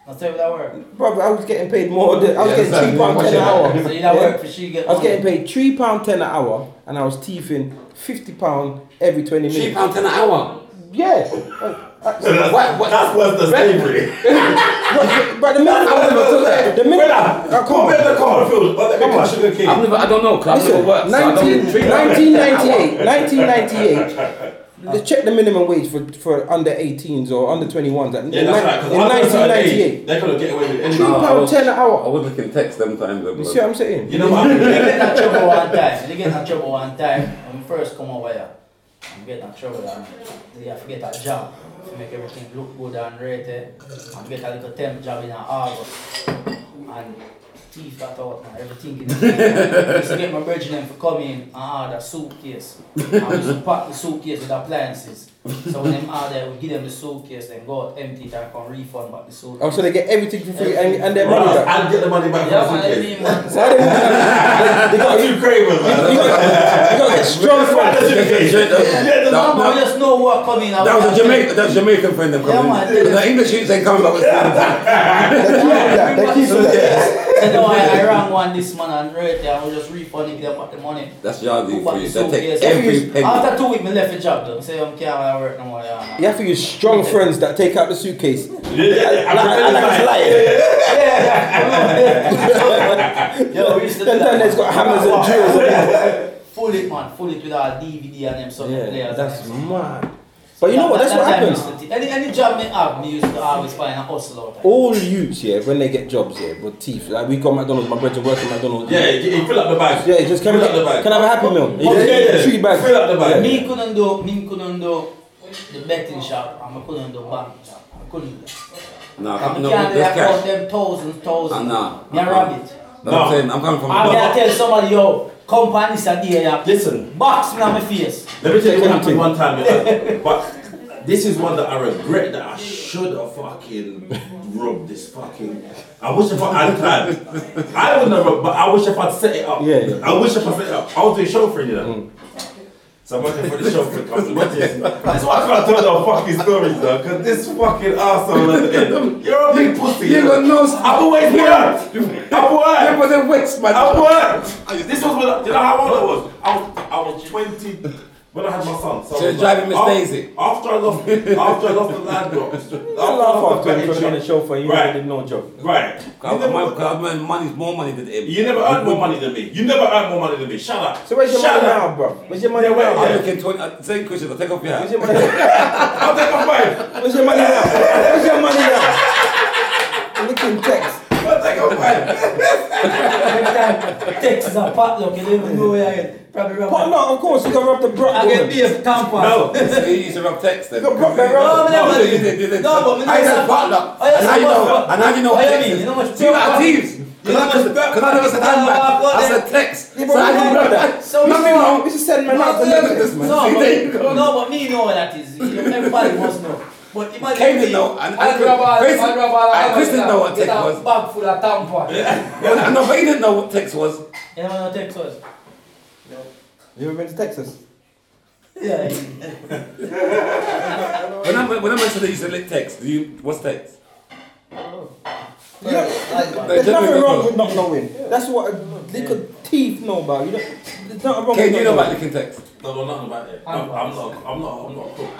[SPEAKER 2] That's how that work.
[SPEAKER 3] Brother, I was getting paid more than I was
[SPEAKER 4] Yeah,
[SPEAKER 3] getting
[SPEAKER 4] that's
[SPEAKER 3] three
[SPEAKER 4] right.
[SPEAKER 3] pound ten an
[SPEAKER 4] Yeah.
[SPEAKER 3] hour.
[SPEAKER 2] So you that
[SPEAKER 3] Yeah.
[SPEAKER 2] work for she get
[SPEAKER 3] I was
[SPEAKER 2] money.
[SPEAKER 3] getting paid three pound ten an hour, and I was teething fifty pound every twenty
[SPEAKER 5] Three
[SPEAKER 3] minutes.
[SPEAKER 5] pound ten an hour.
[SPEAKER 3] Yeah,
[SPEAKER 5] What? What?
[SPEAKER 6] That's worse than slavery.
[SPEAKER 3] but, but the minute
[SPEAKER 5] I never took that.
[SPEAKER 3] the minute I
[SPEAKER 6] Brother,
[SPEAKER 3] come
[SPEAKER 6] Compare
[SPEAKER 3] on.
[SPEAKER 6] the cornfield, but they become sugar
[SPEAKER 5] I've
[SPEAKER 6] cane.
[SPEAKER 5] never. I don't know. Cause I've
[SPEAKER 3] Listen,
[SPEAKER 5] never worked.
[SPEAKER 3] 19,
[SPEAKER 5] so I don't
[SPEAKER 3] 1998, 1998. Let's check the minimum wage for, for under 18s or under 21s. That-
[SPEAKER 6] Yeah, that's right. Because
[SPEAKER 3] in 1998,
[SPEAKER 6] they're going to get away with
[SPEAKER 3] three
[SPEAKER 6] anything.
[SPEAKER 3] pound ten an
[SPEAKER 5] I
[SPEAKER 3] hour.
[SPEAKER 5] was looking text them times.
[SPEAKER 3] You see what I'm saying?
[SPEAKER 6] You know what?
[SPEAKER 2] They get in trouble one time. They get in trouble one time. When we first come over here, I'm getting in trouble. And they have to get a job to make everything look good and rated. I'm get a little temp job in August. And teeth that out and everything. In there. I used to get my brethren for come in and order suitcase. And we used to pack the suitcase with appliances. So when them order, we give them the suitcase, then go out empty it and come refund back the suitcase.
[SPEAKER 3] Oh, so they get everything for free and, and their money back.
[SPEAKER 6] I'll get the money back
[SPEAKER 2] yeah,
[SPEAKER 6] from
[SPEAKER 2] man,
[SPEAKER 6] the
[SPEAKER 2] I
[SPEAKER 6] suitcase.
[SPEAKER 2] mean, man.
[SPEAKER 3] Why they won't- they- they got-
[SPEAKER 6] That's too crazy, man.
[SPEAKER 3] You gotta, you gotta get strong friends.
[SPEAKER 5] Yeah,
[SPEAKER 2] No, man, we just know what coming. and
[SPEAKER 5] That
[SPEAKER 2] what
[SPEAKER 5] was a Jamaican, that was Jamaican friend that
[SPEAKER 2] Yeah,
[SPEAKER 5] come
[SPEAKER 2] man.
[SPEAKER 5] in. The English youths ain't coming back with
[SPEAKER 3] They keep that. They keep that.
[SPEAKER 2] So no, I, I rang one this man and right there, I was just refunding them back the money.
[SPEAKER 5] That's your
[SPEAKER 2] Two
[SPEAKER 5] deal for you.
[SPEAKER 2] bucks,
[SPEAKER 5] They
[SPEAKER 2] two
[SPEAKER 5] take
[SPEAKER 2] years.
[SPEAKER 5] every penny.
[SPEAKER 2] After two weeks, I left the job though. Say, I'm can't work no more. Yeah,
[SPEAKER 3] You have to use strong friends that take out the suitcase. I like, I like it's light.
[SPEAKER 2] Yo, we used to do
[SPEAKER 3] Then
[SPEAKER 2] that.
[SPEAKER 3] then it's got hammers and drills.
[SPEAKER 2] Full it, man. Full it with our DVD and them certain
[SPEAKER 3] Yeah,
[SPEAKER 2] players.
[SPEAKER 3] that's
[SPEAKER 2] and them.
[SPEAKER 3] mad. But you know what?
[SPEAKER 2] That-
[SPEAKER 3] That's
[SPEAKER 2] that
[SPEAKER 3] what
[SPEAKER 2] time
[SPEAKER 3] happens.
[SPEAKER 2] used to- Any, any job me have, me used to always find a hustle out there.
[SPEAKER 3] All youths, yeah, when they get jobs, yeah, with teeth. Like we go McDonald's, my brother works at McDonald's.
[SPEAKER 6] Yeah, you, you fill up the bag.
[SPEAKER 3] Yeah, just can,
[SPEAKER 6] fill
[SPEAKER 3] we,
[SPEAKER 6] up the bag.
[SPEAKER 3] can I have a happy meal?
[SPEAKER 6] Yeah, yeah, yeah.
[SPEAKER 3] Three bags.
[SPEAKER 6] Fill up the bag.
[SPEAKER 2] Me couldn't do, me couldn't do the betting shop and I couldn't do bank shop. I couldn't do that.
[SPEAKER 5] Nah,
[SPEAKER 2] I
[SPEAKER 5] come- no,
[SPEAKER 2] can't do
[SPEAKER 5] that's
[SPEAKER 2] that
[SPEAKER 5] cash.
[SPEAKER 2] for them thousands,
[SPEAKER 5] Nah,
[SPEAKER 2] thousands.
[SPEAKER 5] nah.
[SPEAKER 2] Me a rabbit.
[SPEAKER 5] No, I'm saying, I'm coming from.
[SPEAKER 2] I can tell somebody, yo, come pan this idea, yeah.
[SPEAKER 6] Listen.
[SPEAKER 2] Box me on my face.
[SPEAKER 6] Let me tell you what happened one time in life. But this is one that I regret that I should have fucking rubbed this fucking. I wish if I had time. I wouldn't have rubbed, but I wish if I'd set it up.
[SPEAKER 3] Yeah, yeah.
[SPEAKER 6] I wish if I set it up. I was doing show for you know. So I'm working for the show for the That's why I can't tell no fucking stories though, because this fucking arsehole at the end. You're a big pussy.
[SPEAKER 5] You got no.
[SPEAKER 6] I've always worked. I've worked.
[SPEAKER 5] But then waste my.
[SPEAKER 6] I worked. This was when I, you know how old I was. I was I was twenty when I had my son. So, I
[SPEAKER 5] So
[SPEAKER 6] was
[SPEAKER 5] driving Miss
[SPEAKER 6] af-
[SPEAKER 5] Daisy.
[SPEAKER 6] After I lost, after I lost the land drops. After I
[SPEAKER 3] I laugh
[SPEAKER 6] lost the
[SPEAKER 3] after him
[SPEAKER 6] betting
[SPEAKER 3] trying to
[SPEAKER 6] shop.
[SPEAKER 3] show for you
[SPEAKER 6] Right.
[SPEAKER 3] right. did no job.
[SPEAKER 6] Right. You
[SPEAKER 5] Cause my,
[SPEAKER 6] never,
[SPEAKER 5] cause my money's more money than him.
[SPEAKER 6] you never earned more money than me. You never earned more money than me. Shut up.
[SPEAKER 3] So where's your
[SPEAKER 6] Shut
[SPEAKER 3] money
[SPEAKER 6] up.
[SPEAKER 3] now, bro? Where's your money
[SPEAKER 6] Yeah, wait,
[SPEAKER 3] now?
[SPEAKER 5] I'm looking twenty. uh, Same question. I take off your
[SPEAKER 3] Where's
[SPEAKER 5] hat.
[SPEAKER 3] your money now?
[SPEAKER 6] I'll take off mine.
[SPEAKER 3] Where's your money now? Where's your money now? Looking text.
[SPEAKER 6] I'll take off mine.
[SPEAKER 2] Texas are potluck, you don't even know where I get. Probably rub
[SPEAKER 3] But
[SPEAKER 2] my-
[SPEAKER 3] no, of course, you can rub the brock.
[SPEAKER 2] I get
[SPEAKER 3] woman.
[SPEAKER 2] beef, tampon.
[SPEAKER 6] No.
[SPEAKER 5] So you used to rub text then.
[SPEAKER 3] No, bro, bro, bro.
[SPEAKER 2] No,
[SPEAKER 5] No,
[SPEAKER 2] but
[SPEAKER 5] you did, you
[SPEAKER 2] me
[SPEAKER 5] did.
[SPEAKER 2] no, but me
[SPEAKER 5] I
[SPEAKER 2] know
[SPEAKER 5] said
[SPEAKER 2] some-
[SPEAKER 5] butler.
[SPEAKER 2] I
[SPEAKER 5] And now
[SPEAKER 2] said
[SPEAKER 5] you know.
[SPEAKER 2] butler.
[SPEAKER 5] And now you know
[SPEAKER 2] What you
[SPEAKER 5] text.
[SPEAKER 2] mean? Oh, You know much
[SPEAKER 5] See what I
[SPEAKER 2] butler?
[SPEAKER 5] teased? Because I was- 'cause I never said handbag. I said text.
[SPEAKER 3] Yeah,
[SPEAKER 5] So I didn't know
[SPEAKER 3] that.
[SPEAKER 5] that.
[SPEAKER 2] So
[SPEAKER 5] Nothing
[SPEAKER 2] you-
[SPEAKER 5] wrong.
[SPEAKER 3] We should send man
[SPEAKER 2] No,
[SPEAKER 3] out to
[SPEAKER 2] but-
[SPEAKER 3] look at this man.
[SPEAKER 2] No,
[SPEAKER 5] See,
[SPEAKER 2] but,
[SPEAKER 5] there you go.
[SPEAKER 2] no, but me know what that is. Everybody must know. But imagine
[SPEAKER 5] Kane
[SPEAKER 2] me,
[SPEAKER 5] didn't know, and-
[SPEAKER 2] I
[SPEAKER 5] and
[SPEAKER 2] grab all,
[SPEAKER 5] Chris-
[SPEAKER 2] I grab all,
[SPEAKER 5] and Chris didn't know what
[SPEAKER 2] get
[SPEAKER 5] tech
[SPEAKER 2] a
[SPEAKER 5] was.
[SPEAKER 2] bag full of tampon.
[SPEAKER 5] Well, No, but he didn't know what text was.
[SPEAKER 2] You know what text was?
[SPEAKER 3] You ever been to Texas?
[SPEAKER 2] Yeah.
[SPEAKER 5] When I when I mentioned that you said lit text, do you what's text?
[SPEAKER 3] There's
[SPEAKER 5] They don't
[SPEAKER 3] nothing
[SPEAKER 5] know.
[SPEAKER 3] wrong with not knowing. That's what a little thief know about. You don't, there's nothing wrong
[SPEAKER 5] Kane,
[SPEAKER 3] with not
[SPEAKER 5] you know about
[SPEAKER 3] knowing.
[SPEAKER 5] licking text.
[SPEAKER 6] No, no, nothing about that. I'm, I'm not. I'm not. I'm not a cook.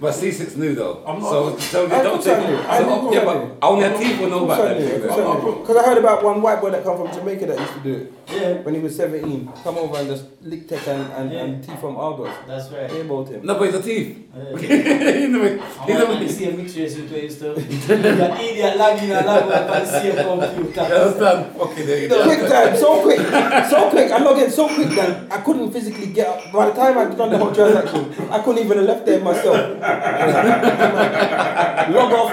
[SPEAKER 5] But C6 knew though.
[SPEAKER 6] I'm not-
[SPEAKER 5] So so they
[SPEAKER 3] I
[SPEAKER 5] don't
[SPEAKER 3] could tell
[SPEAKER 5] take
[SPEAKER 3] you. I
[SPEAKER 5] so-
[SPEAKER 3] could
[SPEAKER 5] Yeah,
[SPEAKER 3] tell
[SPEAKER 5] but only a thief will know about that.
[SPEAKER 3] Because I heard about one white boy that come from Jamaica that used to do it when he was 17. Come over and just lick tech and, and, and tea from Argos.
[SPEAKER 2] That's
[SPEAKER 3] I hear
[SPEAKER 2] right.
[SPEAKER 3] about him.
[SPEAKER 5] No, but he's a thief.
[SPEAKER 2] Yeah.
[SPEAKER 5] He never-
[SPEAKER 2] I
[SPEAKER 5] he
[SPEAKER 2] want
[SPEAKER 5] never-
[SPEAKER 2] to see a mixture as you two used to. That idiot lagging and lagging and see a
[SPEAKER 5] You
[SPEAKER 2] computer.
[SPEAKER 5] understand? Okay, there you go.
[SPEAKER 3] Quick time, so quick, so quick. I logged in so quick that I couldn't physically get up. By the time I'd done the whole transaction, I couldn't even have left there myself. log off,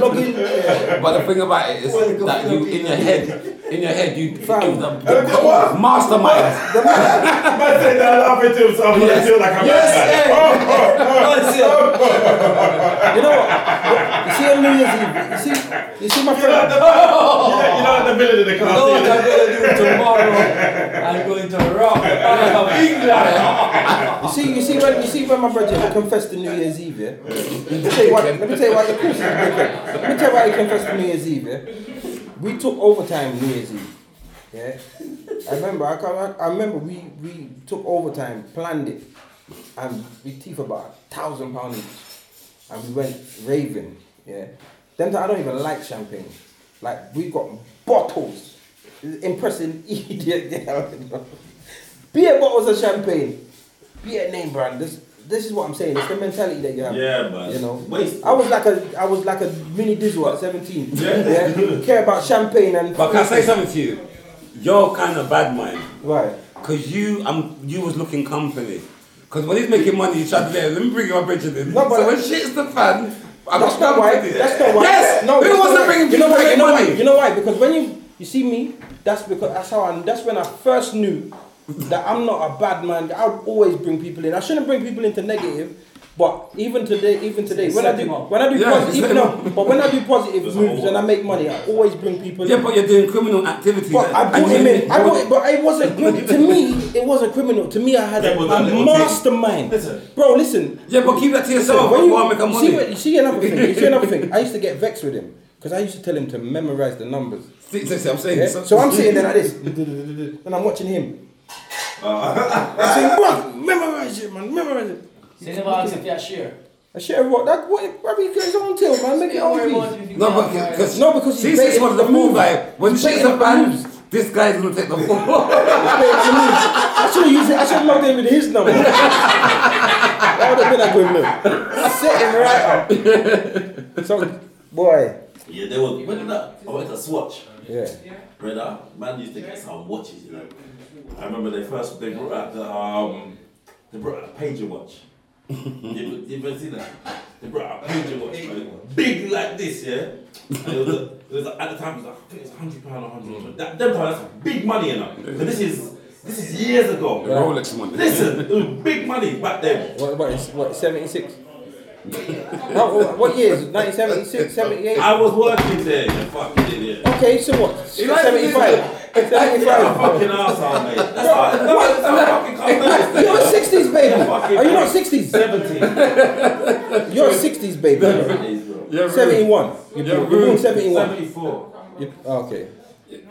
[SPEAKER 3] log in. Yeah.
[SPEAKER 5] But the thing about it is that you, in your head, in your head, you
[SPEAKER 3] Fam.
[SPEAKER 5] it was a mastermind.
[SPEAKER 6] I said that laughing to himself. and I feel like I'm
[SPEAKER 3] eh. You know what? You see on New Year's Eve, you see, you see my friend.
[SPEAKER 6] You know, in the middle of the car.
[SPEAKER 2] know what I'm gonna do tomorrow? I'm going to rock the Bank of England.
[SPEAKER 3] You see, you see when you see when my brother confessed to New Year's Eve, yeah. Let me tell you what. Let me tell you what. Of course, he's wicked. Let me tell you why he confessed to New Year's Eve. Yeah. We took overtime New Year's Eve. Yeah. I remember. I can't, I remember we we took overtime, planned it, and we teeth about a thousand pound each, and we went raving. Yeah. Them time I don't even like champagne. Like we got bottles, impressing idiot. Yeah. Beer bottles of champagne. Beer name brand. This this is what I'm saying. It's the mentality that you have.
[SPEAKER 6] Yeah, man.
[SPEAKER 3] You know.
[SPEAKER 6] Waste.
[SPEAKER 3] I was like a I was like a mini dizzle at 17. Yeah. Care about champagne and
[SPEAKER 5] But can I say something to you? You're kind of bad mind,
[SPEAKER 3] Right.
[SPEAKER 5] cause you, um, you was looking company. Cause when he's making money, he's trying to let me bring my Bridget in.
[SPEAKER 3] No, but-
[SPEAKER 5] so when shit's the fan, I
[SPEAKER 3] That's
[SPEAKER 5] got
[SPEAKER 3] not why.
[SPEAKER 5] company.
[SPEAKER 3] That's not why.
[SPEAKER 5] Yes.
[SPEAKER 3] No.
[SPEAKER 5] Who
[SPEAKER 3] that's
[SPEAKER 5] wants
[SPEAKER 3] not
[SPEAKER 5] to
[SPEAKER 3] why.
[SPEAKER 5] bring
[SPEAKER 3] You know why? You
[SPEAKER 5] making
[SPEAKER 3] know why?
[SPEAKER 5] money?
[SPEAKER 3] You know why? Because when you you see me, that's because that's how I that's when I first knew that I'm not a bad man. I would always bring people in. I shouldn't bring people into negative. But even today, even today, when I do when I do
[SPEAKER 5] Yeah, set
[SPEAKER 3] positive,
[SPEAKER 5] them
[SPEAKER 3] no,
[SPEAKER 5] up.
[SPEAKER 3] but when I do positive
[SPEAKER 6] That's
[SPEAKER 3] moves
[SPEAKER 6] all.
[SPEAKER 3] and I make money, I always bring people.
[SPEAKER 5] Yeah,
[SPEAKER 3] in.
[SPEAKER 5] but you're doing criminal activity.
[SPEAKER 3] But I
[SPEAKER 5] And
[SPEAKER 3] brought
[SPEAKER 5] you-
[SPEAKER 3] him in. I brought, but it wasn't criminal. to me. It wasn't criminal. To me, I had
[SPEAKER 6] Yeah,
[SPEAKER 3] a,
[SPEAKER 6] but that
[SPEAKER 3] a
[SPEAKER 6] little
[SPEAKER 3] mastermind.
[SPEAKER 6] thing. Listen.
[SPEAKER 3] Bro, listen.
[SPEAKER 5] Yeah, but keep that to yourself.
[SPEAKER 3] When
[SPEAKER 5] Oh, you want to make
[SPEAKER 3] you see, what-
[SPEAKER 5] money.
[SPEAKER 3] you see another thing. You see another thing. I used to get vexed with him because I used to tell him to memorize the numbers.
[SPEAKER 5] See, see, see, I'm saying.
[SPEAKER 3] Yeah? So I'm sitting there like this, and I'm watching him.
[SPEAKER 5] Oh.
[SPEAKER 3] I say, bro, memorize it, man. Memorize it.
[SPEAKER 2] They never asked if you're sure.
[SPEAKER 3] I should have what that. What? Whatever you guys on till, man. Make it
[SPEAKER 2] Don't worry
[SPEAKER 3] on
[SPEAKER 2] about
[SPEAKER 3] please.
[SPEAKER 2] it if you
[SPEAKER 5] No,
[SPEAKER 2] can't
[SPEAKER 5] but
[SPEAKER 2] worry.
[SPEAKER 5] because
[SPEAKER 3] No, because he's
[SPEAKER 5] C6
[SPEAKER 3] baiting
[SPEAKER 5] was the
[SPEAKER 3] the
[SPEAKER 5] full
[SPEAKER 3] move.
[SPEAKER 5] guy. When
[SPEAKER 3] He's
[SPEAKER 5] she's
[SPEAKER 3] baiting
[SPEAKER 5] a
[SPEAKER 3] the
[SPEAKER 5] fan,
[SPEAKER 3] moves.
[SPEAKER 5] this guy's gonna take the fall.
[SPEAKER 3] I should have used it. I should have logged in with his number. That would have been a good look. Set him right up. So, boy.
[SPEAKER 6] Yeah, they would. When did that? I went to Swatch.
[SPEAKER 3] Yeah.
[SPEAKER 6] Brother, man used to get some watches, you know. I remember they first they brought out the um they brought out a pager watch. you, ever- you ever seen that? They brought out a pager watch, man. Big like this, yeah. And it was, a, it was a, at the time it was like, I think it was hundred pound or hundred. Mm. That them time that's big money, you know. But this is this is years ago.
[SPEAKER 5] Rolex one.
[SPEAKER 6] Listen, it was big money back then.
[SPEAKER 3] What, what, is- what 76? no, what- what years? 1976, 78?
[SPEAKER 6] I was working there, you fucking idiot.
[SPEAKER 3] Okay, so what? 75? 75?
[SPEAKER 6] Fucking arsehole, mate. That's how that's how- that's how fucking companies
[SPEAKER 3] You're 60s, baby.
[SPEAKER 6] fucking
[SPEAKER 3] Are you not
[SPEAKER 6] do.
[SPEAKER 3] 60s?
[SPEAKER 6] 70.
[SPEAKER 3] You're 60s, baby.
[SPEAKER 5] Yeah, really.
[SPEAKER 3] 71. You
[SPEAKER 5] Yeah,
[SPEAKER 3] born- you born
[SPEAKER 5] rude.
[SPEAKER 3] 71.
[SPEAKER 6] 74.
[SPEAKER 3] You- ah, Okay.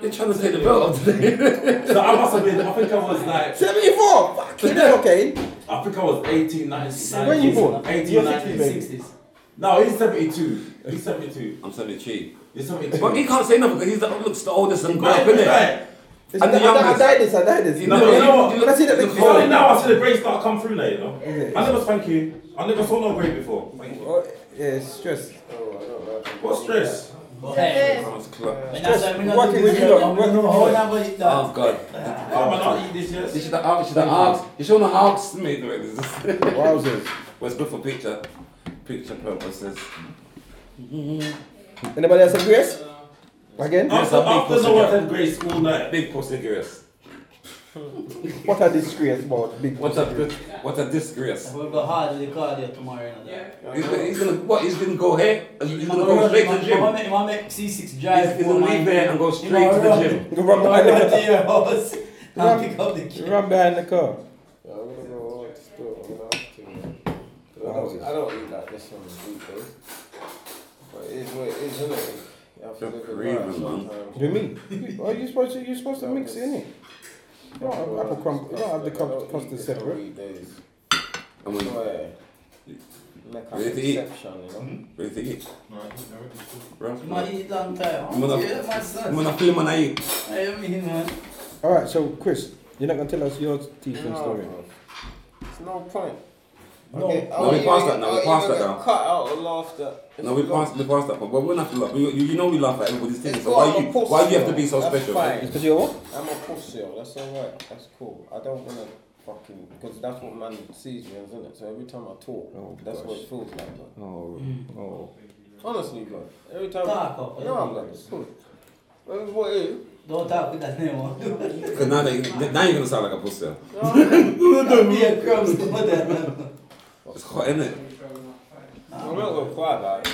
[SPEAKER 5] You're trying to take the belt off today.
[SPEAKER 6] So I must have been, I think I was like,
[SPEAKER 3] 74! Fucking hell, okay.
[SPEAKER 6] I think I was 18, 19,
[SPEAKER 3] When you born?
[SPEAKER 6] 18,
[SPEAKER 3] You're
[SPEAKER 6] 19,
[SPEAKER 3] 60s.
[SPEAKER 6] 60s. No, he's 72. He's 72.
[SPEAKER 5] I'm 73.
[SPEAKER 6] He's 72.
[SPEAKER 5] But he can't say nothing because he's the, looks the oldest and grew
[SPEAKER 6] Right,
[SPEAKER 5] up, innit?
[SPEAKER 6] right.
[SPEAKER 3] I,
[SPEAKER 5] And
[SPEAKER 3] I,
[SPEAKER 5] the
[SPEAKER 3] I
[SPEAKER 5] youngest.
[SPEAKER 3] died this, I died this.
[SPEAKER 6] No, but you know what?
[SPEAKER 3] Can I see that
[SPEAKER 6] It's
[SPEAKER 3] big
[SPEAKER 6] only
[SPEAKER 3] hole?
[SPEAKER 6] now I see the grey start come through there, you know? I never, thank you. I never saw no grey before. Thank you.
[SPEAKER 3] Oh, yeah, stress.
[SPEAKER 6] What stress?
[SPEAKER 2] And that's why we not
[SPEAKER 3] Working
[SPEAKER 2] do
[SPEAKER 3] with
[SPEAKER 2] this,
[SPEAKER 3] you,
[SPEAKER 2] we don't
[SPEAKER 3] working with
[SPEAKER 2] hold
[SPEAKER 3] you.
[SPEAKER 2] on, but it does.
[SPEAKER 5] Oh God.
[SPEAKER 6] Oh, man, I'll eat this, yes.
[SPEAKER 5] You should have asked. You should have asked. You should have asked me. No, this is-
[SPEAKER 3] Wowzers.
[SPEAKER 5] Well, it's good for picture, picture purposes.
[SPEAKER 3] Anybody else have grace? Again?
[SPEAKER 5] Yes,
[SPEAKER 6] After,
[SPEAKER 5] I'll be
[SPEAKER 6] after no
[SPEAKER 5] pussy
[SPEAKER 6] one
[SPEAKER 5] cat.
[SPEAKER 6] had grey school night.
[SPEAKER 5] Big pussy girls.
[SPEAKER 3] What a disgrace about big
[SPEAKER 5] What a good, what a disgrace.
[SPEAKER 2] We'll go hard with the cardio tomorrow. You know, that.
[SPEAKER 5] He's gonna, he's gonna what? He's gonna go here. He's
[SPEAKER 2] If
[SPEAKER 5] gonna go straight to the
[SPEAKER 2] I'm
[SPEAKER 5] gym.
[SPEAKER 2] make, if I make C6
[SPEAKER 5] He's,
[SPEAKER 2] drive,
[SPEAKER 5] he's gonna leave there and go straight to the gym.
[SPEAKER 3] Run
[SPEAKER 2] I
[SPEAKER 3] behind
[SPEAKER 2] go
[SPEAKER 3] the
[SPEAKER 2] to your house and pick up the kid.
[SPEAKER 3] Run behind the car.
[SPEAKER 7] Yeah, I'm gonna go out to store. I'm gonna have to. man. I don't, I don't eat like this on the weekdays. But it is what it is, isn't it? You have to
[SPEAKER 5] You're
[SPEAKER 7] live it right
[SPEAKER 5] grieving, man.
[SPEAKER 7] sometimes.
[SPEAKER 3] You mean? Well, you supposed to you supposed to mix it in it. You don't have apple crumb. You don't have the crumb custard separate.
[SPEAKER 5] And when
[SPEAKER 7] Swear. Make a
[SPEAKER 5] Ready to eat?
[SPEAKER 7] exception, you know?
[SPEAKER 5] ready to eat. Right.
[SPEAKER 2] You might eat long time. Huh?
[SPEAKER 5] You wanna-
[SPEAKER 2] Yeah, my
[SPEAKER 5] I'm
[SPEAKER 2] son.
[SPEAKER 5] gonna film and I eat.
[SPEAKER 2] I mean, man.
[SPEAKER 3] All right, so Chris, you're not gonna tell us your teaching
[SPEAKER 7] No,
[SPEAKER 3] story.
[SPEAKER 7] bro. Oh. It's no point.
[SPEAKER 3] No.
[SPEAKER 5] No,
[SPEAKER 7] Okay,
[SPEAKER 5] we
[SPEAKER 7] I'll
[SPEAKER 5] passed
[SPEAKER 7] even-
[SPEAKER 5] that now, we
[SPEAKER 7] I'll
[SPEAKER 5] passed
[SPEAKER 7] even
[SPEAKER 5] that
[SPEAKER 7] get
[SPEAKER 5] now.
[SPEAKER 7] Cut out or laughed at.
[SPEAKER 5] No, we passed, we passed that one. But we're not laugh. You, you know we laugh at everybody's thing.
[SPEAKER 7] It's
[SPEAKER 5] So
[SPEAKER 7] got
[SPEAKER 5] why
[SPEAKER 7] a
[SPEAKER 5] you,
[SPEAKER 7] pussy,
[SPEAKER 5] why you have to be so
[SPEAKER 7] that's
[SPEAKER 5] special?
[SPEAKER 7] fine.
[SPEAKER 3] Because you're what?
[SPEAKER 7] I'm a pussy, yo, that's alright, that's cool. I don't wanna fucking, because that's what man sees me as, isn't it? So every time I talk,
[SPEAKER 3] Oh,
[SPEAKER 7] that's what
[SPEAKER 3] gosh.
[SPEAKER 7] it feels like, man.
[SPEAKER 3] Oh, oh.
[SPEAKER 7] Honestly, bro. Every time.
[SPEAKER 2] Talk up.
[SPEAKER 7] No, I'm like, it's cool. Well, it's what it is.
[SPEAKER 2] Don't talk with that name. Huh?
[SPEAKER 5] Because now, they, now you're gonna sound like a pussy.
[SPEAKER 2] Be a crumbs to put that. man.
[SPEAKER 5] It's hot, isn't it?
[SPEAKER 7] I'm not gonna cry about it.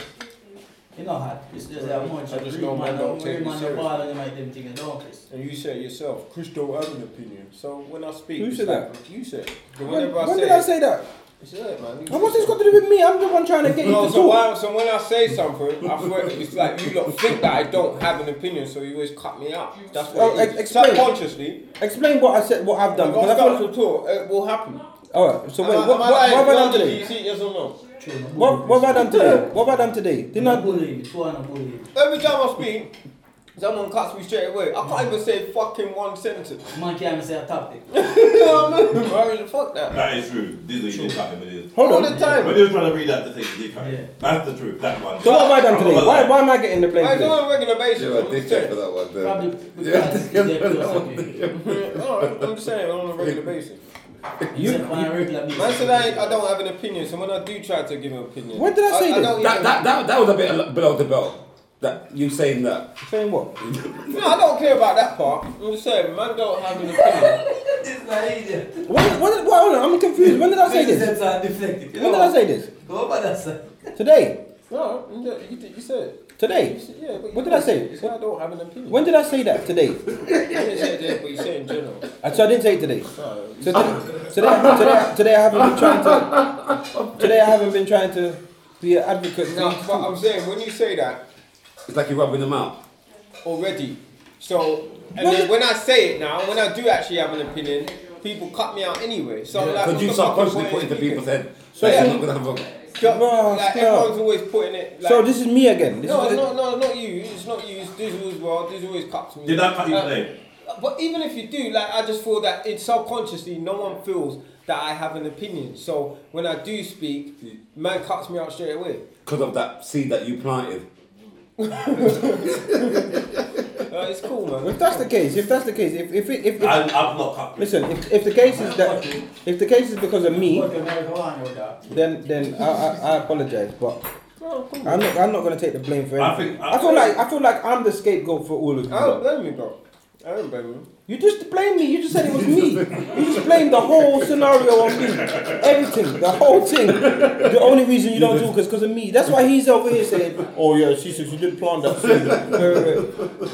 [SPEAKER 2] You know how it's just that much.
[SPEAKER 7] I just
[SPEAKER 2] Real
[SPEAKER 7] don't
[SPEAKER 2] man,
[SPEAKER 7] want
[SPEAKER 2] don't
[SPEAKER 7] to take
[SPEAKER 2] real
[SPEAKER 7] you
[SPEAKER 2] man,
[SPEAKER 7] serious.
[SPEAKER 2] the father, they might them things, don't Chris.
[SPEAKER 7] And you said yourself, Chris don't have an opinion. So when I speak,
[SPEAKER 3] Who
[SPEAKER 7] it's
[SPEAKER 3] said
[SPEAKER 7] like, You said. it. But
[SPEAKER 3] When,
[SPEAKER 7] whenever I
[SPEAKER 3] when
[SPEAKER 7] say,
[SPEAKER 3] did I
[SPEAKER 7] it,
[SPEAKER 3] say that?
[SPEAKER 7] it's like, man. you
[SPEAKER 3] And what's this
[SPEAKER 7] just-
[SPEAKER 3] got to do with me? I'm the one trying to get you
[SPEAKER 7] No,
[SPEAKER 3] to
[SPEAKER 7] so,
[SPEAKER 3] talk.
[SPEAKER 7] why, so when I say something, I swear it's like you lot think that I don't have an opinion, so you always cut me out. That's what
[SPEAKER 3] Oh,
[SPEAKER 7] it
[SPEAKER 3] ex-
[SPEAKER 7] is.
[SPEAKER 3] explain.
[SPEAKER 7] Subconsciously,
[SPEAKER 3] Explain what I said, what I've done.
[SPEAKER 7] if I
[SPEAKER 3] Because I
[SPEAKER 7] start
[SPEAKER 3] thought,
[SPEAKER 7] to talk, it will happen.
[SPEAKER 3] all right. So wait, what, what,
[SPEAKER 7] am I
[SPEAKER 3] what have I done
[SPEAKER 7] lying? You
[SPEAKER 3] today?
[SPEAKER 7] see, yes or no?
[SPEAKER 3] What, what have I done today? What have I done today? Didn't I?
[SPEAKER 2] bully him. Two and bully him.
[SPEAKER 7] Every time I speak, someone cuts me straight away. I can't even say fucking one sentence.
[SPEAKER 2] Man can't even say a topic.
[SPEAKER 7] you know what I mean? Bro, fuck that.
[SPEAKER 6] That is true. Disney did cut him, it is.
[SPEAKER 3] Hold
[SPEAKER 7] All
[SPEAKER 3] on.
[SPEAKER 7] the
[SPEAKER 6] When
[SPEAKER 7] time.
[SPEAKER 6] he was trying to read out the thing, he did cut
[SPEAKER 2] Yeah.
[SPEAKER 6] him. That's the truth, that one.
[SPEAKER 3] So what have I done today?
[SPEAKER 6] I'm not
[SPEAKER 3] Why,
[SPEAKER 6] lying.
[SPEAKER 3] why am I getting the blame?
[SPEAKER 7] I do
[SPEAKER 3] today?
[SPEAKER 7] on a regular basis.
[SPEAKER 5] You're a
[SPEAKER 7] I'm just
[SPEAKER 5] dickhead for
[SPEAKER 7] saying.
[SPEAKER 5] that one, then.
[SPEAKER 2] Probably because they're close to me.
[SPEAKER 7] No, I'm just saying on a regular basis.
[SPEAKER 2] Except when I regular
[SPEAKER 7] Man
[SPEAKER 2] meeting.
[SPEAKER 7] said I, I don't have an opinion, so when I do try to give an opinion,
[SPEAKER 3] When did I say
[SPEAKER 7] I,
[SPEAKER 3] this?
[SPEAKER 7] don't
[SPEAKER 5] That,
[SPEAKER 7] even-
[SPEAKER 5] that, that, that was a bit al- below the belt. That you saying that.
[SPEAKER 3] Saying what?
[SPEAKER 7] No, I don't care about that part. I'm just saying, man, don't have an opinion.
[SPEAKER 2] It's not easy.
[SPEAKER 3] What, what, what, hold on, I'm confused. When did I say
[SPEAKER 2] This
[SPEAKER 3] this?
[SPEAKER 2] is a deflective.
[SPEAKER 3] When did I say this?
[SPEAKER 2] Go over that side.
[SPEAKER 3] Today.
[SPEAKER 7] no, you, don't- you, did- you said it. You
[SPEAKER 3] Today.
[SPEAKER 7] said- yeah, but you
[SPEAKER 3] What did I say?
[SPEAKER 7] You said I don't have an opinion.
[SPEAKER 3] When did I say that? Today.
[SPEAKER 7] you didn't say that, but you said in general.
[SPEAKER 3] Uh, So I didn't say it today.
[SPEAKER 7] No,
[SPEAKER 3] So today, today, today, today I haven't been trying to. Today I haven't been trying to be an advocate. for
[SPEAKER 7] no,
[SPEAKER 3] you.
[SPEAKER 7] but I'm saying when you say that
[SPEAKER 5] It's like you're rubbing them out.
[SPEAKER 7] already, so and then when I say it now, when I do actually have an opinion, people cut me out anyway. So I'm like,
[SPEAKER 5] Because
[SPEAKER 7] what
[SPEAKER 5] you
[SPEAKER 7] the fuck
[SPEAKER 5] subconsciously
[SPEAKER 7] is
[SPEAKER 5] put into
[SPEAKER 7] speaking?
[SPEAKER 5] people's head.
[SPEAKER 7] So
[SPEAKER 5] So you're
[SPEAKER 7] yeah.
[SPEAKER 5] not gonna have a.
[SPEAKER 7] Just-
[SPEAKER 3] Bro,
[SPEAKER 7] like,
[SPEAKER 3] still.
[SPEAKER 7] everyone's always putting it. Like,
[SPEAKER 3] so this is me again. This
[SPEAKER 7] no,
[SPEAKER 3] is
[SPEAKER 7] no, no, not you. It's not you. It's Dizzle as well. Dizzle always cuts me.
[SPEAKER 6] Did I cut you
[SPEAKER 7] Uh,
[SPEAKER 6] today?
[SPEAKER 7] But even if you do, like I just feel that it's subconsciously, no one feels that I have an opinion. So when I do speak, man cuts me out straight away.
[SPEAKER 5] Because of that seed that you planted.
[SPEAKER 7] Uh, it's cool, man.
[SPEAKER 3] If that's the case, if that's the case, if if it, if, if
[SPEAKER 10] I, I've not cut.
[SPEAKER 3] listen, if, if the case is that if the case is because of me,
[SPEAKER 2] But the marijuana with that.
[SPEAKER 3] then then I I, I apologize, but. I'm not, I'm not gonna take the blame for anything.
[SPEAKER 10] I
[SPEAKER 3] I,
[SPEAKER 10] think-
[SPEAKER 3] feel like I feel like I'm the scapegoat for all of you.
[SPEAKER 7] I don't
[SPEAKER 3] lot.
[SPEAKER 7] blame you, bro. I don't blame you.
[SPEAKER 3] You just blame me. You just said it was me. You just blamed the whole scenario on me. Everything, the whole thing. The only reason you don't do is because of me. That's why he's over here saying, "Oh yeah, she said she didn't plant that seed."
[SPEAKER 7] I don't blame you.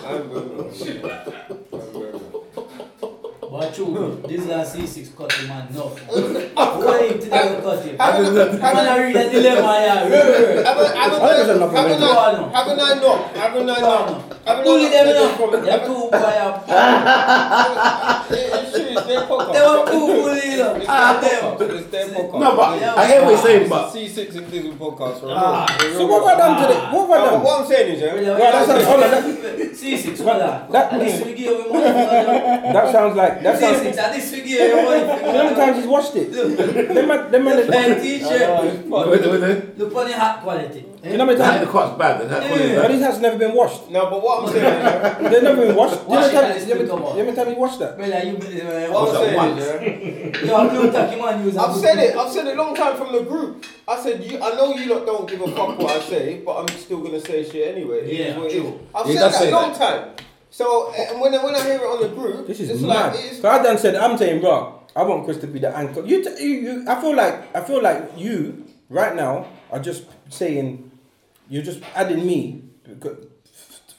[SPEAKER 7] I don't blame you.
[SPEAKER 2] But true, this last C6 cut the man no. Why him today we cut him?
[SPEAKER 7] I don't know.
[SPEAKER 2] Man, I read the dilemma here.
[SPEAKER 7] Haven't haven't I
[SPEAKER 3] there's enough
[SPEAKER 7] haven't
[SPEAKER 2] momentum.
[SPEAKER 7] I haven't I not? Haven't I not? Haven't I
[SPEAKER 2] Bully
[SPEAKER 7] not
[SPEAKER 2] them
[SPEAKER 7] said this
[SPEAKER 2] enough.
[SPEAKER 7] from-
[SPEAKER 2] They're
[SPEAKER 7] haven't-
[SPEAKER 2] too fire.
[SPEAKER 7] Yeah, it's true, it's their podcast.
[SPEAKER 2] They were too bully enough. Ah, them.
[SPEAKER 7] It's their podcast.
[SPEAKER 5] No, but
[SPEAKER 2] Yeah.
[SPEAKER 5] I hear what you're saying, but
[SPEAKER 7] C6 and Dizzle podcast, right?
[SPEAKER 3] So what have I done today? What have I
[SPEAKER 7] No,
[SPEAKER 3] done?
[SPEAKER 7] what I'm saying is, yeah,
[SPEAKER 3] Well, that's not- hold on, that-
[SPEAKER 2] C6, hold on.
[SPEAKER 3] that-
[SPEAKER 2] At least we give you money. brother.
[SPEAKER 3] That sounds like that sounds.
[SPEAKER 2] C6, at least we give you money.
[SPEAKER 3] Sometimes he's watched it. Them man, them man,
[SPEAKER 2] Hey, t-shirt.
[SPEAKER 5] Wait, wait, wait, wait.
[SPEAKER 2] Look on the hat quality. eh?
[SPEAKER 3] you know how many
[SPEAKER 5] That- the
[SPEAKER 3] times?
[SPEAKER 5] cut's bad. That cut's
[SPEAKER 2] Yeah.
[SPEAKER 3] But
[SPEAKER 5] bad.
[SPEAKER 3] these hats never been washed.
[SPEAKER 7] no, but what I'm saying is, yeah,
[SPEAKER 3] They've never been washed. You know
[SPEAKER 2] Wash
[SPEAKER 3] how
[SPEAKER 2] it and
[SPEAKER 3] many
[SPEAKER 2] it's
[SPEAKER 3] times? You
[SPEAKER 2] gonna come
[SPEAKER 3] know
[SPEAKER 2] off.
[SPEAKER 3] how many times he washed that?
[SPEAKER 2] Brother, you uh,
[SPEAKER 7] what
[SPEAKER 2] what?
[SPEAKER 7] I'm
[SPEAKER 5] that
[SPEAKER 7] saying
[SPEAKER 5] once?
[SPEAKER 7] is, yeah,
[SPEAKER 2] You have blue tacky man use.
[SPEAKER 7] I've said it. I've said it a long time from the group. I said, you, I know you lot don't give a fuck what I say, but I'm still gonna say shit anyway. It is
[SPEAKER 2] Yeah,
[SPEAKER 7] what it is.
[SPEAKER 2] true.
[SPEAKER 7] I've
[SPEAKER 5] He
[SPEAKER 7] said
[SPEAKER 5] does
[SPEAKER 7] that
[SPEAKER 5] say
[SPEAKER 7] a long time. So eh, and when I- when I hear it on the group,
[SPEAKER 3] This
[SPEAKER 7] it's
[SPEAKER 3] is mad.
[SPEAKER 7] like it's
[SPEAKER 3] so I done said, I'm saying, bro, I want Chris to be the anchor. You, t- you, you, I feel like, I feel like you right now are just saying, you're just adding me, because-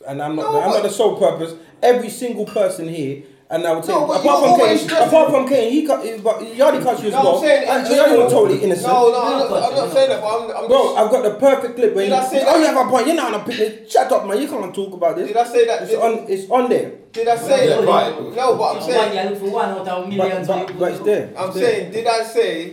[SPEAKER 3] and I'm not,
[SPEAKER 7] No,
[SPEAKER 3] I'm
[SPEAKER 7] but-
[SPEAKER 3] not the sole purpose. Every single person here. And I would say,
[SPEAKER 7] No, but
[SPEAKER 3] apart
[SPEAKER 7] you're
[SPEAKER 3] from
[SPEAKER 7] always
[SPEAKER 3] Kane,
[SPEAKER 7] stressing.
[SPEAKER 3] apart from Kane, he cut, but Yardi cut you as
[SPEAKER 7] No, I'm
[SPEAKER 3] well.
[SPEAKER 7] saying-
[SPEAKER 3] and Yardi was totally innocent.
[SPEAKER 7] No, no, I'm not, I'm not saying that, but I'm, I'm
[SPEAKER 3] Bro,
[SPEAKER 7] just,
[SPEAKER 3] I've got the perfect clip where
[SPEAKER 7] Did
[SPEAKER 3] you,
[SPEAKER 7] I say
[SPEAKER 3] oh, you
[SPEAKER 7] that?
[SPEAKER 3] have a point. You're not on a picnic. Shut up, man. You can't talk about this.
[SPEAKER 7] did I say that?
[SPEAKER 3] It's
[SPEAKER 7] Did,
[SPEAKER 3] on, it's on there.
[SPEAKER 7] did I say
[SPEAKER 5] Yeah,
[SPEAKER 7] that?
[SPEAKER 5] right.
[SPEAKER 7] No, but I'm saying,
[SPEAKER 2] One, you look for one out of
[SPEAKER 3] But,
[SPEAKER 2] millions.
[SPEAKER 3] but, but it's there.
[SPEAKER 7] I'm
[SPEAKER 3] It's there.
[SPEAKER 7] saying, did I say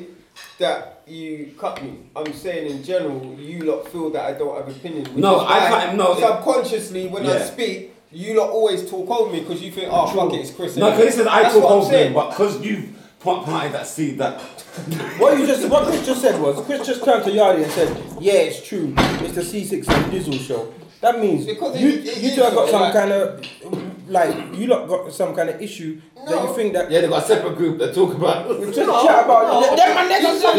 [SPEAKER 7] that you cut me? I'm saying in general, you lot feel that I don't have opinion. which
[SPEAKER 5] No,
[SPEAKER 7] is
[SPEAKER 5] I
[SPEAKER 7] why
[SPEAKER 5] can't- no, it-
[SPEAKER 7] Subconsciously, when I
[SPEAKER 5] Yeah.
[SPEAKER 7] speak, you lot always talk over me because you think, oh fuck it, it's Chris.
[SPEAKER 5] No,
[SPEAKER 7] innit?
[SPEAKER 5] because he says I
[SPEAKER 7] That's
[SPEAKER 5] took
[SPEAKER 7] what I'm
[SPEAKER 5] over
[SPEAKER 7] saying.
[SPEAKER 5] him, but because you plant- planted that seed, that
[SPEAKER 3] What you just what Chris just said was Chris just turned to Yadi and said, "Yeah, it's true. It's the C6 and Dizzle show." That means
[SPEAKER 7] Because it-
[SPEAKER 3] you
[SPEAKER 7] it
[SPEAKER 3] you
[SPEAKER 7] is
[SPEAKER 3] two have got
[SPEAKER 7] though,
[SPEAKER 3] some
[SPEAKER 7] like-
[SPEAKER 3] kind of like you lot got some kind of issue that
[SPEAKER 7] No.
[SPEAKER 3] you think that
[SPEAKER 12] Yeah, they got a separate group that talk about.
[SPEAKER 3] just chat about.
[SPEAKER 7] no.
[SPEAKER 3] Them man, they got some-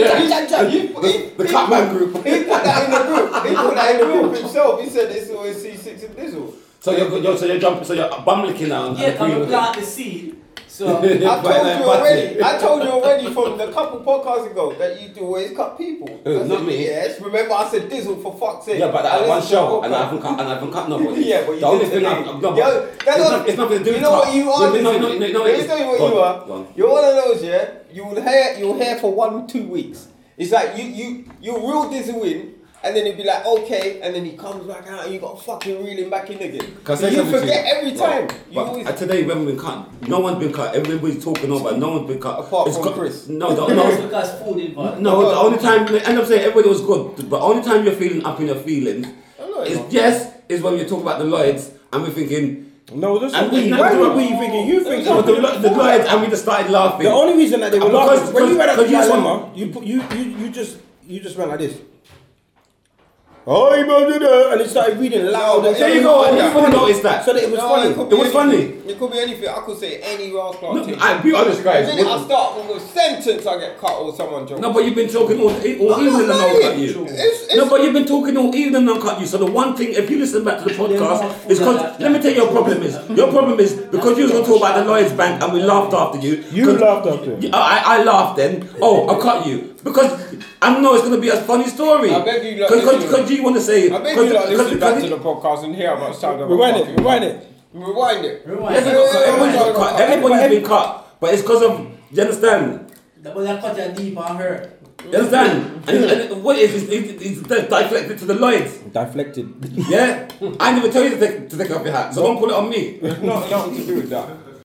[SPEAKER 7] He,
[SPEAKER 5] the Catman group.
[SPEAKER 7] he put that in the group. He put that in the group himself. He said it's always C6 and Dizzle.
[SPEAKER 5] So you're, you're so you're jumping, so you're bum licking now. and
[SPEAKER 2] Yeah,
[SPEAKER 5] agreeing
[SPEAKER 2] can we
[SPEAKER 5] with it.
[SPEAKER 2] plant the seed? So.
[SPEAKER 7] I told you
[SPEAKER 5] Right, then, but-
[SPEAKER 7] already. I told you already from the couple podcasts ago that you do always cut people.
[SPEAKER 5] Who,
[SPEAKER 7] I
[SPEAKER 5] not
[SPEAKER 7] said,
[SPEAKER 5] me?
[SPEAKER 7] Yes. Remember, I said Dizzle for fuck's sake.
[SPEAKER 5] Yeah, but
[SPEAKER 7] I
[SPEAKER 5] that one
[SPEAKER 7] listened to
[SPEAKER 5] show,
[SPEAKER 7] the
[SPEAKER 5] and I
[SPEAKER 7] podcast.
[SPEAKER 5] haven't cut, and I haven't cut nobody.
[SPEAKER 7] Yeah, but you
[SPEAKER 5] the only
[SPEAKER 7] did
[SPEAKER 5] thing
[SPEAKER 7] today.
[SPEAKER 5] I've no, but
[SPEAKER 7] Yo,
[SPEAKER 5] it's,
[SPEAKER 7] that's
[SPEAKER 5] not,
[SPEAKER 7] what-
[SPEAKER 5] it's nothing to do
[SPEAKER 7] You
[SPEAKER 5] with
[SPEAKER 7] know
[SPEAKER 5] cut.
[SPEAKER 7] what you are?
[SPEAKER 5] No, no, no, no, no,
[SPEAKER 7] Let me tell you
[SPEAKER 5] go
[SPEAKER 7] what you
[SPEAKER 5] on, go
[SPEAKER 7] are.
[SPEAKER 5] on.
[SPEAKER 7] You're one of those, yeah. You will hair, you'll hair for one two weeks. It's like you you you reel this win. And then he'd be like, okay, and then he comes back out and you got fucking reel him back in again.
[SPEAKER 5] Can I say
[SPEAKER 7] You
[SPEAKER 5] something to
[SPEAKER 7] forget every time.
[SPEAKER 5] Right.
[SPEAKER 7] You
[SPEAKER 5] But
[SPEAKER 7] always
[SPEAKER 5] uh, today we haven't been cut. No one's been cut. Everybody's talking over. No one's been cut.
[SPEAKER 7] Apart from
[SPEAKER 5] got-
[SPEAKER 7] Chris.
[SPEAKER 5] No, no,
[SPEAKER 2] That's
[SPEAKER 5] no.
[SPEAKER 2] because food involved.
[SPEAKER 5] No, the only time, and I'm saying everybody was good, but only time you're feeling up in your feelings is yes, is when you talk about the Lloyds and we're thinking,
[SPEAKER 3] No, this
[SPEAKER 5] And we-
[SPEAKER 3] why were we thinking? You think
[SPEAKER 5] no, the, Lo- the Lloyds, and we just started laughing.
[SPEAKER 3] The only reason that they were
[SPEAKER 5] And because-
[SPEAKER 3] laughing when you read out the
[SPEAKER 5] because you
[SPEAKER 3] dilemma, you put you you you just you just went like this. Oh, you must do that," and it started reading loud. and
[SPEAKER 5] there you go, and everyone noticed that.
[SPEAKER 3] So that it was funny.
[SPEAKER 7] could
[SPEAKER 5] It
[SPEAKER 7] be
[SPEAKER 5] was
[SPEAKER 7] anything. It could be anything. I could say any Ross Clark
[SPEAKER 5] No,
[SPEAKER 7] thing.
[SPEAKER 5] I be honest,
[SPEAKER 7] the
[SPEAKER 5] guys.
[SPEAKER 7] minute I
[SPEAKER 5] what-
[SPEAKER 7] start with a sentence, I get cut or someone jumps.
[SPEAKER 5] No, but you've been talking all, all
[SPEAKER 7] I'm
[SPEAKER 5] evening
[SPEAKER 7] not
[SPEAKER 5] and I'll cut
[SPEAKER 7] lying.
[SPEAKER 5] you.
[SPEAKER 7] It's- it's-
[SPEAKER 5] no, but you've been talking all evening and I'll cut you. So the one thing, if you listen back to the podcast, is because, let me tell you your problem is. Your problem is because you was going to talk about the Lloyds Bank and we laughed after you.
[SPEAKER 3] You
[SPEAKER 5] 'cause-
[SPEAKER 3] laughed after him.
[SPEAKER 5] Yeah, I, I laughed then. Oh, I cut you. Because I know it's going to be a funny story.
[SPEAKER 7] I beg you lot listen.
[SPEAKER 5] Because you want to say.
[SPEAKER 7] I bet
[SPEAKER 5] cause-
[SPEAKER 7] you like
[SPEAKER 5] cause-
[SPEAKER 7] listen back
[SPEAKER 5] cause-
[SPEAKER 7] to the podcast and hear how much time I've
[SPEAKER 3] Rewind
[SPEAKER 7] fucking
[SPEAKER 3] it, rewind it.
[SPEAKER 7] Rewind it.
[SPEAKER 2] Rewind.
[SPEAKER 5] Yes, I got cut. Everybody's got cut. Everybody's
[SPEAKER 3] Everybody-
[SPEAKER 5] been cut. But it's because of, you understand?
[SPEAKER 2] That was a cut you deep on her.
[SPEAKER 5] You understand? And, and what is it? It's, it's deflected to the Lloyds.
[SPEAKER 3] Deflected.
[SPEAKER 5] Yeah? I never tell you to take, to take off your hat, so don't put it on me.
[SPEAKER 7] It's not nothing to do with that.